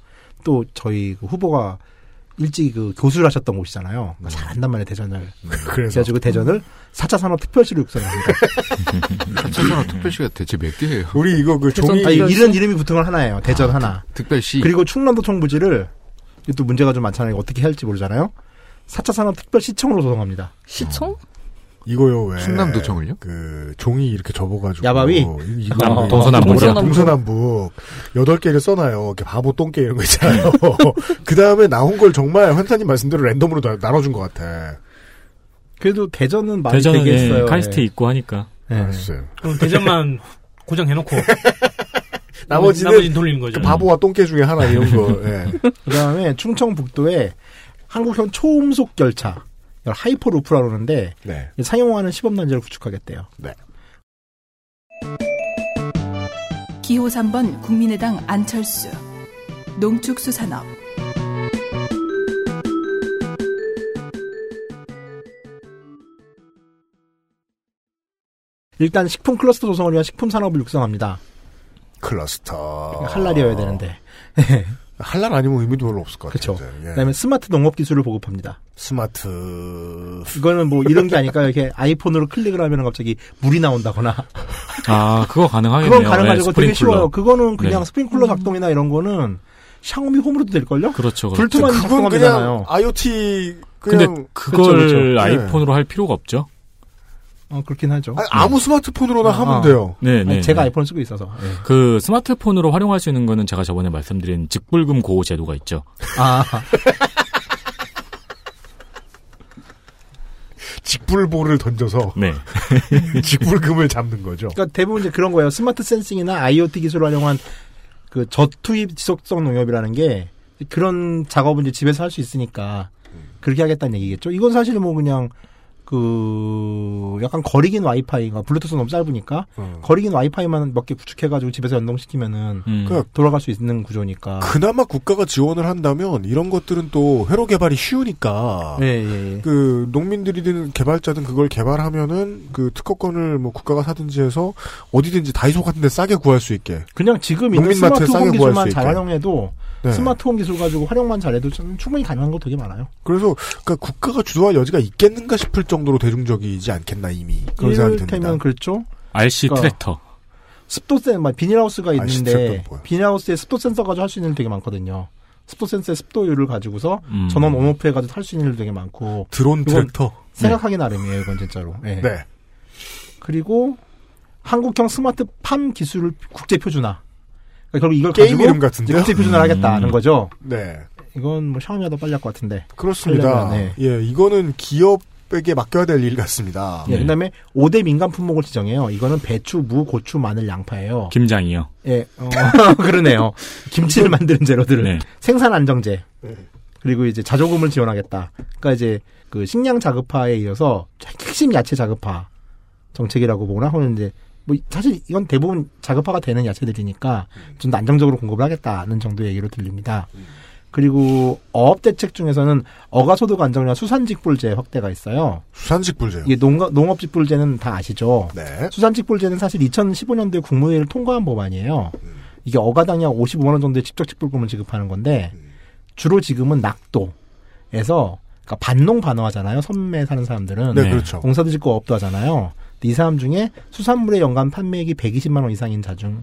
S7: 또 저희 그 후보가 일찍 그 교수를 하셨던 곳이잖아요. 그러니까 잘한단 말이에요 대전을.
S2: 음. 그래서.
S7: 그래가지고 대전을 4차 산업특별시로 육성합니다.
S9: 사천사나 특별시가 대체 몇 개예요?
S2: 우리 이거 아, 그
S7: 아, 종이 이런 이름이 붙은 건 하나예요. 대전 하나.
S9: 특별시.
S7: 그리고 충남도 청부지를 이게 또 문제가 좀 많잖아요. 이거 어떻게 할지 모르잖아요. 4차 산업특별시청으로 조성합니다.
S8: 시청?
S2: 아, 이거요 왜
S9: 충남도청을요?
S2: 그 종이 이렇게 접어가지고
S7: 야바위?
S2: 이거
S7: 아,
S2: 뭐-
S7: 동서남북이요?
S2: 동서남북 여덟 개를 써놔요. 이렇게 바보 똥개 이런 거 있잖아요. 그 다음에 나온 걸 정말 환타님 말씀대로 랜덤으로 나, 나눠준 것 같아.
S7: 그래도 대전은 많이
S12: 대전은
S7: 되게
S12: 예,
S7: 했어요.
S12: 카이스트
S7: 예.
S12: 있고 하니까.
S2: 알았어요.
S10: 그럼 대전만 고정해놓고
S2: 나머지는,
S10: 나머지는 돌리는
S2: 그
S10: 거죠.
S2: 바보와 똥개 중에 하나 이런 거. 예.
S7: 그다음에 충청북도에 한국형 초음속 열차 이걸 하이퍼루프라고 그러는데
S2: 네.
S7: 상용화하는 시범단지를 구축하겠대요.
S2: 네.
S3: 기호 3번 국민의당 안철수 농축수산업
S7: 일단 식품 클러스터 조성을 위한 식품 산업을 육성합니다.
S2: 클러스터.
S7: 한랄이어야 되는데. 예,
S2: 한랄 아니면 의미도 별로 없을 것 같아요. 그렇죠.
S7: 그다음에 스마트 농업 기술을 보급합니다.
S2: 스마트.
S7: 이거는 뭐 이런 게 아닐까요? 이렇게 아이폰으로 클릭을 하면 갑자기 물이 나온다거나
S12: 아, 그거 가능하겠네요.
S7: 그건 가능하죠.
S12: 예,
S7: 되게
S12: 스프링클러.
S7: 쉬워요. 그거는 그냥
S12: 네.
S7: 스프링클러 작동이나 이런 거는 샤오미 홈으로도 될걸요?
S12: 그렇죠. 그렇죠.
S7: 불투만
S12: 그건
S7: 작동하면
S12: 그냥
S7: 되잖아요.
S2: IoT
S12: 근데
S2: 그냥 그렇죠. 네.
S12: 그걸
S7: 네.
S12: 아이폰으로 할 필요가 없죠. 네.
S7: 어, 그렇긴 하죠.
S2: 아무 스마트폰으로나 하면
S12: 아.
S2: 돼요.
S12: 네,
S7: 아니,
S12: 네,
S7: 제가
S12: 네.
S7: 아이폰 쓰고 있어서. 예.
S12: 그 스마트폰으로 활용할 수 있는 거는 제가 저번에 말씀드린 직불금 고호 제도가 있죠.
S7: 아.
S2: 직불보를 던져서
S12: 네.
S2: 직불금을 잡는 거죠.
S7: 그러니까 대부분 이제 그런 거예요. 스마트 센싱이나 IoT 기술을 활용한 그 저투입 지속성 농협이라는 게 그런 작업은 이제 집에서 할 수 있으니까 그렇게 하겠다는 얘기겠죠. 이건 사실 뭐 그냥 그 약간 거리긴 와이파이가 블루투스 너무 짧으니까 거리긴 와이파이만 몇 개 구축해가지고 집에서 연동시키면은
S2: 그-
S7: 돌아갈 수 있는 구조니까.
S2: 그나마 국가가 지원을 한다면 이런 것들은 또 회로 개발이 쉬우니까
S7: 예, 예, 예.
S2: 그 농민들이든 개발자든 그걸 개발하면은 그 특허권을 뭐 국가가 사든지 해서 어디든지 다이소 같은데 싸게 구할 수 있게
S7: 그냥 지금 있는
S2: 농민마트에 싸게
S7: 스마트홈
S2: 구할 수
S7: 기술만
S2: 있게.
S7: 잘 활용해도
S2: 네.
S7: 스마트홈 기술 가지고 활용만 잘해도 좀 충분히 가능한 거 되게 많아요.
S2: 그래서 그러니까 국가가 주도할 여지가 있겠는가 싶을 정도로 대중적이지 않겠나 이미 그런 생각이 듭니다.
S7: 이를테면 그렇죠.
S12: RC
S7: 그러니까
S12: 트랙터.
S7: 습도 센, 막 비닐하우스가
S2: 아,
S7: 있는데
S2: 식색도 보여.
S7: 비닐하우스에 습도 센서 가지고 할 수 있는 일 되게 많거든요. 습도 센서의 습도율을 가지고서
S2: 음.
S7: 전원 온오프 해가지고 할 수 있는 일 되게 많고
S2: 드론
S7: 이건
S2: 트랙터.
S7: 생각하기 나름이에요 이건 진짜로. 예.
S2: 네.
S7: 그리고 한국형 스마트 팜 기술을 국제 표준화. 그러니까 결국 이걸
S2: 게임
S7: 가지고
S2: 이름 같은데요?
S7: 국제 표준화를 하겠다는
S2: 음.
S7: 거죠.
S2: 네.
S7: 이건 뭐 샤오미가 더 빨리 할 것 같은데.
S2: 그렇습니다.
S7: 하려면, 네.
S2: 예, 이거는 기업에게 맡겨야 될 일 같습니다.
S12: 네.
S7: 예, 그다음에 5대 민간 품목을 지정해요. 이거는 배추, 무, 고추, 마늘, 양파예요.
S12: 김장이요.
S7: 예, 어, 그러네요. 김치를 만드는 재료들을
S12: 네.
S7: 생산 안정제 그리고 이제 자조금을 지원하겠다. 그러니까 이제 그 식량 자급화에 이어서 핵심 야채 자급화 정책이라고 보거나 혹은 이제 뭐 사실 이건 대부분 자급화가 되는 야채들이니까 좀 더 안정적으로 공급을 하겠다는 정도의 얘기로 들립니다. 그리고 어업 대책 중에서는 어가소득 안정이나 수산직불제 확대가 있어요.
S2: 수산직불제요? 네.
S7: 이게 농가, 농업직불제는 다 아시죠? 수산직불제는 사실 2015년도에 국무회의를 통과한 법안이에요. 이게 어가당약 55만 원 정도의 직접 직불금을 지급하는 건데 주로 지금은 낙도에서 그러니까 반농 반어하잖아요. 섬에 사는 사람들은
S2: 네, 그렇죠.
S7: 공사도 짓고 업도 하잖아요. 근데 이 사람 중에 수산물의 연간 판매액이 120만 원 이상인 자중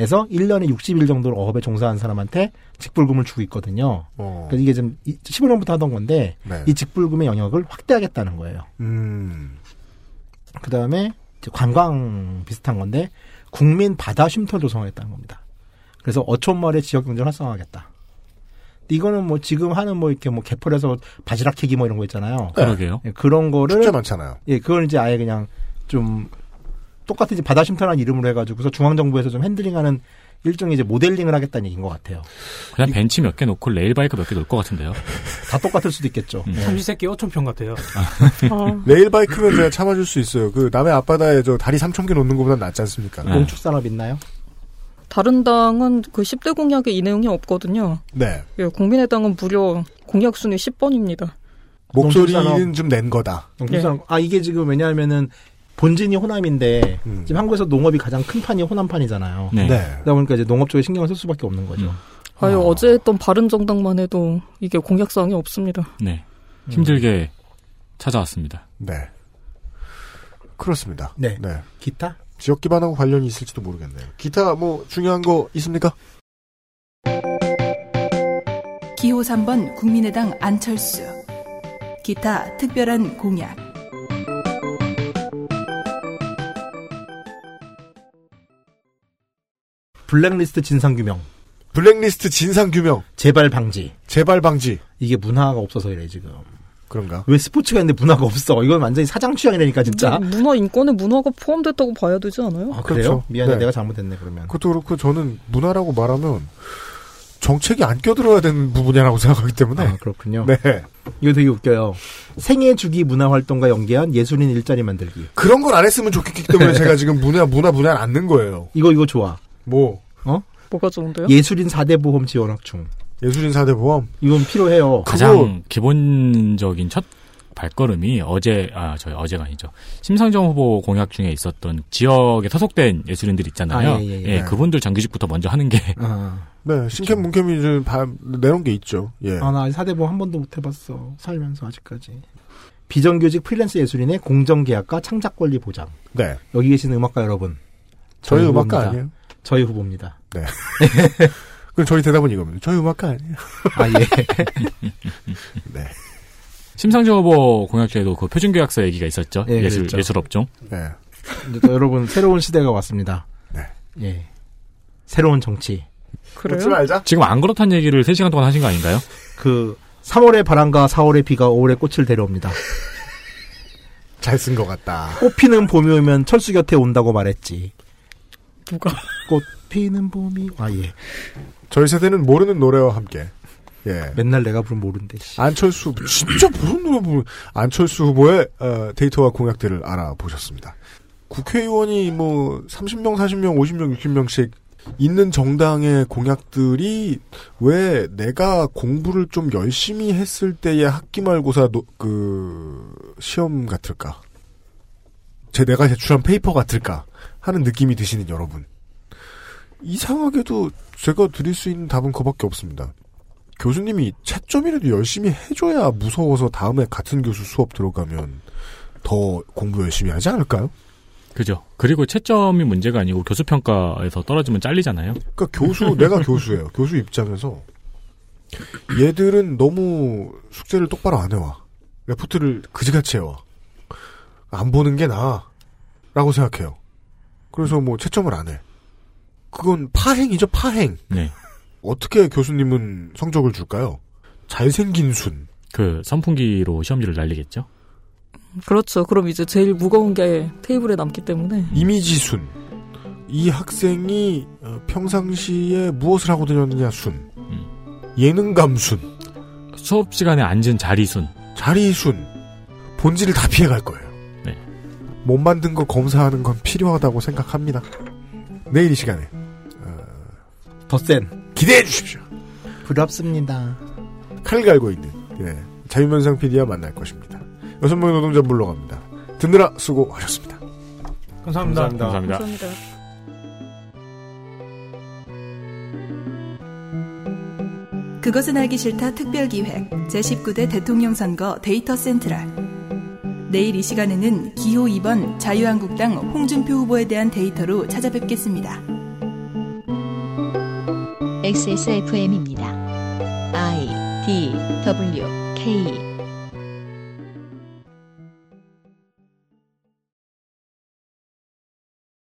S7: 에서 1년에 60일 정도를 어업에 종사한 사람한테 직불금을 주고 있거든요.
S2: 어.
S7: 그러니까 이게 좀 15년부터 하던 건데
S2: 네.
S7: 이 직불금의 영역을 확대하겠다는 거예요.
S2: 음.
S7: 그 다음에 관광 비슷한 건데 국민 바다 쉼터 조성하겠다는 겁니다. 그래서 어촌마을의 지역 경제를 활성화하겠다. 근데 이거는 뭐 지금 하는 뭐 이렇게 뭐 개펄에서 바지락 캐기 뭐 이런 거 있잖아요.
S2: 네. 그러게요.
S7: 예, 그런 거를
S2: 축제 많잖아요.
S7: 예, 그걸 이제 아예 그냥 좀 똑같은 이제 바다 쉼터라는 이름으로 해가지고서 중앙정부에서 좀 핸들링하는 일종의 이제 모델링을 하겠다는 얘기인 것 같아요.
S12: 그냥 벤치 몇 개 놓고 레일바이크 몇 개 놓을 것 같은데요. 음.
S7: 다 똑같을 수도 있겠죠.
S10: 삼시세끼 5천평 같아요.
S2: 예.
S12: 어.
S2: 레일 바이크면 제가 참아줄 수 있어요. 그 남해 앞바다에 저 다리 3천 개 놓는 것보다 낫지 않습니까?
S7: 네. 농축산업 있나요?
S8: 다른 당은 그 10대 공약에 이 내용이 없거든요.
S2: 네.
S8: 예, 국민의당은 무려 공약 순위 10번입니다.
S2: 목소리는 좀 낸 거다.
S7: 농축산업. 아 이게 지금 왜냐하면은 본진이 호남인데 지금 한국에서 농업이 가장 큰 판이 호남판이잖아요.
S2: 음. 네. 네.
S7: 그러다 보니까 이제 농업 쪽에 신경을 쓸 수밖에 없는 거죠.
S8: 아유, 어. 제 했던 바른정당만 해도 이게 공약사항이 없습니다.
S12: 네.
S7: 음.
S12: 힘들게 찾아왔습니다.
S2: 네. 그렇습니다.
S7: 네. 기타?
S2: 지역 기반하고 관련이 있을지도 모르겠네요. 기타 뭐 중요한 거 있습니까?
S3: 기호 3번 국민의당 안철수 기타 특별한 공약
S7: 블랙리스트 진상 규명.
S2: 블랙리스트 진상 규명.
S7: 재발 방지.
S2: 재발 방지.
S7: 이게 문화가 없어서 이래 지금.
S2: 그런가?
S7: 왜 스포츠가 있는데 문화가 없어? 이건 완전히 사장 취향이라니까
S2: 음.
S7: 진짜. 어?
S8: 문화 인권에 문화가 포함됐다고 봐야 되지 않아요?
S7: 아, 그래요? 미안해
S2: 네.
S7: 내가 잘못했네 그러면.
S2: 그것도 그렇고 저는 문화라고 말하면 정책이 안 껴들어야 되는 부분이라고 생각하기 때문에.
S7: 아, 그렇군요.
S2: 네.
S7: 이거 되게 웃겨요. 생애 주기 문화 활동과 연계한 예술인 일자리 만들기.
S2: 그런 걸 안 했으면 좋겠기 때문에 제가 지금 문화, 문화, 문화 안 넣은 거예요.
S7: 이거, 이거 좋아.
S2: 뭐.
S7: 어?
S8: 뭐가 좋은데요?
S7: 예술인 4대 보험 지원 확충.
S2: 예술인 4대 보험?
S7: 이건 필요해요.
S12: 가장 기본적인 첫 발걸음이 어제 아 저희 어제가 아니죠 심상정 후보 공약 중에 있었던 지역에 소속된 예술인들 있잖아요.
S2: 아, 예, 예, 예. 네.
S12: 그분들 정규직부터 먼저 하는 게
S2: 네, 신캠 문캠이 이제 바- 내놓은 게 있죠. 예.
S7: 아, 나 4대 보험 한 번도 못 해봤어. 살면서 아직까지. 비정규직 프리랜서 예술인의 공정계약과 창작권리 보장.
S2: 네.
S7: 여기 계신 음악가 여러분.
S2: 저희 음악가
S7: 후보입니다.
S2: 아니에요?
S7: 저희 후보입니다.
S2: 네. 그럼 저희 대답은 이겁니다. 저희 음악가 아니에요.
S7: 아, 예.
S2: 네.
S12: 심상정 후보 공약 중에도 그 표준 계약서 얘기가 있었죠.
S7: 예,
S12: 예술
S7: 그랬죠.
S12: 예술 업종.
S2: 네.
S7: 이제 또 여러분, 새로운 시대가 왔습니다. 예. 새로운 정치.
S8: 그래요? 웃지 말자.
S12: 지금 안 그렇다는 얘기를 3시간 동안 하신 거 아닌가요?
S7: 그 3월의 바람과 4월의 비가 5월의 꽃을 데려옵니다.
S2: 잘 쓴 것 같다.
S7: 꽃 피는 봄이 오면 철수 곁에 온다고 말했지.
S8: 누가?
S7: 꽃 피는 봄이 아 예.
S2: 저희 세대는 모르는 노래와 함께 예.
S7: 맨날 내가 부른 모른데.
S2: 안철수 진짜 무슨 노래 부르 안철수 후보의 어, 데이터와 공약들을 알아보셨습니다. 국회의원이 뭐 30명, 40명, 50명, 60명씩 있는 정당의 공약들이 왜 내가 공부를 좀 열심히 했을 때의 학기 말고사 노- 그 시험 같을까? 제 내가 제출한 페이퍼 같을까 하는 느낌이 드시는 여러분. 이상하게도 제가 드릴 수 있는 답은 그밖에 없습니다. 교수님이 채점이라도 열심히 해줘야 무서워서 다음에 같은 교수 수업 들어가면 더 공부 열심히 하지 않을까요?
S12: 그죠. 그리고 채점이 문제가 아니고 교수 평가에서 떨어지면 잘리잖아요.
S2: 그러니까 교수 내가 교수예요. 교수 입장에서 얘들은 너무 숙제를 똑바로 안 해와 레포트를 그지같이 해와 안 보는 게 나아라고 생각해요. 그래서 뭐 채점을 안 해. 그건 파행이죠, 파행.
S12: 네.
S2: 어떻게 교수님은 성적을 줄까요? 잘생긴 순.
S12: 그 선풍기로 시험지를 날리겠죠?
S8: 그렇죠. 그럼 이제 제일 무거운 게 테이블에 남기 때문에.
S2: 이미지 순. 이 학생이 어, 평상시에 무엇을 하고 다녔느냐 순. 예능감 순.
S12: 음. 수업 시간에 앉은 자리 순.
S2: 자리 순. 본질을 다 피해갈 거예요.
S12: 네.
S2: 못 만든 거 검사하는 건 필요하다고 생각합니다. 내일 이 시간에 어,
S7: 더센
S2: 기대해 주십시오.
S7: 부럽습니다.
S2: 칼 갈고 있는 예, 자유면상 PD와 만날 것입니다. 여섯 명의 노동자 물러갑니다. 듣느라 수고하셨습니다.
S10: 감사합니다.
S12: 감사합니다.
S3: 그것은 알기 싫다 특별기획 제19대 대통령 선거 데이터 센트럴 내일 이 시간에는 기호 2번 자유한국당 홍준표 후보에 대한 데이터로 찾아뵙겠습니다.
S1: XSFM입니다. I D W K